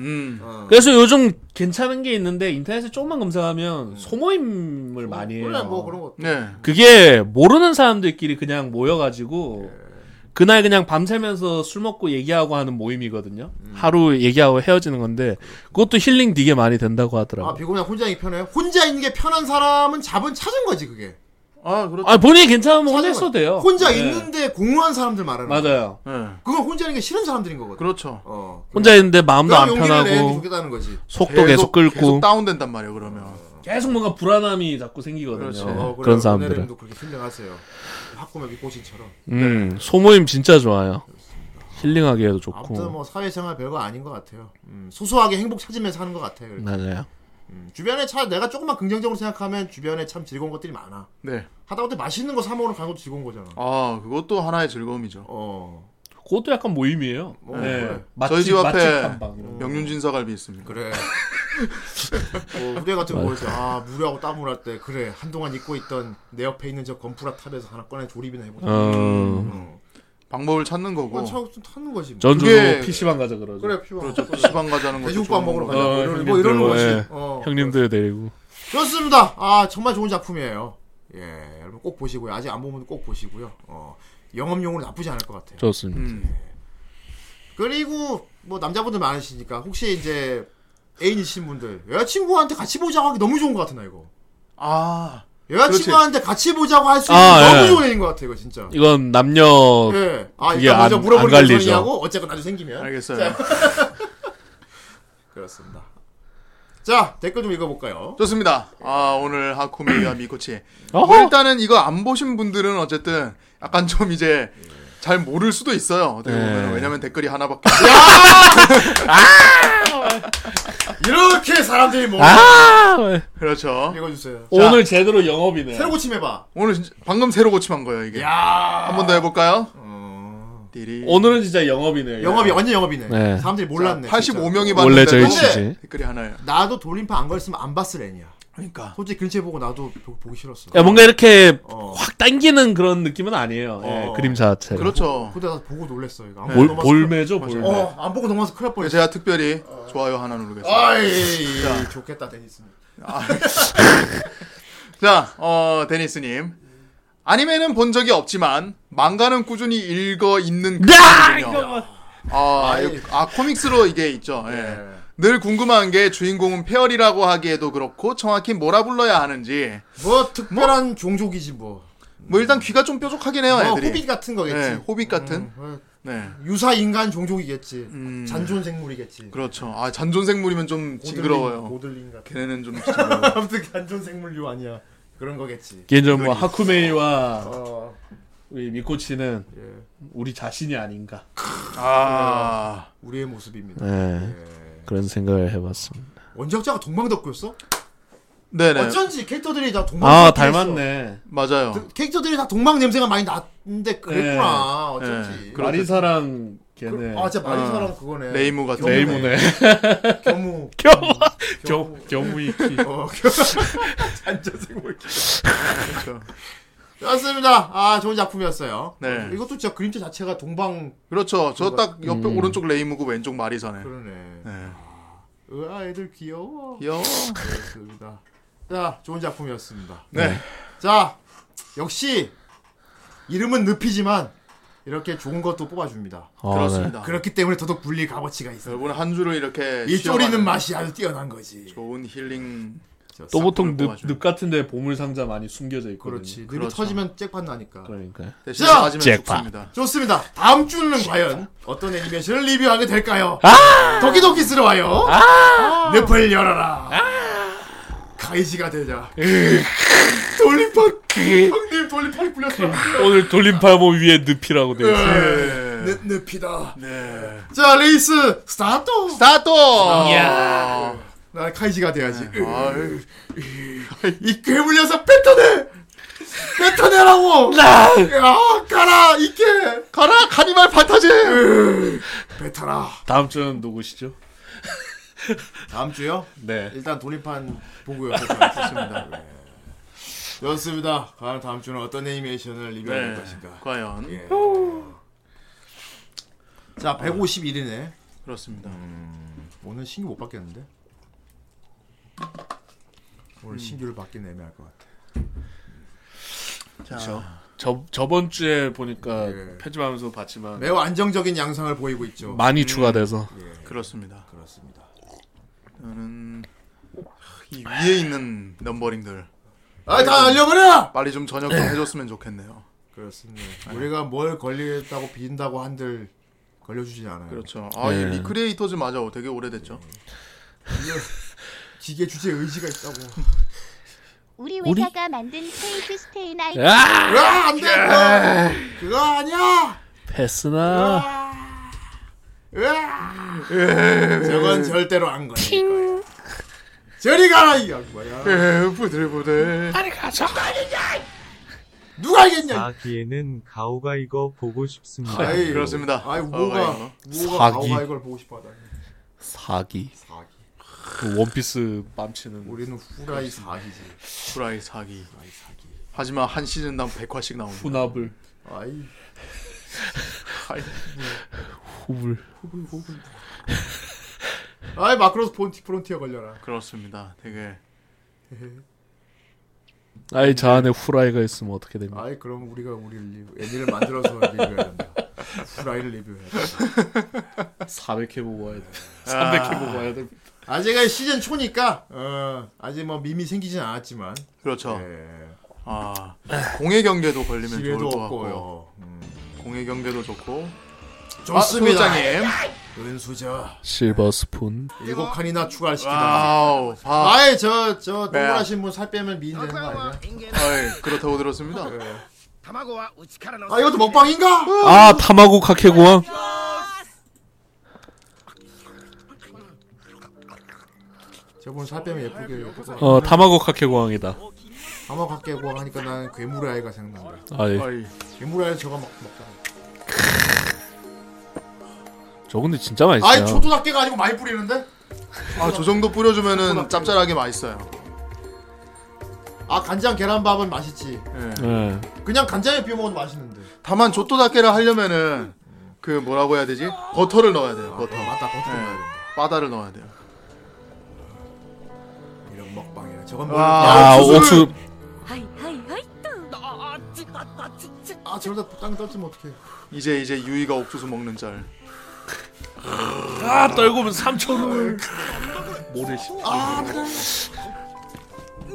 Speaker 3: 음.
Speaker 2: 어.
Speaker 1: 그래서 요즘 괜찮은 게 있는데 인터넷에 조금만 검색하면
Speaker 3: 음,
Speaker 1: 소모임을 많이 해요.
Speaker 2: 그래 뭐 그런 거.
Speaker 3: 네.
Speaker 1: 그게 모르는 사람들끼리 그냥 모여가지고 그날 그냥 밤새면서 술 먹고 얘기하고 하는 모임이거든요.
Speaker 2: 음.
Speaker 1: 하루 얘기하고 헤어지는 건데 그것도 힐링 되게 많이 된다고
Speaker 2: 아
Speaker 1: 하더라고요.
Speaker 2: 비고냥 혼자 있기 편해요. 혼자 있는 게 편한 사람은 잡은 찾은 거지 그게.
Speaker 3: 아 그렇.
Speaker 1: 아, 본인이 괜찮으면 혼자
Speaker 2: 찾은
Speaker 1: 있어도
Speaker 2: 거지.
Speaker 1: 돼요.
Speaker 2: 혼자
Speaker 1: 네.
Speaker 2: 있는데 공허한 사람들 말하는. 거야.
Speaker 1: 맞아요.
Speaker 3: 예.
Speaker 2: 그건 혼자 있는 게 싫은 사람들인 거거든.
Speaker 3: 그렇죠.
Speaker 2: 어.
Speaker 1: 혼자 있는데 마음도
Speaker 2: 그럼
Speaker 1: 안
Speaker 2: 용기를 내는 게
Speaker 1: 편하고
Speaker 2: 좋겠다는 거지.
Speaker 1: 속도 계속
Speaker 3: 계속
Speaker 1: 끓고
Speaker 3: 다운된단 말이에요. 그러면.
Speaker 1: 계속 뭔가 불안함이 자꾸 생기거든요.
Speaker 3: 그렇죠.
Speaker 2: 어,
Speaker 1: 그런
Speaker 2: 그래요.
Speaker 1: 사람들은.
Speaker 2: 은혜님도 그렇게 생각하세요. 학구면 미꽃인처럼.
Speaker 3: 네.
Speaker 1: 음, 소모임 진짜 좋아요. 힐링하기 에도
Speaker 2: 아무튼
Speaker 1: 좋고.
Speaker 2: 뭐 사회생활 별거 아닌 것 같아요. 음, 소소하게 행복 찾으면서 하는 것 같아요. 그래서.
Speaker 1: 맞아요.
Speaker 2: 음, 주변에 차 내가 조금만 긍정적으로 생각하면 주변에 참 즐거운 것들이 많아.
Speaker 3: 네.
Speaker 2: 하다못해 맛있는 거 사 먹으러 가는 것도 즐거운 거잖아.
Speaker 3: 아 그것도 하나의 즐거움이죠.
Speaker 2: 어
Speaker 1: 그것도 약간 모임이에요. 네.
Speaker 2: 뭐, 그래.
Speaker 1: 맛집,
Speaker 3: 저희 집 앞에
Speaker 1: 맛집 탐방 이런 거.
Speaker 3: 네. 음. 명륜진 사갈비 있습니다. [LAUGHS]
Speaker 2: 그래. 뭐, 무대 같은 거 보면서 아 무료하고 땀을 할때 그래 한동안 입고 있던 내 옆에 있는 저 건프라 탑에서 하나 꺼내 조립이나 해보자.
Speaker 1: 어.
Speaker 2: 어.
Speaker 3: 방법을 찾는 거고.
Speaker 2: 어. 차좀 타는 거지. 뭐.
Speaker 1: 전주로
Speaker 3: 그게-
Speaker 1: PC방 가자 그러죠.
Speaker 2: 그래 피부.
Speaker 3: 그렇죠. PC방 가자는 거죠.
Speaker 2: 돼지국밥 먹으러 가자.
Speaker 1: 어,
Speaker 2: 뭐 이런, 뭐
Speaker 1: 형님들,
Speaker 2: 이런 거지.
Speaker 1: 예.
Speaker 2: 어.
Speaker 1: 형님들 데리고.
Speaker 2: 그렇습니다. 아 정말 좋은 작품이에요. 예, 여러분 꼭 보시고요. 아직 안 보면 꼭 보시고요. 어, 영업용으로 나쁘지 않을 것 같아요.
Speaker 1: 좋습니다.
Speaker 3: 음.
Speaker 2: 그리고 뭐 남자분들 많으시니까 혹시 이제 애인이신 분들 여자친구한테 같이 보자고 하기 너무 좋은 것 같아 나 이거.
Speaker 3: 아
Speaker 2: 여자친구한테 같이 보자고 할 수 있는
Speaker 1: 아,
Speaker 2: 너무
Speaker 1: 예.
Speaker 2: 좋은 애인 것 같아 이거 진짜.
Speaker 1: 이건 남녀
Speaker 2: 예. 아
Speaker 1: 그게
Speaker 2: 일단 먼저
Speaker 1: 안-
Speaker 2: 물어보는
Speaker 1: 안
Speaker 2: 게
Speaker 1: 갈리죠.
Speaker 2: 우선이하고 어쨌건 나중 생기면.
Speaker 3: 알겠어요.
Speaker 2: 그렇습니다. 자 댓글 좀 읽어볼까요?
Speaker 3: 좋습니다. 아 오늘 하쿠미와 미코치. 뭐
Speaker 1: 어허!
Speaker 3: 일단은 이거 안 보신 분들은 어쨌든 약간 좀 이제 잘 모를 수도 있어요. 어떻게 보면
Speaker 1: 네.
Speaker 3: 왜냐면 댓글이 하나밖에. 없- [LAUGHS]
Speaker 2: 이렇게 사람들이 뭐
Speaker 1: 아!
Speaker 3: 그렇죠.
Speaker 2: 읽어주세요.
Speaker 1: 오늘 제대로 영업이네.
Speaker 2: 새로 고침해봐.
Speaker 3: 오늘 진짜 방금 새로 고침한 거예요 이게.
Speaker 2: 야.
Speaker 3: 한 번 더 해볼까요?
Speaker 2: 어...
Speaker 3: 띠리.
Speaker 1: 오늘은 진짜 영업이네.
Speaker 2: 영업이 완전 영업이네.
Speaker 1: 네.
Speaker 2: 사람들이 몰랐네.
Speaker 3: 85명이 봤는데
Speaker 1: 원래 저희
Speaker 2: 근데-
Speaker 1: 취지.
Speaker 3: 댓글이 하나예요.
Speaker 2: 진짜. 나도 돌림판 안 걸었으면 안 봤을 애니야.
Speaker 3: 그러니까.
Speaker 2: 솔직히 근처에 보고 나도 보, 보기 싫었어.
Speaker 1: 야, 뭐- 뭔가 이렇게
Speaker 2: 어.
Speaker 1: 확 당기는 그런 느낌은 아니에요.
Speaker 2: 어.
Speaker 1: 예, 그림 자체.
Speaker 3: 그렇죠.
Speaker 2: 근데 어. 나 보고 놀랬어 이거. 안 보고
Speaker 1: 볼,
Speaker 2: 넘어서
Speaker 1: 볼매죠, 볼매.
Speaker 2: 큰일- 어, 안 보고 넘어서 큰일 날 뻔했어.
Speaker 3: 네. 제가 특별히 좋아요 하나 누르겠습니다.
Speaker 2: 아이, 좋겠다 데니스는.
Speaker 3: 자, 어, 데니스님. 아니메는 본 적이 없지만, 망가는 꾸준히 읽어 있는
Speaker 1: 야!
Speaker 3: 그분이요.
Speaker 1: 이거
Speaker 3: 아,
Speaker 2: 아이.
Speaker 3: 아, 코믹스로 이게 있죠. 예.
Speaker 2: 네.
Speaker 3: 늘 궁금한 게 주인공은 페어리라고 하기에도 그렇고, 정확히 뭐라 불러야 하는지.
Speaker 2: 뭐 특별한 종족이지 뭐.
Speaker 3: 뭐, 일단 귀가 좀 뾰족하긴 해요,
Speaker 2: 뭐
Speaker 3: 네, 애들이.
Speaker 2: 호빗 같은 거겠지.
Speaker 3: 예, 호빗 같은.
Speaker 2: 어,
Speaker 3: 네.
Speaker 2: 유사 인간 종족이겠지.
Speaker 3: 음.
Speaker 2: 잔존 생물이겠지.
Speaker 3: 그렇죠. 아, 잔존생물이면 좀 징그러워요.
Speaker 2: 모들링 같은.
Speaker 3: 걔네는 [LAUGHS] 좀 징그러워요.
Speaker 2: 아무튼 잔존 생물류 아니야. 그런 거겠지.
Speaker 1: 개인적으로 뭐 하쿠메이와
Speaker 2: 어,
Speaker 1: 우리 미코치는
Speaker 2: 예.
Speaker 1: 우리 자신이 아닌가.
Speaker 3: 아.
Speaker 2: 우리의 모습입니다.
Speaker 3: 네.
Speaker 1: 예. 그런 생각을 해봤습니다.
Speaker 2: 원작자가 동방덕구였어?
Speaker 3: 네네.
Speaker 2: 어쩐지 캐릭터들이 다 동방.
Speaker 1: 아,
Speaker 2: 캐릭터였어.
Speaker 1: 닮았네.
Speaker 3: 맞아요.
Speaker 2: 그 캐릭터들이 다 동방 냄새가 많이 났는데 그랬구나. 어쩐지.
Speaker 3: 네. 그렇-
Speaker 1: 마리사랑
Speaker 2: 그-
Speaker 1: 걔네.
Speaker 2: 아, 진짜 마리사랑 그거네.
Speaker 3: 레이무 같은.
Speaker 1: 네이모네. [LAUGHS]
Speaker 2: 겸우.
Speaker 1: 겨우, 겨우, [LAUGHS] 아, 겨우이키.
Speaker 2: 어, [LAUGHS] 잔존 생물. 좋습니다. 아, 좋은 작품이었어요.
Speaker 3: 네.
Speaker 2: 이것도 진짜 그림체 자체가 동방
Speaker 3: 그렇죠. 저 딱 옆에
Speaker 1: 음.
Speaker 3: 오른쪽 레이무고 왼쪽 마리사네.
Speaker 2: 그러네.
Speaker 3: 네.
Speaker 2: 으아, 애들 귀여워.
Speaker 1: 네.
Speaker 3: 귀여워.
Speaker 2: 그렇습니다. 자, 좋은 작품이었습니다.
Speaker 3: 네.
Speaker 2: 자, 역시 이름은 늪이지만 이렇게 좋은 것도 뽑아줍니다.
Speaker 1: 아,
Speaker 3: 그렇습니다.
Speaker 2: 그렇기 때문에 더더욱 불릴 값어치가 있어요.
Speaker 3: 여러분 한 주를 이렇게
Speaker 2: 이
Speaker 3: 쉬어가는
Speaker 2: 쪼리는 맛이 아주 뛰어난 거지.
Speaker 3: 좋은 힐링
Speaker 1: 네. 또 보통
Speaker 3: 싹
Speaker 1: 늪,
Speaker 3: 뽑아줘요.
Speaker 1: 늪 같은데 보물 상자 많이 숨겨져 있거든요.
Speaker 2: 그렇지. 늪이
Speaker 3: 그렇죠.
Speaker 2: 터지면 잭팟 나니까.
Speaker 1: 그러니까.
Speaker 3: 대신
Speaker 2: 자,
Speaker 3: 맞으면
Speaker 1: 잭팟.
Speaker 3: 좋습니다.
Speaker 2: 좋습니다. 다음 주는 과연 어떤 애니메이션을 리뷰하게 될까요?
Speaker 3: 아!
Speaker 2: 도끼도끼스러워요. 늪을 열어라. 가이지가 되자. 돌림판. 형님 돌림판 굴렸어.
Speaker 1: 오늘 돌림파모 위에 늪이라고 되어
Speaker 2: 네.
Speaker 1: 있어요.
Speaker 3: 네.
Speaker 2: 늪, 늪이다. 자 레이스 스타트.
Speaker 3: 스타트.
Speaker 2: 나 카이지가 돼야지.
Speaker 3: 아,
Speaker 2: 이 괴물 녀석 뱉어내. 뱉어내라고. 나. 아 가라 이게.
Speaker 3: 가라 카니발 판타지.
Speaker 2: 뱉어라.
Speaker 1: 다음 주는 누구시죠?
Speaker 2: 다음 주요?
Speaker 1: 네.
Speaker 2: 일단 돌림판 보고요. 좋습니다. 네. 좋습니다. 과연 다음 주는 어떤 애니메이션을 리뷰할
Speaker 3: 네.
Speaker 2: 것인가?
Speaker 3: 과연
Speaker 2: 예. 자, 151이네.
Speaker 3: 그렇습니다.
Speaker 2: 오늘 신규 못 바뀌었는데?
Speaker 3: 음.
Speaker 2: 오늘 신규를 받기는 애매할 것 같아.
Speaker 3: 자,
Speaker 1: 저 저번 주에 보니까
Speaker 2: 예.
Speaker 1: 편집하면서 봤지만
Speaker 2: 매우 안정적인 양상을 보이고 있죠.
Speaker 1: 많이 추가돼서
Speaker 3: 그렇습니다.
Speaker 2: 그렇습니다.
Speaker 3: 저는 이 위에 있는 넘버링들
Speaker 2: 아, 다 알려버려!
Speaker 3: 빨리 좀 저녁
Speaker 1: 네.
Speaker 3: 좀 해줬으면 좋겠네요.
Speaker 2: 그렇습니다.
Speaker 3: 네.
Speaker 2: 우리가 뭘 걸리겠다고 빈다고 한들 걸려주지 않아요.
Speaker 3: 그렇죠. 아, 이
Speaker 1: 예.
Speaker 3: 리크리에이터즈 맞아. 되게 오래됐죠.
Speaker 2: 기계 주제 의지가 있다고.
Speaker 6: 우리 회사가 만든 케이크 스테인 아이
Speaker 1: 네. 예?
Speaker 2: 으아, 안 돼! 그거, 그거 아니야!
Speaker 1: 패스나
Speaker 2: 으아! 저건 절대로 안 걸릴 거야. 저리 가라 이 양반야.
Speaker 3: 에, 네, 부들부들.
Speaker 2: 누가 알겠냐?
Speaker 7: 아기에는 가오가 이거 보고 싶습니다.
Speaker 2: 아이,
Speaker 3: 그렇습니다.
Speaker 2: 아이
Speaker 3: 아이고.
Speaker 2: 뭐가 뭐가
Speaker 1: 사기.
Speaker 2: 가오가 이걸 보고 싶어하다니.
Speaker 1: 사기
Speaker 2: 사기.
Speaker 1: 그 원피스 맘치는
Speaker 2: 우리는 후라이 사기지.
Speaker 3: 후라이 사기. 하지만 한 시즌당 100화씩 나옵니다.
Speaker 1: 후나블
Speaker 2: 아이
Speaker 1: 후불
Speaker 2: 아이 마크로스 폰티 프론티어 걸려라.
Speaker 3: 그렇습니다. 되게
Speaker 1: 아이 저 안에 후라이가 있으면 어떻게 됩니까?
Speaker 2: 아이 그럼 우리가 우리 리뷰, 애니를 만들어서 리뷰해야 된다. 후라이를 리뷰해야 된다.
Speaker 1: 400회 아, 보고 [LAUGHS] 와야 돼. 300회 보고 와야 돼.
Speaker 2: 아직 시즌 초니까 어, 아직 뭐 밈이 생기진 않았지만
Speaker 3: 그렇죠.
Speaker 2: 예,
Speaker 3: 아 공예 경계도 걸리면 좋을
Speaker 2: 기회도
Speaker 3: 것 같고
Speaker 2: 없고요. 음.
Speaker 3: 공예 경계도 좋고.
Speaker 2: 좋습니다.
Speaker 3: 아, 소장님.
Speaker 1: 아.
Speaker 2: 은수저
Speaker 1: 실버 스푼
Speaker 2: 일곱 칸이나 추가를 시키다.
Speaker 3: 아. 와우. 봐.
Speaker 2: 아예 저저
Speaker 3: 네.
Speaker 2: 동물하신 분 살 빼면 미인 되는 거 아니야?
Speaker 3: 아이, 그렇다고 들었습니다.
Speaker 2: 아 이것도 먹방인가?
Speaker 1: 아 타마고 카케고왕
Speaker 2: 저분 살 빼면 예쁘게 예뻐서
Speaker 1: 어 타마고 카케고왕이다
Speaker 2: 아마 갖게 고 하니까 나는 괴물의 아이가 생각난다.
Speaker 1: 아이
Speaker 3: 아이,
Speaker 2: 괴물의 아이 저거 막 먹잖아.
Speaker 1: 저 근데 진짜 맛있어요
Speaker 2: 아이 초도닭개가 아니고 많이 뿌리는데?
Speaker 3: 아, 저 정도
Speaker 2: 네.
Speaker 3: 뿌려주면은 짭짤하게 맛있어요.
Speaker 2: 아 간장 계란밥은 맛있지.
Speaker 3: 예.
Speaker 1: 예.
Speaker 2: 그냥 간장에 비벼 먹어도 맛있는데.
Speaker 3: 다만 조또닭게를 하려면은 그 뭐라고 해야 되지? 버터를 넣어야 돼요. 버터.
Speaker 2: 아, 맞다 버터
Speaker 3: 네.
Speaker 2: 넣어야 된다.
Speaker 3: 바다를 넣어야 돼요.
Speaker 2: 이런 먹방이야. 저건 뭐야?
Speaker 3: 와.
Speaker 1: 아 옥수수
Speaker 2: 아 저러다 땅 떨어지면 어떡해?
Speaker 3: 이제 이제 유이가 옥수수 먹는 짤.
Speaker 1: 아 떨고면 3천 원 모래 씨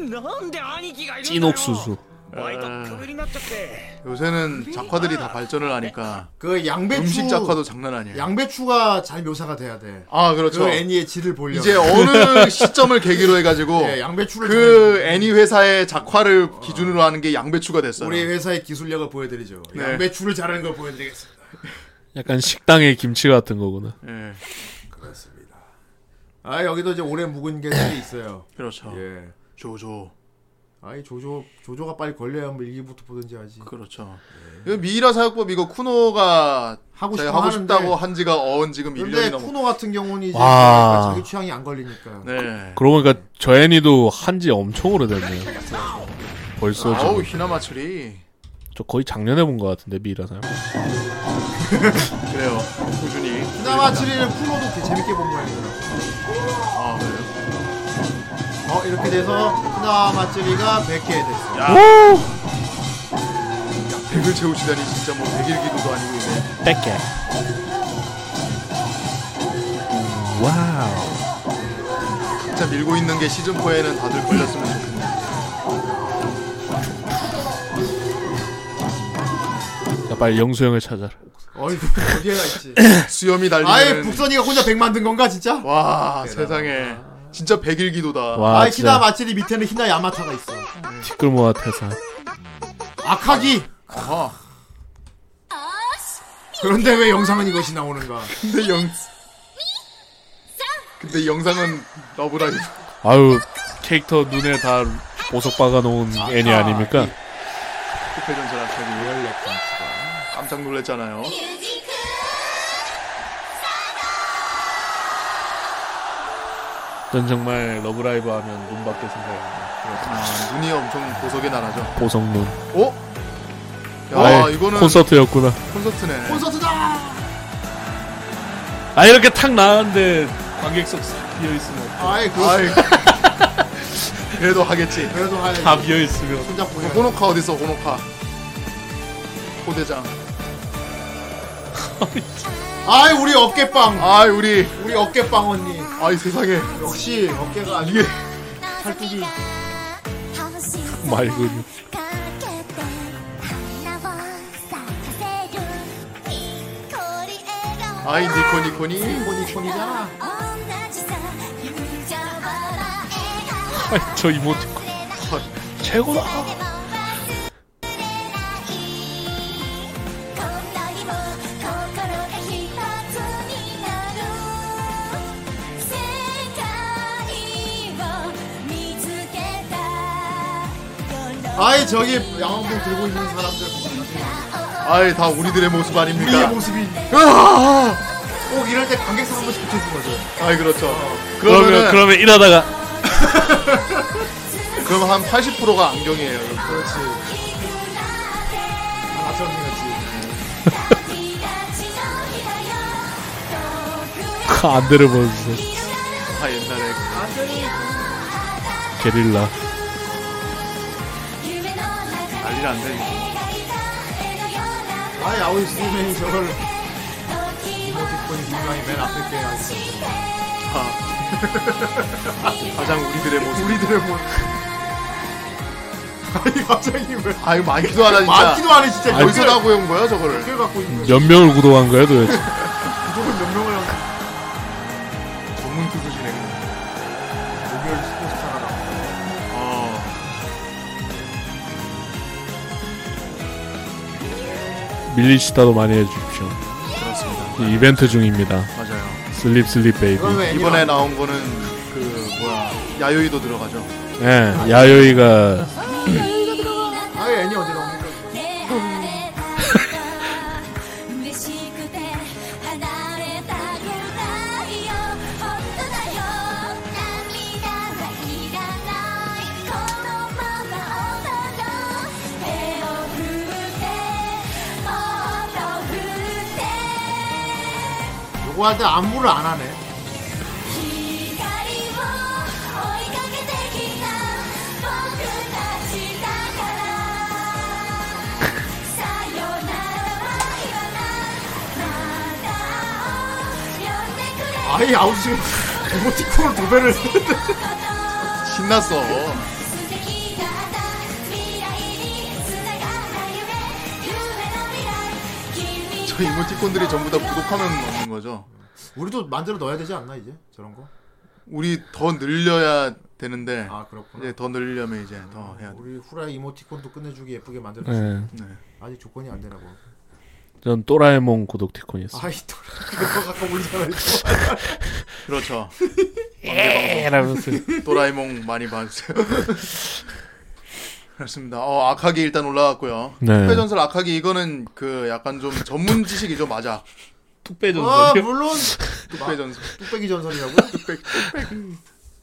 Speaker 8: なんで兄貴がいるんだよ
Speaker 1: 찐옥수수
Speaker 8: お前と
Speaker 3: 아.
Speaker 8: クビになっちゃって。
Speaker 3: 요새는 작화들이 다 발전을 하니까
Speaker 2: 그 양배추
Speaker 3: 음식 작화도 장난 아니에요.
Speaker 2: 양배추가 잘 묘사가 돼야 돼.
Speaker 3: 아
Speaker 2: 그
Speaker 3: 그렇죠.
Speaker 2: 애니의 질을 보려면
Speaker 3: 이제 어느 시점을 계기로 해가지고
Speaker 2: 예, 양배추를
Speaker 3: 그 애니 회사의 작화를 기준으로 하는 게 양배추가 됐어요.
Speaker 2: 우리 회사의 기술력을 보여드리죠.
Speaker 3: 네.
Speaker 2: 양배추를 잘하는 걸 보여드리겠습니다.
Speaker 1: 약간 식당의 김치 같은 거구나
Speaker 3: 예,
Speaker 2: 그렇습니다. 아 여기도 이제 오래 묵은 게들이 있어요.
Speaker 3: 그렇죠.
Speaker 2: 예.
Speaker 3: 조조
Speaker 2: 아이 조조 조조가 빨리 걸려야 뭐 일기부터 보든지 하지.
Speaker 3: 그렇죠. 이거 미이라 사역법 이거 쿠노가
Speaker 2: 예. 하고
Speaker 3: 자기가
Speaker 2: 싶어
Speaker 3: 하고
Speaker 2: 하는데
Speaker 3: 싶다고 한 지가 어언 지금 1년이
Speaker 2: 근데
Speaker 3: 넘어.
Speaker 2: 쿠노 같은 경우는 이제
Speaker 1: 와.
Speaker 2: 자기 취향이 안 걸리니까.
Speaker 3: 네.
Speaker 1: 그러고 보니까 저 애니도 한지 엄청 오래됐네요 벌써
Speaker 3: 아우
Speaker 1: 저,
Speaker 3: 히나마츠리
Speaker 1: 저 거의 작년에 본 것 같은데 미라사요
Speaker 3: 그래요. 꾸준히.
Speaker 2: 그나마츠리는 쿠노도
Speaker 3: 네.
Speaker 2: 되게 재밌게 본 모양이더라고.
Speaker 3: 아 그래요.
Speaker 2: 어 이렇게 돼서 나마츠리가 100회 됐어요.
Speaker 3: 백을 채우시다니 진짜 뭐 백일 기도도 아니고 이제
Speaker 9: 백개. 와우.
Speaker 3: 진짜 밀고 있는 게 시즌 4에는 다들 걸렸으면 좋겠네.
Speaker 1: 야, 빨리 영수형을 찾아라.
Speaker 2: 어이, 어디에가 [LAUGHS] 있지?
Speaker 3: 수염이 달리는
Speaker 2: 아예 북선이가 혼자 100 만든 건가, 진짜?
Speaker 3: 와 세상에 진짜 백일 기도다.
Speaker 1: 와,
Speaker 2: 아, 히나
Speaker 1: 진짜
Speaker 2: 마츠리 밑에는 히나 야마타가 있어.
Speaker 1: 티끌모아 태산.
Speaker 2: 아카기!
Speaker 3: 아,
Speaker 2: 그런데 왜 영상은 이것이 나오는가?
Speaker 3: 근데 영 근데 영상은 러브라이브
Speaker 1: 아유, 캐릭터 눈에 다 보석 박아놓은 애니 아닙니까?
Speaker 3: 국회전설 앞에 깜짝 놀랐잖아요.
Speaker 1: 전 정말 러브라이브 하면 눈밖에 생각이 안 나.
Speaker 3: 아, 눈이 엄청 보석의 나라죠.
Speaker 1: 보석눈.
Speaker 3: 어? 야
Speaker 1: 아,
Speaker 3: 이거는
Speaker 1: 콘서트였구나.
Speaker 3: 콘서트네.
Speaker 2: 콘서트다!
Speaker 1: 아, 이렇게 탁 나왔는데 관객석 싹 비어있으면.
Speaker 2: 아이, 그,
Speaker 3: 아이 그래도 하겠지.
Speaker 2: 그래도 하야
Speaker 1: 다 비어있으면.
Speaker 2: 혼자 보여.
Speaker 3: 호노카 어딨어 호노카 고대장
Speaker 2: 아이, 우리 어깨빵!
Speaker 3: 아 우리
Speaker 2: 우리 어깨빵 언니.
Speaker 3: 아이 세상에
Speaker 2: 역시, 어깨가 아주.
Speaker 3: 이게
Speaker 2: 팔뚝이.
Speaker 1: 맑은.
Speaker 3: 아이 니코니코니
Speaker 5: 아,
Speaker 2: 니코니코니다.
Speaker 1: 아이, [LAUGHS] 저 이모티콘. 뭐 최고다.
Speaker 2: 아이, 저기 양원봉 들고 있는 사람들.
Speaker 3: 아이 다 우리들의 모습
Speaker 2: 우리의
Speaker 3: 아닙니까 아!
Speaker 2: 모습이. 꼭 이럴 때 관객석 한 번씩 붙여준 거죠.
Speaker 3: 아이 그렇죠
Speaker 1: 그러면,
Speaker 3: 그러면 그럼
Speaker 1: 그러면 이러다가.
Speaker 3: 그럼 한 80%가 안경이에요
Speaker 2: 그렇지. 아, 처럼 생겼지.
Speaker 1: 안대를 보여주세요.
Speaker 3: 다 아, 옛날에
Speaker 1: 게릴라.
Speaker 3: 난리 난데
Speaker 2: 아이, 아오이 스님이 저걸. 이모티콘이 분명히 맨 앞에 게 아니지.
Speaker 3: 가장 우리들의 모습
Speaker 2: 우리들의 뭐 [LAUGHS] 아니 갑자기 왜
Speaker 3: 아이 많기도 하다 진짜
Speaker 2: 많기도 하네 진짜
Speaker 1: 아니,
Speaker 3: 어디서
Speaker 2: 여기서
Speaker 3: 다 구해온 거야 저거를
Speaker 2: 나 갖고 있는 거야
Speaker 1: 몇 명을 구독한 거야, 도대체?
Speaker 3: [LAUGHS]
Speaker 2: 무조건 몇 명을 하고
Speaker 3: 전문 투수시네
Speaker 2: 목요일 스포츠사가 나오고
Speaker 3: 어
Speaker 1: 밀리시다도 많이 해주십시오.
Speaker 3: 그렇습니다
Speaker 1: 이 이벤트 중입니다.
Speaker 3: 맞아요
Speaker 1: 슬립 슬립 베이비.
Speaker 2: 이건 왜
Speaker 3: 이번에 나온 거는 그 뭐야 야요이도 들어가죠
Speaker 1: 예, 야요이가
Speaker 2: 아니 애니 어디 나옵니까 요거 할 때 안무를 안 하네
Speaker 5: 光を追いかけてきた僕たちだから」「さよならは言わないまた呼んでくれ」
Speaker 2: 아예 아우스 이모티콘을 두 배를 [LAUGHS] 했는데
Speaker 3: 신났어
Speaker 5: 素敵だった未来に繋がった夢夢の
Speaker 3: [LAUGHS]
Speaker 5: 未来君
Speaker 3: 저 이모티콘들이 전부 다 구독하면 없는 거죠
Speaker 2: 우리도 만들어 넣어야 되지 않나 이제 저런 거아
Speaker 3: 우리 더 늘려야 되는데
Speaker 2: 아, 그렇구나
Speaker 3: 이제 더 늘리려면 이제 네, 더 해야 돼.
Speaker 2: 우리 후라이 이모티콘도 끝내주기 예쁘게 만들어
Speaker 1: 예,
Speaker 2: 아직 조건이 안 되나 봐
Speaker 1: 전 또라에몽 구독 티콘이었어요.
Speaker 2: 아이 또 그거 갖고 올리잖아 이거
Speaker 3: [LAUGHS] 그렇죠.
Speaker 1: 에라면서 [LAUGHS]
Speaker 3: 도라에몽 많이 봐주세요. [LAUGHS] 그렇습니다. 어 아카기 일단 올라갔고요.
Speaker 1: 네.
Speaker 3: 특배전설 아카기 이거는 그 약간 좀 전문 지식이죠, 맞아.
Speaker 1: 뚝배
Speaker 2: 아 물론
Speaker 3: 특배전설.
Speaker 2: 뚝배기 전설이라고요? 뚝배기.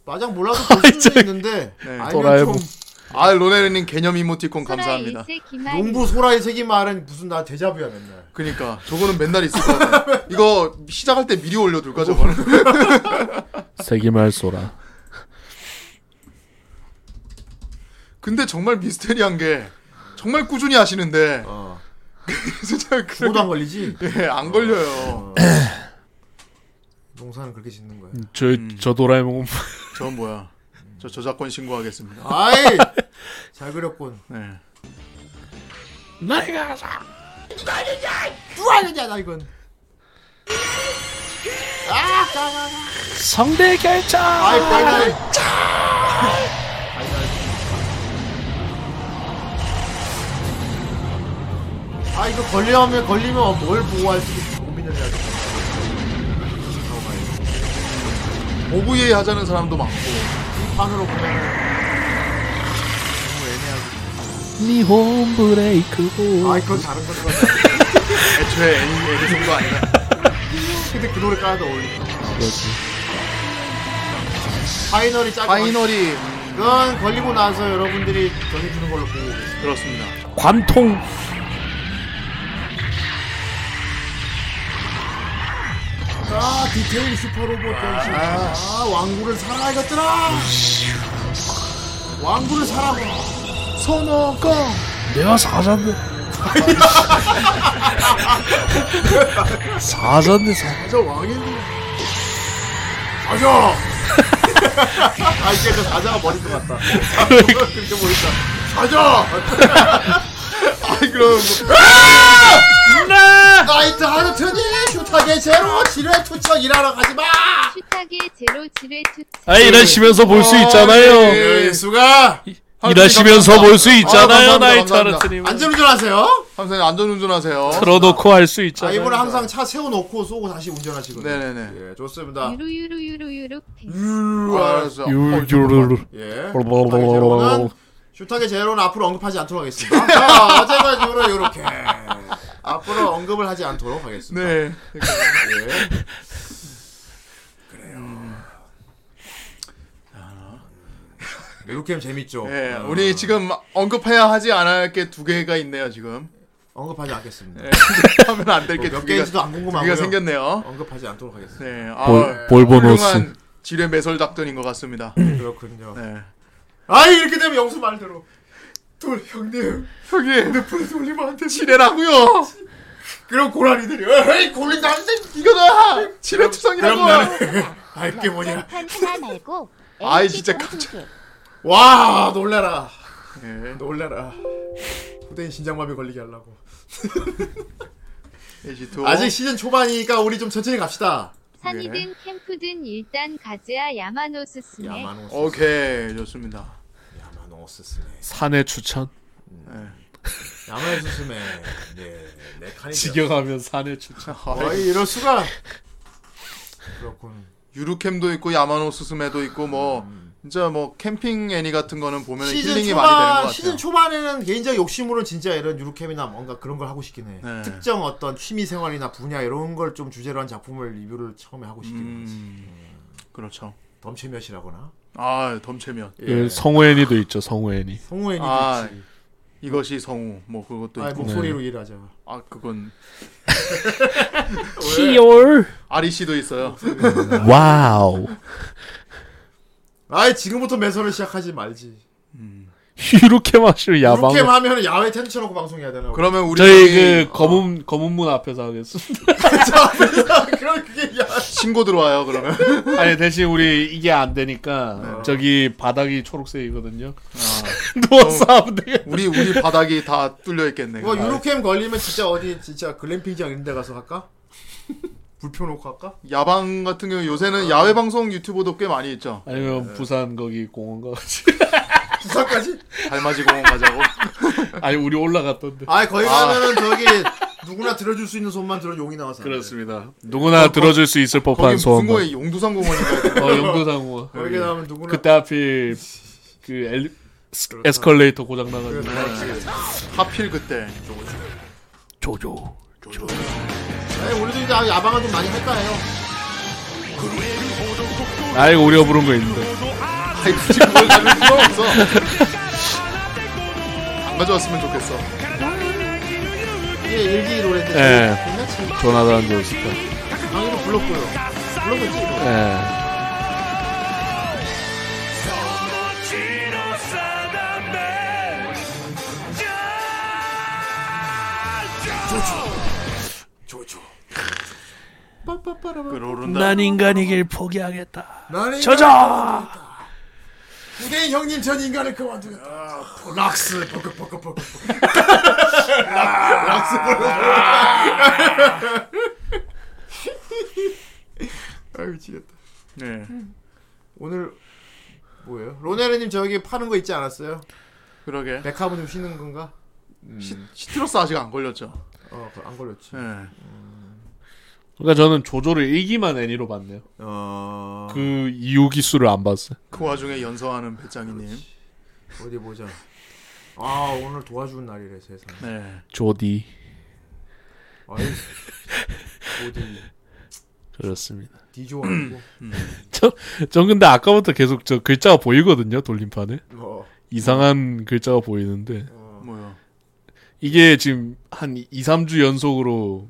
Speaker 2: 마장 몰라도
Speaker 1: 아,
Speaker 2: 볼 수는 있는데
Speaker 3: 네.
Speaker 2: 알면
Speaker 1: 또라이몽.
Speaker 2: 좀
Speaker 3: 아 로네르님 개념 이모티콘 감사합니다.
Speaker 2: 농부 소라의 세기말은 무슨 나 대자뷰야 맨날
Speaker 3: 그니까 그러니까 저거는 맨날 있을 거 같아. 이거 시작할 때 미리 올려둘까 저거는.
Speaker 1: 세기말 소라.
Speaker 3: 근데 정말 미스테리한 게 정말 꾸준히 하시는데
Speaker 2: 어.
Speaker 3: 진짜 그래
Speaker 2: 죽어도 안 걸리지?
Speaker 3: 예, 안 걸려요.
Speaker 2: 어. 농사는 그렇게 짓는 거야.
Speaker 1: 저,
Speaker 3: 음.
Speaker 1: 저 도라에몽
Speaker 3: 저 뭐야? 저 저작권 신고하겠습니다. [LAUGHS]
Speaker 2: 아이! 잘 그렸군.
Speaker 3: 네.
Speaker 1: 나이가
Speaker 2: 누가 이러냐, 뭐 나 이건. 아, 까마라.
Speaker 1: 성대 결정
Speaker 2: 아이, 빨리. 아, 이거 걸리면, 걸리면 뭘 보호할지 고민을 해야 돼.
Speaker 3: OVA 하자는 사람도 많고.
Speaker 2: 판으로 보면.
Speaker 1: 니홈 브레이크고
Speaker 2: 아, 이건 다른 건같
Speaker 3: 애초에 애니 애니 선거 아니야?
Speaker 2: 근데 그 노래 깔아도 어울린다.
Speaker 1: 그렇지
Speaker 2: 파이널이 짧아.
Speaker 3: 파이널이
Speaker 2: 그건 걸리고 나서 여러분들이 정해주는 걸로 보고 있습니다.
Speaker 3: 그렇습니다.
Speaker 1: [LAUGHS] 관통
Speaker 2: 아, 디테일 슈퍼로봇 변신. 아, 왕구를 사라, 이것들아! 왕구를 사라고.
Speaker 3: 선호가
Speaker 2: [LAUGHS]
Speaker 1: 내가 사자인데 사자인데 사
Speaker 2: 맞아, 왕인데. 맞아! 아, 이제 그 사자가 머리것 같다. 그렇게 보인다. 사자! 뭐.
Speaker 3: 아니 그럼
Speaker 2: 나이트 하르트니 슈타게 제로 지뢰 투척 일하러 가지마!
Speaker 6: 슈타게 제로 지뢰 투척
Speaker 1: 아
Speaker 3: 네.
Speaker 1: 이러시면서 볼 수
Speaker 3: 예,
Speaker 1: 있잖아요
Speaker 2: 수가!
Speaker 1: 이러시면서 볼 수
Speaker 3: 아,
Speaker 1: 있잖아요
Speaker 3: 감사합니다,
Speaker 1: 나이트
Speaker 3: 감사합니다.
Speaker 1: 하르트님
Speaker 2: 안전운전하세요?
Speaker 3: 선생님 안전운전하세요.
Speaker 1: 틀어놓고 할 수
Speaker 2: 아,
Speaker 1: 있잖아요
Speaker 2: 이번에 항상 차 세워놓고 쏘고 다시 운전하시거든요.
Speaker 3: 네네네.
Speaker 2: 예, 좋습니다.
Speaker 6: 유루 유루 유루 유루 백
Speaker 2: 음.
Speaker 3: 아, 알았어.
Speaker 1: 유유루루
Speaker 2: 예. 슈타게 제로는 슈타게 제로는 앞으로 언급하지 않도록 하겠습니다. 자, 어제가 이후로 이렇게 앞으로 언급을 하지 않도록 하겠습니다.
Speaker 3: 네.
Speaker 2: 예. 그래요. 이렇게 하면 재밌죠. 어.
Speaker 3: 예, 우리 지금 언급해야 하지 않을 게 두 개가 있네요 지금.
Speaker 2: 언급하지 않겠습니다. 뭐
Speaker 3: 예, [LAUGHS] 하면 안 될 게
Speaker 2: 몇
Speaker 3: 두 개가
Speaker 2: 개인지도 안
Speaker 3: 두 개가
Speaker 2: 궁금하고요.
Speaker 3: 생겼네요.
Speaker 2: 언급하지 않도록 하겠습니다.
Speaker 3: 네, 아,
Speaker 1: 볼- 볼보노스.
Speaker 3: 훌륭한 지뢰 매설 작전인 것 같습니다.
Speaker 2: 그렇군요.
Speaker 3: 네.
Speaker 2: 아 이렇게 되면 영수 말대로 돌 형님
Speaker 3: 형님,
Speaker 2: 불 돌리면 안 돼.
Speaker 3: [LAUGHS] 지뢰라고요.
Speaker 2: 그럼 고라니들이 에이 골린다 안 돼.
Speaker 3: 이거다. 지뢰
Speaker 2: 그럼
Speaker 3: 투성이라고.
Speaker 2: 나는 [LAUGHS] 알게 뭐냐.
Speaker 6: 탄 하나 말고
Speaker 3: 아이,
Speaker 6: LG
Speaker 3: 진짜
Speaker 6: 공
Speaker 3: 깜짝-
Speaker 6: 두 개.
Speaker 2: 와 놀래라.
Speaker 3: 예,
Speaker 2: 놀래라. 후대인 신장마비 걸리게 하려고.
Speaker 3: 에지토.
Speaker 2: 아직 시즌 초반이니까 우리 좀 천천히 갑시다.
Speaker 6: 산이든 캠프든 일단 가즈야 야마노스스네
Speaker 2: 네. 야마노스.
Speaker 3: 오케이, 좋습니다.
Speaker 2: 야마노스스네.
Speaker 1: 산의 추천
Speaker 2: 야마노스스네. 예. 네 칸이.
Speaker 1: 지겨가면 산의 추천
Speaker 2: 어이 이럴 수가. 그렇군.
Speaker 3: 유루캠도 있고 야마노 스스메도 있고 뭐 진짜 뭐 캠핑 애니 같은 거는 보면
Speaker 2: 시즌
Speaker 3: 힐링이 많이 되는 것
Speaker 2: 초반
Speaker 3: 같아요.
Speaker 2: 시즌 초반에는 개인적 욕심으로 진짜 이런 유로캠이나 뭔가 그런 걸 하고 싶긴 해.
Speaker 3: 네.
Speaker 2: 특정 어떤 취미 생활이나 분야 이런 걸 좀 주제로 한 작품을 리뷰를 처음에 하고 싶긴 하지.
Speaker 3: 음, 그렇죠.
Speaker 2: 덤체몇이라거나.
Speaker 3: 아, 덤체면.
Speaker 2: 예.
Speaker 1: 그 성우애니도 있죠 성우애니
Speaker 2: 성우애니
Speaker 3: 아,
Speaker 2: 그렇지.
Speaker 3: 이것이 성우. 뭐 그것도
Speaker 2: 아,
Speaker 3: 있고.
Speaker 2: 목소리로 일하자.
Speaker 3: 아, 그건
Speaker 1: 히얼
Speaker 3: 아리 씨도
Speaker 2: 뭐,
Speaker 3: 있어요.
Speaker 1: 와우
Speaker 2: 아이 지금부터 매설을 시작하지 말지.
Speaker 1: 이렇게 마시면 야망
Speaker 2: 유로캠 하면 야외 텐트 쳐놓고 방송해야 되나? 우리?
Speaker 3: 그러면 우리
Speaker 1: 저희 그 검은 검은 문 앞에서 하겠습니다.
Speaker 2: [LAUGHS] 그럼 그게 야.
Speaker 3: 신고 들어와요, 그러면. [LAUGHS]
Speaker 1: 아니 대신 우리 이게 안 되니까 저기 바닥이 초록색이거든요. [LAUGHS] 누워서 하면 되겠.
Speaker 3: 우리 우리 바닥이 다 뚫려 있겠네.
Speaker 2: 뭐 유로캠 걸리면 진짜 어디 진짜 글램핑장 이런 데 가서 할까? [LAUGHS] 불 펴놓고 할까? [LAUGHS]
Speaker 3: 야방 같은 경우 요새는 야외 방송 유튜버도 꽤 많이 있죠.
Speaker 1: 아니면 부산 거기 공원 가지.
Speaker 2: 부산까지?
Speaker 3: 달맞이
Speaker 1: [LAUGHS]
Speaker 3: 공원 가자고.
Speaker 1: 아니 우리 올라갔던데.
Speaker 2: 아이 거기 가면은 저기 누구나 들어줄 수 있는 손만 들어 용이 나와서 안 돼.
Speaker 1: 그렇습니다. 누구나 들어줄 수 있을
Speaker 3: 거기
Speaker 1: 법한
Speaker 3: 무슨
Speaker 1: 소원. 어
Speaker 3: 공원이 용두산 공원인가?
Speaker 1: 영도상 공원.
Speaker 2: 거기 나오면 누구나
Speaker 1: 그때 하필 그 엘, 스- 에스컬레이터 고장 나가지고
Speaker 3: 하필 그때.
Speaker 1: 조조.
Speaker 2: 아니, 우리도 이제 야방을 좀 많이 할까 해요
Speaker 1: 아 이거 우리가 부른 거 있는데.
Speaker 3: 아이 굳이 그걸 가질 필요 없어. 안 가져왔으면 좋겠어.
Speaker 2: 이게 일기 노래인데
Speaker 1: 예.
Speaker 2: 그냥 참
Speaker 1: 조나단 조스타.
Speaker 2: 방에도 불렀고요 불렀겠지 이거
Speaker 1: 예.
Speaker 3: 그 끌어오른다.
Speaker 9: 난 인간이길 포기하겠다.
Speaker 2: 나는
Speaker 9: 저저
Speaker 2: 후대인 형님 전 인간을 그만두겠다. 락스 버벅버벅버벅. [LAUGHS] 락스 버벅버벅. 아 미치겠다.
Speaker 3: 네.
Speaker 2: 오늘 뭐예요? 로네르님 저기 파는 거 있지 않았어요?
Speaker 3: 그러게.
Speaker 2: 백합은 좀 쉬는 건가?
Speaker 3: 시, 시트러스 아직 안 걸렸죠.
Speaker 2: 어안 걸렸지.
Speaker 3: 네.
Speaker 1: 그러니까 저는 조조를 1기만 애니로 봤네요.
Speaker 2: 어
Speaker 1: 그 이후 기수를 안 봤어요.
Speaker 3: 그 와중에 연서하는 배짱이님.
Speaker 2: 어디 보자. 아 오늘 도와주는 날이래 세상.
Speaker 3: 네.
Speaker 1: 조디
Speaker 2: 아이 어디
Speaker 1: 그렇습니다.
Speaker 2: 디조 아니고.
Speaker 1: 전 근데 아까부터 계속 저 글자가 보이거든요 돌림판에
Speaker 2: 어.
Speaker 1: 이상한 글자가 보이는데
Speaker 3: 어. 뭐요?
Speaker 1: 이게 지금 한 2, 3주 연속으로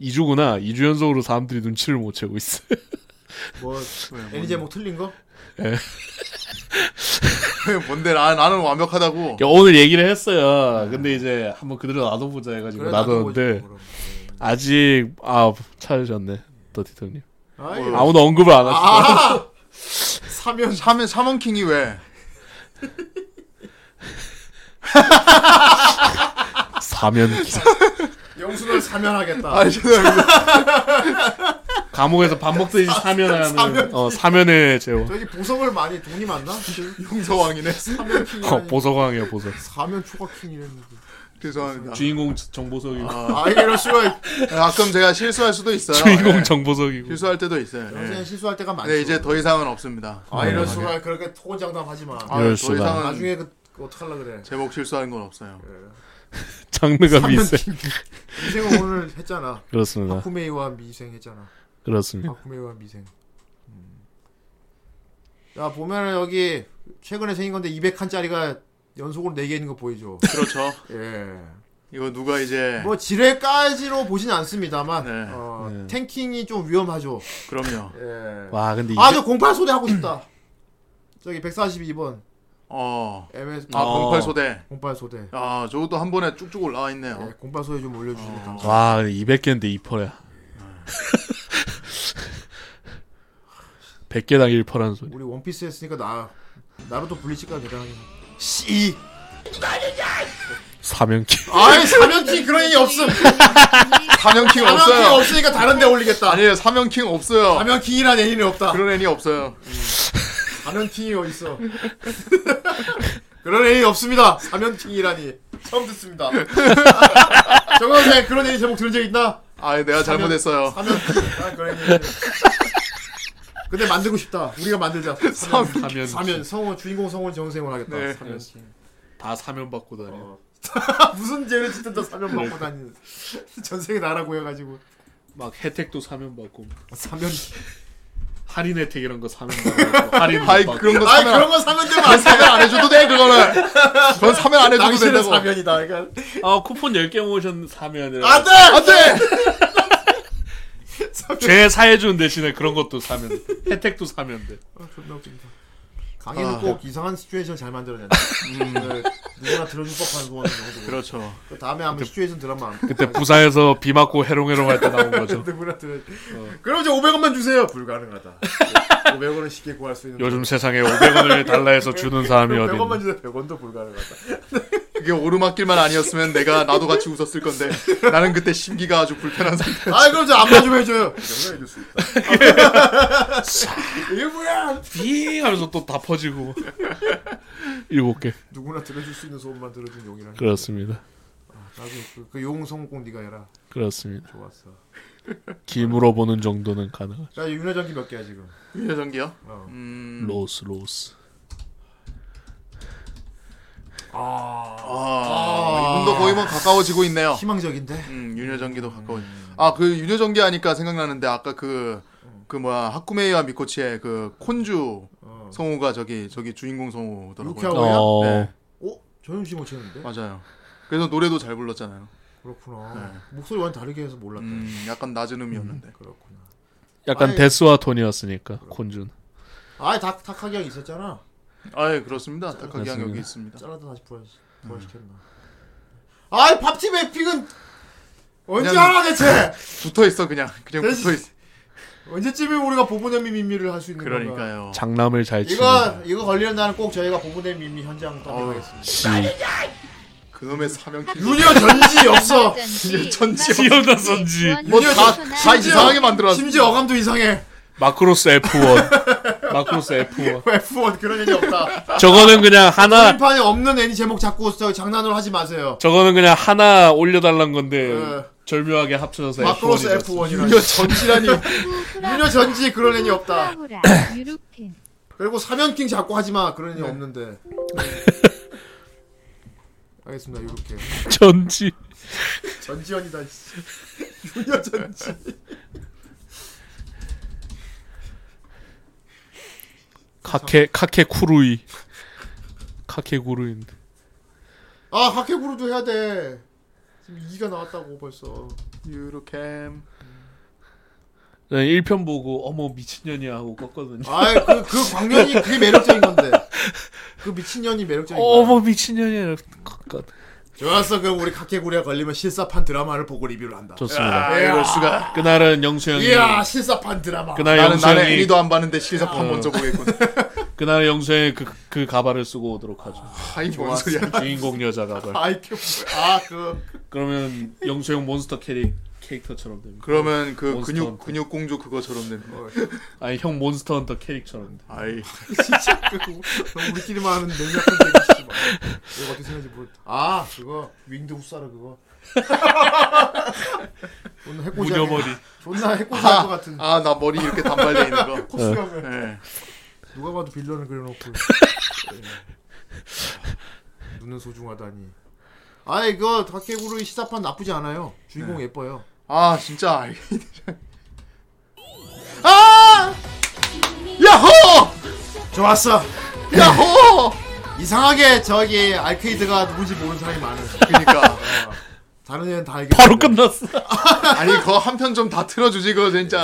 Speaker 1: 2주구나 2주 연속으로 사람들이 눈치를 못 채고 있어. 요
Speaker 2: 뭐
Speaker 3: 왜, 뭔-
Speaker 2: 애니 제목 틀린 거?
Speaker 3: 뭔데 나, 나는
Speaker 1: [LAUGHS]
Speaker 3: 완벽하다고.
Speaker 1: 오늘 얘기를 했어요. 근데 이제 한번 네. 그대로 놔둬보자 해가지고 놔뒀는데 아직 아 찾으셨네 더티터님
Speaker 2: 아이,
Speaker 3: 뭐요?
Speaker 1: 아무도 언급을 안 하시고
Speaker 2: 아 사면
Speaker 3: 사면 사먼킹이 왜?
Speaker 1: 사면기
Speaker 2: 영수는 사면하겠다.
Speaker 3: 아 죄송합니다.
Speaker 1: 감옥에서 밥 [LAUGHS] 먹듯이 사면하는 어 사면의 제왕
Speaker 2: 저기 보석을 많이 돈이 많나?
Speaker 3: [LAUGHS] 용서왕이네.
Speaker 2: 사면 킹이
Speaker 1: 어, 보석왕이에요 보석
Speaker 2: 사면 초밥킹이랬는데.
Speaker 3: 죄송합니다.
Speaker 1: 주인공 정보석이고
Speaker 2: 아 이럴 수가.
Speaker 3: 가끔 제가 실수할 수도 있어요.
Speaker 1: 주인공
Speaker 3: 네.
Speaker 1: 정보석이고
Speaker 3: 실수할 때도 있어요. 네.
Speaker 2: 평생 실수할 때가 많죠.
Speaker 3: 네, 이제 더 이상은 없습니다.
Speaker 2: 아 이럴 수가 그렇게 토건장담하지 마.
Speaker 3: 아,
Speaker 1: 이럴
Speaker 3: 더
Speaker 1: 수가.
Speaker 3: 이상은
Speaker 2: 나중에 그, 그 어떡할라 그래.
Speaker 3: 제목 실수하는 건 없어요.
Speaker 1: 장르가 비슷해
Speaker 2: 미생은 오늘 했잖아.
Speaker 1: 그렇습니다
Speaker 2: 하쿠메이와 미생 했잖아.
Speaker 1: 그렇습니다
Speaker 2: 하쿠메이와 미생. 음. 야 보면은 여기 최근에 생긴 건데 200칸짜리가 연속으로 4개 있는 거 보이죠?
Speaker 3: 그렇죠.
Speaker 2: 예.
Speaker 3: 이거 누가 이제
Speaker 2: 뭐 지뢰까지로 보진 않습니다만
Speaker 3: 네.
Speaker 2: 어,
Speaker 1: 네.
Speaker 2: 탱킹이 좀 위험하죠.
Speaker 3: 그럼요.
Speaker 2: 예.
Speaker 1: 와 근데 이게
Speaker 2: 아저 08 소대 하고 싶다. [CLEARS THROAT] 저기 142번
Speaker 3: 어.
Speaker 2: MS
Speaker 3: 아,
Speaker 1: 어.
Speaker 3: 공팔 소대.
Speaker 2: 08 소대.
Speaker 3: 아, 저것도 한 번에 쭉쭉 올라와 있네요.
Speaker 2: 예, 08 소대 좀
Speaker 3: 아.
Speaker 2: 올려주시면 감사.
Speaker 1: 와 200개인데 2퍼야 100개당 1퍼라는 소리
Speaker 2: 우리 원피스 했으니까 나 나루토 블리치까지 대단하긴. 씨.
Speaker 1: 사면기
Speaker 2: 아이 사면킹 그런 얘기 없음.
Speaker 3: 사면킹
Speaker 2: 사면킹
Speaker 3: 없어요.
Speaker 2: 없으니까 다른데 올리겠다.
Speaker 3: 아니에요. 예, 사면킹 없어요.
Speaker 2: 사면킹이란 애인은 없다.
Speaker 3: 그런 애니 없어요.
Speaker 2: 사면킹이 어디 [LAUGHS] 있어? 그런 애인 없습니다. 사면킹이라니 처음 듣습니다. [LAUGHS] 정선생 그런 애인 제목 들은 적 있나?
Speaker 3: 아, 내가 잘못했어요.
Speaker 2: 사면 아, 그런 애인. 근데 만들고 싶다. 우리가 만들자. 사면
Speaker 1: 사면
Speaker 2: 사면 성우 주인공 성우 정생을 하겠다.
Speaker 3: 네.
Speaker 2: 사면킹. 아,
Speaker 1: 다 사면 받고 다녀
Speaker 2: 무슨 죄를 짓든다 사면 받고 다니는 전생에 나라고 해가지고
Speaker 1: 막 혜택도 사면 받고
Speaker 2: 사면
Speaker 1: 할인 혜택 이런 거 사면 받고 할인
Speaker 3: 아이,
Speaker 1: 받고
Speaker 3: 그런 거
Speaker 2: 아이
Speaker 3: 사면,
Speaker 2: 그런 건 사면 되면 안 사면
Speaker 3: 안 해줘도 돼, 그거는. 그건 사면 안 해줘도
Speaker 2: 아, 당신은
Speaker 3: 된다고.
Speaker 2: 사면이다 그러니까
Speaker 1: 아 쿠폰 10개 모으셨는 사면을
Speaker 2: 안돼
Speaker 3: 안 돼!
Speaker 1: 죄 사해준 대신에 그런 것도 사면 돼. 혜택도 사면 돼
Speaker 2: 아, 존나 웃긴다 강의는 꼭 이상한 시츄에이션 잘 만들어낸다 네, 누구나 들어줄 법한 소원 정도
Speaker 3: 그렇죠.
Speaker 2: 그 다음에 아마 시츄에이션 드라마 안
Speaker 1: 그때 부산에서 비 맞고 해롱해롱 할 때 나온 거죠
Speaker 2: 누구나 들어 그럼 이제 500원만 주세요 [LAUGHS] 불가능하다 네. 500원은 쉽게 구할 수 있는
Speaker 1: 요즘 세상에 500원을 달라 해서 주는 사람이 어디
Speaker 2: 100원만
Speaker 1: 있나
Speaker 2: 주세요 100원도 불가능하다
Speaker 3: 그게 오르막길만 아니었으면 내가 나도 같이 웃었을 건데 나는 그때 심기가 아주 불편한 상태. [LAUGHS]
Speaker 2: 아이 그럼 저안 마좀 해줘요 내가 해줄 수 있다 이게 뭐야
Speaker 1: 빙 하면서 또 다 퍼지고 일곱 개
Speaker 2: 누구나 들어줄 수 있는 소원만 들어준 용이라는
Speaker 1: 그렇습니다
Speaker 2: 나중에 그용 성공 꼭 네가 해라
Speaker 1: 그렇습니다
Speaker 2: 좋았어
Speaker 1: 길 물어보는 정도는 가능하죠
Speaker 2: 자 윤회전기 몇 개야 지금
Speaker 3: 유전기요?
Speaker 2: 어.
Speaker 3: 음.
Speaker 1: 로스 로스
Speaker 3: 아, 이분도 거의 뭐 가까워지고 있네요.
Speaker 2: 희망적인데
Speaker 3: 음, 윤여정기도 가까워. 아, 그 윤여정기 하니까 생각나는데 아까 그, 그 뭐야, 하쿠메이와 미코치의 그 콘주
Speaker 2: 어.
Speaker 3: 성우가 저기, 저기 주인공 성우더라고요.
Speaker 2: 루키하고요?
Speaker 1: 어.
Speaker 3: 네.
Speaker 2: 어? 전용씨 못 쳤는데?
Speaker 3: 맞아요. 그래서 노래도 잘 불렀잖아요.
Speaker 2: 그렇구나 목소리 완전 다르게 해서 몰랐다
Speaker 3: 네. 음, 약간 낮은 음이었는데.
Speaker 2: 그렇구나
Speaker 1: 약간
Speaker 2: 아이.
Speaker 1: 데스와 톤이었으니까 콘준
Speaker 2: 아이 닭, 닭하기 형 있었잖아
Speaker 3: 아예 그렇습니다. 닭하기양
Speaker 1: 맞습니다.
Speaker 3: 여기 있습니다.
Speaker 2: 잘라다 다시 부활시, 부활시켰나
Speaker 3: 음.
Speaker 2: 아이 밥팀 에픽은 언제
Speaker 3: 그냥-
Speaker 2: 하나 대체
Speaker 3: 붙어 있어 그냥 그냥
Speaker 2: 대신-
Speaker 3: 붙어 있어.
Speaker 2: 언제쯤에 우리가 보분의 미미를 할 수 있는 건가?
Speaker 1: 어.
Speaker 3: 그러니까요.
Speaker 1: 장남을 잘 치는
Speaker 2: 이거 이거 걸리는 날은 꼭 저희가 보분의 미미
Speaker 3: 어.
Speaker 2: 현장 떠나겠습니다.
Speaker 1: 지.
Speaker 3: 그놈의 사명킬.
Speaker 2: 유년 전지
Speaker 3: [LAUGHS]
Speaker 2: 없어.
Speaker 3: 천지
Speaker 1: 지연아 선지
Speaker 3: 뭐다다 이상하게 만들었어.
Speaker 2: 심지어 어감도 이상해.
Speaker 1: 마크로스 F1 마크로스 F1
Speaker 2: F1 뭐 그런 애니
Speaker 3: [LAUGHS]
Speaker 2: 없다.
Speaker 1: 저거는 그냥 하나
Speaker 2: 게임판에 없는 애니 제목 자꾸 저 장난으로 하지 마세요.
Speaker 1: 저거는 그냥 하나 올려달란 건데
Speaker 2: 네.
Speaker 1: 절묘하게
Speaker 3: 네,
Speaker 1: 합쳐져서
Speaker 2: 마크로스
Speaker 1: F1이죠.
Speaker 2: F1이라니. 유녀 [LAUGHS] 전지라니. 유녀 전지 그런 애니 없다.
Speaker 6: 후라후라 유루핀
Speaker 2: 그리고 사면킹 자꾸 하지 마. 그런
Speaker 3: 네.
Speaker 2: 애니 없는데.
Speaker 3: [LAUGHS]
Speaker 2: 알겠습니다. 이렇게.
Speaker 1: [LAUGHS] 전지
Speaker 2: 전지현이다. 씨. [LAUGHS] 유녀 전지.
Speaker 1: 카케 카케 쿠루이 카케 구루인데
Speaker 2: 아 하케구루도 해야 돼. 지금 2가 나왔다고 벌써.
Speaker 3: 유로캠.
Speaker 1: 저는 1편 네, 보고 어머 미친년이야 하고 껐거든요
Speaker 2: 아이 그그 광면이 그게 매력적인 건데. 그 미친년이 매력적인 거야.
Speaker 1: 어머 미친년이야 껐
Speaker 2: 좋았어. 그럼 우리 카케구리가 걸리면 실사판 드라마를 보고 리뷰를 한다.
Speaker 1: 좋습니다
Speaker 3: 아, 이럴 수가.
Speaker 1: 그날은 영수 형이
Speaker 2: 이야 실사판 드라마.
Speaker 1: 그날
Speaker 3: 나는
Speaker 1: 아, 영수
Speaker 3: 나는
Speaker 1: 형이
Speaker 3: 애니도 안 봤는데 실사판 먼저 보겠군.
Speaker 1: 그날 영수 형이 그, 그 가발을 쓰고 오도록 하죠
Speaker 3: 아이 뭔 소리야.
Speaker 1: 주인공 여자 가발
Speaker 2: 아이 그 뭐야. 아 그.
Speaker 1: 그러면 영수 형 몬스터 캐릭 캐릭터처럼 됩니다
Speaker 3: 그러면 그
Speaker 1: 몬스터
Speaker 3: 근육
Speaker 1: 헌터.
Speaker 3: 근육 공주 그거처럼 됩니다.
Speaker 1: 아니 형 몬스터 헌터 캐릭처럼 돼
Speaker 3: 아이
Speaker 2: 진짜 그 너무 우리끼리만 하는 냉약한 얘기 씨발. 이거 어떻게 생각하지 모르겠다. 아 그거 윙드 후사르
Speaker 1: [LAUGHS]
Speaker 2: 그거. 오늘 해코지 할
Speaker 1: 무녀머리
Speaker 2: 거- 존나 해코지 할것
Speaker 3: 아,
Speaker 2: 같은
Speaker 3: 아, 나 머리 이렇게 단발돼 있는 거.
Speaker 2: 코스형을
Speaker 3: 예.
Speaker 2: 누가 봐도 빌런을 그려놓고 예. 눈은 소중하다니 아이 그 다케구르의 시사판 나쁘지 않아요 주인공
Speaker 1: 네.
Speaker 2: 예뻐요
Speaker 3: 아 진짜 아이. 아! 야호! 어!
Speaker 2: 좋았어
Speaker 3: 야호!
Speaker 2: 이상하게 저기 알케이드가 누군지 모르는 사람이 많은
Speaker 3: 그러니까
Speaker 2: 다른 애는 다 알겠어
Speaker 1: 바로 끝났어
Speaker 3: 아니 그거 한 편 좀 다 틀어주지 그거 진짜.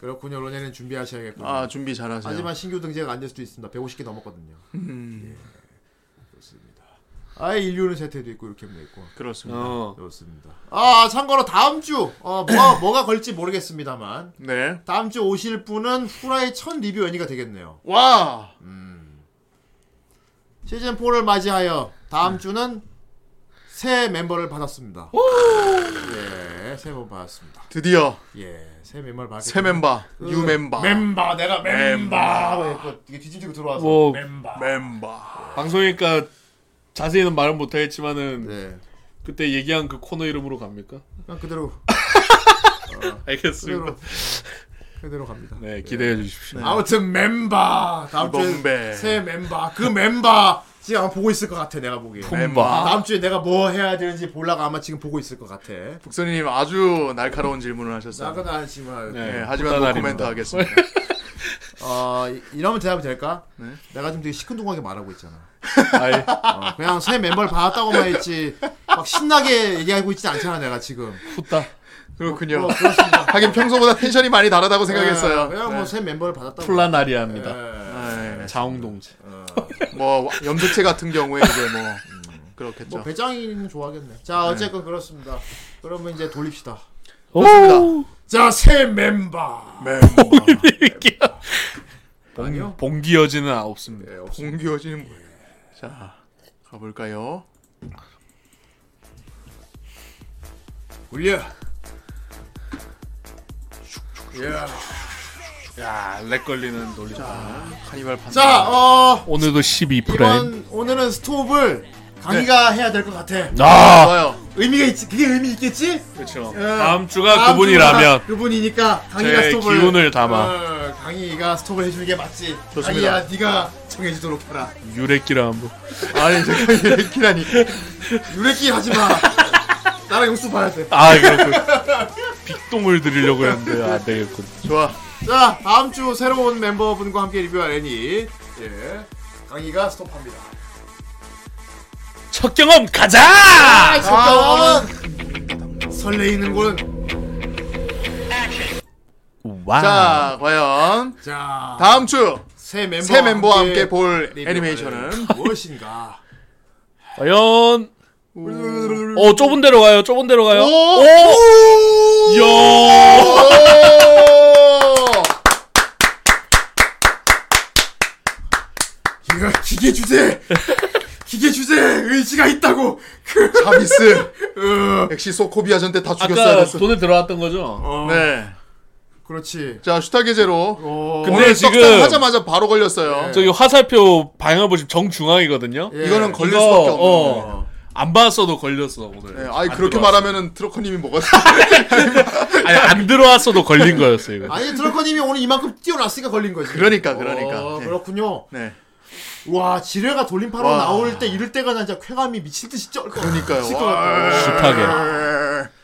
Speaker 2: 그렇군요 로네는 준비하셔야겠군요
Speaker 3: 아 준비 잘하세요.
Speaker 2: 하지만 신규 등재가 안 될 수도 있습니다 150개 넘었거든요
Speaker 1: 음.
Speaker 2: 예, 그렇습니다 아예 인류는 세태도 있고 이렇게 뭐 있고
Speaker 3: 그렇습니다.
Speaker 1: 어.
Speaker 2: 그렇습니다 아 참고로 다음 주 어,
Speaker 1: [COUGHS]
Speaker 2: 뭐가 뭐가 걸릴지 모르겠습니다만
Speaker 3: 네.
Speaker 2: 다음 주 오실 분은 후라이 첫 리뷰 연이가 되겠네요.
Speaker 3: 와.
Speaker 2: 시즌 4를 맞이하여
Speaker 3: 네.
Speaker 2: 다음 주는 새 멤버를 받았습니다. 예, 새 멤버 받았습니다.
Speaker 3: 드디어
Speaker 2: 예, 새 멤버를 받았.
Speaker 3: 새 멤버, 뉴 멤버,
Speaker 2: 멤버 내가 멤버. 이게 뒤집지고 들어와서
Speaker 1: 뭐-
Speaker 2: 멤버.
Speaker 3: 멤버.
Speaker 1: 방송이니까 자세히는 말은 못하겠지만은
Speaker 2: 네,
Speaker 1: 그때 얘기한 그 코너 이름으로 갑니까?
Speaker 2: 그냥 그대로
Speaker 1: 알겠습니다.
Speaker 3: 네.
Speaker 2: 그대로 그대로 갑니다.
Speaker 1: 네 기대해 주십시오.
Speaker 2: 아무튼 멤버 다음 주에
Speaker 3: 이범배.
Speaker 2: 새 멤버 그 멤버 지금 아마 보고 있을 것 같아 내가 보기에.
Speaker 3: 멤버.
Speaker 2: 다음 주에 내가 뭐 해야 되는지 보려고 아마 지금 보고 있을 것 같아.
Speaker 3: 북선님 아주 날카로운 질문을 하셨어요.
Speaker 2: 나가다 하지만
Speaker 1: 네.
Speaker 3: 예, 하지만
Speaker 1: 보따다리입니다.
Speaker 3: 노 코멘트 하겠습니다.
Speaker 2: 어 이- 이러면 대답이 될까?
Speaker 3: 네.
Speaker 2: 내가 지금 되게 시큰둥하게 말하고 있잖아.
Speaker 1: 아이, 예.
Speaker 2: 어, 그냥 새 멤버를 받았다고만 했지 막 신나게 얘기하고 있진 않잖아 내가 지금.
Speaker 1: 후딱
Speaker 3: 그렇군요.
Speaker 2: 뭐 그렇습니다.
Speaker 3: 하긴 평소보다 텐션이 많이 다르다고
Speaker 2: 예,
Speaker 3: 생각했어요.
Speaker 2: 그냥
Speaker 3: 네.
Speaker 2: 뭐 새 멤버를 받았다고.
Speaker 1: 플라나리아입니다.
Speaker 2: 예.
Speaker 3: 네.
Speaker 1: 자웅동체.
Speaker 3: 뭐 염색체 같은 경우에 이제 뭐 그렇겠죠.
Speaker 2: 뭐 배짱이는 좋아하겠네. 자 어쨌건 그렇습니다. 그러면 이제 돌립시다.
Speaker 1: 그렇습니다.
Speaker 2: 자 새 멤버.
Speaker 3: 멤버.
Speaker 2: 아니요.
Speaker 1: 봉기 여지는 아, 없습니다.
Speaker 2: 예, 없습니다.
Speaker 3: 공기어지는 뭐예요? 자 가볼까요?
Speaker 2: 울려. 예.
Speaker 1: 야, 렉 걸리는 논리.
Speaker 3: 카니발 판.
Speaker 2: 자 어.
Speaker 1: 오늘도 네. 12프레임.
Speaker 2: 이번 오늘은 스톱을 강의가
Speaker 1: 네.
Speaker 2: 해야 될 것 같아.
Speaker 1: 아,
Speaker 3: 좋아요.
Speaker 2: 의미가 있지. 그게 의미 있겠지?
Speaker 1: 그렇죠.
Speaker 2: 예.
Speaker 1: 다음 주가
Speaker 2: 다음
Speaker 1: 그분이라면
Speaker 2: 주가 그분이니까 강의가
Speaker 1: 제
Speaker 2: 스톱을
Speaker 1: 기운을 담아.
Speaker 2: 어, 강의가 스톱을 해주는 게 맞지.
Speaker 3: 좋습니다.
Speaker 2: 강의야 네가 정해주도록 해라.
Speaker 1: 유레끼라 한번.
Speaker 3: 아니 잠깐
Speaker 2: [LAUGHS]
Speaker 3: 이래키라니.
Speaker 2: 유래끼 하지 마. 나랑 용수 봐야 돼.
Speaker 1: 아, 그렇군. 빅동을 드리려고 했는데 안 되겠군.
Speaker 3: 좋아.
Speaker 2: 자 다음 주 새로운 멤버분과 함께 리뷰할 애니. 예. 강의가 스톱합니다.
Speaker 1: 첫 경험 가자!
Speaker 2: 아, 설레이는군.
Speaker 1: 와.
Speaker 3: 자 과연
Speaker 2: 자,
Speaker 3: 다음 주 새
Speaker 2: 새 멤버
Speaker 3: 멤버와 함께 볼 애니메이션은
Speaker 2: 무엇인가?
Speaker 1: 과연 어 좁은 데로 가요. 좁은 데로 가요.
Speaker 3: 음. 오!
Speaker 1: 오! 야!
Speaker 2: 이거 기계 주제 기계 주제 의지가 있다고
Speaker 3: 자비스. 역시 소코비아 전때 다 죽였어야
Speaker 1: 아까
Speaker 3: 됐어.
Speaker 1: 돈에 들어왔던 거죠?
Speaker 2: 어,
Speaker 3: 네. 그-
Speaker 2: 그렇지
Speaker 3: 자 슈타게제로
Speaker 2: 어,
Speaker 1: 근데
Speaker 3: 오늘
Speaker 1: 지금- 네.
Speaker 3: 지금 하자마자 바로 걸렸어요.
Speaker 1: 저기 화살표 방향 보시면 정중앙이거든요.
Speaker 2: 예.
Speaker 3: 이거는 걸릴
Speaker 1: 이거,
Speaker 3: 수밖에 없는.
Speaker 1: 어.
Speaker 3: 거예요.
Speaker 1: 안 봤어도 걸렸어 오늘.
Speaker 3: 네,
Speaker 1: 안
Speaker 3: 아니 그렇게
Speaker 1: 들어왔어.
Speaker 3: 말하면은 트로커님이 먹었어.
Speaker 1: 아니 안 들어왔어도 걸린 거였어요.
Speaker 3: [LAUGHS]
Speaker 1: 이거.
Speaker 2: 아니 드러커님이 오늘 이만큼 뛰어났으니까 걸린 거지
Speaker 3: 그러니까 그러니까.
Speaker 2: 어,
Speaker 3: 네.
Speaker 2: 그렇군요
Speaker 3: 네.
Speaker 2: 와 지뢰가 돌림판으로
Speaker 3: 와.
Speaker 2: 나올 때 이럴 때가 나 진짜 쾌감이 미칠 듯이 쩔 거.
Speaker 3: 그러니까요.
Speaker 2: 미칠 것
Speaker 3: 와.
Speaker 2: 같아.
Speaker 1: 슈타게.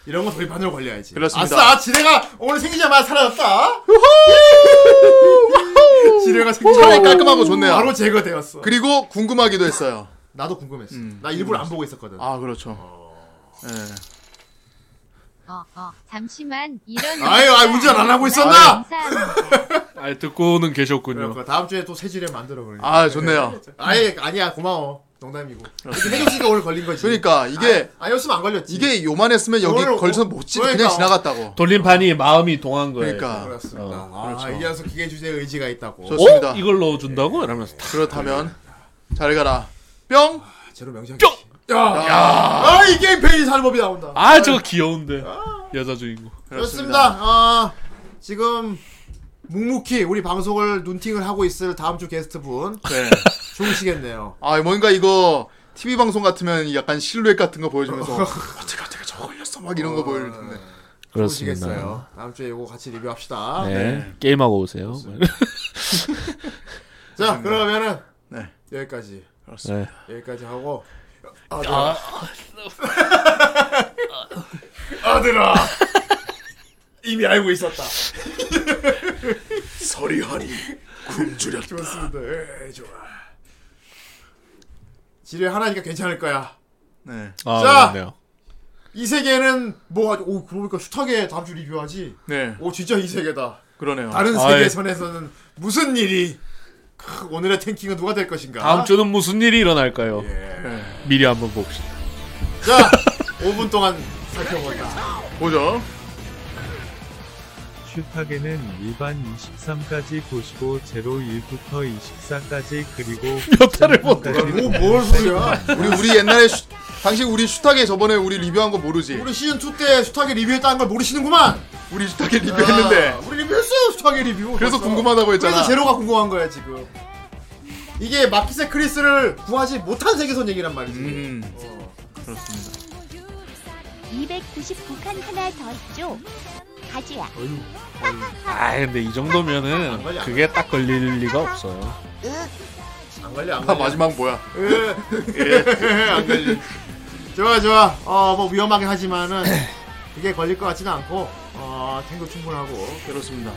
Speaker 2: 이런 거 돌림판으로 걸려야지
Speaker 3: 그렇습니다.
Speaker 2: 아싸 지뢰가 오늘 생기자마자 사라졌다 지뢰가
Speaker 3: 차라리
Speaker 2: 생기자마자
Speaker 3: 깔끔하고 좋네요.
Speaker 2: 바로 제거되었어 음.
Speaker 3: 그리고 궁금하기도 했어요.
Speaker 2: 나도 궁금했어 나 일부러 안 보고 있었거든
Speaker 3: 아 그렇죠.
Speaker 6: 어, 어, 잠시만 이런
Speaker 2: 아유, 아유, 운전 안 하고 있었나?
Speaker 6: 감사합니다.
Speaker 1: 아니 듣고는 계셨군요.
Speaker 2: 그러니까 다음 주에 또 새 지뢰 만들어 그러니까
Speaker 3: 아 좋네요.
Speaker 2: 아예 아니야 고마워 농담이고 혜경 씨가 오늘 걸린 거지
Speaker 3: 그러니까 이게
Speaker 2: 아니었으면 안 걸렸지
Speaker 3: 이게 요만했으면 여기
Speaker 2: 오늘
Speaker 3: 걸선
Speaker 2: 오-
Speaker 3: 못 지,
Speaker 2: 그러니까.
Speaker 3: 그냥 지나갔다고.
Speaker 1: 돌림판이 마음이 동한 거예요.
Speaker 3: 그러니까
Speaker 2: 그렇습니다
Speaker 1: 어,
Speaker 2: 아
Speaker 3: 그렇죠.
Speaker 2: 이래서 기계 주제에 의지가 있다고
Speaker 3: 좋-
Speaker 1: 어?
Speaker 3: 좋습니다. 예.
Speaker 1: 이걸 넣어준다고? 이러면서 탁.
Speaker 3: 그렇다면 잘 가라. 뿅.
Speaker 2: 아, 제로 명작 야! 야! 아, 이 게임 페이 살법이 나온다.
Speaker 1: 아 저거 귀여운데 여자 주인공.
Speaker 2: 그렇습니다. 아, 지금 묵묵히 우리 방송을 눈팅을 하고 있을 다음 주 게스트 분
Speaker 3: 네.
Speaker 2: 좋으시겠네요.
Speaker 3: 아 뭔가 이거 TV 방송 같으면 약간 실루엣 같은 거 보여주면서 어떻게 어떻게 저거 걸렸어 막 이런 거 보여줄 텐데.
Speaker 2: 좋으시겠어요. 다음 주에 이거 같이 리뷰합시다.
Speaker 1: 네 게임하고 오세요.
Speaker 2: 자, 그러면은
Speaker 3: 네.
Speaker 2: 여기까지
Speaker 1: 네.
Speaker 2: 여기까지 하고
Speaker 1: 아,
Speaker 2: 아들아 이미 알고 있었다.
Speaker 3: 서리하니 굶주렸다.
Speaker 2: 좋습니다. 예, 좋아. 지뢰 하나니까 괜찮을 거야.
Speaker 3: 네.
Speaker 2: 자!
Speaker 1: 아 그렇네요.
Speaker 2: 이 세계는 뭐 아주- 오 그러니까 슈타게 다음 주 리뷰하지.
Speaker 3: 네.
Speaker 2: 오 진짜 이 세계다.
Speaker 3: 그러네요.
Speaker 2: 다른
Speaker 1: 아,
Speaker 2: 세계
Speaker 1: 예.
Speaker 2: 선에서는 무슨 일이 크, 오늘의 탱킹은 누가 될 것인가?
Speaker 3: 아!
Speaker 1: 다음 주는 무슨 일이 일어날까요?
Speaker 3: 예.
Speaker 1: 미리 한번 봅시다.
Speaker 2: 자, 5분 동안 살펴보자.
Speaker 3: 보죠.
Speaker 7: 슈타게는 일반 23까지 보시고 01부터 24까지 그리고 네.
Speaker 1: 여타를 못
Speaker 2: 뭐뭘 소리야?
Speaker 3: 우리 우리 옛날에 슈, 당시 우리 슈타게 저번에 우리 리뷰한 거 모르지?
Speaker 2: 우리 시즌 2 때 슈타게 리뷰했다는 걸 모르시는구만.
Speaker 3: 우리 슈타게 리뷰했는데.
Speaker 2: 아, 우리 리뷰했어요 슈타게 리뷰.
Speaker 3: 네, 그래서
Speaker 2: 벌써.
Speaker 3: 궁금하다고 했잖아.
Speaker 2: 그래서 제로가 궁금한 거야 지금. 이게 마키세 크리스를 구하지 못한 세계선 얘기란 말이지.
Speaker 3: 음.
Speaker 2: 어.
Speaker 6: 299칸 하나 더 있죠. 가지야.
Speaker 2: 어.
Speaker 1: 아 근데 이 정도면은 그게 딱 걸릴 리가 없어요.
Speaker 2: 안 걸려 안
Speaker 3: 아,
Speaker 2: 걸려.
Speaker 3: 마지막 예. 뭐야?
Speaker 2: [LAUGHS] 안 걸려. 좋아 좋아. 어뭐 위험하긴 하지만은 그게 걸릴 것 같지는 않고 어 탱도 충분하고
Speaker 3: 그렇습니다.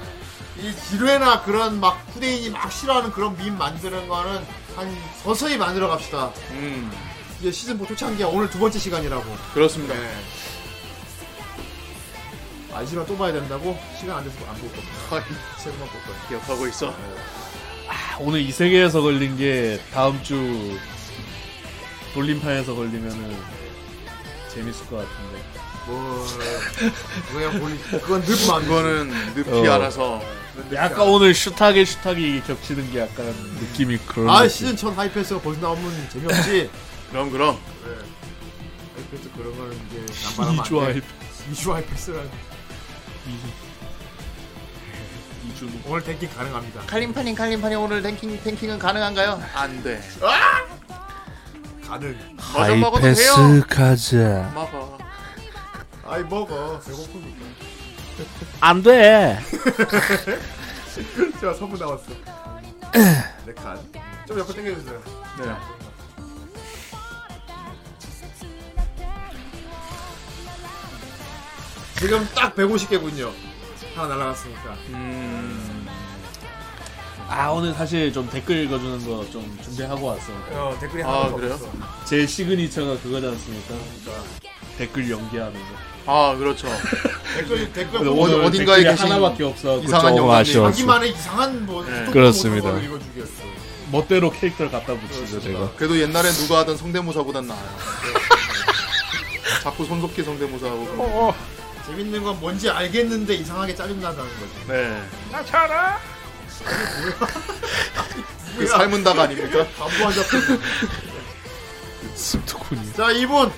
Speaker 2: 이 지뢰나 그런 막 후대인이 막 싫어하는 그런 밈 만드는 거는 한 서서히 만들어 갑시다.
Speaker 3: 음.
Speaker 2: 이제 시즌 4 초창기야 오늘 두 번째 시간이라고.
Speaker 3: 그렇습니다.
Speaker 2: 네. 알지만 아, 또 봐야 된다고 시간 안 돼서 안 볼 겁니다.
Speaker 3: 아이,
Speaker 2: 세분만 볼 거야.
Speaker 3: 기억하고 있어.
Speaker 1: 아, 오늘 이 세계에서 걸린 게 다음 주 돌림판에서 걸리면은 재밌을 것 같은데.
Speaker 2: 뭐 그냥 볼 그건 늪만
Speaker 3: 그거는 늪이
Speaker 1: 어.
Speaker 3: 알아서. 그러니까.
Speaker 1: 약간 오늘 슈타게 슈타게 겹치는 게 약간 느낌이 그런.
Speaker 2: 아
Speaker 1: 느낌.
Speaker 2: 시즌 10 하이패스가 벌써 나오면 재미없지.
Speaker 3: 그럼 그럼.
Speaker 2: 하이패스 그런 거는 이제 남발하면 안 돼.
Speaker 1: 이주 아이
Speaker 2: 이주 하이패스라는
Speaker 1: 이주
Speaker 2: 오늘 탱킹 가능합니다.
Speaker 3: 칼림판인 칼림판이 오늘 탱킹 탱킹은 가능한가요? 안 돼.
Speaker 2: 가능.
Speaker 3: 버전 먹어도 돼요.
Speaker 9: 가자.
Speaker 3: 먹어.
Speaker 2: 아이 먹어 배고프니까.
Speaker 1: 안 돼.
Speaker 2: [LAUGHS] 제가 선물 나왔어. 내 칸. 좀 옆에 당겨주세요.
Speaker 3: 네.
Speaker 2: 지금 딱 150개군요. 하나 날라갔으니까.
Speaker 3: 음.
Speaker 1: 아 오늘 사실 좀 댓글 읽어주는 거 좀 준비하고 왔어.
Speaker 2: 어 댓글이
Speaker 3: 아,
Speaker 2: 하나 더
Speaker 3: 그래요?
Speaker 2: 없어.
Speaker 1: 제 시그니처가 그거지 않습니까? 그러니까 댓글 연기하는 거.
Speaker 3: 아 그렇죠.
Speaker 2: 댓글 댓글
Speaker 1: 근데
Speaker 2: 보고
Speaker 3: 어디-
Speaker 1: 오늘
Speaker 3: 어딘가에
Speaker 1: 댓글이
Speaker 3: 계신
Speaker 1: 하나밖에 없어.
Speaker 3: 이상한 영감님.
Speaker 1: 아,
Speaker 2: 자기만의 이상한 뭐
Speaker 3: 네.
Speaker 2: 톡톡
Speaker 1: 그렇습니다.
Speaker 2: 보는 걸 읽어주겠어.
Speaker 1: 멋대로 캐릭터를 갖다 붙이죠 제가.
Speaker 3: 그래도 옛날에 누가 하던 성대모사보단 나아요. 자꾸 손석희 성대모사하고 그런 거.
Speaker 2: 재밌는 건 뭔지 알겠는데 이상하게 짜증난다는 거지.
Speaker 3: 네. 그
Speaker 2: 뭐야.
Speaker 3: 삶은 닭 아닙니까?
Speaker 2: 바보 한 잡혔어.
Speaker 1: 스토콘이
Speaker 2: 자, 이분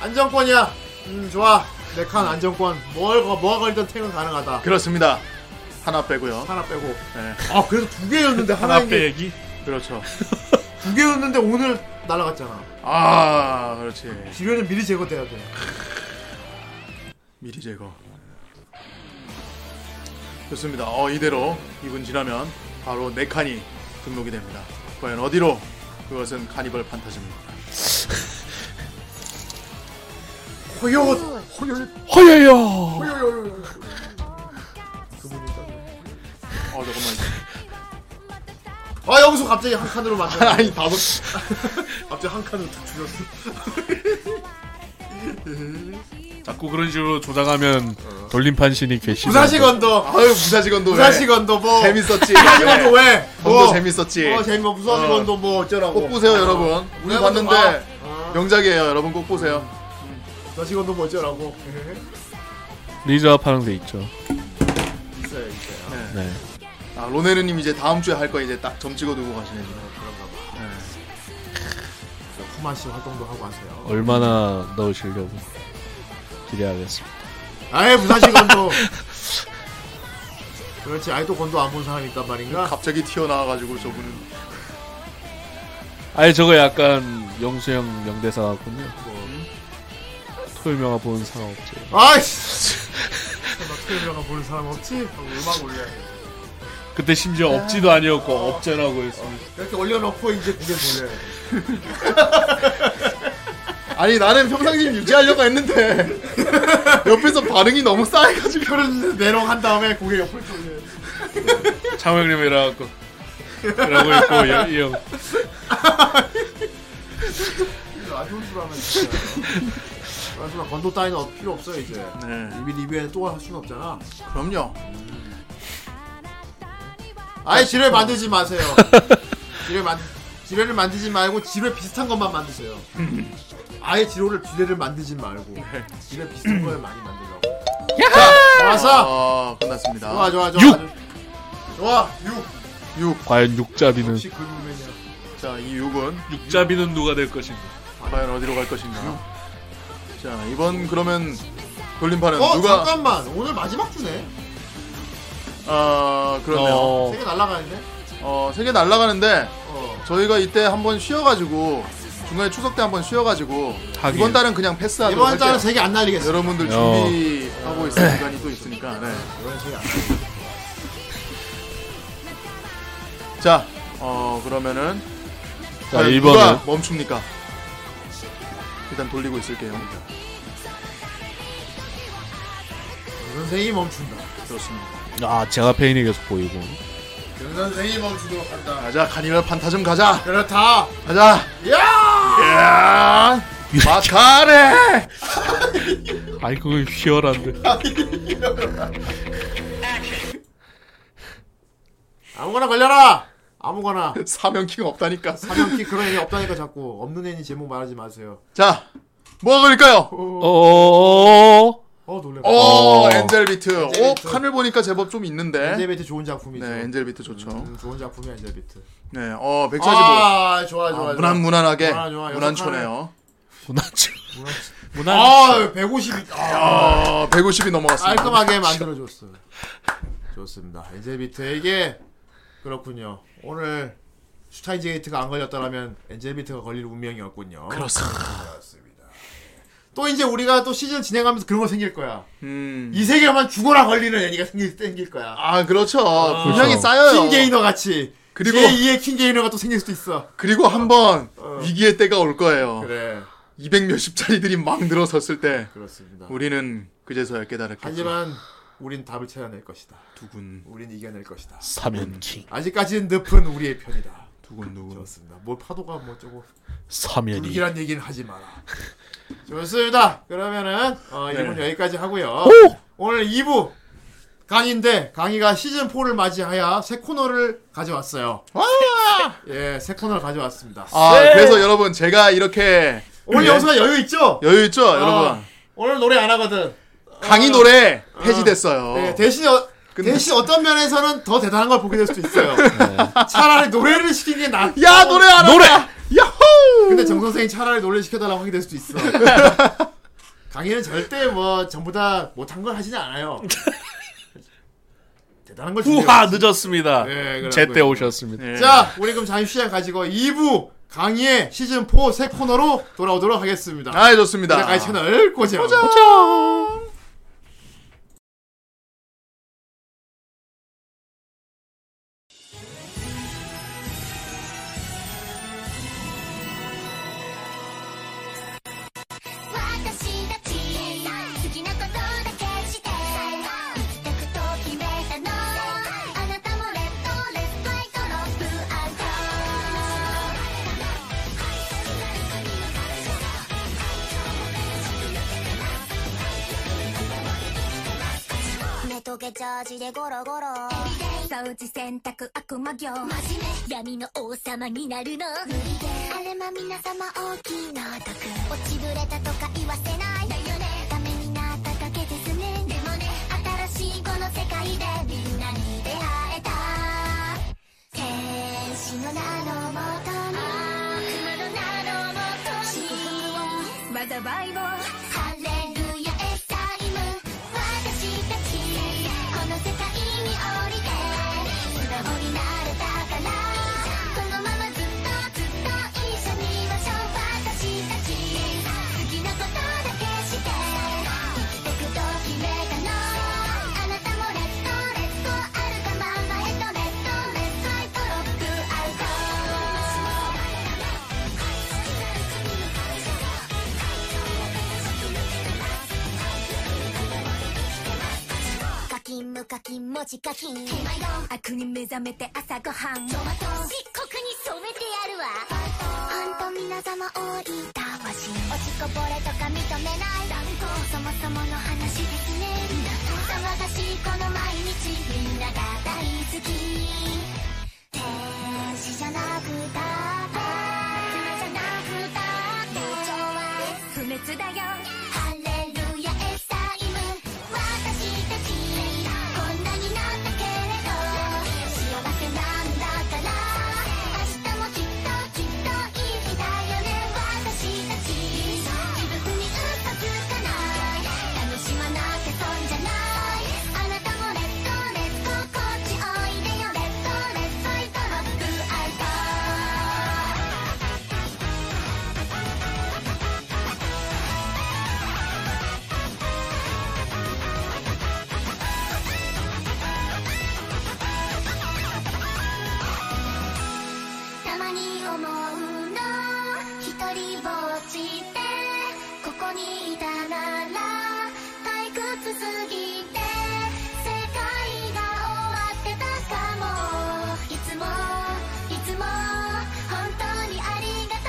Speaker 2: 안정권이야. 음, 좋아. 내 칸 안정권. 뭘, 거- 뭐가 걸리든 탱은 가능하다.
Speaker 3: 그렇습니다. 하나 빼고요.
Speaker 2: 하나 빼고.
Speaker 3: 네.
Speaker 2: 아, 그래서 두 개였는데
Speaker 1: 하나
Speaker 2: 하나 빼.
Speaker 1: 빼기
Speaker 3: 그렇죠.
Speaker 2: 두 개였는데 오늘 날아갔잖아.
Speaker 3: 아, 그렇지.
Speaker 2: 기회는 미리 제거돼야 돼.
Speaker 3: 미리 제거. 좋습니다. 어, 이대로 2분 지나면 바로 네 칸이 등록이 됩니다. 과연 어디로? 그것은 카니발 판타지입니다.
Speaker 2: 호요, 호요,
Speaker 1: 허여여
Speaker 2: 호요.
Speaker 3: 어, 잠깐만.
Speaker 2: 아, 여기서 갑자기 한 칸으로 만들어.
Speaker 3: [LAUGHS] 아니, 다섯.
Speaker 2: 갑자기 한 칸으로 툭
Speaker 3: [LAUGHS]
Speaker 2: 줄였어.
Speaker 1: 자꾸 그런 식으로 조작하면 돌림판 신이 계시
Speaker 2: 무사시 건도.
Speaker 3: 아유, 무사직원도 왜?
Speaker 2: 무사시 건도 뭐.
Speaker 3: [LAUGHS] 재밌었지.
Speaker 2: 무사시 건도
Speaker 3: 네.
Speaker 2: 왜?
Speaker 3: 도 재밌었지.
Speaker 2: 어, 재밌어. 무사시
Speaker 3: 어.
Speaker 2: 건도 뭐 어쩌라고.
Speaker 3: 꼭 보세요, 여러분. 우리
Speaker 2: 무사시 건도
Speaker 3: 봤는데
Speaker 2: 봐. 어,
Speaker 3: 명작이에요, 여러분. 꼭 보세요.
Speaker 2: 무사시 건도 뭐 어쩌라고.
Speaker 1: 리즈와 파랑새 있죠
Speaker 2: 있어요, 있어요.
Speaker 1: 네
Speaker 3: 아, 로네르님 이제 다음 주에 할 거 이제 딱 점 찍어 두고 가시네 지금.
Speaker 2: 그런가 봐. 후만 씨 활동도 하고 하세요.
Speaker 1: 얼마나 넣으시려고 기대하겠습니다
Speaker 2: 아예 무사시 [LAUGHS] 건도. 그렇지, 아예 또 건도 안 본 사람이 있단 말인가?
Speaker 3: 갑자기 튀어나와가지고 저분은
Speaker 1: 아니 저거 약간 영수형 명대사 같군요 뭐, 토요명화 본 상업체
Speaker 2: 아이씨. 나 토요일 날 보는 사람 없지? 하고 음악 올려야 돼.
Speaker 1: 그때 심지어 업지도 아니었고 업제라고 했어
Speaker 2: 이렇게 올려놓고 이제 그게 돌려야 돼.
Speaker 3: 아니 나는 평상시 유지하려고 했는데 [LAUGHS] 옆에서 반응이 너무 싸해가지고
Speaker 2: 그런 내롱 한 다음에 고개 옆을 돌려야 돼.
Speaker 1: 창영님이라고 라고 했고 이- 이형
Speaker 2: 라디오 수라면 진짜. 하지만 건도 따위는 어- 필요 없어요 이제.
Speaker 3: 네
Speaker 2: 이미 리뷰에는 또 할 수는 없잖아.
Speaker 3: 그럼요
Speaker 2: 아예 지뢰 만들지 마세요. 지뢰 만 지뢰를 만들지 말고 지뢰 비슷한 것만 만드세요. 아예 지뢰를 지뢰를 만들지 말고 지뢰 비슷한 걸 많이 만들라고. 자, 와서
Speaker 3: 아
Speaker 2: 좋아
Speaker 3: 끝났습니다
Speaker 2: 좋아 좋아.
Speaker 1: 육!
Speaker 2: 아주- 좋아 육.
Speaker 1: 과연 육잡이는
Speaker 2: 혹시 긁으면요.
Speaker 3: 자 이 6은
Speaker 1: 육잡이는 누가 될 것인가
Speaker 3: 과연 어디로 갈 것인가 자 이번 그러면 돌림판은
Speaker 2: 어
Speaker 3: 누가
Speaker 2: 잠깐만 오늘 마지막 주네
Speaker 3: 아 그러네요
Speaker 1: 어,
Speaker 2: 세 개 날라가는데
Speaker 3: 어세개 날아가는데
Speaker 2: 어
Speaker 3: 저희가 이때 한번 쉬어가지고 중간에 추석 때 한번 쉬어가지고
Speaker 1: 하긴.
Speaker 3: 이번 달은 그냥 패스하도록
Speaker 2: 이번 달은
Speaker 3: 할게요
Speaker 2: 세 개 안 날리겠어
Speaker 3: 여러분들
Speaker 1: 어.
Speaker 3: 준비하고 있을
Speaker 1: [CLEARS THROAT]
Speaker 3: 시간이 또 있으니까
Speaker 2: [CLEARS THROAT]
Speaker 3: 네.
Speaker 2: 이번 세개안
Speaker 3: 자, 어 그러면은
Speaker 1: 자
Speaker 3: 과연
Speaker 1: 이번은
Speaker 3: 누가 멈춥니까? 일단 돌리고 있을게요.
Speaker 2: 선생이 멈춘다
Speaker 3: 그렇습니다.
Speaker 1: 아 제가 페인이 계속 보이고
Speaker 2: 선생이 멈추도록 한다
Speaker 3: 가자, 카니발 판타즘 가자,
Speaker 2: 그렇다
Speaker 3: 가자.
Speaker 2: 야
Speaker 3: 야, 마카레.
Speaker 1: 아이 그건 희열한데
Speaker 2: 아무거나 걸려라 아무거나
Speaker 3: 사명키가 없다니까.
Speaker 2: 사명키 그런 애니 없다니까 자꾸 없는 애니 제목 말하지 마세요
Speaker 3: 자, 뭐가 걸릴까요?
Speaker 1: 어, 어어어어어
Speaker 2: 어 놀래
Speaker 3: 오,
Speaker 1: 어.
Speaker 3: 엔젤 비트. 오,
Speaker 2: 비트.
Speaker 3: 칸을 보니까 제법 좀 있는데.
Speaker 2: 엔젤비트 좋은 작품이죠
Speaker 3: 네, 엔젤 비트 좋죠.
Speaker 2: 음, 좋은 작품이야 엔젤비트
Speaker 3: 네, 어, 145.
Speaker 2: 아 좋아 좋아
Speaker 3: 아,
Speaker 2: 좋아
Speaker 3: 무난 무난하게
Speaker 2: 좋아, 좋아.
Speaker 3: 무난초네요.
Speaker 1: 문화체 문화
Speaker 2: 아 150이 아
Speaker 3: 어, 150이 넘어갔습니다.
Speaker 2: 깔끔하게 만들어줬어. 좋습니다. 엔젤비트에게 그렇군요. 오늘 슈타인제이트가 안 걸렸다라면 엔젤비트가 걸릴 운명이었군요.
Speaker 3: 그렇습니다.
Speaker 2: 그렇습니다. 또 이제 우리가 또 시즌 진행하면서 그런 거 생길 거야.
Speaker 3: 음.
Speaker 2: 이 세계만 죽어라 걸리는 애니가 생길, 생길 거야.
Speaker 3: 아, 그렇죠. 분명히
Speaker 1: 그렇죠.
Speaker 3: 쌓여요.
Speaker 2: 킹게이너 같이.
Speaker 3: 어. 그리고-
Speaker 2: 제2의 킹게이너가 또 생길 수도 있어.
Speaker 3: 그리고 한번
Speaker 2: 어.
Speaker 3: 위기의 때가 올 거예요.
Speaker 2: 그래.
Speaker 3: 200 몇십 짜리들이 막 늘어섰을 때
Speaker 2: 그렇습니다.
Speaker 3: 우리는 그제서야 깨달았겠죠.
Speaker 2: 하지만 우린 답을 찾아낼 것이다.
Speaker 3: 두군
Speaker 2: 우린 이겨낼 것이다.
Speaker 1: 사면킹
Speaker 2: 아직까지는 늪은 우리의 편이다.
Speaker 3: 두군 누군
Speaker 2: 좋습니다. 뭐 파도가 뭐 어쩌고
Speaker 1: 사면이
Speaker 2: 불길한 얘기는 하지 마라. 좋습니다. 그러면은 어,
Speaker 3: 네.
Speaker 2: 1부 여기까지 하고요. 오늘 2부 강인데 강의가 시즌 4를 맞이하여 새 코너를 가져왔어요. 예, 새 코너를 가져왔습니다.
Speaker 3: 아 그래서 여러분 제가 이렇게
Speaker 2: 오늘
Speaker 3: 아, 네.
Speaker 2: 영수가 여유 있죠?
Speaker 3: 여유 있죠,
Speaker 2: 아,
Speaker 3: 여러분.
Speaker 2: 오늘 노래 안 하거든.
Speaker 3: 강의 노래 폐지됐어요.
Speaker 2: 네, 대신 어,
Speaker 3: 근데- 네.
Speaker 2: 대신 어떤 면에서는 더 대단한 걸 보게 될 수도
Speaker 3: [LAUGHS]
Speaker 2: 있어요. 차라리 노래를 시키는 게 나.
Speaker 3: 야 노래 안 노래. 야호.
Speaker 2: 근데 정 선생이 차라리 노래 시켜달라고 하게 될 수도
Speaker 3: [LAUGHS]
Speaker 2: 있어. 강의는 절대 뭐 전부 다 못한 걸 하시지 않아요.
Speaker 3: [LAUGHS]
Speaker 2: 대단한 걸
Speaker 1: 후하
Speaker 2: 준비해요.
Speaker 1: 늦었습니다.
Speaker 2: 네, 그런
Speaker 1: 제때
Speaker 2: 거예요.
Speaker 1: 오셨습니다.
Speaker 3: 네.
Speaker 2: 자, 우리 그럼 잠시 시간 가지고 2부 강의의 시즌 4 새 코너로 돌아오도록 하겠습니다.
Speaker 3: 아 좋습니다.
Speaker 2: 제작가의 채널 고정.
Speaker 5: 「私たち好きなことだけして」「生きてくと決めたの」「あなたもレッドレッドライトロップアウト」目とけジャージでゴロゴロ掃除洗濯悪魔業闇の王様になるのあれま皆様大きな毒落ちぶれたとか言わせないだよねダメになっただけですねでもね新しいこの世界でみんなに出会えた天使の名のもとに悪魔の名のもとに祝福を災いをハレルヤエタイム私たちこの世界に降りて素直になれたからこのままずっとずっと一緒にいましょう私たち好きなことだけして生きてくと決めたのあなたもレッドレッド歩かままへとレッドレッドライトロックアウト課金無課金文字課金悪に目覚めて朝ごはん漆黒に染めてやるわほんと皆様多い魂落ちこぼれとか認めないそもそもの話ですね騒がしいこの毎日みんなが大好き天使じゃなくたって悪魔じゃなくたって成長は不滅だよハレルヤエスタイム私たちこんなになったけれど幸せなんだから明日もきっときっといい日だよね私たち自分に嘘つかない楽しまなきゃ損じゃないあなたもレッドレッドこっちおいでよレッドレッドイトロックアウトたまに思うの一人ぼっちでここにいたなら退屈すぎて世界が終わってたかもいつもいつも本当にありがとう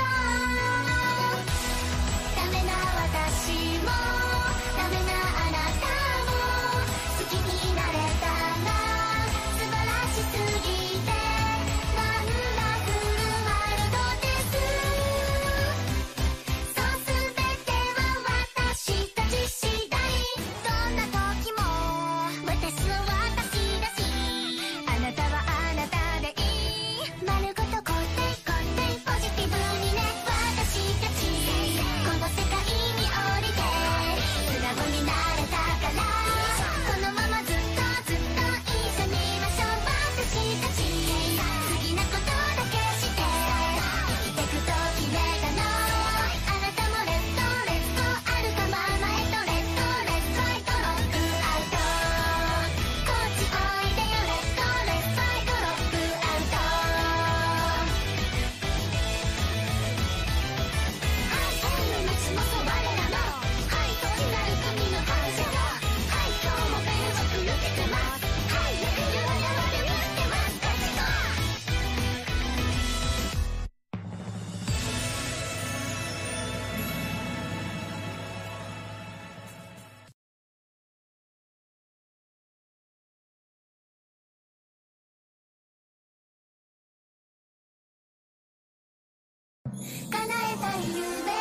Speaker 5: ダメな私もダメなあなたも好きになれたら素晴らしすぎてワンダフルワールドですそうすべては私たち次第どんな時も私は私だしあなたはあなたでいい丸ごと肯定肯定ポジティブにね私たちこの世界に降りて素直になれたからこのままずっとずっと一緒にいましょう私たち好きなことだけして生きてくと決めたのあなたもレッドレッドあるかままへとレッドレッドライトロックアウトこっちおいでよレッドレッドライトロックアウトはい、天の道も我らの愛となる神の愛情はい、今日もベルをくぐってますはい、ゆるゆるで見ってますレッツゴー叶えたい夢があ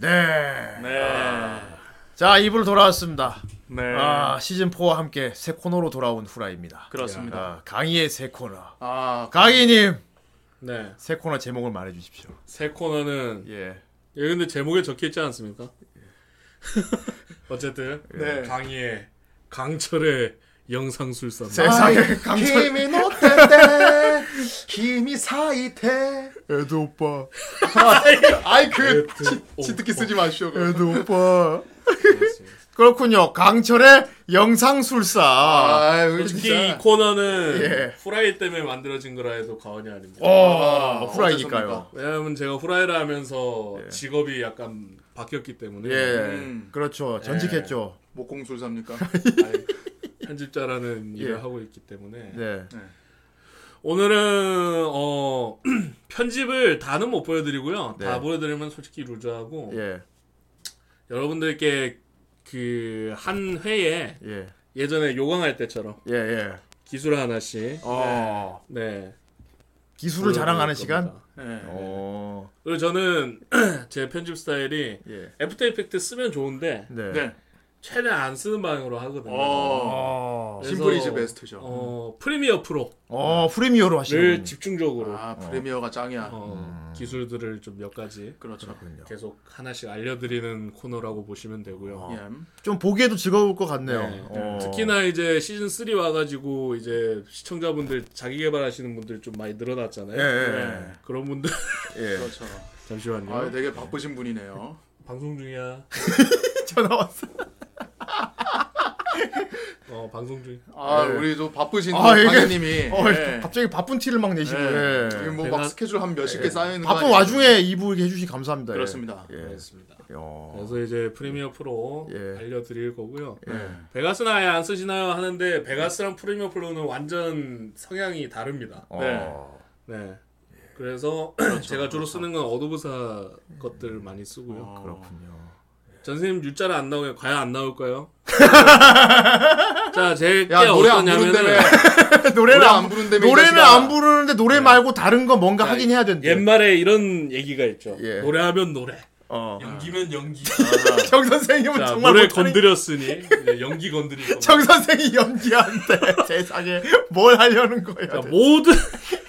Speaker 2: 네.
Speaker 3: 네.
Speaker 2: 자, 2부로 돌아왔습니다.
Speaker 3: 네.
Speaker 2: 아, 시즌 4와 함께 새 코너로 돌아온 후라이입니다.
Speaker 3: 그렇습니다.
Speaker 2: 아, 강희의 새 코너.
Speaker 3: 아,
Speaker 2: 강희님,
Speaker 10: 네.
Speaker 2: 새 코너 제목을 말해주십시오.
Speaker 10: 새 코너는
Speaker 2: 예.
Speaker 10: 예 근데 제목에 적혀 있지 않습니까? 어쨌든
Speaker 3: 네.
Speaker 10: 강희의 강철의 영상술사.
Speaker 2: 세상에 강철.
Speaker 3: 힘이 노때때 힘이 사이테
Speaker 2: 애드 오빠.
Speaker 3: 아이 그
Speaker 2: 어,
Speaker 3: 진듣기 쓰지 마시오
Speaker 2: 애드 오빠. 그렇군요. 강철의 영상술사.
Speaker 3: 아 우리
Speaker 10: 솔직히 이
Speaker 3: 진짜
Speaker 10: 코너는
Speaker 2: 예.
Speaker 10: 후라이 때문에 만들어진 거라 해도 과언이 아닙니다.
Speaker 2: 어, 후라이니까요.
Speaker 10: 왜냐하면 제가 후라이를 하면서 직업이 약간 바뀌었기 때문에
Speaker 2: 예.
Speaker 3: 음.
Speaker 2: 그렇죠. 전직했죠.
Speaker 3: 뭐
Speaker 2: [LAUGHS]
Speaker 3: 목공술사입니까
Speaker 10: 편집자라는
Speaker 2: 예.
Speaker 10: 일을 하고 있기 때문에
Speaker 2: 네.
Speaker 10: 오늘은 어 [CLEARS THROAT] 편집을 다는 못 보여드리고요.
Speaker 2: 네.
Speaker 10: 다 보여드리면 솔직히 루저하고
Speaker 2: 예.
Speaker 10: 여러분들께 그 한 회에
Speaker 2: 예.
Speaker 10: 예전에 요강할 때처럼
Speaker 2: 예, 예.
Speaker 10: 기술 하나씩
Speaker 2: 어.
Speaker 10: 네
Speaker 2: 기술을
Speaker 3: 그렇죠.
Speaker 2: 자랑하는
Speaker 10: 보여드릴
Speaker 2: 시간?
Speaker 10: 겁니다.
Speaker 2: 어.
Speaker 10: 그리고 저는 [CLEARS THROAT] 제 편집 스타일이
Speaker 2: 예.
Speaker 10: 애프터 이펙트 쓰면 좋은데
Speaker 2: 네.
Speaker 3: 네
Speaker 10: 최대한 안 쓰는 방향으로 하거든요.
Speaker 2: 어.
Speaker 3: 어.
Speaker 10: 그래서,
Speaker 3: 심플이즈 베스트죠
Speaker 10: 어, 프리미어 프로를
Speaker 2: 어, 프리미어로 하시는
Speaker 10: 네. 집중적으로
Speaker 3: 아 프리미어가 짱이야
Speaker 2: 음.
Speaker 10: 어, 기술들을 좀 몇 가지
Speaker 3: 그렇죠
Speaker 2: 분이군요.
Speaker 10: 계속 하나씩 알려드리는 코너라고 보시면
Speaker 2: 어.
Speaker 10: 되고요.
Speaker 3: 예.
Speaker 2: 좀 보기에도 즐거울 것 같네요.
Speaker 10: 네.
Speaker 2: 어.
Speaker 10: 특히나 이제 시즌 3 와가지고 이제 시청자분들 자기 개발하시는 분들 좀 많이 늘어났잖아요.
Speaker 2: 예, 예,
Speaker 3: 네.
Speaker 10: 그런
Speaker 2: [LAUGHS]
Speaker 10: 분들
Speaker 2: 예.
Speaker 3: 그렇죠
Speaker 10: 잠시만요.
Speaker 3: 아 되게 바쁘신 분이네요
Speaker 10: 방송 중이야.
Speaker 2: 전화 왔어.
Speaker 10: 어 방송 중.
Speaker 3: 아
Speaker 2: 네.
Speaker 3: 우리 좀 바쁘신 그
Speaker 2: 아, 이게- [LAUGHS]
Speaker 3: 강현님이 예.
Speaker 2: 어, 갑자기 바쁜 티를 막 내시고. 예.
Speaker 10: 제가-
Speaker 3: 네. 뭐막 스케줄 한 몇십 개 쌓여 있는 네.
Speaker 2: 바쁜 와중에 2부 이렇게 해주시 감사합니다. 예.
Speaker 3: 그렇습니다
Speaker 2: 예.
Speaker 10: 그렇습니다.
Speaker 2: 어.
Speaker 10: 그래서 이제 프리미어 프로
Speaker 2: 예.
Speaker 10: 알려드릴 거고요.
Speaker 2: 예.
Speaker 10: 베가스는 아예 안 쓰시나요? 하는데 베가스랑 프리미어 프로는 완전 성향이 다릅니다.
Speaker 2: 어. 그렇죠.
Speaker 10: 네. 그래서 제가 주로 쓰는 건 어도브사 것들 많이 쓰고요.
Speaker 2: 그렇군요. [LAUGHS]
Speaker 10: 전생님 유자를 안 나오게 과연 안 나올까요? 자, 제게
Speaker 3: 야 노래 안
Speaker 10: 어떠냐면은
Speaker 2: 노래를
Speaker 3: 부른다며 노래
Speaker 2: 안
Speaker 3: 안
Speaker 2: 부르
Speaker 3: 부른다며 이
Speaker 2: 노래는
Speaker 3: 자식아.
Speaker 2: 안 부르는데 노래 말고 다른 거 뭔가 하긴 해야 된대.
Speaker 10: 옛말에 이런 얘기가 있죠.
Speaker 2: 예.
Speaker 10: 노래하면 노래,
Speaker 2: 어.
Speaker 10: 연기면 연기.
Speaker 2: [LAUGHS] 정 선생님은
Speaker 10: 자,
Speaker 2: 정말
Speaker 10: 노래
Speaker 2: 못하는
Speaker 10: 건드렸으니 이제 연기 건드릴 겁니다.
Speaker 2: 정 선생이 연기한데 [LAUGHS] 세상에 뭘 하려는
Speaker 10: 자, 뭐-
Speaker 2: 거야.
Speaker 10: 모든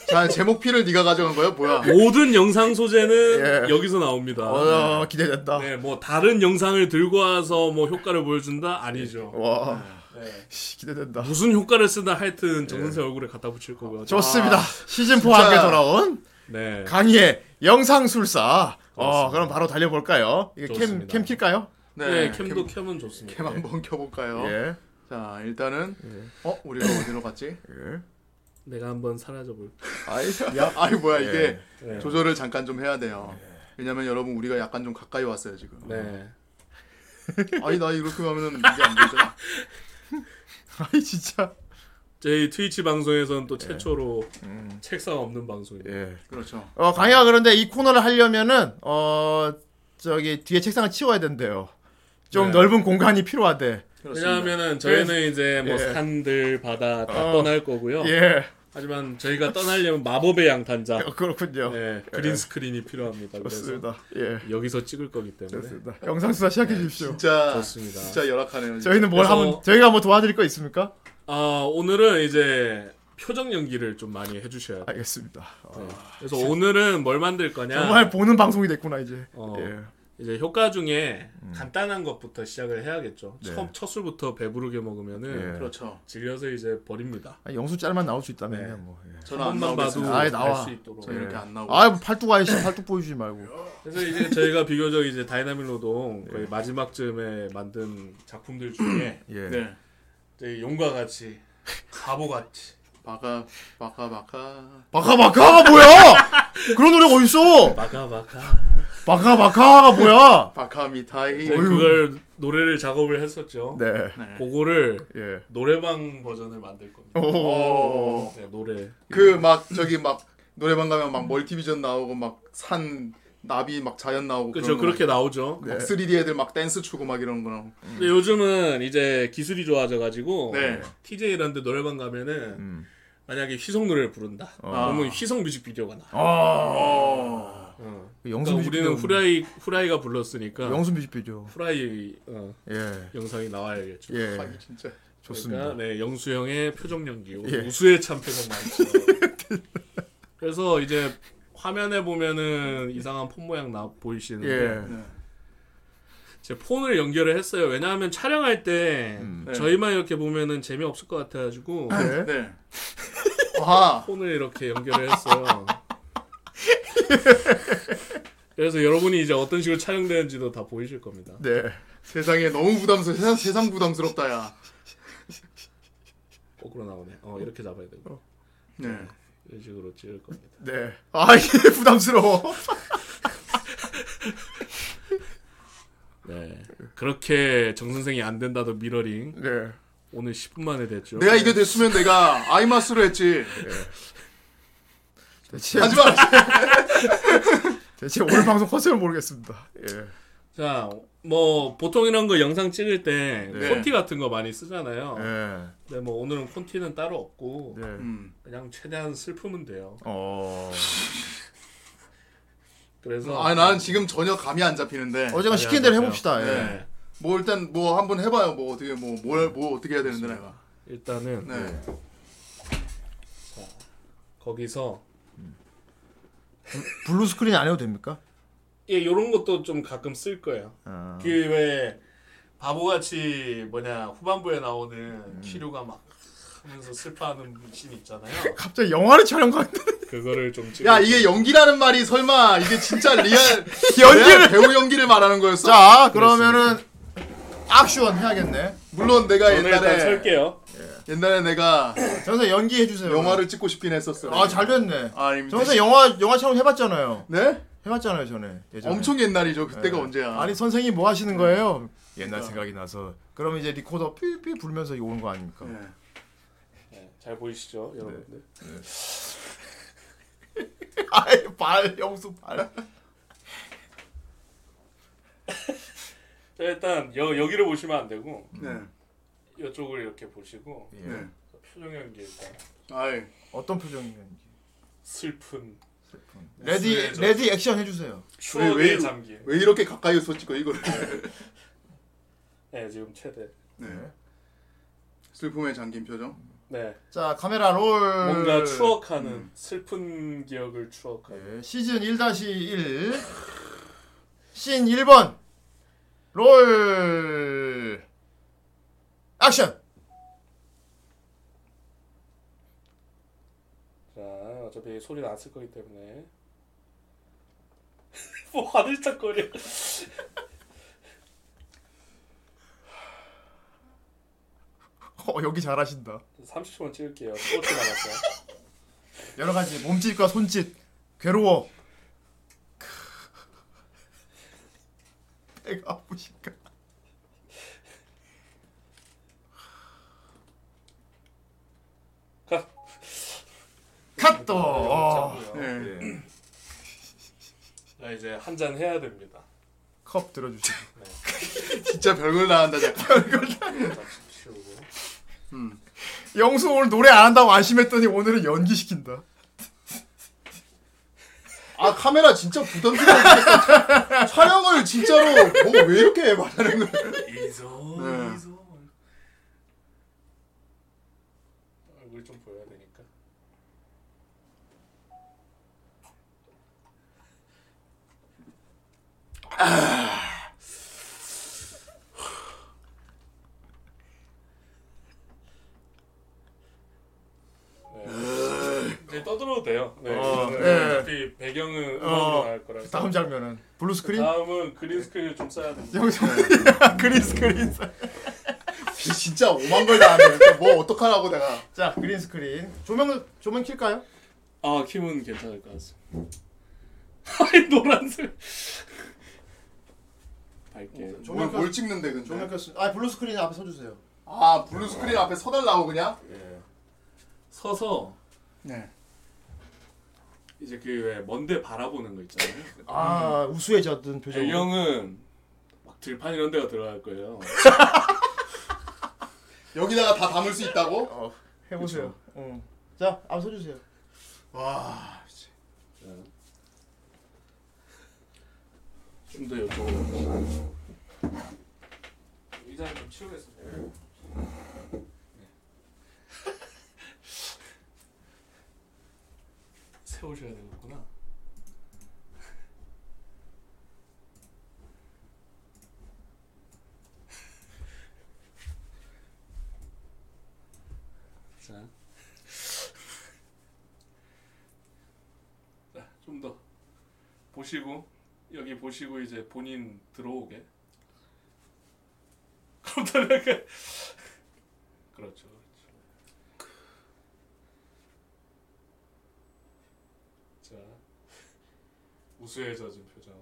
Speaker 3: 자 제목 피를 네가 가져간 거야 뭐야
Speaker 10: 모든 영상 소재는
Speaker 2: 예.
Speaker 10: 여기서 나옵니다.
Speaker 2: 어, 기대된다.
Speaker 10: 네, 뭐 다른 영상을 들고 와서 뭐 효과를 보여준다 아니죠.
Speaker 2: 와,
Speaker 10: 네.
Speaker 2: 씨, 기대된다.
Speaker 10: 무슨 효과를 쓰나 하여튼 정선생 얼굴에 갖다 붙일 거고요.
Speaker 2: 좋습니다. 시즌 4 함께 돌아온
Speaker 10: 네,
Speaker 2: 강희의 영상술사. 어, 그럼 바로 달려볼까요? 이게 캠,
Speaker 10: 좋습니다.
Speaker 2: 캠 킬까요?
Speaker 3: [LAUGHS]
Speaker 10: 네, 캠도 켜면 좋습니다.
Speaker 3: 캠 한번
Speaker 10: 어?
Speaker 3: 켜볼까요?
Speaker 2: 예. [LAUGHS]
Speaker 3: 자 일단은 어 우리가 어디로 갔지?
Speaker 2: 예.
Speaker 10: 내가 한번 사라져 볼까.
Speaker 3: 아이 야 아이 뭐야 이게
Speaker 10: 네.
Speaker 3: 조절을 잠깐 좀 해야 돼요. 왜냐면 여러분 우리가 약간 좀 가까이 왔어요 지금.
Speaker 10: 네.
Speaker 3: 아니 나 이렇게 하면은 이게 안 되잖아.
Speaker 2: 아이, 진짜.
Speaker 10: 저희 트위치 방송에서는 또 최초로 책상 없는 방송입니다.
Speaker 2: 음. 예.
Speaker 3: 그렇죠.
Speaker 2: 어, 강희가 그런데 이 코너를 하려면은, 어, 저기, 뒤에 책상을 치워야 된대요. 좀
Speaker 10: 네.
Speaker 2: 넓은 공간이 필요하대.
Speaker 3: 그렇습니다.
Speaker 10: 왜냐하면은 저희는 이제 뭐
Speaker 2: 예.
Speaker 10: 산들 바다 다
Speaker 2: 어.
Speaker 10: 떠날 거고요.
Speaker 2: 예. [LAUGHS]
Speaker 10: 하지만 저희가 떠나려면 마법의 양탄자,
Speaker 2: 어, 그렇군요.
Speaker 10: 네, 그린 스크린이 필요합니다. 그래서 네.
Speaker 2: 좋습니다. 예.
Speaker 10: 여기서 찍을 거기 때문에
Speaker 2: 좋습니다. 영상술사 시작해 주십시오.
Speaker 3: 진짜
Speaker 10: 좋습니다.
Speaker 3: 진짜 열악하네요. 진짜.
Speaker 2: 저희는 뭘
Speaker 10: 그래서-
Speaker 2: 하면, 저희가 뭐 도와드릴 거 있습니까?
Speaker 10: 아 오늘은 이제 표정 연기를 좀 많이 해주셔야 돼요. 예.
Speaker 2: 알겠습니다. 어,
Speaker 10: 그래서 오늘은 뭘 만들 거냐?
Speaker 2: 정말 보는 방송이 됐구나, 이제.
Speaker 10: 네. 어,
Speaker 2: 예. 음.
Speaker 10: 이제 효과 중에 간단한 것부터 시작을 해야겠죠.
Speaker 2: 네.
Speaker 10: 처음 첫 술부터 배부르게 먹으면은
Speaker 2: 예.
Speaker 3: 그렇죠.
Speaker 10: 질려서 이제 버립니다.
Speaker 2: 아니, 영수 짤만 나올 수 있다면
Speaker 10: 네.
Speaker 2: 뭐. 예.
Speaker 3: 저는 안
Speaker 10: 한번만 봐도 네.
Speaker 3: 나오겠습니다.
Speaker 2: 아이,
Speaker 10: 알
Speaker 2: 나와.
Speaker 10: 수 있도록.
Speaker 3: 저 이렇게 안 나오고.
Speaker 2: 아, 뭐 팔뚝 아이씨 팔뚝 보여주지 말고.
Speaker 10: 그래서 이제 저희가 비교적 이제 다이나믹 노동 거의 마지막 쯤에 만든 작품들 중에
Speaker 2: 예.
Speaker 3: 네.
Speaker 10: 이제 용과 같이 바보 같이
Speaker 3: 바카 바카 바카.
Speaker 2: 바카 바카가 [LAUGHS] 뭐야? 그런 노래가 어딨어?
Speaker 10: 마가 마가
Speaker 2: 바카 바카가 뭐야?
Speaker 3: 바카 미타이.
Speaker 10: 이제 네, 그걸 노래를 작업을 했었죠.
Speaker 2: 네.
Speaker 10: 그거를
Speaker 2: 예.
Speaker 10: 노래방 버전을 만들 겁니다.
Speaker 2: 오.
Speaker 10: 네, 노래.
Speaker 3: 어. 그 막 저기 막 노래방 가면 막 멀티비전 나오고 막 산 나비 막 자연 나오고
Speaker 10: 그죠
Speaker 3: 그런 거 음.
Speaker 10: 그렇게 네. 나오죠.
Speaker 3: 막 3D 애들 막 댄스 추고 막 이런 거랑
Speaker 10: 근데 요즘은 이제 기술이 좋아져가지고
Speaker 3: 네.
Speaker 10: TJ라는데 노래방 가면은
Speaker 3: 아,
Speaker 10: 만약에 휘성 노래를 부른다. 그러면 휘성 뮤직비디오가 나.
Speaker 2: 아.
Speaker 10: 어.
Speaker 2: 그 영수
Speaker 10: 그러니까 우리는
Speaker 2: 뮤직비디오
Speaker 10: 후라이 후라이가 불렀으니까
Speaker 2: 영수 뮤직비디오.
Speaker 10: 후라이 어,
Speaker 2: 예.
Speaker 10: 영상이 나와야겠죠.
Speaker 2: 예.
Speaker 3: 아, 진짜.
Speaker 2: 좋습니다.
Speaker 10: 그러니까 네, 영수 형의 표정 연기
Speaker 2: 예.
Speaker 10: 우수에 찬 표정 많죠.
Speaker 2: [LAUGHS]
Speaker 10: 그래서 이제 화면에 보면은 이상한 폰 모양 나 보이시는데
Speaker 2: 예.
Speaker 10: 제 폰을 연결을 했어요. 왜냐하면 촬영할 때 네,
Speaker 2: 음.
Speaker 10: 저희만 이렇게 보면은 재미 없을 것 같아가지고
Speaker 2: 네.
Speaker 3: 네. 와.
Speaker 10: 폰을 이렇게
Speaker 2: [LAUGHS]
Speaker 10: 연결을 했어요. 그래서 여러분이 이제 어떤 식으로 촬영되는지도 다 보이실 겁니다.
Speaker 2: 네.
Speaker 3: 세상에 너무 부담스러워. 세상, 세상 부담스럽다, 야.
Speaker 10: 거꾸로 나오네. 어 이렇게 잡아야 되고
Speaker 3: 네.
Speaker 10: 이런 식으로 찍을 겁니다.
Speaker 2: 네. 아, 이게 [LAUGHS] 부담스러워.
Speaker 10: 네 그렇게 정 선생이 안 된다도 미러링
Speaker 2: 네.
Speaker 10: 오늘 10분 만에 됐죠.
Speaker 3: 내가 이게 됐으면 내가 아이마스로 했지.
Speaker 2: 대체,
Speaker 3: 하지 마.
Speaker 2: 대체 오늘 방송 컨셉을 모르겠습니다. 예.
Speaker 10: 자 뭐 보통 이런 거 영상 찍을 때
Speaker 2: 네.
Speaker 10: 콘티 같은 거 많이 쓰잖아요.
Speaker 3: 네.
Speaker 2: 예.
Speaker 10: 근데 뭐 오늘은 콘티는 따로 없고
Speaker 2: 네.
Speaker 3: 음.
Speaker 10: 그냥 최대한 슬프면 돼요.
Speaker 2: 어.
Speaker 10: 그래서
Speaker 3: 아, 난 지금 전혀 감이 안 잡히는데.
Speaker 2: 어제가 시킨 대로 해봅시다. 예.
Speaker 3: 네. 뭐 일단 뭐 한번 해봐요. 뭐 어떻게 뭐 뭘 뭐 어떻게 해야 되는데 내가.
Speaker 10: 일단은
Speaker 3: 네.
Speaker 10: 거기서
Speaker 2: 블루 스크린 안 해도 됩니까?
Speaker 10: 예 이런 것도 좀 가끔 쓸 거예요.
Speaker 2: 아.
Speaker 10: 그 왜 바보같이 뭐냐 후반부에
Speaker 3: 음.
Speaker 10: 나오는 키류가 막 하면서 슬퍼하는 씬 있잖아요.
Speaker 2: 갑자기 영화를 촬영 갔는데
Speaker 10: 그거를 좀 찍어.
Speaker 3: 야 이게 연기라는 말이 설마 이게 진짜 리얼
Speaker 2: 연기를.
Speaker 3: 리얼 배우 연기를 말하는 거였어?
Speaker 2: 자, 그러면은 액션 해야겠네.
Speaker 3: 물론 내가
Speaker 10: 저는 일단
Speaker 3: 옛날에
Speaker 10: 설게요.
Speaker 3: 옛날에 내가
Speaker 2: 정선 연기해 주세요.
Speaker 3: 영화를 찍고 싶긴 했었어.
Speaker 2: 아, 잘 됐네.
Speaker 3: 아닙니다.
Speaker 2: 정선 영화 영화 촬영 해봤잖아요.
Speaker 3: 네?
Speaker 2: 해봤잖아요 전에. 예전에.
Speaker 3: 엄청 옛날이죠. 그때가
Speaker 2: 네.
Speaker 3: 언제야? 어.
Speaker 2: 아니 선생님 뭐 하시는 거예요? 옛날 생각이 나서. 그러면 이제 리코더 삐삐 불면서 이거 오는 거 아닙니까?
Speaker 3: 네.
Speaker 10: 네, 잘 보이시죠, 여러분들.
Speaker 2: [LAUGHS] 아이 발 영수 발.
Speaker 10: 자, 일단 여, 여기를 보시면 안 되고
Speaker 3: 네.
Speaker 10: 이쪽을 이렇게 보시고
Speaker 2: 예.
Speaker 3: 네.
Speaker 10: 표정 연기 일단
Speaker 3: 아이
Speaker 2: 어떤 표정이면
Speaker 10: 슬픈
Speaker 2: 레디
Speaker 10: 네, 저-
Speaker 2: 레디 액션 해주세요.
Speaker 10: 추억에
Speaker 3: 왜 이러-
Speaker 10: 잠긴.
Speaker 3: 왜 이렇게 가까이서 찍어 이걸?
Speaker 10: 네 지금 최대.
Speaker 3: 네. 슬픔에 잠긴 표정.
Speaker 10: 네
Speaker 2: 자 카메라 롤.
Speaker 10: 뭔가 추억하는 슬픈 기억을 추억하는.
Speaker 2: 네, 시즌 1-1 씬 1번 롤 액션
Speaker 10: 자 어차피 소리 났을 거기 때문에. [LAUGHS] 뭐 화들짝거려.
Speaker 2: 어, 여기 잘하신다
Speaker 10: 30초만 찍을게요. 소리 나갔어요.
Speaker 2: 여러 가지 몸짓과 손짓 괴로워 크. 배가 아프신가
Speaker 10: 컷.
Speaker 2: 컷도 어,
Speaker 3: 네.
Speaker 2: 예.
Speaker 10: 자 이제 한 잔 해야 됩니다.
Speaker 2: 컵 들어주시고
Speaker 3: [LAUGHS] 진짜 별걸 다 한다. 자.
Speaker 10: 자, 치우고.
Speaker 2: 영수 오늘 노래 안 한다고 안심했더니 오늘은 연기시킨다
Speaker 3: 아 카메라 진짜 부담스러워. 촬영을 진짜로 뭐 왜 이렇게 말하는 거야?
Speaker 10: 이소
Speaker 3: 네.
Speaker 10: 이소. 얼굴 좀 보여야 되니까. 네. 이제 떠들어도 돼요. 네.
Speaker 2: 어,
Speaker 10: 네.
Speaker 2: 네.
Speaker 10: 어차피 배경은 음악으로
Speaker 2: 어,
Speaker 10: 나갈 거라서.
Speaker 2: 다음 장면은 블루 스크린
Speaker 10: 다음은 그린 스크린을 좀 써야 됩니다.
Speaker 2: 영수 그린 스크린
Speaker 3: 진짜 오만 걸다 하네. 뭐 어떡하라고 내가.
Speaker 2: 자 그린 스크린 조명 조명 킬까요?
Speaker 10: 아 킴은 괜찮을 것 같습니다. [LAUGHS] 아니 노란색 어, 밝게
Speaker 3: 오늘 뭘 찍는데 근데?
Speaker 2: 조명 켰습니다. 아 블루 스크린 앞에 서주세요.
Speaker 3: 아 블루 스크린 앞에 서달라고 그냥?
Speaker 10: 서서
Speaker 3: 네.
Speaker 10: 이제 그 왜 먼데 바라보는 거 있잖아요.
Speaker 2: 아 우수해졌던 표정.
Speaker 10: 배경은 막 들판 이런 데가 들어갈 거예요.
Speaker 3: 여기다가 다 담을 수 있다고?
Speaker 2: 해보세요. 어. 응. 자 앞에 서주세요.
Speaker 3: 와.
Speaker 10: 근데 이거 의자 좀 치우겠습니다. [LAUGHS] 세우셔야 되겠구나. [LAUGHS] 자. [LAUGHS] 자, 좀 더 보시고 여기 보시고 이제 본인 들어오게. 그럼 다 약간 그렇죠. 그렇죠. 자, 우수해져진 표정.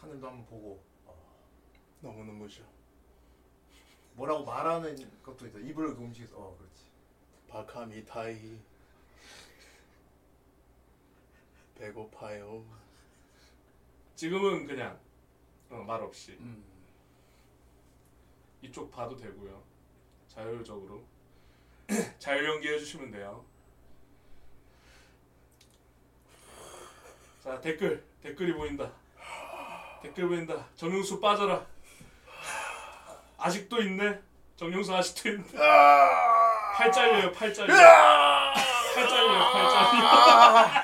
Speaker 2: 하늘도 한번 보고 아,
Speaker 10: 너무 눈부셔.
Speaker 2: 뭐라고 말하는 것도 있다. 입을 이렇게 움직여서 어 그렇지.
Speaker 3: 바카미타이 배고파요.
Speaker 10: 지금은 그냥 어, 말 없이 이쪽 봐도 되고요. 자율적으로 [CLEARS THROAT] 자율 연기해 주시면 돼요. 자 댓글 댓글이 보인다. 댓글 보인다. 정용수 빠져라. 아직도 있네. 정용수 아직도 있네. 팔 잘려요. 팔 잘려. 팔 잘려요. 팔 잘려.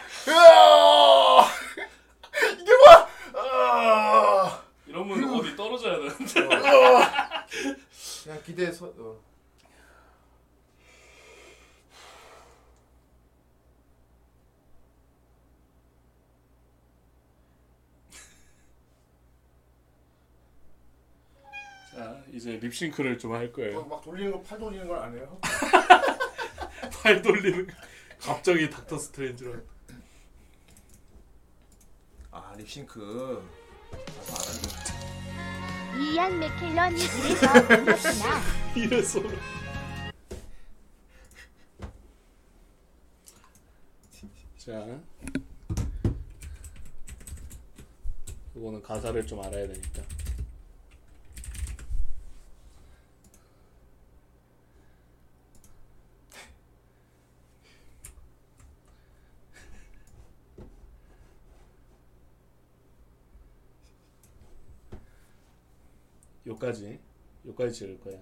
Speaker 10: 이러면 어디 떨어져야 돼.
Speaker 2: 그냥 기대 서 어.
Speaker 10: 자 이제 립싱크를 좀 할 거예요.
Speaker 2: 어, 막 돌리는 거 팔 돌리는 걸 안 해요?
Speaker 10: 팔 돌리는 거. 갑자기 닥터 스트레인지로
Speaker 2: 아 립싱크.
Speaker 6: 이안 맥켈런이
Speaker 2: [LAUGHS]
Speaker 6: 이래서 반갑구나.
Speaker 10: 이래서 자 이거는 가사를 좀 알아야 되니까 요까지 요까지 지을 거야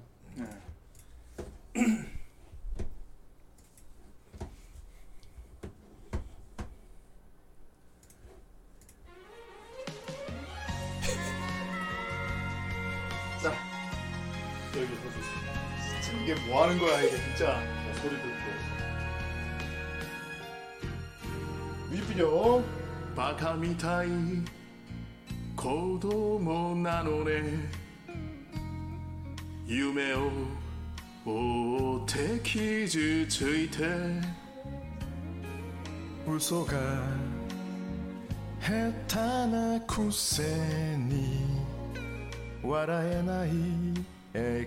Speaker 10: 여기 서주세요
Speaker 3: 지금 이게 뭐 하는 거야 이게 진짜.
Speaker 10: 소리 듣고
Speaker 2: 뮤직비디오.
Speaker 3: バカみたい子供なのね夢を追って傷ついて嘘が下手なくせに笑えない笑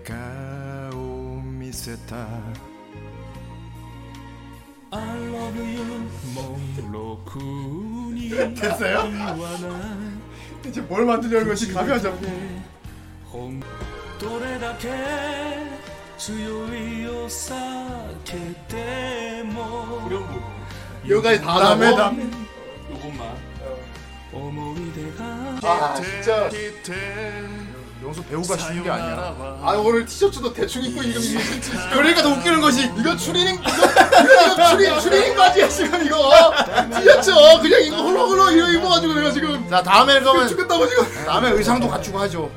Speaker 3: 顔を見せた I love you もろく [LAUGHS] に
Speaker 2: 됐어요?
Speaker 3: 言わない
Speaker 2: 이제 뭘 만드려는 것이 감이 잡고.
Speaker 3: 네. どれだけ強いを避けても
Speaker 10: 후렴구
Speaker 3: 여기까지 다
Speaker 2: 남의
Speaker 3: 나와?
Speaker 2: 남.
Speaker 10: 요것만
Speaker 3: 思い出が
Speaker 2: 아 진짜
Speaker 3: 来て
Speaker 2: 영수 배우가 쉬운 게 아니야.
Speaker 3: 아,
Speaker 2: 아 오늘 티셔츠도 대충 입고 이름 이 그러니까 더 웃기는 것이 이거 추리닝 이거, 이거 추리 추리닝 바지야 지금 이거 어? 티셔츠 어, 그냥 이거 홀로홀로 이거 입어가지고 내가 지금 자 다음에 그러면 죽겠다고 지금 다음에 의상도 갖추고 하죠.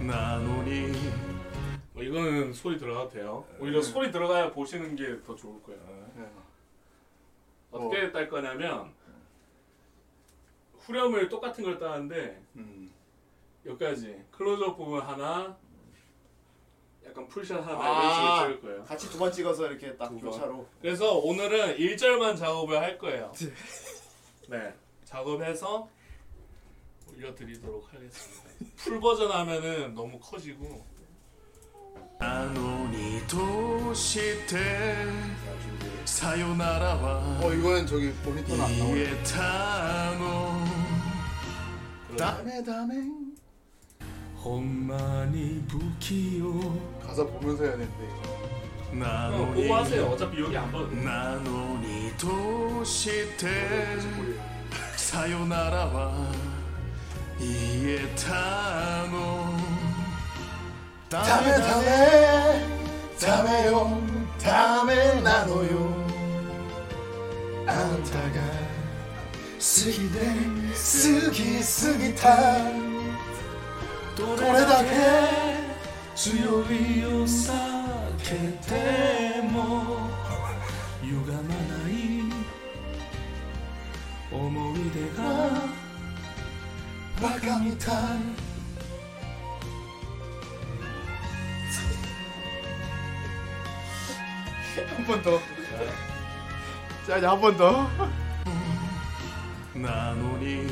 Speaker 3: なのに
Speaker 10: 뭐 이거는 소리 들어가도 돼요 오히려 소리 들어가야 보시는 게 더 좋을 거예요 어떻게 딸 거냐면 후렴을 똑같은 걸 따는데
Speaker 3: 음.
Speaker 10: 여기까지 클로즈업 부분 하나 약간 풀샷 하나
Speaker 2: 아.
Speaker 10: 이런 식으로 찍을 거예요
Speaker 2: 같이 두 번 찍어서 이렇게 딱
Speaker 10: 두 번.
Speaker 2: 교차로.
Speaker 10: 그래서 오늘은 1절만 작업을 할 거예요 네 작업해서 올려드리도록 하겠습니다 풀 버전 하면은 너무 커지고
Speaker 3: あのにどうしてさよならは
Speaker 2: 어, 이거는 저기 보리톤
Speaker 3: 言えたの
Speaker 10: 그러면
Speaker 3: メダメほんまに不器用
Speaker 2: 가사 보면서 해야 되는데.
Speaker 3: な
Speaker 10: 어,
Speaker 3: のに
Speaker 10: 보고 하세요 어차피 여기 안 봐도 돼요
Speaker 3: なのにどうしてさよならは言えたのダメダメダメよダメなのよあんたが好きで好きすぎたどれだけ強いを避けても
Speaker 10: 뭐?
Speaker 3: 歪まない思い出がバカみたい
Speaker 2: 한 번 더. 자, 이제 한 번 더.
Speaker 3: なのに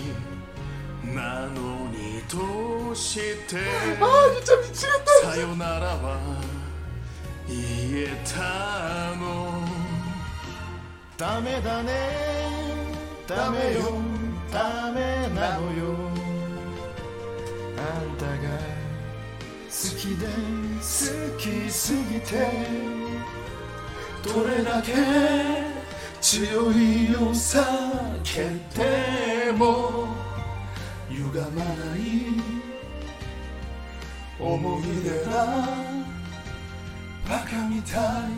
Speaker 3: なのにどうして
Speaker 6: 아,
Speaker 2: 아, 진짜 미치겠다.
Speaker 3: さよならは言えたのダメだねダメよダメなのよあんたが好きで好きすぎてどれだけ強いを避けても歪まない思い出がバカみたい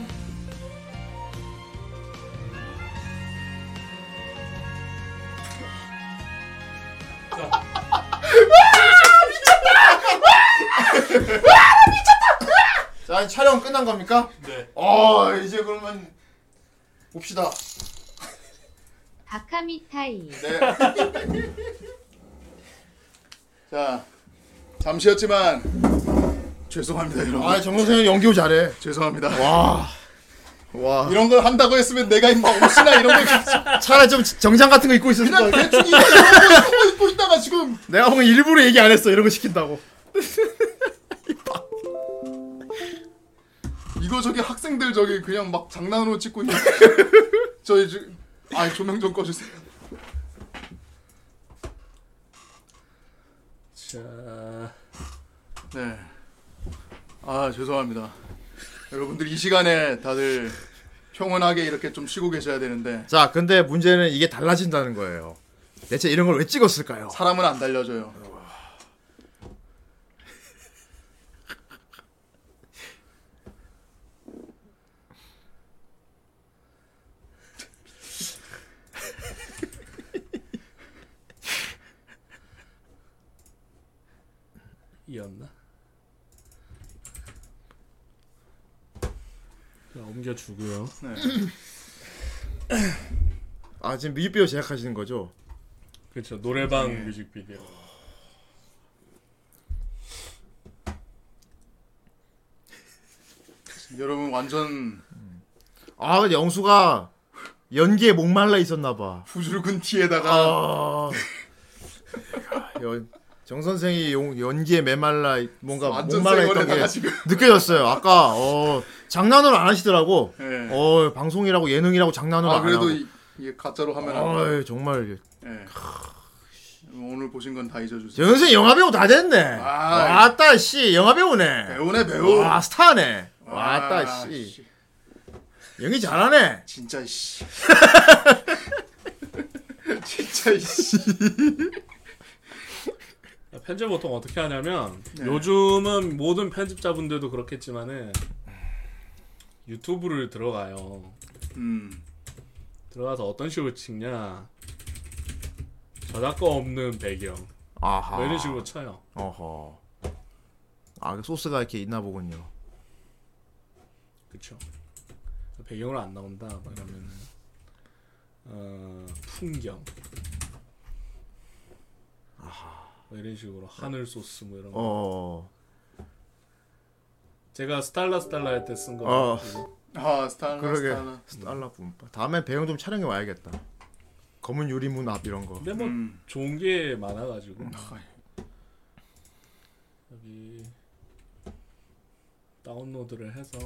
Speaker 2: 자, 이제 촬영 끝난 겁니까? 네. 어, 이제 그러면 봅시다.
Speaker 6: 바카미타이.
Speaker 2: 네.
Speaker 3: 자 잠시였지만 죄송합니다 여러분
Speaker 2: 아, 정선생은 연기도 잘해.
Speaker 3: 죄송합니다
Speaker 2: 와. 와.
Speaker 3: 이런 걸 한다고 했으면 내가 임마 옷이나
Speaker 2: [LAUGHS]
Speaker 3: 이런 걸
Speaker 2: 차라리 좀 정장 같은 거 입고 있었을
Speaker 3: 그냥
Speaker 2: 거 같아.
Speaker 3: 대충 입고 있다가 입고 있다가 지금
Speaker 2: 내가 보면 일부러 얘기 안 했어. 이런 거 시킨다고.
Speaker 3: 이거 저기 학생들 저기 그냥 막 장난으로 찍고 있는 [LAUGHS] 저희 지 아, 조명 좀 꺼주세요
Speaker 10: 자,
Speaker 3: 네. 아, 죄송합니다. 여러분들 이 시간에 다들 평온하게 이렇게 좀 쉬고 계셔야 되는데
Speaker 2: 자, 근데 문제는 이게 달라진다는 거예요. 대체 이런 걸 왜 찍었을까요?
Speaker 3: 사람은 안 달려줘요.
Speaker 10: 이었나? 자, 옮겨주고요.
Speaker 3: 네.
Speaker 2: 아, 지금 뮤직비디오 제작하시는 거죠?
Speaker 10: 그렇죠. 노래방 뮤직비디오.
Speaker 3: 여러분 완전
Speaker 2: 아, 근데 영수가 연기에 목말라 있었나 봐.
Speaker 3: 부주르군 티에다가
Speaker 2: 아. [LAUGHS] 연- 정 선생이 용- 연기에 메말라 있- 뭔가
Speaker 3: 완전
Speaker 2: 아, 목말라 있던 게
Speaker 3: 쌩얼에다가 지금.
Speaker 2: 느껴졌어요. 아까 어, 장난으로 안 하시더라고.
Speaker 3: 예.
Speaker 2: 어, 방송이라고 예능이라고 장난으로
Speaker 3: 아
Speaker 2: 안
Speaker 3: 그래도
Speaker 2: 하고.
Speaker 3: 이, 이게 가짜로 하면 안
Speaker 2: 어이, 정말
Speaker 3: 돼. 예. 오늘 보신 건 다 잊어주세요.
Speaker 2: 정 선생 영화 배우 다 됐네.
Speaker 3: 아이.
Speaker 2: 왔다 씨 영화 배우네.
Speaker 3: 배우네 배우.
Speaker 2: 와 스타네.
Speaker 3: 아,
Speaker 2: 왔다 씨 연기 잘하네.
Speaker 3: 진짜 씨. [LAUGHS] 진짜 씨.
Speaker 10: 편집 보통 어떻게 하냐면 요즘은 모든 편집자분들도 그렇겠지만은 유튜브를 들어가요.
Speaker 3: 음.
Speaker 10: 들어가서 어떤 식으로 찍냐? 저작권 없는 배경
Speaker 2: 아하.
Speaker 10: 뭐 이런 식으로 쳐요.
Speaker 2: 어허. 아, 그 소스가 이렇게 있나 보군요.
Speaker 10: 그쵸? 배경으로 안 나온다. 막 이러면은 어, 풍경. 뭐 이런 식으로 하늘 소스 뭐 이런 거.
Speaker 2: 네. 어.
Speaker 10: 제가 스탈라 스탈라 할 때 쓴 거.
Speaker 2: 어.
Speaker 3: 아 스타나
Speaker 2: 그러게.
Speaker 3: 스타나.
Speaker 2: 스탈라 분파. 다음에 배경 좀 촬영해 와야겠다. 검은 유리문 앞 이런 거.
Speaker 10: 근데 뭐
Speaker 3: 음.
Speaker 10: 좋은 게 많아가지고 여기 다운로드를 해서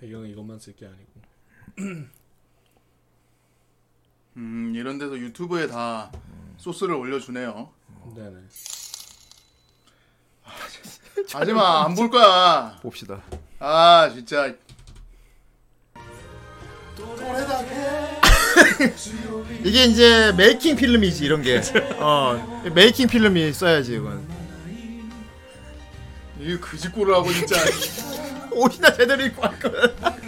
Speaker 10: 배경 이것만 쓸 게 아니고
Speaker 3: 음 이런 데서 유튜브에 다 소스를 올려주네요.
Speaker 10: 네네
Speaker 3: 하지마 안 볼 거야.
Speaker 2: 봅시다.
Speaker 3: 아 진짜
Speaker 2: 이게 이제 메이킹 필름이지 이런 게. 어 메이킹 필름이 써야지 이건.
Speaker 3: 이 그지꼴을
Speaker 2: [LAUGHS]
Speaker 3: 하고 진짜
Speaker 2: 옷이나 제대로 입고 할 거야. [LAUGHS]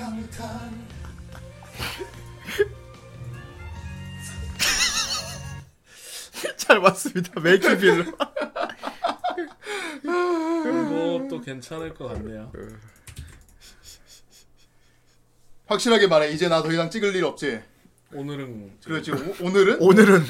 Speaker 2: 잘 봤습니다. 메이킹 필름.
Speaker 10: 그것도 괜찮을 것 같네요.
Speaker 3: 확실하게 말해. 이제 나 더 이상 찍을 일 없지.
Speaker 10: 오늘은 지금
Speaker 3: 그렇지. 오, 오늘은
Speaker 2: 네. 오늘은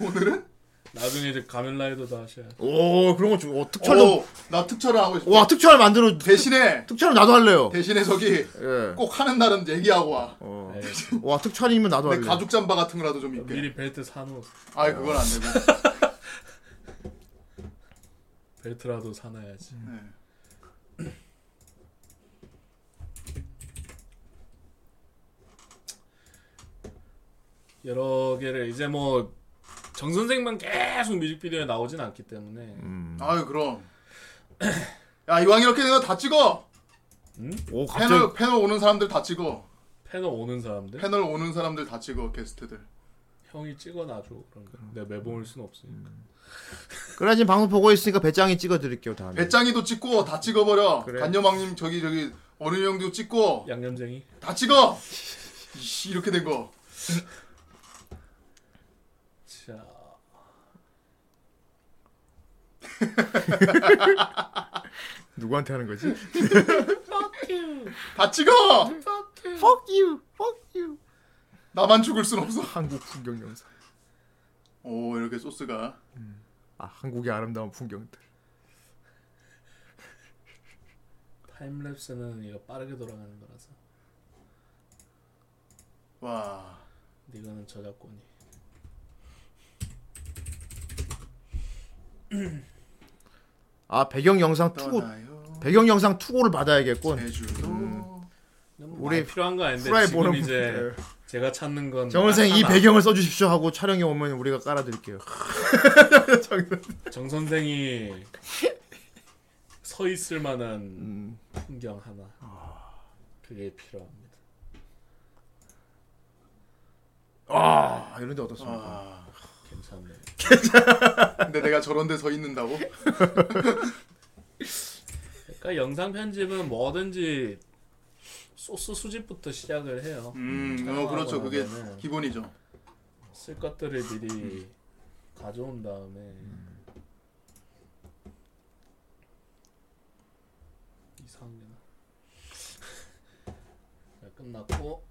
Speaker 3: 오늘은
Speaker 10: 나중에 이제 가면라이더 다 하셔야.
Speaker 2: 오 그런 거 좀. 어, 특촬도.
Speaker 3: 오, 나 특촬을 하고 있어.
Speaker 2: 와 특촬 만들어.
Speaker 3: 대신에
Speaker 2: 특촬 나도 할래요.
Speaker 3: 대신에 저기
Speaker 2: 예.
Speaker 3: 꼭 하는 날은 얘기하고 와.
Speaker 2: 어.
Speaker 10: 네.
Speaker 2: 와 특촬이면 나도
Speaker 3: 근데
Speaker 2: 할래.
Speaker 3: 가죽 잠바 같은 거라도 좀 입게.
Speaker 10: 미리 벨트 사놓.
Speaker 3: 아이 그건 안
Speaker 2: [LAUGHS]
Speaker 3: 되고.
Speaker 10: 벨트라도 사놔야지.
Speaker 3: 네.
Speaker 10: 여러 개를 이제 뭐 정선생만 계속 뮤직비디오에 나오진 않기 때문에
Speaker 3: 음.
Speaker 2: 음.
Speaker 3: 아유 그럼. [CLEARS THROAT] 야 이왕 이렇게 내가 다 찍어.
Speaker 2: 오 갑자기. 네?
Speaker 3: 패널 패널 오는 사람들 다 찍어.
Speaker 10: 패널 오는 사람들
Speaker 3: 패널 오는 사람들 다 찍어 게스트들.
Speaker 10: 형이 찍어놔줘 그런 거. 내가 매봉할 순 없으니까.
Speaker 2: 음. 그래 지금 방송 보고 있으니까 배짱이 찍어드릴게요 다음에.
Speaker 3: 배짱이도 찍고 다 찍어버려.
Speaker 2: 그래.
Speaker 3: 간녀망님 저기 저기 어른 형도 찍고
Speaker 10: 양념쟁이.
Speaker 3: 다 찍어. 이씨, 이렇게 된 거.
Speaker 10: 자.
Speaker 2: 누구한테 하는
Speaker 10: 음.
Speaker 2: 거지?
Speaker 3: 다 찍어.
Speaker 2: Fuck you, fuck you.
Speaker 3: 나만 죽을 순 없어.
Speaker 2: 한국 풍경 영상.
Speaker 3: 오 이렇게 소스가.
Speaker 2: 아 한국의 아름다운 풍경들.
Speaker 10: 타임랩스는 이거 빠르게 돌아가는 거라서
Speaker 3: 와.
Speaker 10: 근데 이거는 저작권이
Speaker 2: 아 배경 영상 투고
Speaker 3: 떠나요.
Speaker 2: 배경 영상 투고를 받아야겠군.
Speaker 3: 제주도.
Speaker 10: 우리
Speaker 2: 우리
Speaker 10: 뭐 필요한 거 아닌데
Speaker 2: 프라이
Speaker 10: 네, 지금
Speaker 2: 보는
Speaker 10: 이제
Speaker 2: 분들.
Speaker 10: 제가 찾는 건 아,
Speaker 2: 정선생
Speaker 10: 딱
Speaker 2: 이
Speaker 10: 하나.
Speaker 2: 배경을 써주십시오 하고 촬영에 오면 우리가 깔아드릴게요. [LAUGHS]
Speaker 10: 정 선생이 서 있을 만한
Speaker 2: 음.
Speaker 10: 풍경 하나 그게 필요합니다.
Speaker 2: 아 이런데 어떻습니까?
Speaker 10: 괜찮네.
Speaker 3: 근데 내가 저런 데 서 있는다고?
Speaker 10: 그러니까 영상 편집은 뭐든지 소스 수집부터 시작을 해요.
Speaker 3: 음, 어, 그렇죠.
Speaker 2: 아,
Speaker 3: 그게
Speaker 2: 네,
Speaker 10: 촬영하고
Speaker 3: 기본이죠.
Speaker 10: 쓸 것들을 미리 가져온 음. 다음에 이상하게 [LAUGHS] 자, 네, 끝났고 [CLEARS THROAT]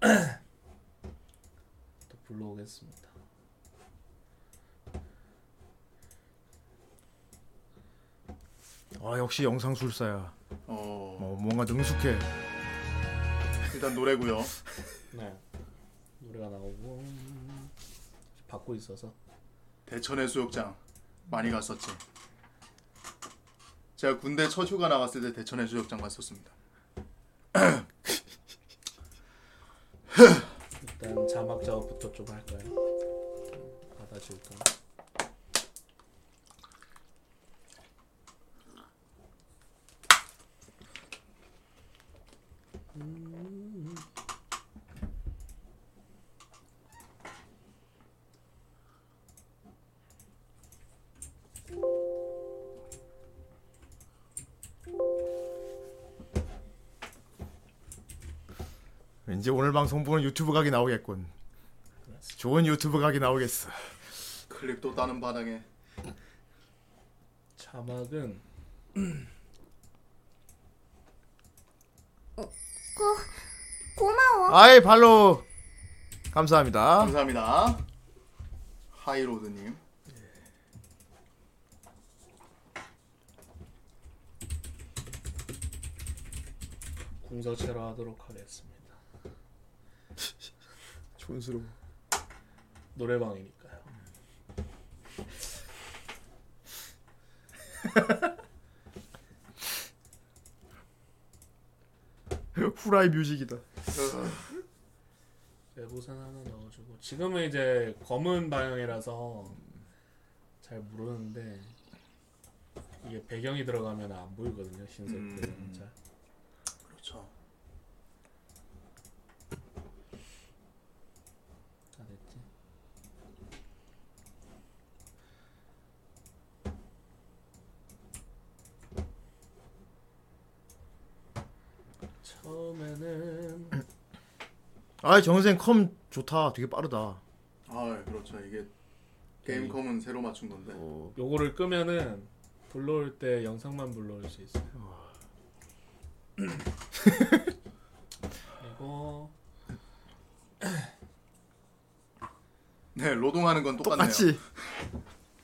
Speaker 10: 또 불러오겠습니다.
Speaker 2: 아 역시 영상술사야.
Speaker 3: 어,
Speaker 2: 어, 뭔가 능숙해.
Speaker 3: 일단 노래고요.
Speaker 10: 네 노래가 나오고 받고 있어서
Speaker 3: 대천해 수욕장 많이 갔었지. 제가 군대 첫 휴가 나갔을 때 대천해 수욕장 갔었습니다.
Speaker 10: 일단 자막 작업부터 좀 할까요? 받아줄까?
Speaker 2: 왠지 오늘 방송 보는 유튜브 각이 나오겠군. 좋은 유튜브 각이 나오겠어.
Speaker 3: 클립도 따는 바닥에
Speaker 10: 자막은
Speaker 5: 고, 고마워.
Speaker 2: 아이 발로 감사합니다.
Speaker 3: 감사합니다. 하이로드님.
Speaker 10: 궁서체로 하도록 하겠습니다.
Speaker 2: 촌스러워.
Speaker 10: 노래방이니까요.
Speaker 2: 후라이 뮤직이다.
Speaker 10: 외부선 하나 넣어주고 지금은 이제 검은 방향이라서 잘 모르는데 이게 배경이 들어가면 안
Speaker 3: 음.
Speaker 10: 보이거든요 흰색 배경 잘
Speaker 3: 그렇죠.
Speaker 2: 아 정선생 컴 좋다 되게 빠르다
Speaker 3: 아 그렇죠 이게 게임컴은 새로 맞춘 건데
Speaker 10: 뭐 요거를 끄면은 불러올 때 영상만 불러올 수 있어요. [CLEARS THROAT] 그리고
Speaker 3: 네 로동하는 건 똑같네요
Speaker 2: 똑같이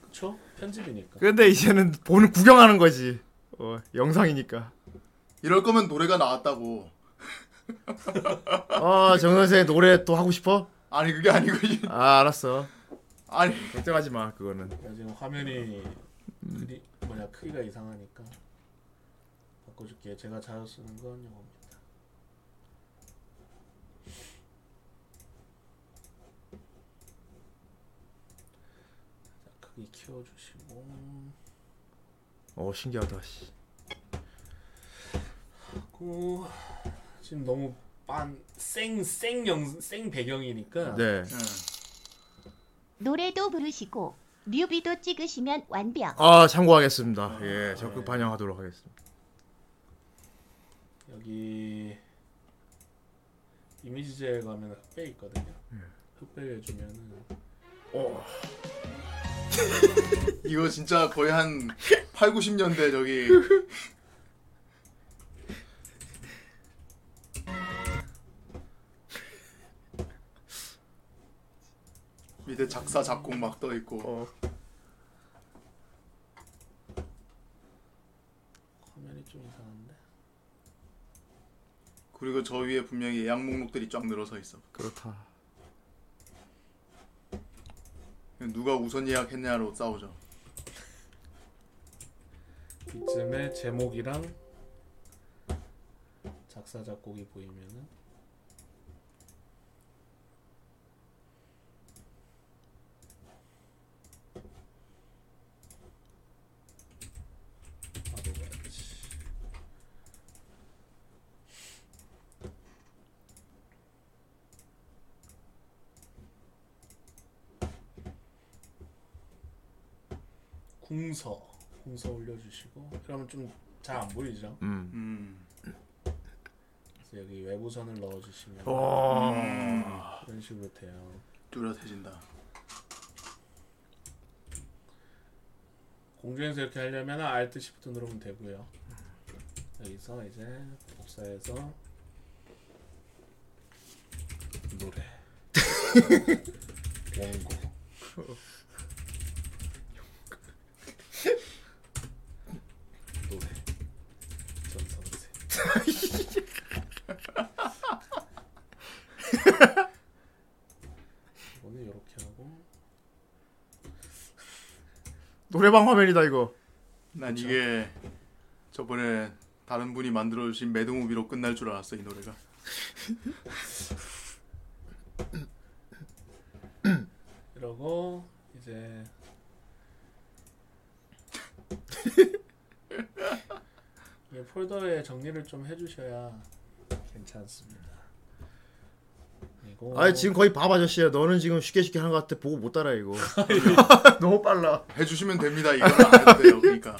Speaker 10: 그쵸? 편집이니까.
Speaker 2: 근데 이제는 보는 구경하는 거지 어, 영상이니까
Speaker 3: 이럴 거면 노래가 나왔다고
Speaker 2: 아 정선생 노래 또 하고 싶어?
Speaker 3: 아니 그게 [LAUGHS] 아니고 이-
Speaker 2: 아 알았어
Speaker 3: 아니
Speaker 2: 걱정하지 마 그거는
Speaker 10: 그러니까 지금 화면이 크기 뭐냐 크기가 이상하니까 바꿔줄게요. 제가 자주 쓰는 건 이겁니다. 자, 크기 키워주시고
Speaker 2: 어 신기하다 씨.
Speaker 10: 고 지금 너무 빤쌩쌩영생 배경이니까
Speaker 2: 네
Speaker 5: 노래도 부르시고 뮤비도 찍으시면 완벽.
Speaker 2: 아 참고하겠습니다. 예, 적극 반영하도록 하겠습니다.
Speaker 10: 여기 이미지제에 가면 흑백 있거든요. 흑백 해주면은
Speaker 3: 이거 진짜 거의 한 8, 90년대 저기 밑에 작사 작곡 막 떠 있고
Speaker 2: 어.
Speaker 10: 화면이 좀 이상한데.
Speaker 3: 그리고 저 위에 분명히 예약 목록들이 쫙 늘어서 있어.
Speaker 2: 그렇다.
Speaker 3: 누가 우선 예약했냐로 싸우죠.
Speaker 10: 이쯤에 제목이랑 작사 작곡이 보이면은 바로 가야지. 궁서 궁서 올려주시고 그러면 좀 잘 안 보이죠?
Speaker 3: 음.
Speaker 10: 그래서 여기 외부선을 넣어주시면
Speaker 2: 음.
Speaker 10: 이런 식으로 돼요.
Speaker 3: 뚜렷해진다.
Speaker 10: 공중에서 이렇게 하려면 Alt Shift 누르면 되고요. 여기서 이제 복사해서 노래 [LAUGHS] 원고 [LAUGHS] 노래 [LAUGHS] 전선세 오늘 이렇게 하고
Speaker 2: 노래방 화면이다 이거.
Speaker 3: 난 이게 저번에 다른 분이 만들어 주신 매드무비로 끝날 줄 알았어 이 노래가.
Speaker 10: 이러고 이제 이 폴더에 정리를 좀 해주셔야 괜찮습니다. 그리고
Speaker 2: 아 지금 거의 밥 아저씨야. 너는 지금 쉽게 쉽게 하는 것 같아. 보고 못 따라 이거. 너무 빨라.
Speaker 3: 해주시면 됩니다. 이거 안 돼요. 그러니까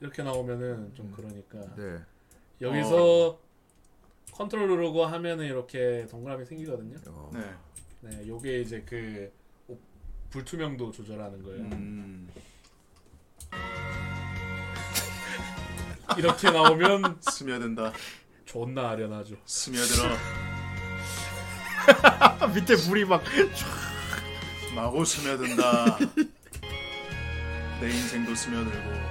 Speaker 10: 이렇게 나오면은 좀 그러니까
Speaker 2: 네.
Speaker 10: 여기서 컨트롤 누르고 하면은 이렇게 동그라미 생기거든요.
Speaker 3: 네.
Speaker 10: 네, 요게 이제 그 오- 불투명도 조절하는 거예요.
Speaker 3: 음.
Speaker 10: 이렇게 나오면
Speaker 3: 스며든다.
Speaker 10: 존나 아련하죠.
Speaker 3: 스며들어.
Speaker 2: [LAUGHS] 아, 밑에 물이 막.
Speaker 3: 마구 스며든다. 내 인생도 스며들고.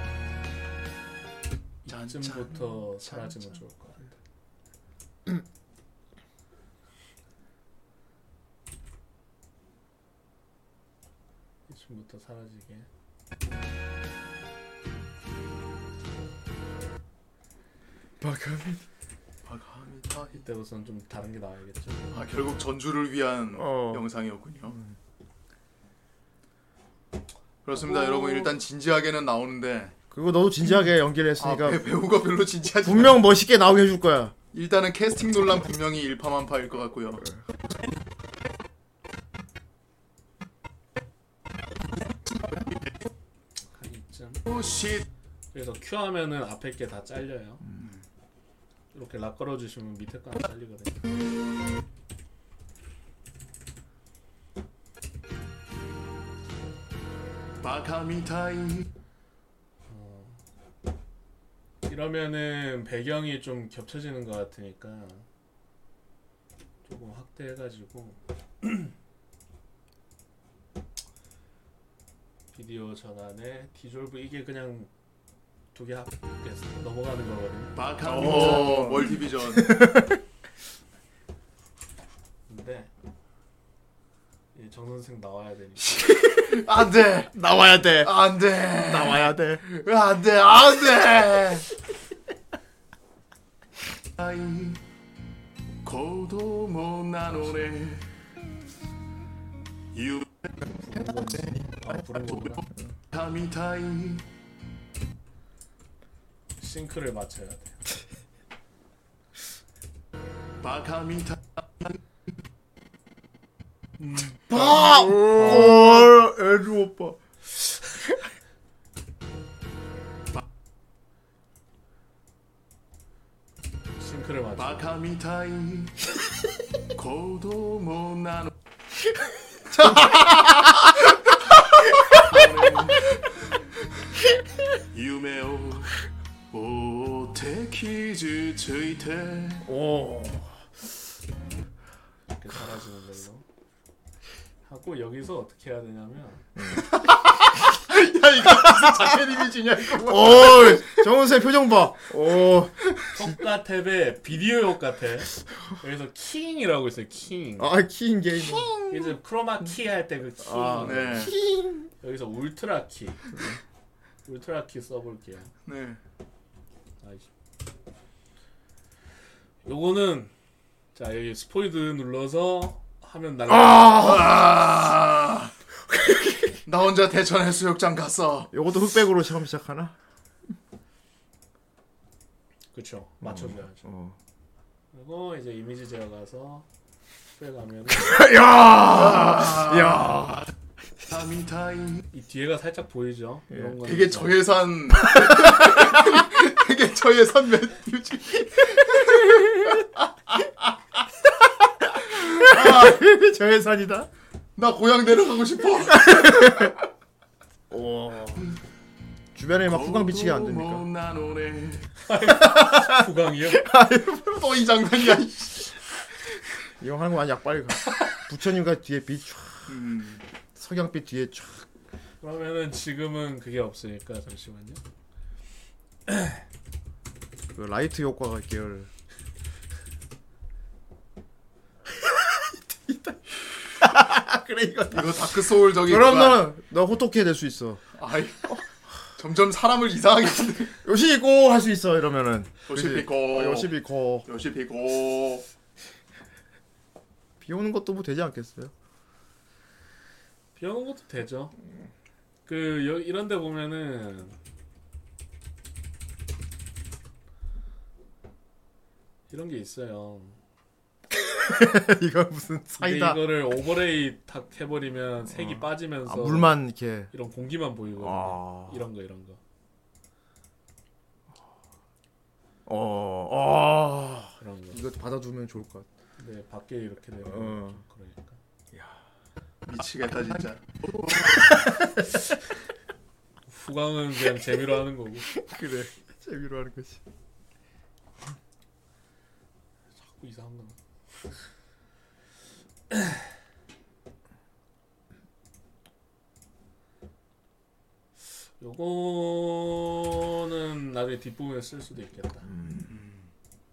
Speaker 3: 짠짠,
Speaker 10: 이쯤부터 사라지면
Speaker 3: 짠짠.
Speaker 10: 좋을 것 같아요. [CLEARS THROAT] 이쯤부터 사라지게.
Speaker 3: 과감히 다
Speaker 10: 이때 우선 좀 다른 게 나와야겠죠.
Speaker 3: 아 결국 전주를 위한
Speaker 2: 어.
Speaker 3: 영상이었군요. 그렇습니다, 여러분. 일단 진지하게는 나오는데
Speaker 2: 그리고 너도 진지하게 연기를
Speaker 3: 아,
Speaker 2: 했으니까
Speaker 3: 배, 배우가 별로 진지하지. 않-
Speaker 2: 분명 멋있게 나오게 해줄 거야.
Speaker 3: 일단은 캐스팅 논란 분명히 일파만파일 것 같고요.
Speaker 10: 한 이쯤.
Speaker 3: 오씨
Speaker 10: 그래서 큐 하면은 앞에 게 다 잘려요. 이렇게 락 걸어주시면 밑에 거안 잘리거든요.
Speaker 11: バカみたい
Speaker 10: 이러면은 배경이 좀 겹쳐지는 것 같으니까 조금 확대해가지고 [CLEARS THROAT] 비디오 전환에 디졸브 이게 그냥 두 개 합해서 넘어가는 거거든요.
Speaker 11: バカみたい
Speaker 3: 오
Speaker 2: 어,
Speaker 3: 멀티비전
Speaker 10: 근데 이제 정 선생 나와야 되니까
Speaker 2: [LAUGHS] 안돼
Speaker 3: 나와야 돼
Speaker 2: 안돼
Speaker 3: 나와야 돼
Speaker 2: 안돼 안돼
Speaker 11: 子供なのね夢
Speaker 10: 아 부른 거구나.
Speaker 11: かみたい
Speaker 10: 싱크를 맞춰야 돼.
Speaker 3: 아. [LAUGHS]
Speaker 11: バカみたい
Speaker 2: 헐 애주 오빠
Speaker 10: シンクルマン
Speaker 11: バカみたい子供なの夢を追って傷ついて
Speaker 10: 이렇게 사라지는 걸로 하고 여기서 어떻게 해야 되냐면
Speaker 2: 오 정은세 표정 봐오 어,
Speaker 10: 효과 탭에 비디오 효과 탭 여기서 킹이라고 있어요 킹
Speaker 2: 아 키인 게임
Speaker 10: 이제 크로마 키 할 때 그 킹
Speaker 3: 아, 네.
Speaker 10: 여기서 울트라 키 울트라 키 써볼게요
Speaker 3: 네.
Speaker 10: 아이씨. 요거는 자 여기 스포이드 눌러서 화면 날라
Speaker 3: 아. 나 혼자 대천 해수욕장 갔어
Speaker 2: 요것도 흑백으로 처음 시작하나?
Speaker 10: 그쵸 맞춰줘야죠
Speaker 2: 어.
Speaker 10: 그리고 이제 이미지 제어 가서 스페 가면은
Speaker 2: 아. 야 [LAUGHS]
Speaker 11: バカみたい
Speaker 10: 이 뒤에가 살짝 보이죠 이런 거
Speaker 3: 예. 되게
Speaker 10: [LAUGHS]
Speaker 3: 저예산 되게 저예산 몇 뮤직
Speaker 2: 저예산이다
Speaker 3: 나 고향 내려가고 싶어
Speaker 2: 어. 주변에 막 후광 비치게 안
Speaker 11: 子
Speaker 2: 됩니까?
Speaker 11: 供なのね
Speaker 10: 구강이요
Speaker 3: 또 이 장면이야
Speaker 2: 이거 하는 거 많이 약빨리 가 부처님과 뒤에 빛
Speaker 3: 음.
Speaker 2: 석양빛 뒤에 촥
Speaker 10: 그러면은 지금은 그게 없으니까 잠시만요.
Speaker 2: 그 라이트 효과가 계열 [LAUGHS] 그래 이거
Speaker 3: 이거 다크 소울 저기
Speaker 2: 그럼 너는 너 호토케 될 수 있어
Speaker 3: 아이 점점 사람을 이상하게 만드는
Speaker 2: 요시비코 할 수 있어 이러면은
Speaker 3: 요시비코.
Speaker 2: 그치? 어, 요시비코
Speaker 3: 요시피고
Speaker 2: 비 오는 것도 뭐 되지 않겠어요? [LAUGHS]
Speaker 10: 비오는 것도 되죠. 그 여, 이런데 보면은 이런 게 있어요.
Speaker 2: 이거 무슨
Speaker 10: 근데
Speaker 2: 사이다
Speaker 10: 이거를 오버레이 탁 해버리면 색이 빠지면서
Speaker 2: 아, 물만 이렇게
Speaker 10: 이런 공기만 보이거든요.
Speaker 2: 아.
Speaker 10: 이런 거 이런 거.
Speaker 2: 어, 어.
Speaker 10: 그런 거.
Speaker 2: 이거 받아두면 좋을 것 같아.
Speaker 10: 근데 밖에 이렇게 되면
Speaker 2: 어.
Speaker 10: 좀 그러니까.
Speaker 3: 미치겠다 진짜
Speaker 10: 후광은 그냥 재미로 하는 거고.
Speaker 2: 그래. [LAUGHS] 재미로 하는 거지.
Speaker 10: 자꾸 이상한 [CLEARS THROAT] 거. 요거는 나중에 뒷부분에 쓸 수도 있겠다.
Speaker 2: 음.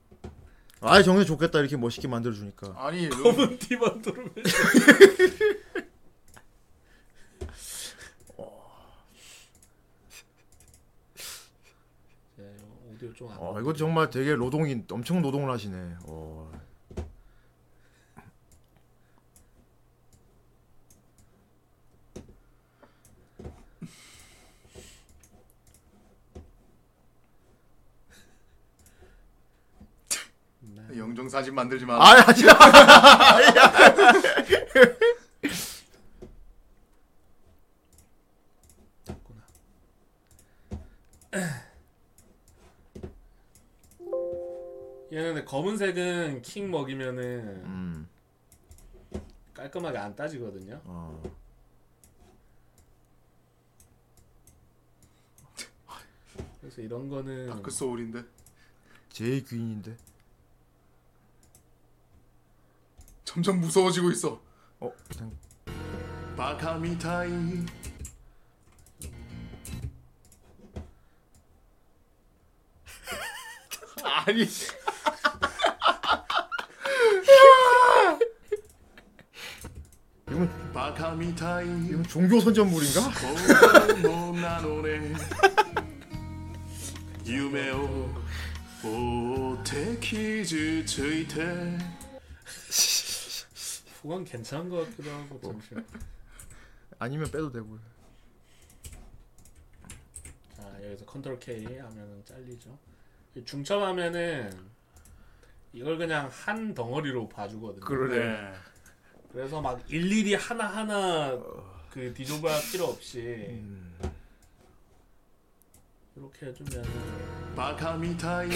Speaker 10: [LAUGHS]
Speaker 2: 아, 정말 좋겠다. 이렇게 멋있게 만들어 주니까.
Speaker 3: 아니 요-
Speaker 10: 검은 티만 두르면 네, 오디오 좀안
Speaker 2: 어, 이거 정말 되게 노동이 엄청 노동을 하시네. 어.
Speaker 3: 영정 사진 만들지 마.
Speaker 2: 아, 하지 마.
Speaker 10: 됐구나. 얘는 검은색은 킹 먹이면은
Speaker 2: 음.
Speaker 10: 깔끔하게 안 따지거든요.
Speaker 2: 어.
Speaker 10: 그래서 이런 거는
Speaker 3: 다크 소울인데.
Speaker 2: 제일 귀인인데.
Speaker 3: 점점 무서워지고 있어.
Speaker 2: 어, 그냥
Speaker 3: 바카미타이.
Speaker 2: 아니.
Speaker 3: 음.
Speaker 2: 이건
Speaker 3: 바카미타이.
Speaker 2: [LAUGHS] 이건 종교 선전물인가?
Speaker 3: もうなのね夢を追って傷ついて
Speaker 10: 그건 괜찮은 것 같기도 하고
Speaker 2: 뭐.
Speaker 10: 잠시만.
Speaker 2: 아니면 빼도 되고.
Speaker 10: 자 여기서 컨트롤 K 하면은 잘리죠. 이 중첩하면은 이걸 그냥 한 덩어리로 봐주거든요.
Speaker 2: 그러네.
Speaker 10: 그래서 막 일일이 하나 하나 그 뒤져봐야 필요 없이
Speaker 2: 음.
Speaker 10: 이렇게 해주면은
Speaker 3: バカみた
Speaker 2: [LAUGHS]
Speaker 3: い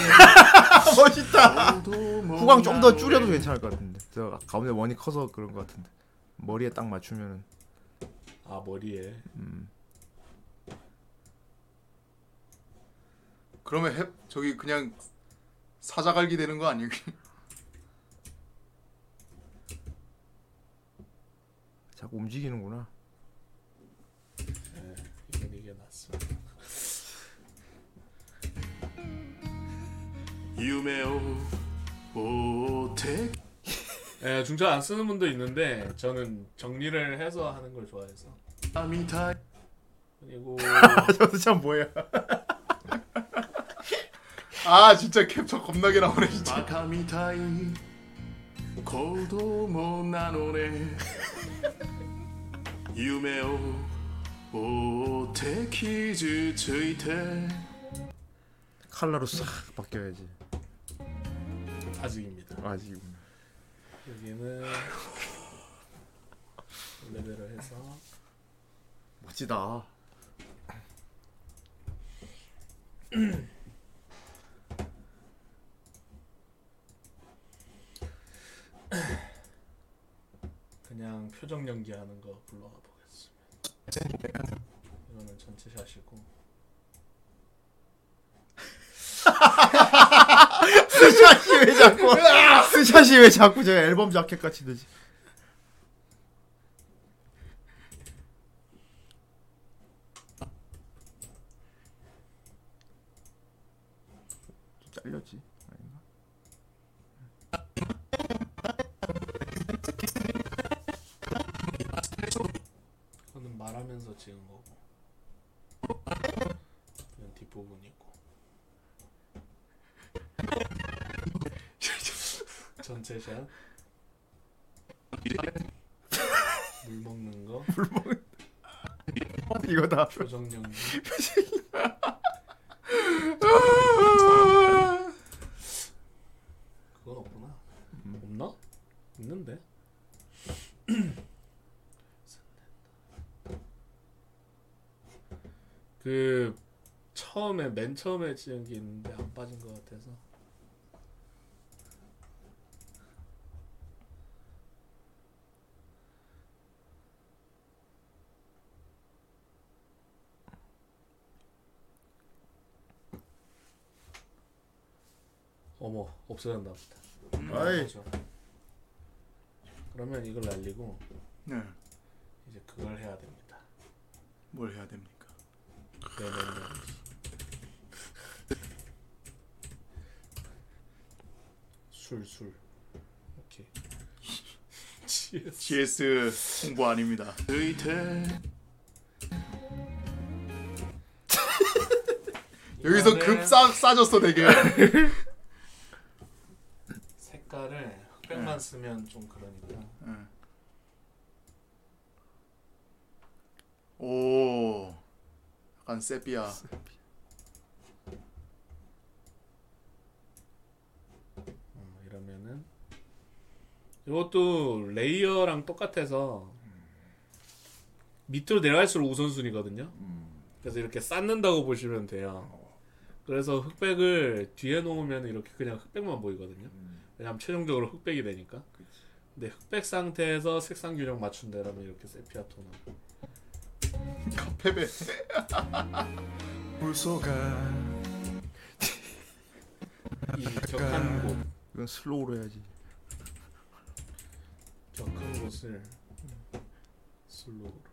Speaker 2: 멋있다.
Speaker 3: 不
Speaker 2: 후광 좀 더 줄여도 괜찮을 것 같은데. 저 아, 가운데 원이 커서 그런 것 같은데. 머리에 딱 맞추면은
Speaker 10: 아 머리에
Speaker 3: 그러면 해, 저기 그냥 사자갈기 되는 거 아니에요?
Speaker 2: 자꾸 움직이는구나.
Speaker 10: 이건 이게 낫습니다.
Speaker 3: 夢を追って
Speaker 10: 예 중첩 안 쓰는 분도 있는데 저는 정리를 해서 하는 걸 좋아해서
Speaker 3: みたい
Speaker 10: 그리고
Speaker 2: 저도 참 뭐야.
Speaker 3: 아 진짜 캡처 겁나게 나오네 진짜 バカみたい子供なのね夢を追って傷ついて
Speaker 2: 칼라로 싹 바뀌어야지.
Speaker 10: 아직입니다.
Speaker 2: 아직이구나.
Speaker 10: 여기는 레벨을 해서
Speaker 2: 멋지다.
Speaker 10: 그냥 표정 연기하는 거 불러가 보겠습니다. 이거는 전체 샷이고
Speaker 2: 스샷이 왜 자꾸? 스샷이 왜 자꾸 제 앨범 자켓 같이 되지? 좀 잘렸지? 아닌가?
Speaker 10: 그거는 말하면서 찍은 거고 이건 뒷부분이고 [LAUGHS] 전체 샷. 물 먹는 거
Speaker 2: 이거다.
Speaker 10: 표정 연기 그건 없구나 음. 없나? 있는데 [CLEARS THROAT] 그 처음에 맨 처음에 찍은 게 있는데 안 빠진 것 같아서 어머 없어졌나 보다
Speaker 2: 아이.
Speaker 10: 그죠. 그러면 이걸 날리고
Speaker 3: 네,
Speaker 10: 이제 그걸 해야 됩니다
Speaker 3: 뭘 해야 됩니까?
Speaker 10: 네네네 술술 오케이 GS
Speaker 3: GS 홍보 아닙니다. [LAUGHS] 여기서 급 싸, 싸졌어 되게.
Speaker 10: 색깔을 흑백만 쓰면 좀 그러니까
Speaker 3: 오, 약간 세피아.
Speaker 10: 어, 이러면은 이것도 레이어랑 똑같아서 밑으로 내려갈수록 우선순위거든요. 그래서 이렇게 쌓는다고 보시면 돼요. 그래서 흑백을 뒤에 놓으면 이렇게 그냥 흑백만 보이거든요. 왜냐면 최종적으로 흑백이 되니까. 근데 흑백 상태에서 색상 균형 맞춘다라면 이렇게 세피아 톤.
Speaker 2: 페베.
Speaker 3: 물소가
Speaker 10: 이 격한 곳,
Speaker 2: 이건 슬로우로 해야지.
Speaker 10: 격한 곳을 음, [LAUGHS] 슬로우로.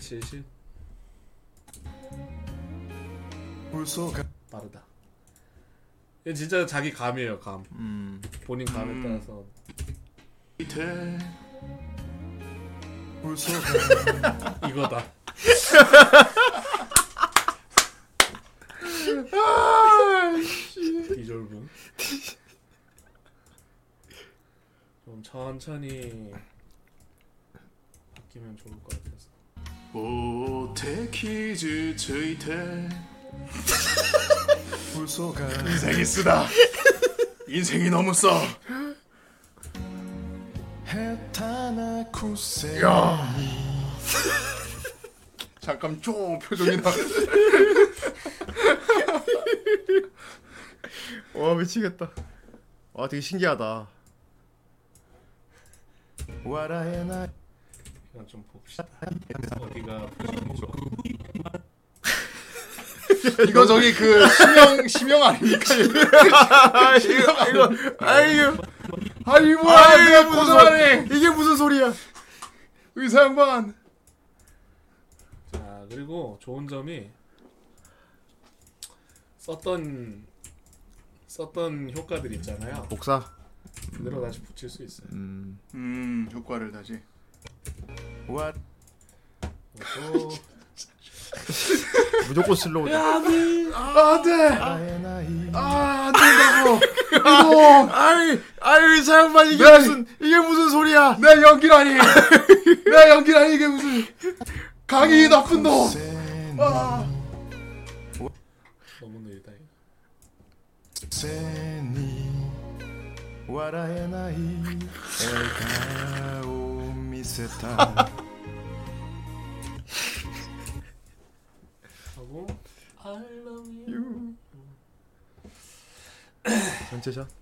Speaker 10: 70
Speaker 3: 물소가
Speaker 10: 빠르다. 이건 진짜 자기 감이에요, 감.
Speaker 2: 음.
Speaker 10: 본인 감에
Speaker 3: 음.
Speaker 10: 따라서
Speaker 3: 돼 물소가
Speaker 10: [LAUGHS] 이거다. 디졸분. 좀 천천히 바뀌면 좋을 것 같아서.
Speaker 3: お手傷ついて嘘が
Speaker 12: 인생이 쓰다. 인생이 너무 써.
Speaker 3: 下手なくせ
Speaker 2: 야. [LAUGHS] 잠깐 쪼 표정이 [LAUGHS] 나. 와 미치겠다. 와 되게 신기하다.
Speaker 3: 笑えない
Speaker 10: 그냥 좀 봅시다. 어디가 부족한지.
Speaker 2: 이거 저기 그 심형 심형 [LAUGHS] 아닙니까? 이거 이거 아이고 아이고 아이고 무슨 말이 이게 무슨 소리야? 의사 양반
Speaker 10: 자 아, 그리고 좋은 점이 썼던 썼던 효과들 있잖아요.
Speaker 2: 복사.
Speaker 10: 그대로 다시 붙일 수 있어요.
Speaker 2: 음.
Speaker 3: 음 효과를 다시 와
Speaker 2: [LAUGHS]
Speaker 10: 그리고
Speaker 2: 무조건 슬로우.
Speaker 3: 안돼
Speaker 2: 아, 안 된다고. 이거. 아이, 아이, 사람만 이게 무슨, 이게 무슨 소리야. 내 연기라니. 내 연기라니, 이게 무슨. 강이 나쁜 놈. 아.
Speaker 10: 너무 느리다. 이거.
Speaker 3: せに笑えない笑顔を見せた
Speaker 10: 하고 I love you.
Speaker 2: 전체샷? [LAUGHS]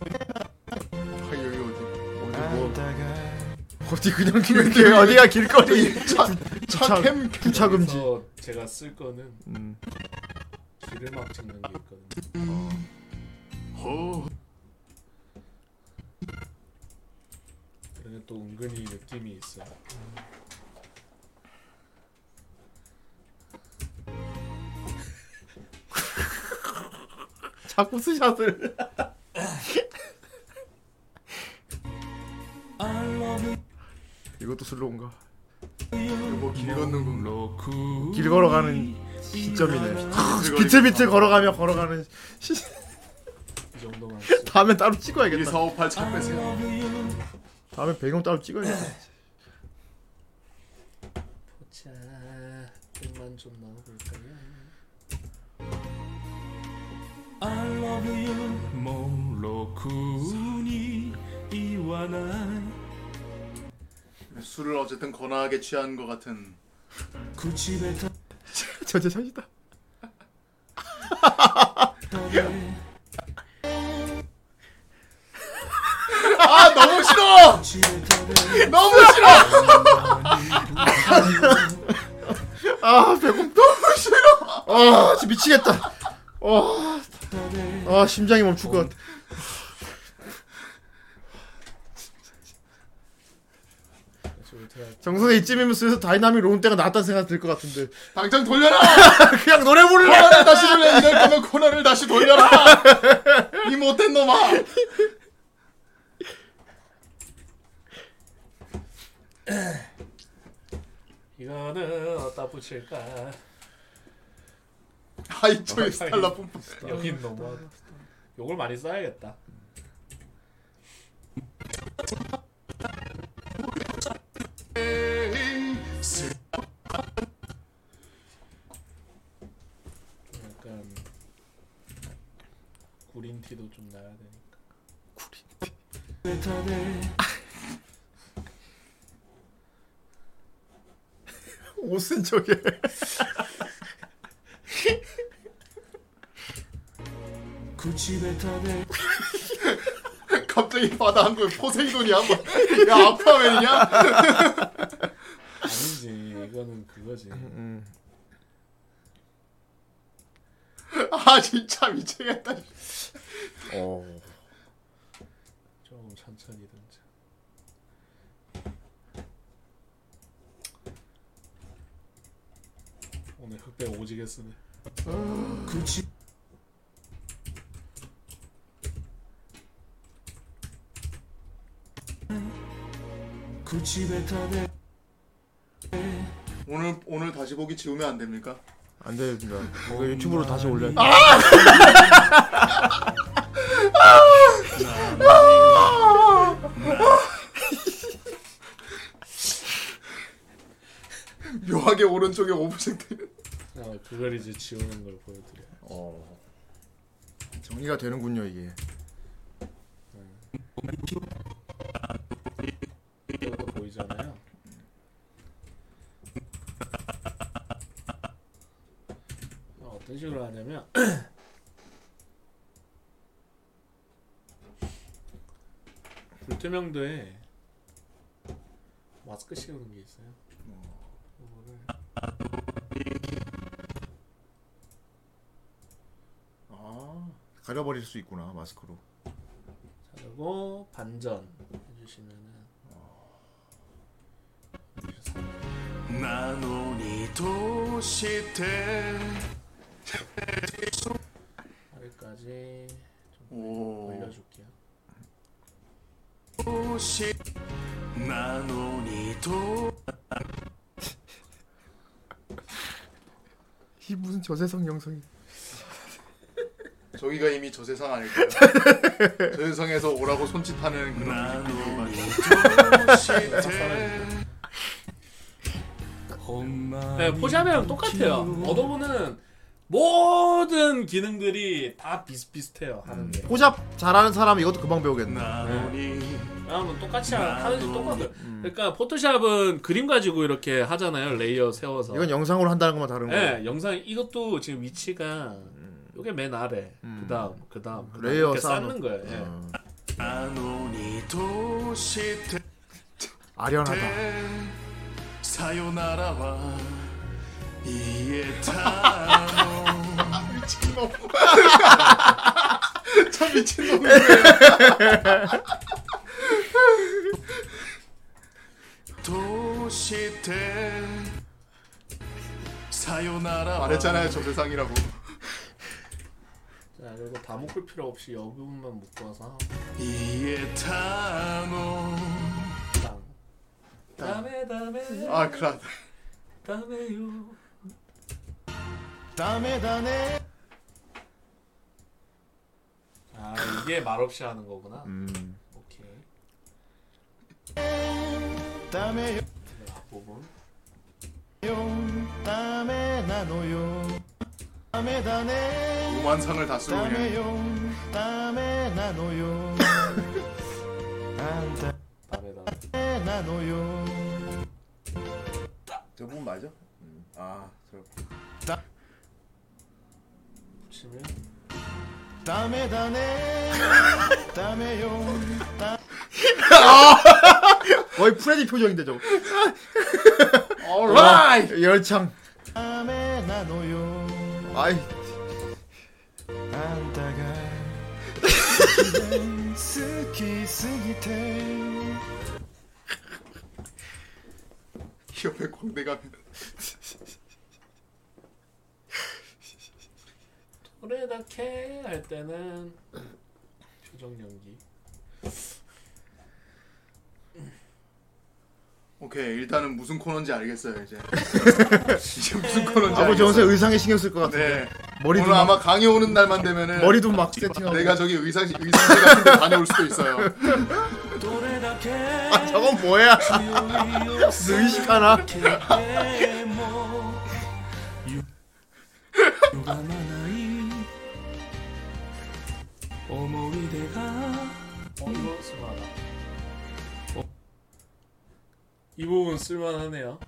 Speaker 2: 아, 여기 어디. 뭐
Speaker 3: あんたが
Speaker 2: 어디 그냥 길게, 어디야, 길거리. [LAUGHS] 차, 차, 캠, 주차 금지.
Speaker 10: 그래서 제가 쓸 거는
Speaker 2: 음.
Speaker 10: 귀를 막 찍는 게 있거든요.
Speaker 2: 어.
Speaker 3: ほう
Speaker 10: 그러면 또 은근히 느낌이 있어요.
Speaker 2: 자꾸 스샷을. 이것도 슬로우인가? 이거 뭐 길 걷는 건가?
Speaker 10: 로쿠
Speaker 2: 길 걸어가는 시점이네. 아, 비틀 비틀 걸어가며 걸어가는 시...
Speaker 10: 이 정도만 쓰.
Speaker 2: [LAUGHS] 다음에 따로 찍어야겠다.
Speaker 3: 2458 참배세요
Speaker 2: 다음에 배경 따로 [LAUGHS] 찍어야겠다.
Speaker 10: 자, 음만 좀 넣어볼까요?
Speaker 3: 술을 어쨌든 거나하게 취한 것 같은
Speaker 2: 전체 샷이다.
Speaker 3: 아 너무 싫어 너무 싫어
Speaker 2: 아 배고파. 너무 싫어. 아 진짜 미치겠다. 어. 아 심장이 멈출 것 같아.
Speaker 10: 다시 울트라
Speaker 2: 정선의 이쯤이면 에서 다이나믹 론때가 나왔다는 생각 들 것 같은데.
Speaker 3: 당장 돌려라
Speaker 2: 그냥 노래 부르래.
Speaker 3: 코너를 다시 돌려 이럴 거면 코너를 다시 돌려라 이 못된 놈아
Speaker 10: 이거는 어디다 붙일까?
Speaker 3: 아이 저이 스탈라 뿜뿜
Speaker 10: 여긴 너무하다. 요걸 그러니까. 많이 써야겠다. 좀 약간 구린 티도 좀 나야 되니까. 구린
Speaker 2: 옷은 저게. 갑자기 바다 한거 포세이돈이
Speaker 3: 뭐.
Speaker 2: 한거 야 아쿠아맨이냐?
Speaker 10: 아니지 이거는 그거지
Speaker 2: 아 진짜 미치겠다.
Speaker 10: 어. 좀 천천히든지 오늘 흑백 오지게 쓰네
Speaker 8: 오늘 오늘 다시 보기 지우면 안 됩니까?
Speaker 2: 안 됩니다. 이거 유튜브로 다시 올려.
Speaker 8: 묘하게 오른쪽에 오브젝트
Speaker 10: 아, 그걸 이제 지우는 걸 보여드려
Speaker 2: 어. 정리가 되는군요 이게.
Speaker 10: 이거 보이잖아요 어떤 식으로 하냐면 [CLEARS THROAT] 불투명도에 마스크 씌우는 게 있어요 이거를
Speaker 2: 아 가려버릴 수 있구나 마스크로.
Speaker 10: 자르고 반전 해주시면은
Speaker 3: 나노니どして
Speaker 10: 아래까지좀
Speaker 3: 오
Speaker 10: 올려줄게요.
Speaker 3: 도시 나노니ど
Speaker 2: 이 무슨 저세상 영상이.
Speaker 8: 저기가 이미 저세상 아닐까요? 저세상에서 오라고 손짓하는 그런
Speaker 3: 나노니
Speaker 10: 네, 포샵이랑 똑같아요. 어, 어도브는 모든 기능들이 다 비슷비슷해요 하는 게.
Speaker 2: 포잡 잘하는 사람 이것도 금방 배우겠네.
Speaker 3: 나노니
Speaker 10: 그러면 똑같이 하- 하는 게 똑같아요.
Speaker 2: 음.
Speaker 10: 그러니까 포토샵은 그림 가지고 이렇게 하잖아요. 레이어 세워서.
Speaker 2: 이건 영상으로 한다는 것만 다른 거야.
Speaker 10: 네, 영상 이것도 지금 위치가 이게 맨 아래. 그다음, 그다음, 그다음
Speaker 2: 레이어
Speaker 10: 이렇게
Speaker 2: 쌓아놓-
Speaker 10: 쌓는 거예요. 예.
Speaker 3: 나노니どして
Speaker 2: 아련하다.
Speaker 3: さよならは言えたの
Speaker 8: [LAUGHS] 참 미친놈이에요.
Speaker 3: どうしてさよならは
Speaker 8: 말했잖아요 저세상이라고.
Speaker 10: 자, 그리고 다 묶을 필요 없이 여 부분만 묶어서
Speaker 3: 言えたの
Speaker 10: 땅. 다음에 다음에
Speaker 8: 아 그래.
Speaker 10: 다음에요.
Speaker 2: 다메다네.
Speaker 10: 아 이게 말없이 하는 거구나.
Speaker 2: 음.
Speaker 10: 오케이.
Speaker 2: 다메
Speaker 10: 앞부분.
Speaker 2: 용 다메 나노요. 다메다네.
Speaker 8: 오만상을 다 쓰고 그냥.
Speaker 2: 용 다메 [LAUGHS] 나노요.
Speaker 10: 다음에 다음에.
Speaker 2: 나노요.
Speaker 8: 저 부분 맞죠? 아 저.
Speaker 10: 붙이면
Speaker 2: 다메다네. 다메용. 거의 프레디 표정인데
Speaker 8: [LAUGHS]
Speaker 2: 저거. Alright. 열창. 다메 나노요. 아이.
Speaker 8: 옆에 광대가
Speaker 10: 토레다케 할 때는 표정 연기.
Speaker 8: 오케이 일단은 무슨 코너인지 알겠어요 이제 이제 무슨 코너인지
Speaker 2: 아버지
Speaker 8: 알겠어요
Speaker 2: 요새 의상에 신경 쓸 것 같은데.
Speaker 8: 네
Speaker 2: 머리도
Speaker 8: 오늘
Speaker 2: 막,
Speaker 8: 아마 강의 오는 날만 되면은
Speaker 2: 머리도 막 세팅하고.
Speaker 8: 내가 저기 의상 의상실 같은 데 다녀올 수도
Speaker 2: [LAUGHS]
Speaker 8: 있어요
Speaker 2: 아, 저건 뭐야? 무슨
Speaker 8: [LAUGHS]
Speaker 2: 의식하나?
Speaker 10: 어 이거 수고하다. 이 부분 쓸만하네요.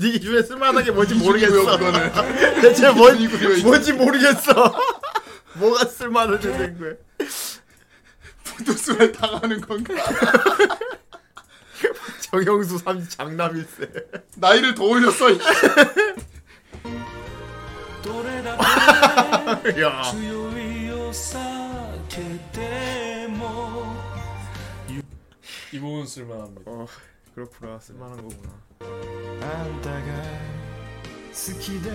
Speaker 2: 네 기준에 쓸만한 게 뭔지 모르겠어.
Speaker 3: [LAUGHS]
Speaker 2: 대체 뭔, 뭔지 모르겠어. [LAUGHS] 뭐가 쓸만한 대생구에.
Speaker 3: 도수를 당하는 건가?
Speaker 2: 정영수 삼 장남일세.
Speaker 3: 나이를 더 올렸어. 이-
Speaker 2: 야.
Speaker 8: 強いお酒でも
Speaker 10: 이 부분 쓸만합니다.
Speaker 2: 어, 그렇구나. 쓸만한 거구나.
Speaker 13: あんたが好きで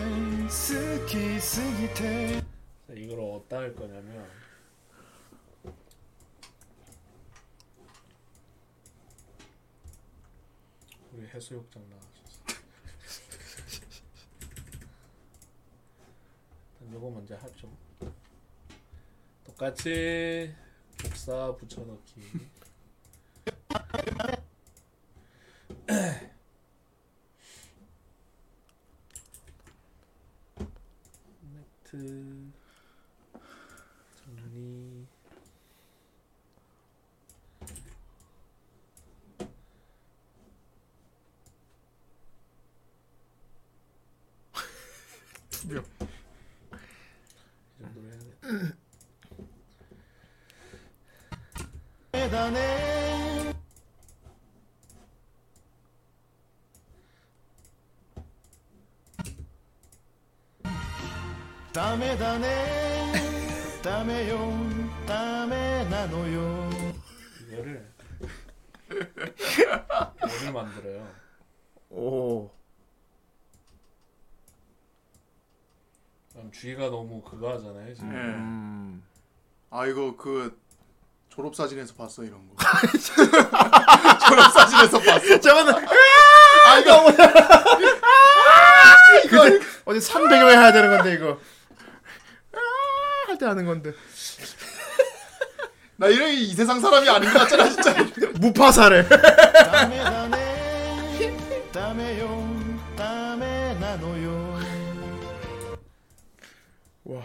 Speaker 13: 好きすぎて
Speaker 10: 자, 이걸 어디다 할 거냐면 우리 해수욕장 나가서 일단 요거 먼저 하죠. 똑같이 복사 붙여넣기. 넥트 장난이
Speaker 2: 투명.
Speaker 10: 이 정도로 해야 돼.
Speaker 13: だねダメだねダメよダメなのよ
Speaker 10: 이거를 뭐를 만들어요?
Speaker 2: 오.
Speaker 10: 그럼 주희가 너무 그거 하잖아요 지금.
Speaker 3: 네.
Speaker 2: 음.
Speaker 3: 아 이거 그 졸업 사진에서
Speaker 2: [LAUGHS]
Speaker 3: 봤어 이런 거. [LAUGHS] 졸업 사진에서 봤어.
Speaker 2: 저거는,
Speaker 3: 아 이거
Speaker 2: 이건 어제 300여 회 해야 되는 건데, 이거. 아, 할때 하는 건데.
Speaker 3: 나 이런 이 세상 사람이 아닌 것 같잖아 진짜.
Speaker 2: 무파사래.
Speaker 13: ダメだねダメよダメなのよ
Speaker 2: 와.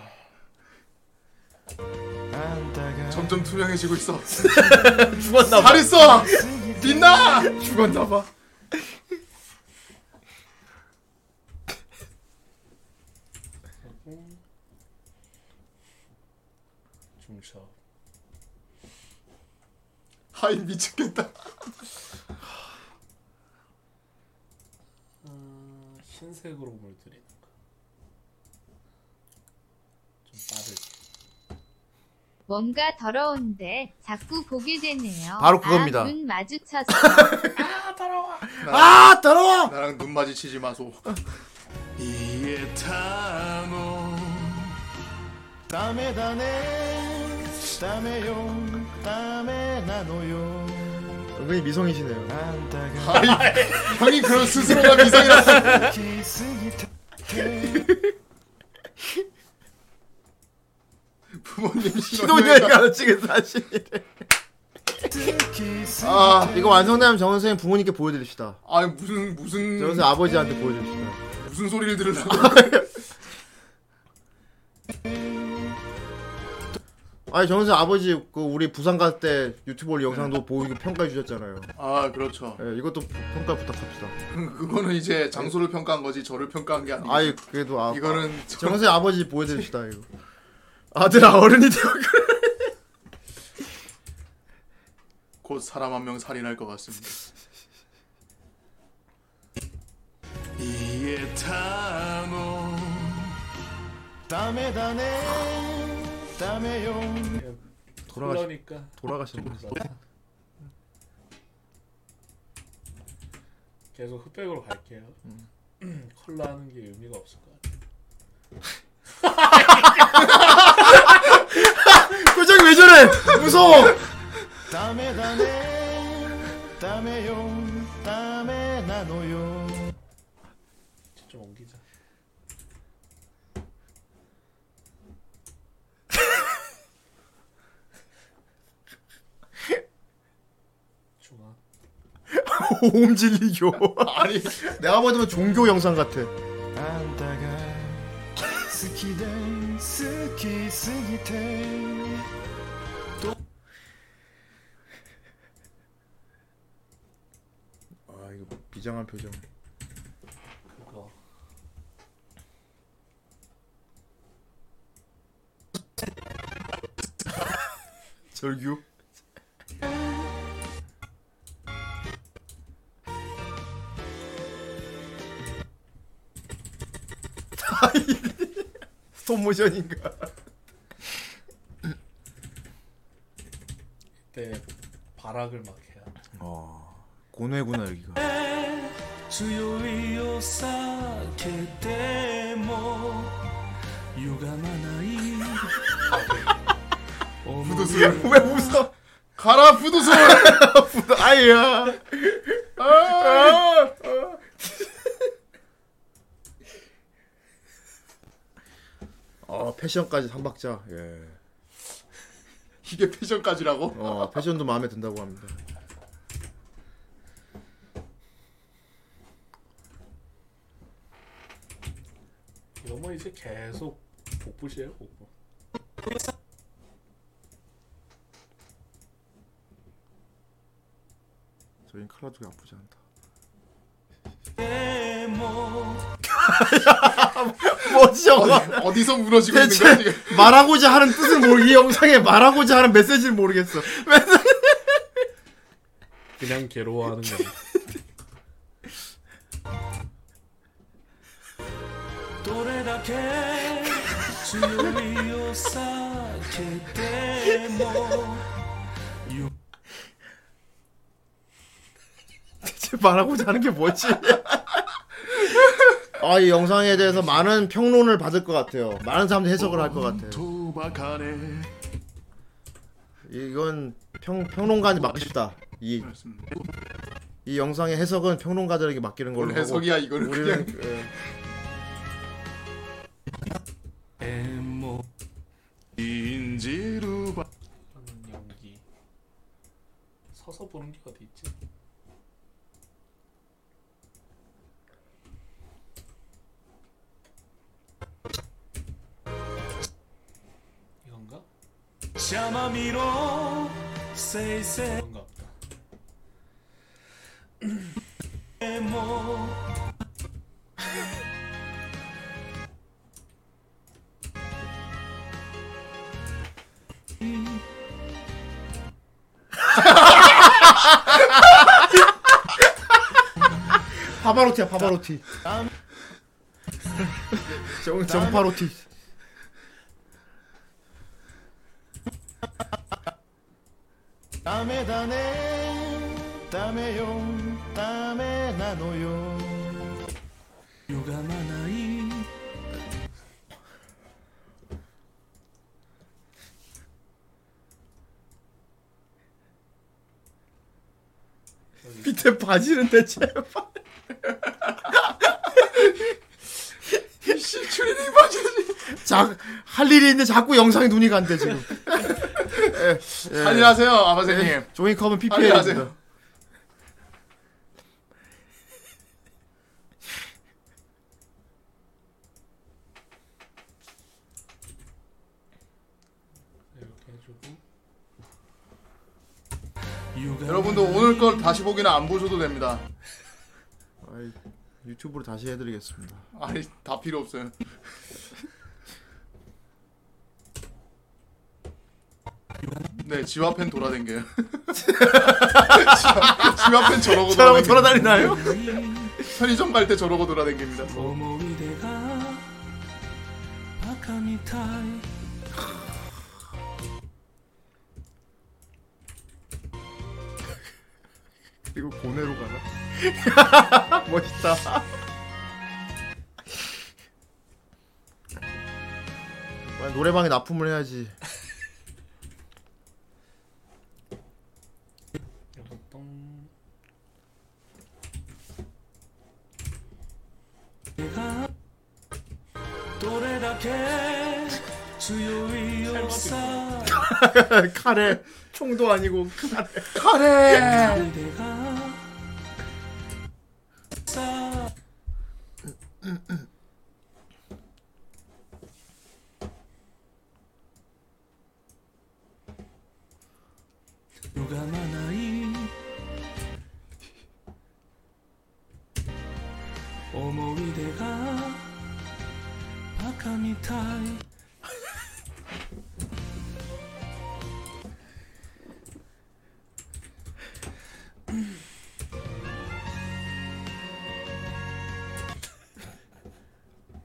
Speaker 13: あんたが
Speaker 3: 점점 투명해지고 있어.
Speaker 2: [LAUGHS] 죽었나봐.
Speaker 3: 잘 있어. 빛나.
Speaker 2: 죽었나봐.
Speaker 10: 춤춰.
Speaker 3: 하이 미치겠다.
Speaker 10: 어, 흰색으로 물들이는 거. 좀 빠르게.
Speaker 6: 뭔가 더러운데 자꾸 보게 되네요.
Speaker 2: 바로 그겁니다.
Speaker 6: 아, 눈 마주쳐서
Speaker 2: 아, 따라와!
Speaker 3: 나랑 눈 마주치지 마소.
Speaker 13: 言えたのダメだねダメよダメなのよ
Speaker 2: 은근히 미성이시네요.
Speaker 13: あんた
Speaker 3: 아이 형이 그런 스스로가 미성이라서.
Speaker 13: が好きすぎて
Speaker 2: [LAUGHS]
Speaker 3: 부모님
Speaker 2: 신혼여행
Speaker 3: 신혼여행.
Speaker 2: 가는 지금 사실이래.
Speaker 13: 好きすぎて
Speaker 3: 아
Speaker 2: 이거 완성되면 정원 선생님 부모님께 보여드립시다.
Speaker 3: 아 무슨 무슨
Speaker 2: 정원 선생님 아버지한테 보여드립시다.
Speaker 3: 무슨 소리를 들으려고
Speaker 2: 아니 정원 선생님 아버지 그 우리 부산 갈 때 유튜브 올 영상도 보이고 평가해 주셨잖아요.
Speaker 3: 아 그렇죠
Speaker 2: 예, 이것도 평가 부탁합시다.
Speaker 3: 그- 그거는 이제 장소를 평가한 거지 저를 평가한 게 아니고
Speaker 2: 아이 그래도 아
Speaker 3: 이거는 저-
Speaker 2: 정원 선생님 아버지 보여드립시다 이거. 아들아 어른이 되어 그래.
Speaker 3: 곧 사람 한 명 살인할 것 같습니다
Speaker 13: 言えたのダメだねダメよ
Speaker 2: 돌아가시
Speaker 10: 그러니까
Speaker 2: 돌아가시는 [LAUGHS] 분.
Speaker 10: 계속 흑백으로 갈게요.
Speaker 2: 음.
Speaker 10: [CLEARS THROAT] 컬러 하는 게 의미가 없을 것 같아.
Speaker 2: [LAUGHS] 표정이 왜 저래? 무서워.
Speaker 13: ダメだねダメよダメなのよ
Speaker 10: 좀 옮기자. 중앙.
Speaker 2: 옴질리교. [LAUGHS] 아니 내가 보면 종교 영상 같아.
Speaker 13: あんたが好きで好きすぎて
Speaker 2: 아, 이거 비장한 표정. [LAUGHS] 절규. 스톱모션인가?
Speaker 10: 그때 발악을 막 해야.
Speaker 2: 어, 고뇌구나 여기가.
Speaker 8: 強いを避けても歪まない
Speaker 2: 부스 [LAUGHS] 왜 웃어? 가라 부두솔. 부두 아이야. 아, 아, 아. 아 패션까지 삼박자. 예. 이게 패션까지라고? 어 패션도 마음에 든다고 합니다.
Speaker 10: 뭐 이러면 이제 계속 복붙이에요 복붙.
Speaker 2: 저희는 칼라도 아프지 않다.
Speaker 8: でも
Speaker 2: [LAUGHS] 뭐지 저거?
Speaker 8: 어디- 어디서 무너지고 있는
Speaker 2: 대체
Speaker 8: 거야, 지금?
Speaker 2: 말하고자 하는 뜻을 모르. 이 영상에 말하고자 하는 메시지를 모르겠어.
Speaker 1: 그냥 괴로워하는 거.
Speaker 8: どれだけ強いを避けても
Speaker 2: 대체 말하고자 하는 게 뭐지? 아, 이 영상에 대해서 많은 평론을 받을 것 같아요. 많은 사람들이 해석을 할 것 같아요. 이- 이건 평, 평론가한테 맡기십다. 이, 이 영상의 해석은 평론가들에게 맡기는 걸로
Speaker 4: 오늘 해석이야, 이거는
Speaker 2: 우리는-
Speaker 4: 그냥.
Speaker 2: 예. 예.
Speaker 8: 뭐 인지루바
Speaker 10: 음, 연기. 서서 보는 게 어디 있지? 이건가?
Speaker 8: 샤마미로 세이세
Speaker 10: 이건가 보다.
Speaker 8: 뭐
Speaker 2: 파바로티야, 파바로티. 정, 정파로티.
Speaker 3: ダメだねダメよダメなのよ歪まない
Speaker 2: 밑에 바지는 대체
Speaker 3: 씨 [LAUGHS] 트레이닝 바지
Speaker 2: 자, 할 일이 있는데 자꾸 영상에 눈이 간대,
Speaker 3: [LAUGHS]
Speaker 2: 지금.
Speaker 4: 한일하세요, 아바생님.
Speaker 2: 네. 종이컵은
Speaker 4: 한일하세요.
Speaker 2: PPL입니다.
Speaker 10: 이렇게 해주고.
Speaker 4: 여러분도 오늘 걸 다시 보기는 안 보셔도 됩니다.
Speaker 2: 아이, 유튜브로 다시 해드리겠습니다.
Speaker 4: 아니 다 필요 없어요. 네, 지화펜 돌아댕겨요. [LAUGHS] 지화- 지화펜 저러고
Speaker 2: 저러고
Speaker 4: 돌아다니나요?
Speaker 8: 돌아다니나요?
Speaker 4: 편의점 갈 때 저러고 돌아댕깁니다.
Speaker 8: [LAUGHS] 思い出がバカみたい
Speaker 2: 그리고 고뇌로 가라. [LAUGHS] 멋있다. 빨리 노래방에 납품을 해야지.
Speaker 10: 똥.
Speaker 8: がどれだけ強いをさ
Speaker 2: [LAUGHS] 카레 총도 아니고
Speaker 8: 彼
Speaker 2: 카레.
Speaker 8: がさ歪まないみたい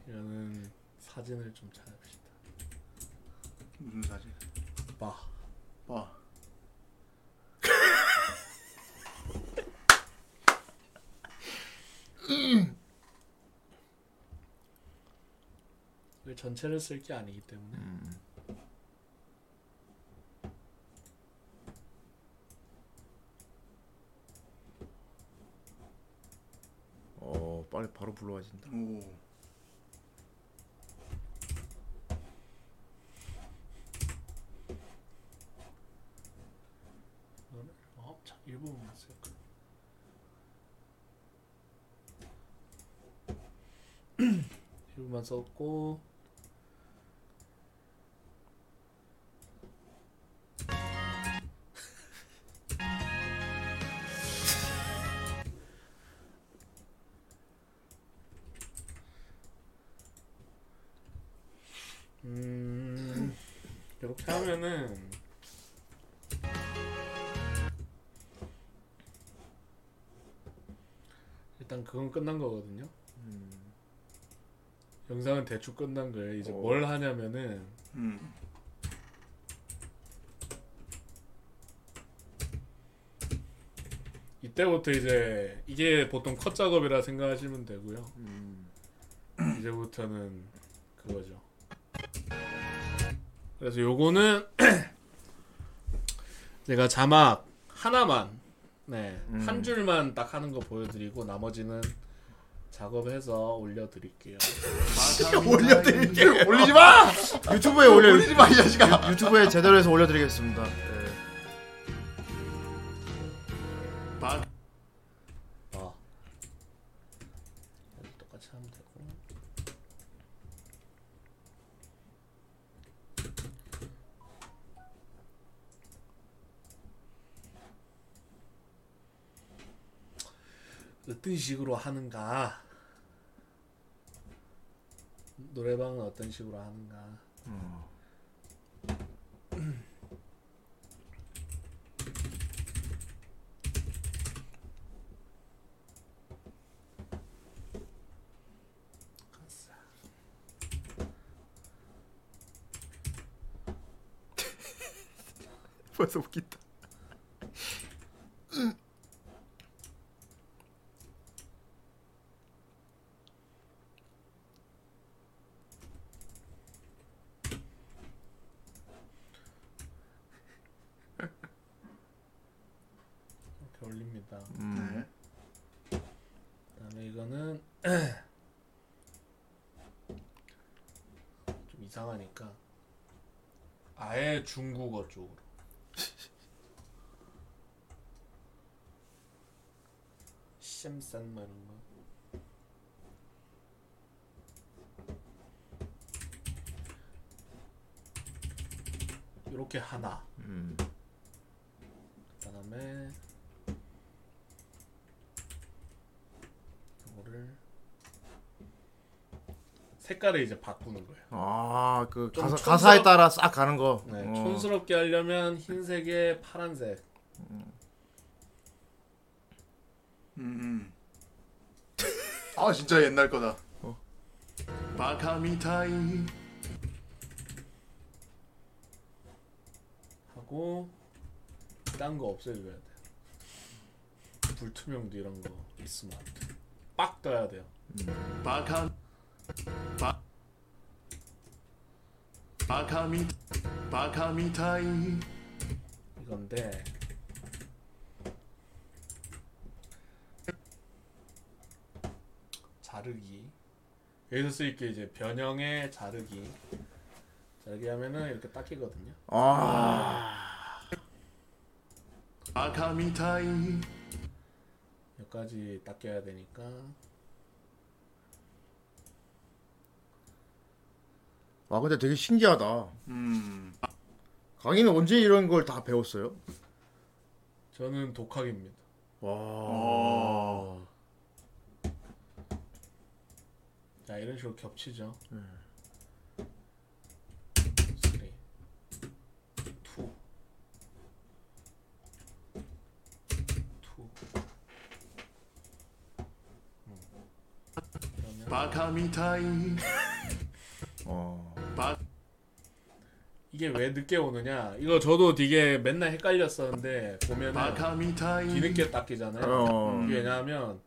Speaker 10: 이거는 사진을 좀 찾읍시다.
Speaker 8: 음,
Speaker 3: 무슨 사진?
Speaker 10: 봐.
Speaker 3: 봐.
Speaker 10: 왜 전체를 쓸 게 아니기 때문에.
Speaker 2: 어 빨리 바로 불러와진다.
Speaker 10: 이거를 어, 자, 일부분만 쓸까. [CLEARS THROAT] 일부만 썼고 [LAUGHS] 음 이렇게 하면은 일단 그건 끝난 거거든요. 영상은 대충 끝난 거예요. 이제 뭘 하냐면은
Speaker 3: 음.
Speaker 10: 이때부터 이제 이게 보통 컷 작업이라 생각하시면 되고요. 이제부터는 그거죠. 그래서 요거는 [CLEARS THROAT] 제가 자막 하나만 네, 한 줄만 딱 하는 거 보여드리고 나머지는 작업해서 올려드릴게요.
Speaker 8: 아,
Speaker 2: 올려드릴게요.
Speaker 10: 올리지 마!
Speaker 2: [LAUGHS] 유튜브에 [LAUGHS] 올려.
Speaker 10: 올리지 마, 이 자식아.
Speaker 2: 유- 유튜브에 제대로 해서 올려드리겠습니다. 네.
Speaker 10: 봐. 봐. 똑같이 하면 되고. 어떤 식으로 하는가? 노래방은 어떤 식으로 하는가?
Speaker 3: 벌써 웃긴다.
Speaker 10: 이렇게 올립니다.
Speaker 3: 네.
Speaker 10: 그다음에 이거는 [CLEARS THROAT] 좀 이상하니까 아예 중국어 쪽으로. [LAUGHS] 쌤쌤 뭐 이런 거. 이렇게 하나. 그다음에 이거를 색깔을 이제 바꾸는 거예요.
Speaker 2: 아그
Speaker 10: 좀
Speaker 2: 가사
Speaker 10: 촌스럽-
Speaker 2: 가사에 따라 싹 가는 거.
Speaker 10: 네,
Speaker 2: 어.
Speaker 10: 촌스럽게 하려면 흰색에 파란색.
Speaker 3: 음. 아 진짜 옛날 거다.
Speaker 8: 바카 미타이
Speaker 10: 하고 딴 거 없애줘야 돼. 불투명도 이런 거 있으면 안 돼. 빡 떠야 돼요.
Speaker 8: 바카 바 바카 미 바카 미타이
Speaker 10: 이건데 자르기 여기서 쓰이게 이제 변형의 자르기 자르기 하면은 이렇게 닦이거든요.
Speaker 2: 아,
Speaker 8: 바카 미타이
Speaker 10: 몇 가지 닦여야 되니까
Speaker 2: 아 근데 되게 신기하다.
Speaker 3: 음.
Speaker 2: 강희는 언제 이런 걸 다 배웠어요?
Speaker 10: 저는 독학입니다.
Speaker 3: 어.
Speaker 2: 와.
Speaker 10: 자 이런 식으로 겹치죠.
Speaker 3: バカみたい
Speaker 2: 어.
Speaker 10: 이게 왜 늦게 오느냐? 이거 저도 되게 맨날 헷갈렸었는데
Speaker 3: 아,
Speaker 10: 보면은 뒤늦게 닦이잖아요.
Speaker 2: 어.
Speaker 10: 이게 왜냐하면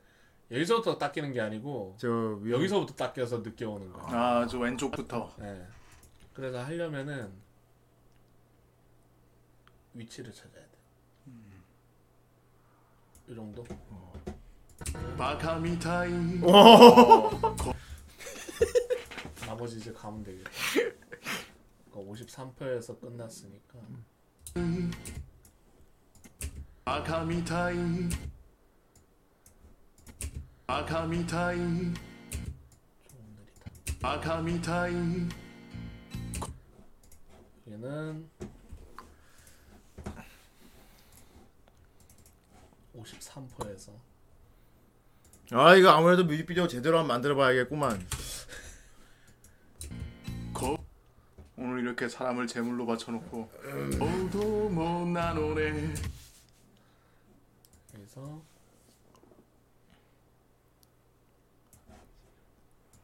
Speaker 10: 여기서부터 닦이는 게 아니고
Speaker 2: 저 위에-
Speaker 10: 여기서부터 닦여서 늦게 오는 거예요.
Speaker 3: 아, 저 왼쪽부터.
Speaker 10: 네. 그래서 하려면은 위치를 찾아야 돼. 이 정도.
Speaker 3: バカみたい
Speaker 10: 나머지 이제 가면 되겠다. 그러니까 53표에서 끝났으니까.
Speaker 3: バカみたいバカみたいバカみたい
Speaker 10: 얘는 53%에서
Speaker 2: 아 이거 아무래도 뮤직비디오 제대로 한번 만들어봐야겠구만.
Speaker 3: 거 오늘 이렇게 사람을 제물로 바쳐놓고 어도 못난 오네
Speaker 10: 그래서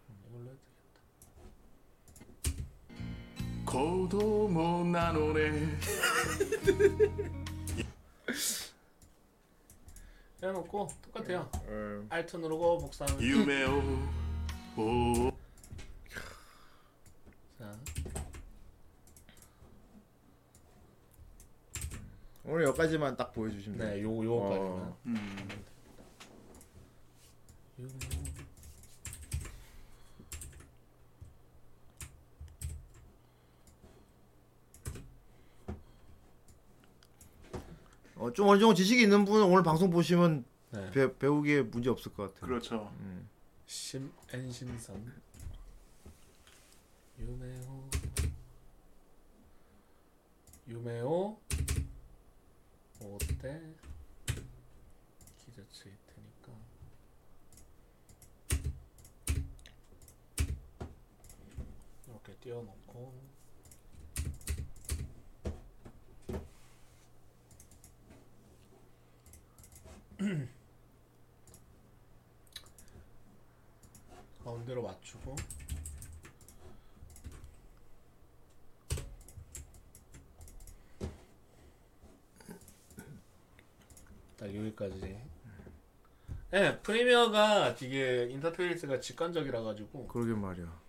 Speaker 10: 이걸로 해도
Speaker 3: 거도 못난 오네
Speaker 10: 해놓고 똑같아요. 알트 누르고 복사하면
Speaker 3: 유메오 오
Speaker 10: 자,
Speaker 2: 오늘 여기까지만 딱 보여주시면
Speaker 10: 네,
Speaker 2: 돼요.
Speaker 10: 요 요거까지만.
Speaker 2: 어.
Speaker 3: 음,
Speaker 10: 요
Speaker 2: 어, 좀 어느 정도 지식이 있는 분은 오늘 방송 보시면
Speaker 10: 네.
Speaker 2: 배, 배우기에 문제 없을 것 같아요.
Speaker 3: 그렇죠.
Speaker 2: 음.
Speaker 10: 심 엔심선 유메오 유메오 오때 기저치일 테니까 이렇게 띄워놓고 [CLEARS THROAT] 가운데로 맞추고 [CLEARS THROAT] 딱 여기까지 예, 프리미어가 되게 인터페이스가 직관적이라 가지고
Speaker 2: 그러게 말이야.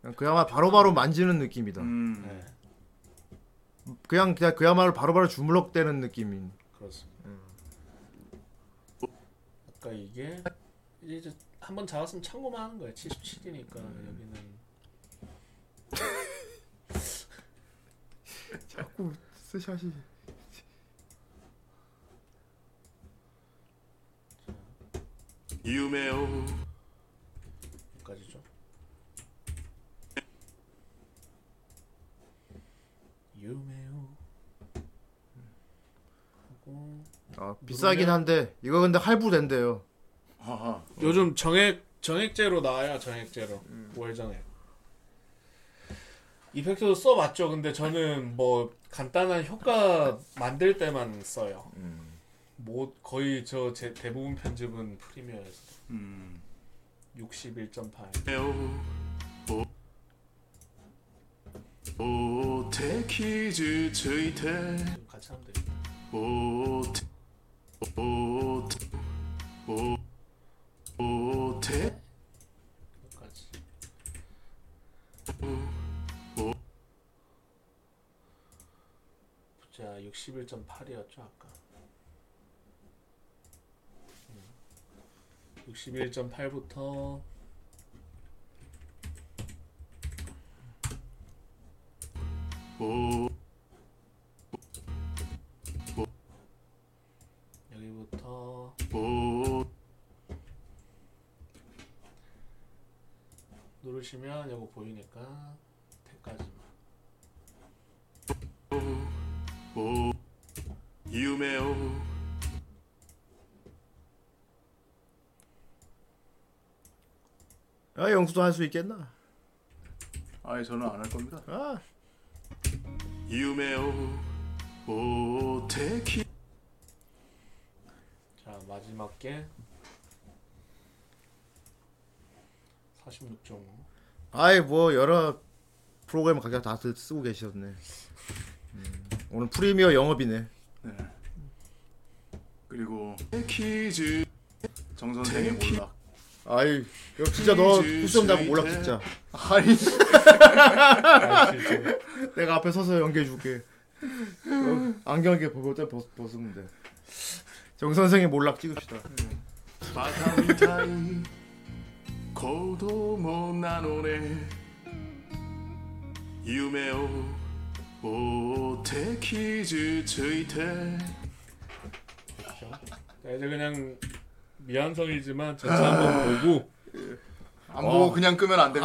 Speaker 2: 그냥 그야말로 바로바로 만지는 느낌이다.
Speaker 3: 음.
Speaker 2: 그냥 그냥 그야말로 바로바로 주물럭대는 느낌인.
Speaker 10: 그렇습니다. 아까 이게 이제 한번 잡았으면 참고만 하는 거예요. 77이니까 여기는
Speaker 2: 자꾸 스샷이.
Speaker 3: 유메오
Speaker 10: 여기까지죠. 유메오 하고
Speaker 2: 아 비싸긴 한데 이거 근데 할부된대요.
Speaker 10: 요즘 정액 정액제로 나와요 정액제로 월 정액 이펙트도 써봤죠 근데 저는 뭐 간단한 효과 만들 때만 써요 뭐 거의 저 제 대부분 편집은 프리미어에서 61.8
Speaker 3: お手傷ついて
Speaker 10: 같이 하면 되겠다
Speaker 3: お手お手おお手
Speaker 10: 여기까지 자 61.8이었죠 아까 음. 61.8부터 여기부터 누르시면 이거 보이니까 태까지만
Speaker 3: お夢を
Speaker 2: 아 영수도 할 수 있겠나?
Speaker 3: 아예 저는 안 할 겁니다.
Speaker 2: 아.
Speaker 3: 유메오 오테키
Speaker 10: 자 마지막 게 46.5.
Speaker 2: 아예 뭐 여러 프로그램 각각 다들 쓰고 계셨네. 음, 오늘 프리미어 영업이네.
Speaker 3: 그리고 퀴즈 정 선생의 몰락.
Speaker 2: 아이, 야, 진짜 너 수점 나고 몰락 진짜. 아이. 내가 앞에 서서 연기해 줄게. 어, 안경 이렇게 벗을 때 벗, 벗으면 돼. 정 선생의 몰락 찍읍시다.
Speaker 3: バカみたい子供なのね夢を追って傷ついて
Speaker 10: 자, 이제 그러니까 그냥 미완성이지만 전차 한번 보고
Speaker 2: 어.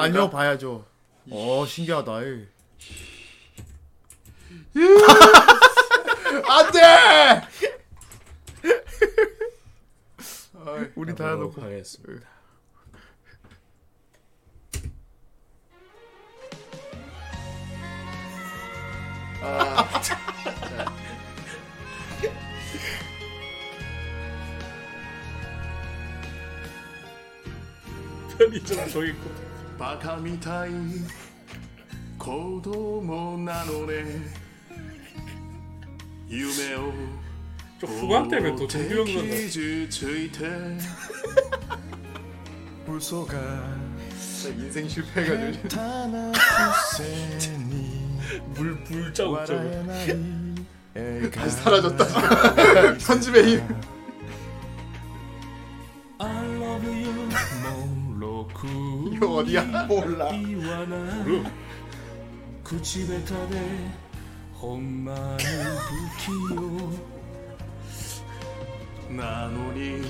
Speaker 2: 아니요, 봐야죠. 어, 신기하다. 에이. 안 돼! 우리 다 놓고
Speaker 10: 하겠습니다.
Speaker 3: 아, 자, 자.
Speaker 10: 편의점 저기 있고
Speaker 3: バカみたい子供なのね夢を
Speaker 10: ちょ不安定が途中で読むんだ
Speaker 3: 傷ついて
Speaker 8: 웃어가
Speaker 3: 인생
Speaker 8: 나타나
Speaker 10: 물 불자 웃자
Speaker 3: [LAUGHS] 다시 사라졌다 [LAUGHS] 편집에 힘
Speaker 8: I love you 모로쿠
Speaker 3: 이거 어디야? 몰라.
Speaker 8: 이와나 구치베타데 혼마니 부키요
Speaker 3: なのに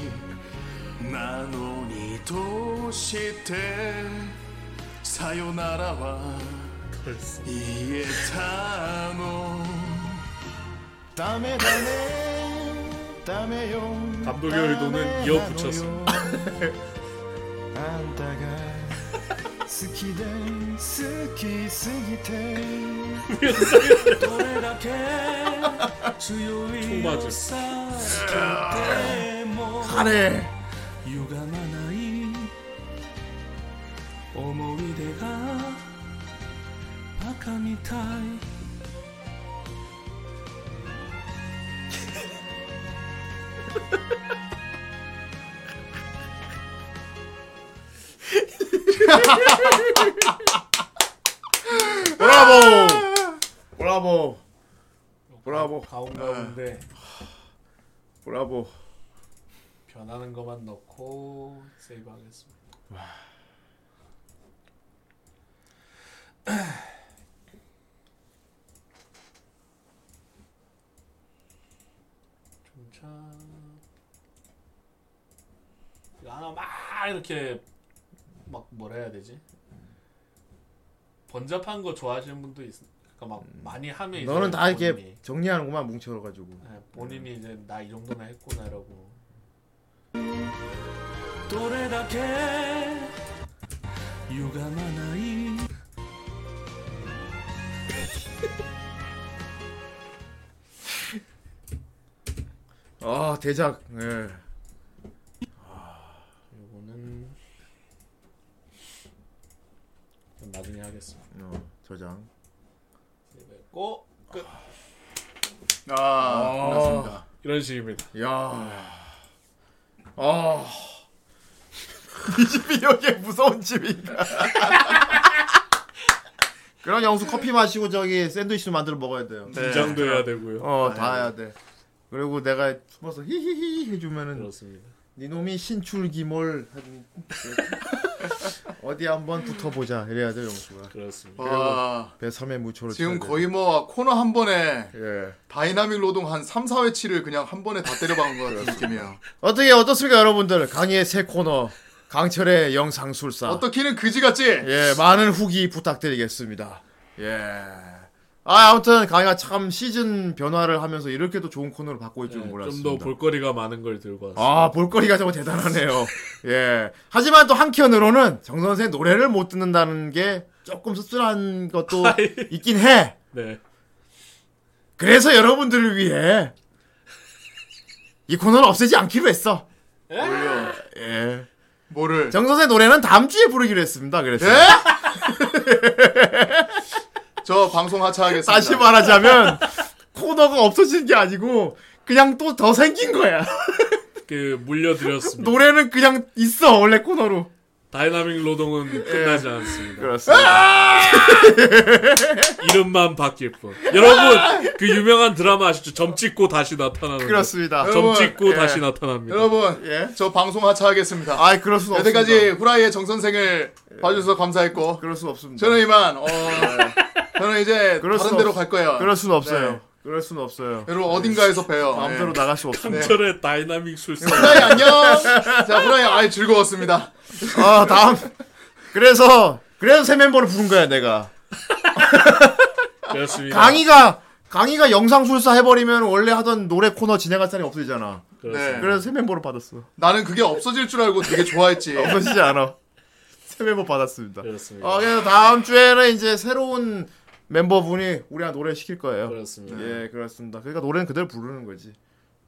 Speaker 3: なのにどうしてさよならは言えたの
Speaker 4: ダメだねダメよ
Speaker 10: 감독의 의도는 이어 붙였어.
Speaker 8: あんたが好きで好きすぎてどれだけ強いを避けても
Speaker 3: 彼
Speaker 8: 歪まない思い出がバカみたい
Speaker 2: 브라보! 브라보! 브라보!
Speaker 10: 가운가운데
Speaker 2: 브라보!
Speaker 10: 변하는 것만 넣고 세이브하겠습니다. [CLEARS THROAT] 좀차 이거 하나 막 이렇게 막 뭐라 해야 되지? 번잡한 거 좋아하시는 분도 있. 그러니까 막 많이 하면 이제
Speaker 2: 음. 너는 다
Speaker 10: 본인이-
Speaker 2: 이렇게 정리하는구만 뭉쳐가지고.
Speaker 10: 네, 본인이 이제 나 이 정도나 했구나라고
Speaker 8: どれだけ歪まない
Speaker 2: 아 대작. 예.
Speaker 10: 요거는 그럼 나중에 하겠습니다. 네,
Speaker 2: 어, 저장.
Speaker 10: 고 끝.
Speaker 3: 아, 맞습니다.
Speaker 10: 이런 식입니다.
Speaker 2: 야. 아.
Speaker 3: 이 집이 여기 무서운 집인가?
Speaker 2: [LAUGHS] 그럼 영수 커피 마시고 저기 샌드위치도 만들어 먹어야 돼요.
Speaker 10: 네. 김장도 해야 되고요.
Speaker 2: 어, 다
Speaker 10: 아,
Speaker 2: 해야 돼. 그리고 내가 숨어서 히히히 해주면은
Speaker 10: 그렇습니다.
Speaker 2: 니놈이 신출기몰 한- 어디 한번 붙어보자 이래야 돼 영수가.
Speaker 10: 그렇습니다.
Speaker 2: 그리고
Speaker 3: 와.
Speaker 2: 배삼의 무초로
Speaker 3: 지금
Speaker 2: 쳐야 돼.
Speaker 3: 거의 뭐 코너 한 번에
Speaker 2: 예.
Speaker 3: 다이나믹 로동 한 3, 4회치를 그냥 한 번에 다 때려박은 것 같은 느낌이에요.
Speaker 2: 어떻게 어떻습니까 여러분들 강의의 새 코너 강철의 영상술사
Speaker 3: 어떻게는 그지 같지?
Speaker 2: 예 많은 후기 부탁드리겠습니다 예. 예아 아무튼 강의가 참 시즌 변화를 하면서 이렇게도 좋은 코너로 바꿀 줄은 몰랐습니다
Speaker 10: 네, 예, 좀더 볼거리가 많은 걸 들고 왔습니다.
Speaker 2: 아 볼거리가 정말 대단하네요 [LAUGHS] 예 하지만 또 한켠으로는 정선생 노래를 못 듣는다는 게 조금 씁쓸한
Speaker 10: [LAUGHS]
Speaker 2: 것도 있긴 해
Speaker 10: 네.
Speaker 2: 그래서 여러분들을 위해 이 코너를 없애지 않기로 했어
Speaker 10: 예?
Speaker 2: 예
Speaker 3: 뭐를?
Speaker 2: 정선생 노래는 다음 주에 부르기로 했습니다. 그래서
Speaker 3: 저 방송 하차하겠습니다.
Speaker 2: 다시 말하자면 코너가 없어진 게 아니고 그냥 또 더 생긴 거야.
Speaker 10: 네. 그
Speaker 2: [LAUGHS]
Speaker 10: 물려드렸습니다.
Speaker 2: 노래는 그냥 있어 원래 코너로. 예.
Speaker 10: 다이나믹 노동은 끝나지 않습니다.
Speaker 3: 아,
Speaker 2: 그렇습니다.
Speaker 10: 이름만 바뀔 뿐. 여러분 그 유명한 드라마 아시죠? 점 찍고 다시 나타나는. 거.
Speaker 3: 그렇습니다.
Speaker 10: 점
Speaker 3: 여러분,
Speaker 10: 찍고
Speaker 3: 예.
Speaker 10: 다시 나타납니다.
Speaker 3: 여러분, 저 방송 하차하겠습니다.
Speaker 2: 예. 아, 그럴 수 없습니다.
Speaker 3: 여태까지 후라이의 정 선생을 봐주셔서 감사했고,
Speaker 2: 그럴 수 없습니다.
Speaker 3: 저는 이만, 어, 저는 이제
Speaker 2: [LAUGHS] 그럴
Speaker 3: 다른
Speaker 2: 수
Speaker 3: 데로
Speaker 2: 없-
Speaker 3: 갈 거예요.
Speaker 2: 그럴 수는 없어요.
Speaker 3: 네.
Speaker 2: 그럴 수는 없어요.
Speaker 3: 여러분 어딘가에서 봬요.
Speaker 2: 마음대로
Speaker 3: 네.
Speaker 2: 나갈 수 없습니다.
Speaker 10: 강철의 다이나믹 술사.
Speaker 3: 후라이 안녕.
Speaker 2: [LAUGHS]
Speaker 3: 자, 후라이 아이 즐거웠습니다.
Speaker 2: 아 다음. 그래서 그래서 새 멤버를 부른 거야 내가.
Speaker 10: 그렇습니다.
Speaker 2: 강희가 강희가 영상 술사 해버리면 원래 하던 노래 코너 진행할 사람이 없어지잖아.
Speaker 3: 네. 그렇습니다.
Speaker 2: 그래서 새 멤버로 받았어.
Speaker 3: 나는 그게 없어질 줄 알고 되게 좋아했지.
Speaker 2: [LAUGHS] 없어지지 않아. 새 예. 멤버 받았습니다.
Speaker 3: 예.
Speaker 10: 그렇습니다.
Speaker 2: 어, 그래서 다음 주에는 이제 새로운 멤버분이 우리가 노래 시킬 거예요.
Speaker 3: 그렇죠.
Speaker 10: 그렇습니다.
Speaker 2: 예, 그렇습니다. 그러니까 노래는 그대로 부르는 거지.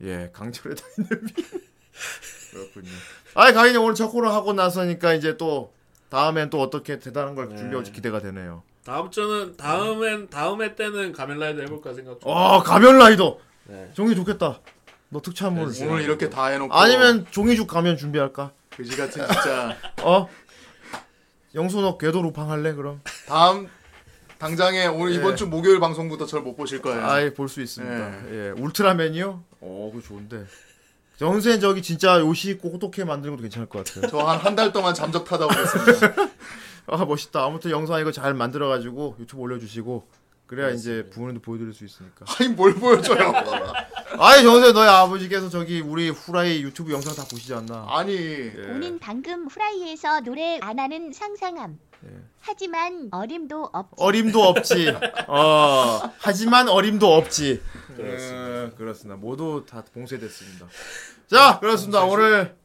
Speaker 2: 예, 강철의
Speaker 3: [LAUGHS]
Speaker 2: 다이내믹. 그렇군요. 아이 강인이 오늘 첫 코너 하고 나서니까 이제 또 다음엔 또 어떻게 대단한
Speaker 3: 네.
Speaker 2: 걸 준비할지 기대가 되네요.
Speaker 10: 다음 주는 다음엔 다음에 때는 가면라이더 해볼까 생각 중.
Speaker 2: 아 가면 라이더. 종이 좋겠다. 너 특차물.
Speaker 3: 네. 오늘 이렇게 다 해놓고
Speaker 2: 아니면 종이죽 가면 준비할까?
Speaker 3: 그지 같은 진짜
Speaker 2: 어? 영수 너 궤도 루팡 할래 그럼?
Speaker 3: 다음 당장에 오늘
Speaker 2: 예.
Speaker 3: 이번 주 목요일 방송부터 저를 못 보실 거예요.
Speaker 2: 아예 볼 수 있습니다. 예. 울트라맨이요? 어, 그 좋은데. 정수는 저기 진짜 요시 있고 호떡해 만드는 것도 괜찮을 것
Speaker 3: [LAUGHS]
Speaker 2: 같아요.
Speaker 3: 저 한 한 달 동안 잠적 타다 오겠습니다.
Speaker 2: 아 멋있다. 아무튼 영상 이거 잘 만들어가지고 유튜브 올려주시고 그래야 이제 부모님도 보여드릴 수 있으니까.
Speaker 3: 아니 뭘
Speaker 2: [LAUGHS]
Speaker 3: 보여줘요?
Speaker 2: 아니 정수야 너희 아버지께서 저기 우리 후라이 유튜브 영상 다 보시지 않나?
Speaker 3: 아니.
Speaker 2: 예.
Speaker 5: 본인 방금 후라이에서 노래 안 하는 상상함. 하지만 어림도 없.
Speaker 2: 어림도 없지. 어. 하지만 어림도 없지. 예, 그렇습니다. 그렇습니다. 모두 다 봉쇄됐습니다. 자, 그렇습니다. 오늘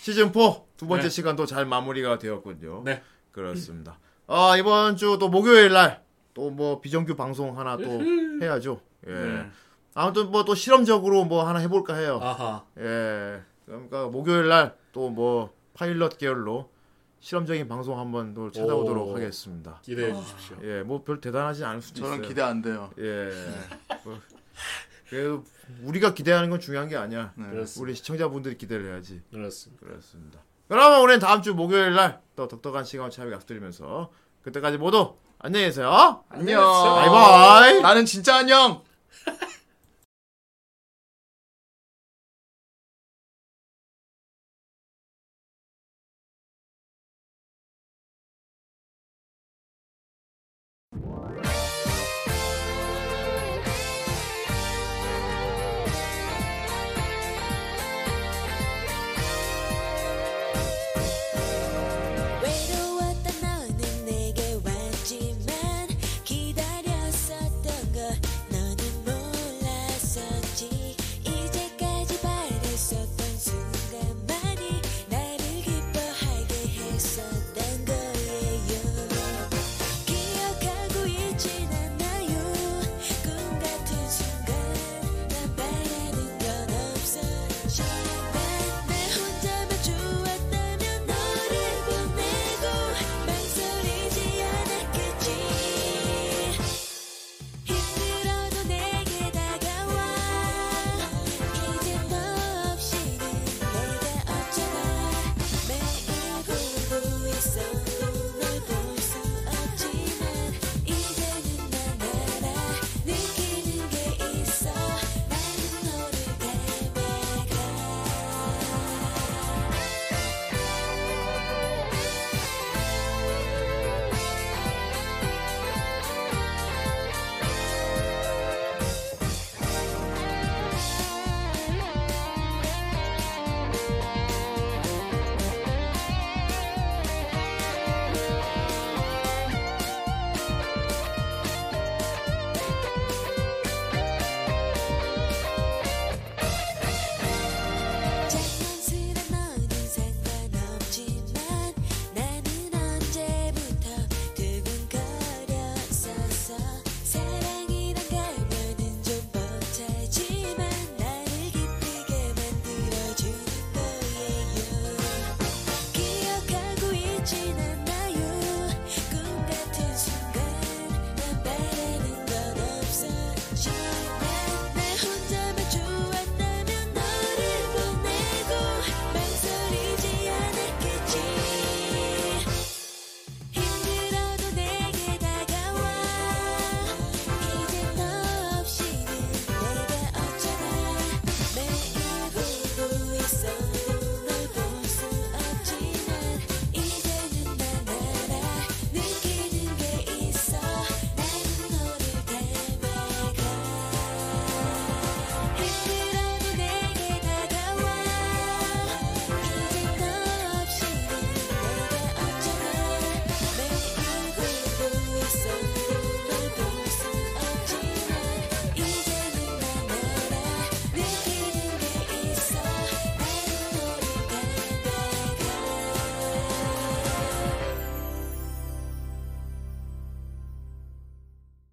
Speaker 2: 시즌 4 두 번째
Speaker 10: 네.
Speaker 2: 시간도 잘 마무리가 되었군요.
Speaker 10: 네.
Speaker 2: 그렇습니다. 아, 이번 주 또 목요일 날 또 뭐 비정규 방송 하나 또 해야죠. 예.
Speaker 10: 네.
Speaker 2: 아무튼 뭐 또 실험적으로 뭐 하나 해 볼까 해요.
Speaker 10: 아하.
Speaker 2: 예. 그러니까 목요일 날 또 뭐 파일럿 계열로 실험적인 방송 한번 또 찾아오도록
Speaker 10: 오.
Speaker 2: 하겠습니다.
Speaker 10: 기대해 주십시오.
Speaker 2: 예, 뭐 별 대단하진 않을 수도
Speaker 3: 저는
Speaker 2: 있어요.
Speaker 3: 기대 안 돼요.
Speaker 2: 예. 뭐, 그래도 우리가 기대하는 건 중요한 게 아니야.
Speaker 3: 네.
Speaker 10: 그렇습니다.
Speaker 2: 우리 시청자분들이 기대를 해야지.
Speaker 10: 그렇습니다.
Speaker 2: 그렇습니다. 그러면 우리는 다음 주 목요일 날 또 독특한 시간을 찾아 약속드리면서 그때까지 모두 안녕히 계세요.
Speaker 3: 안녕.
Speaker 2: 바이바이.
Speaker 3: 나는 진짜 안녕.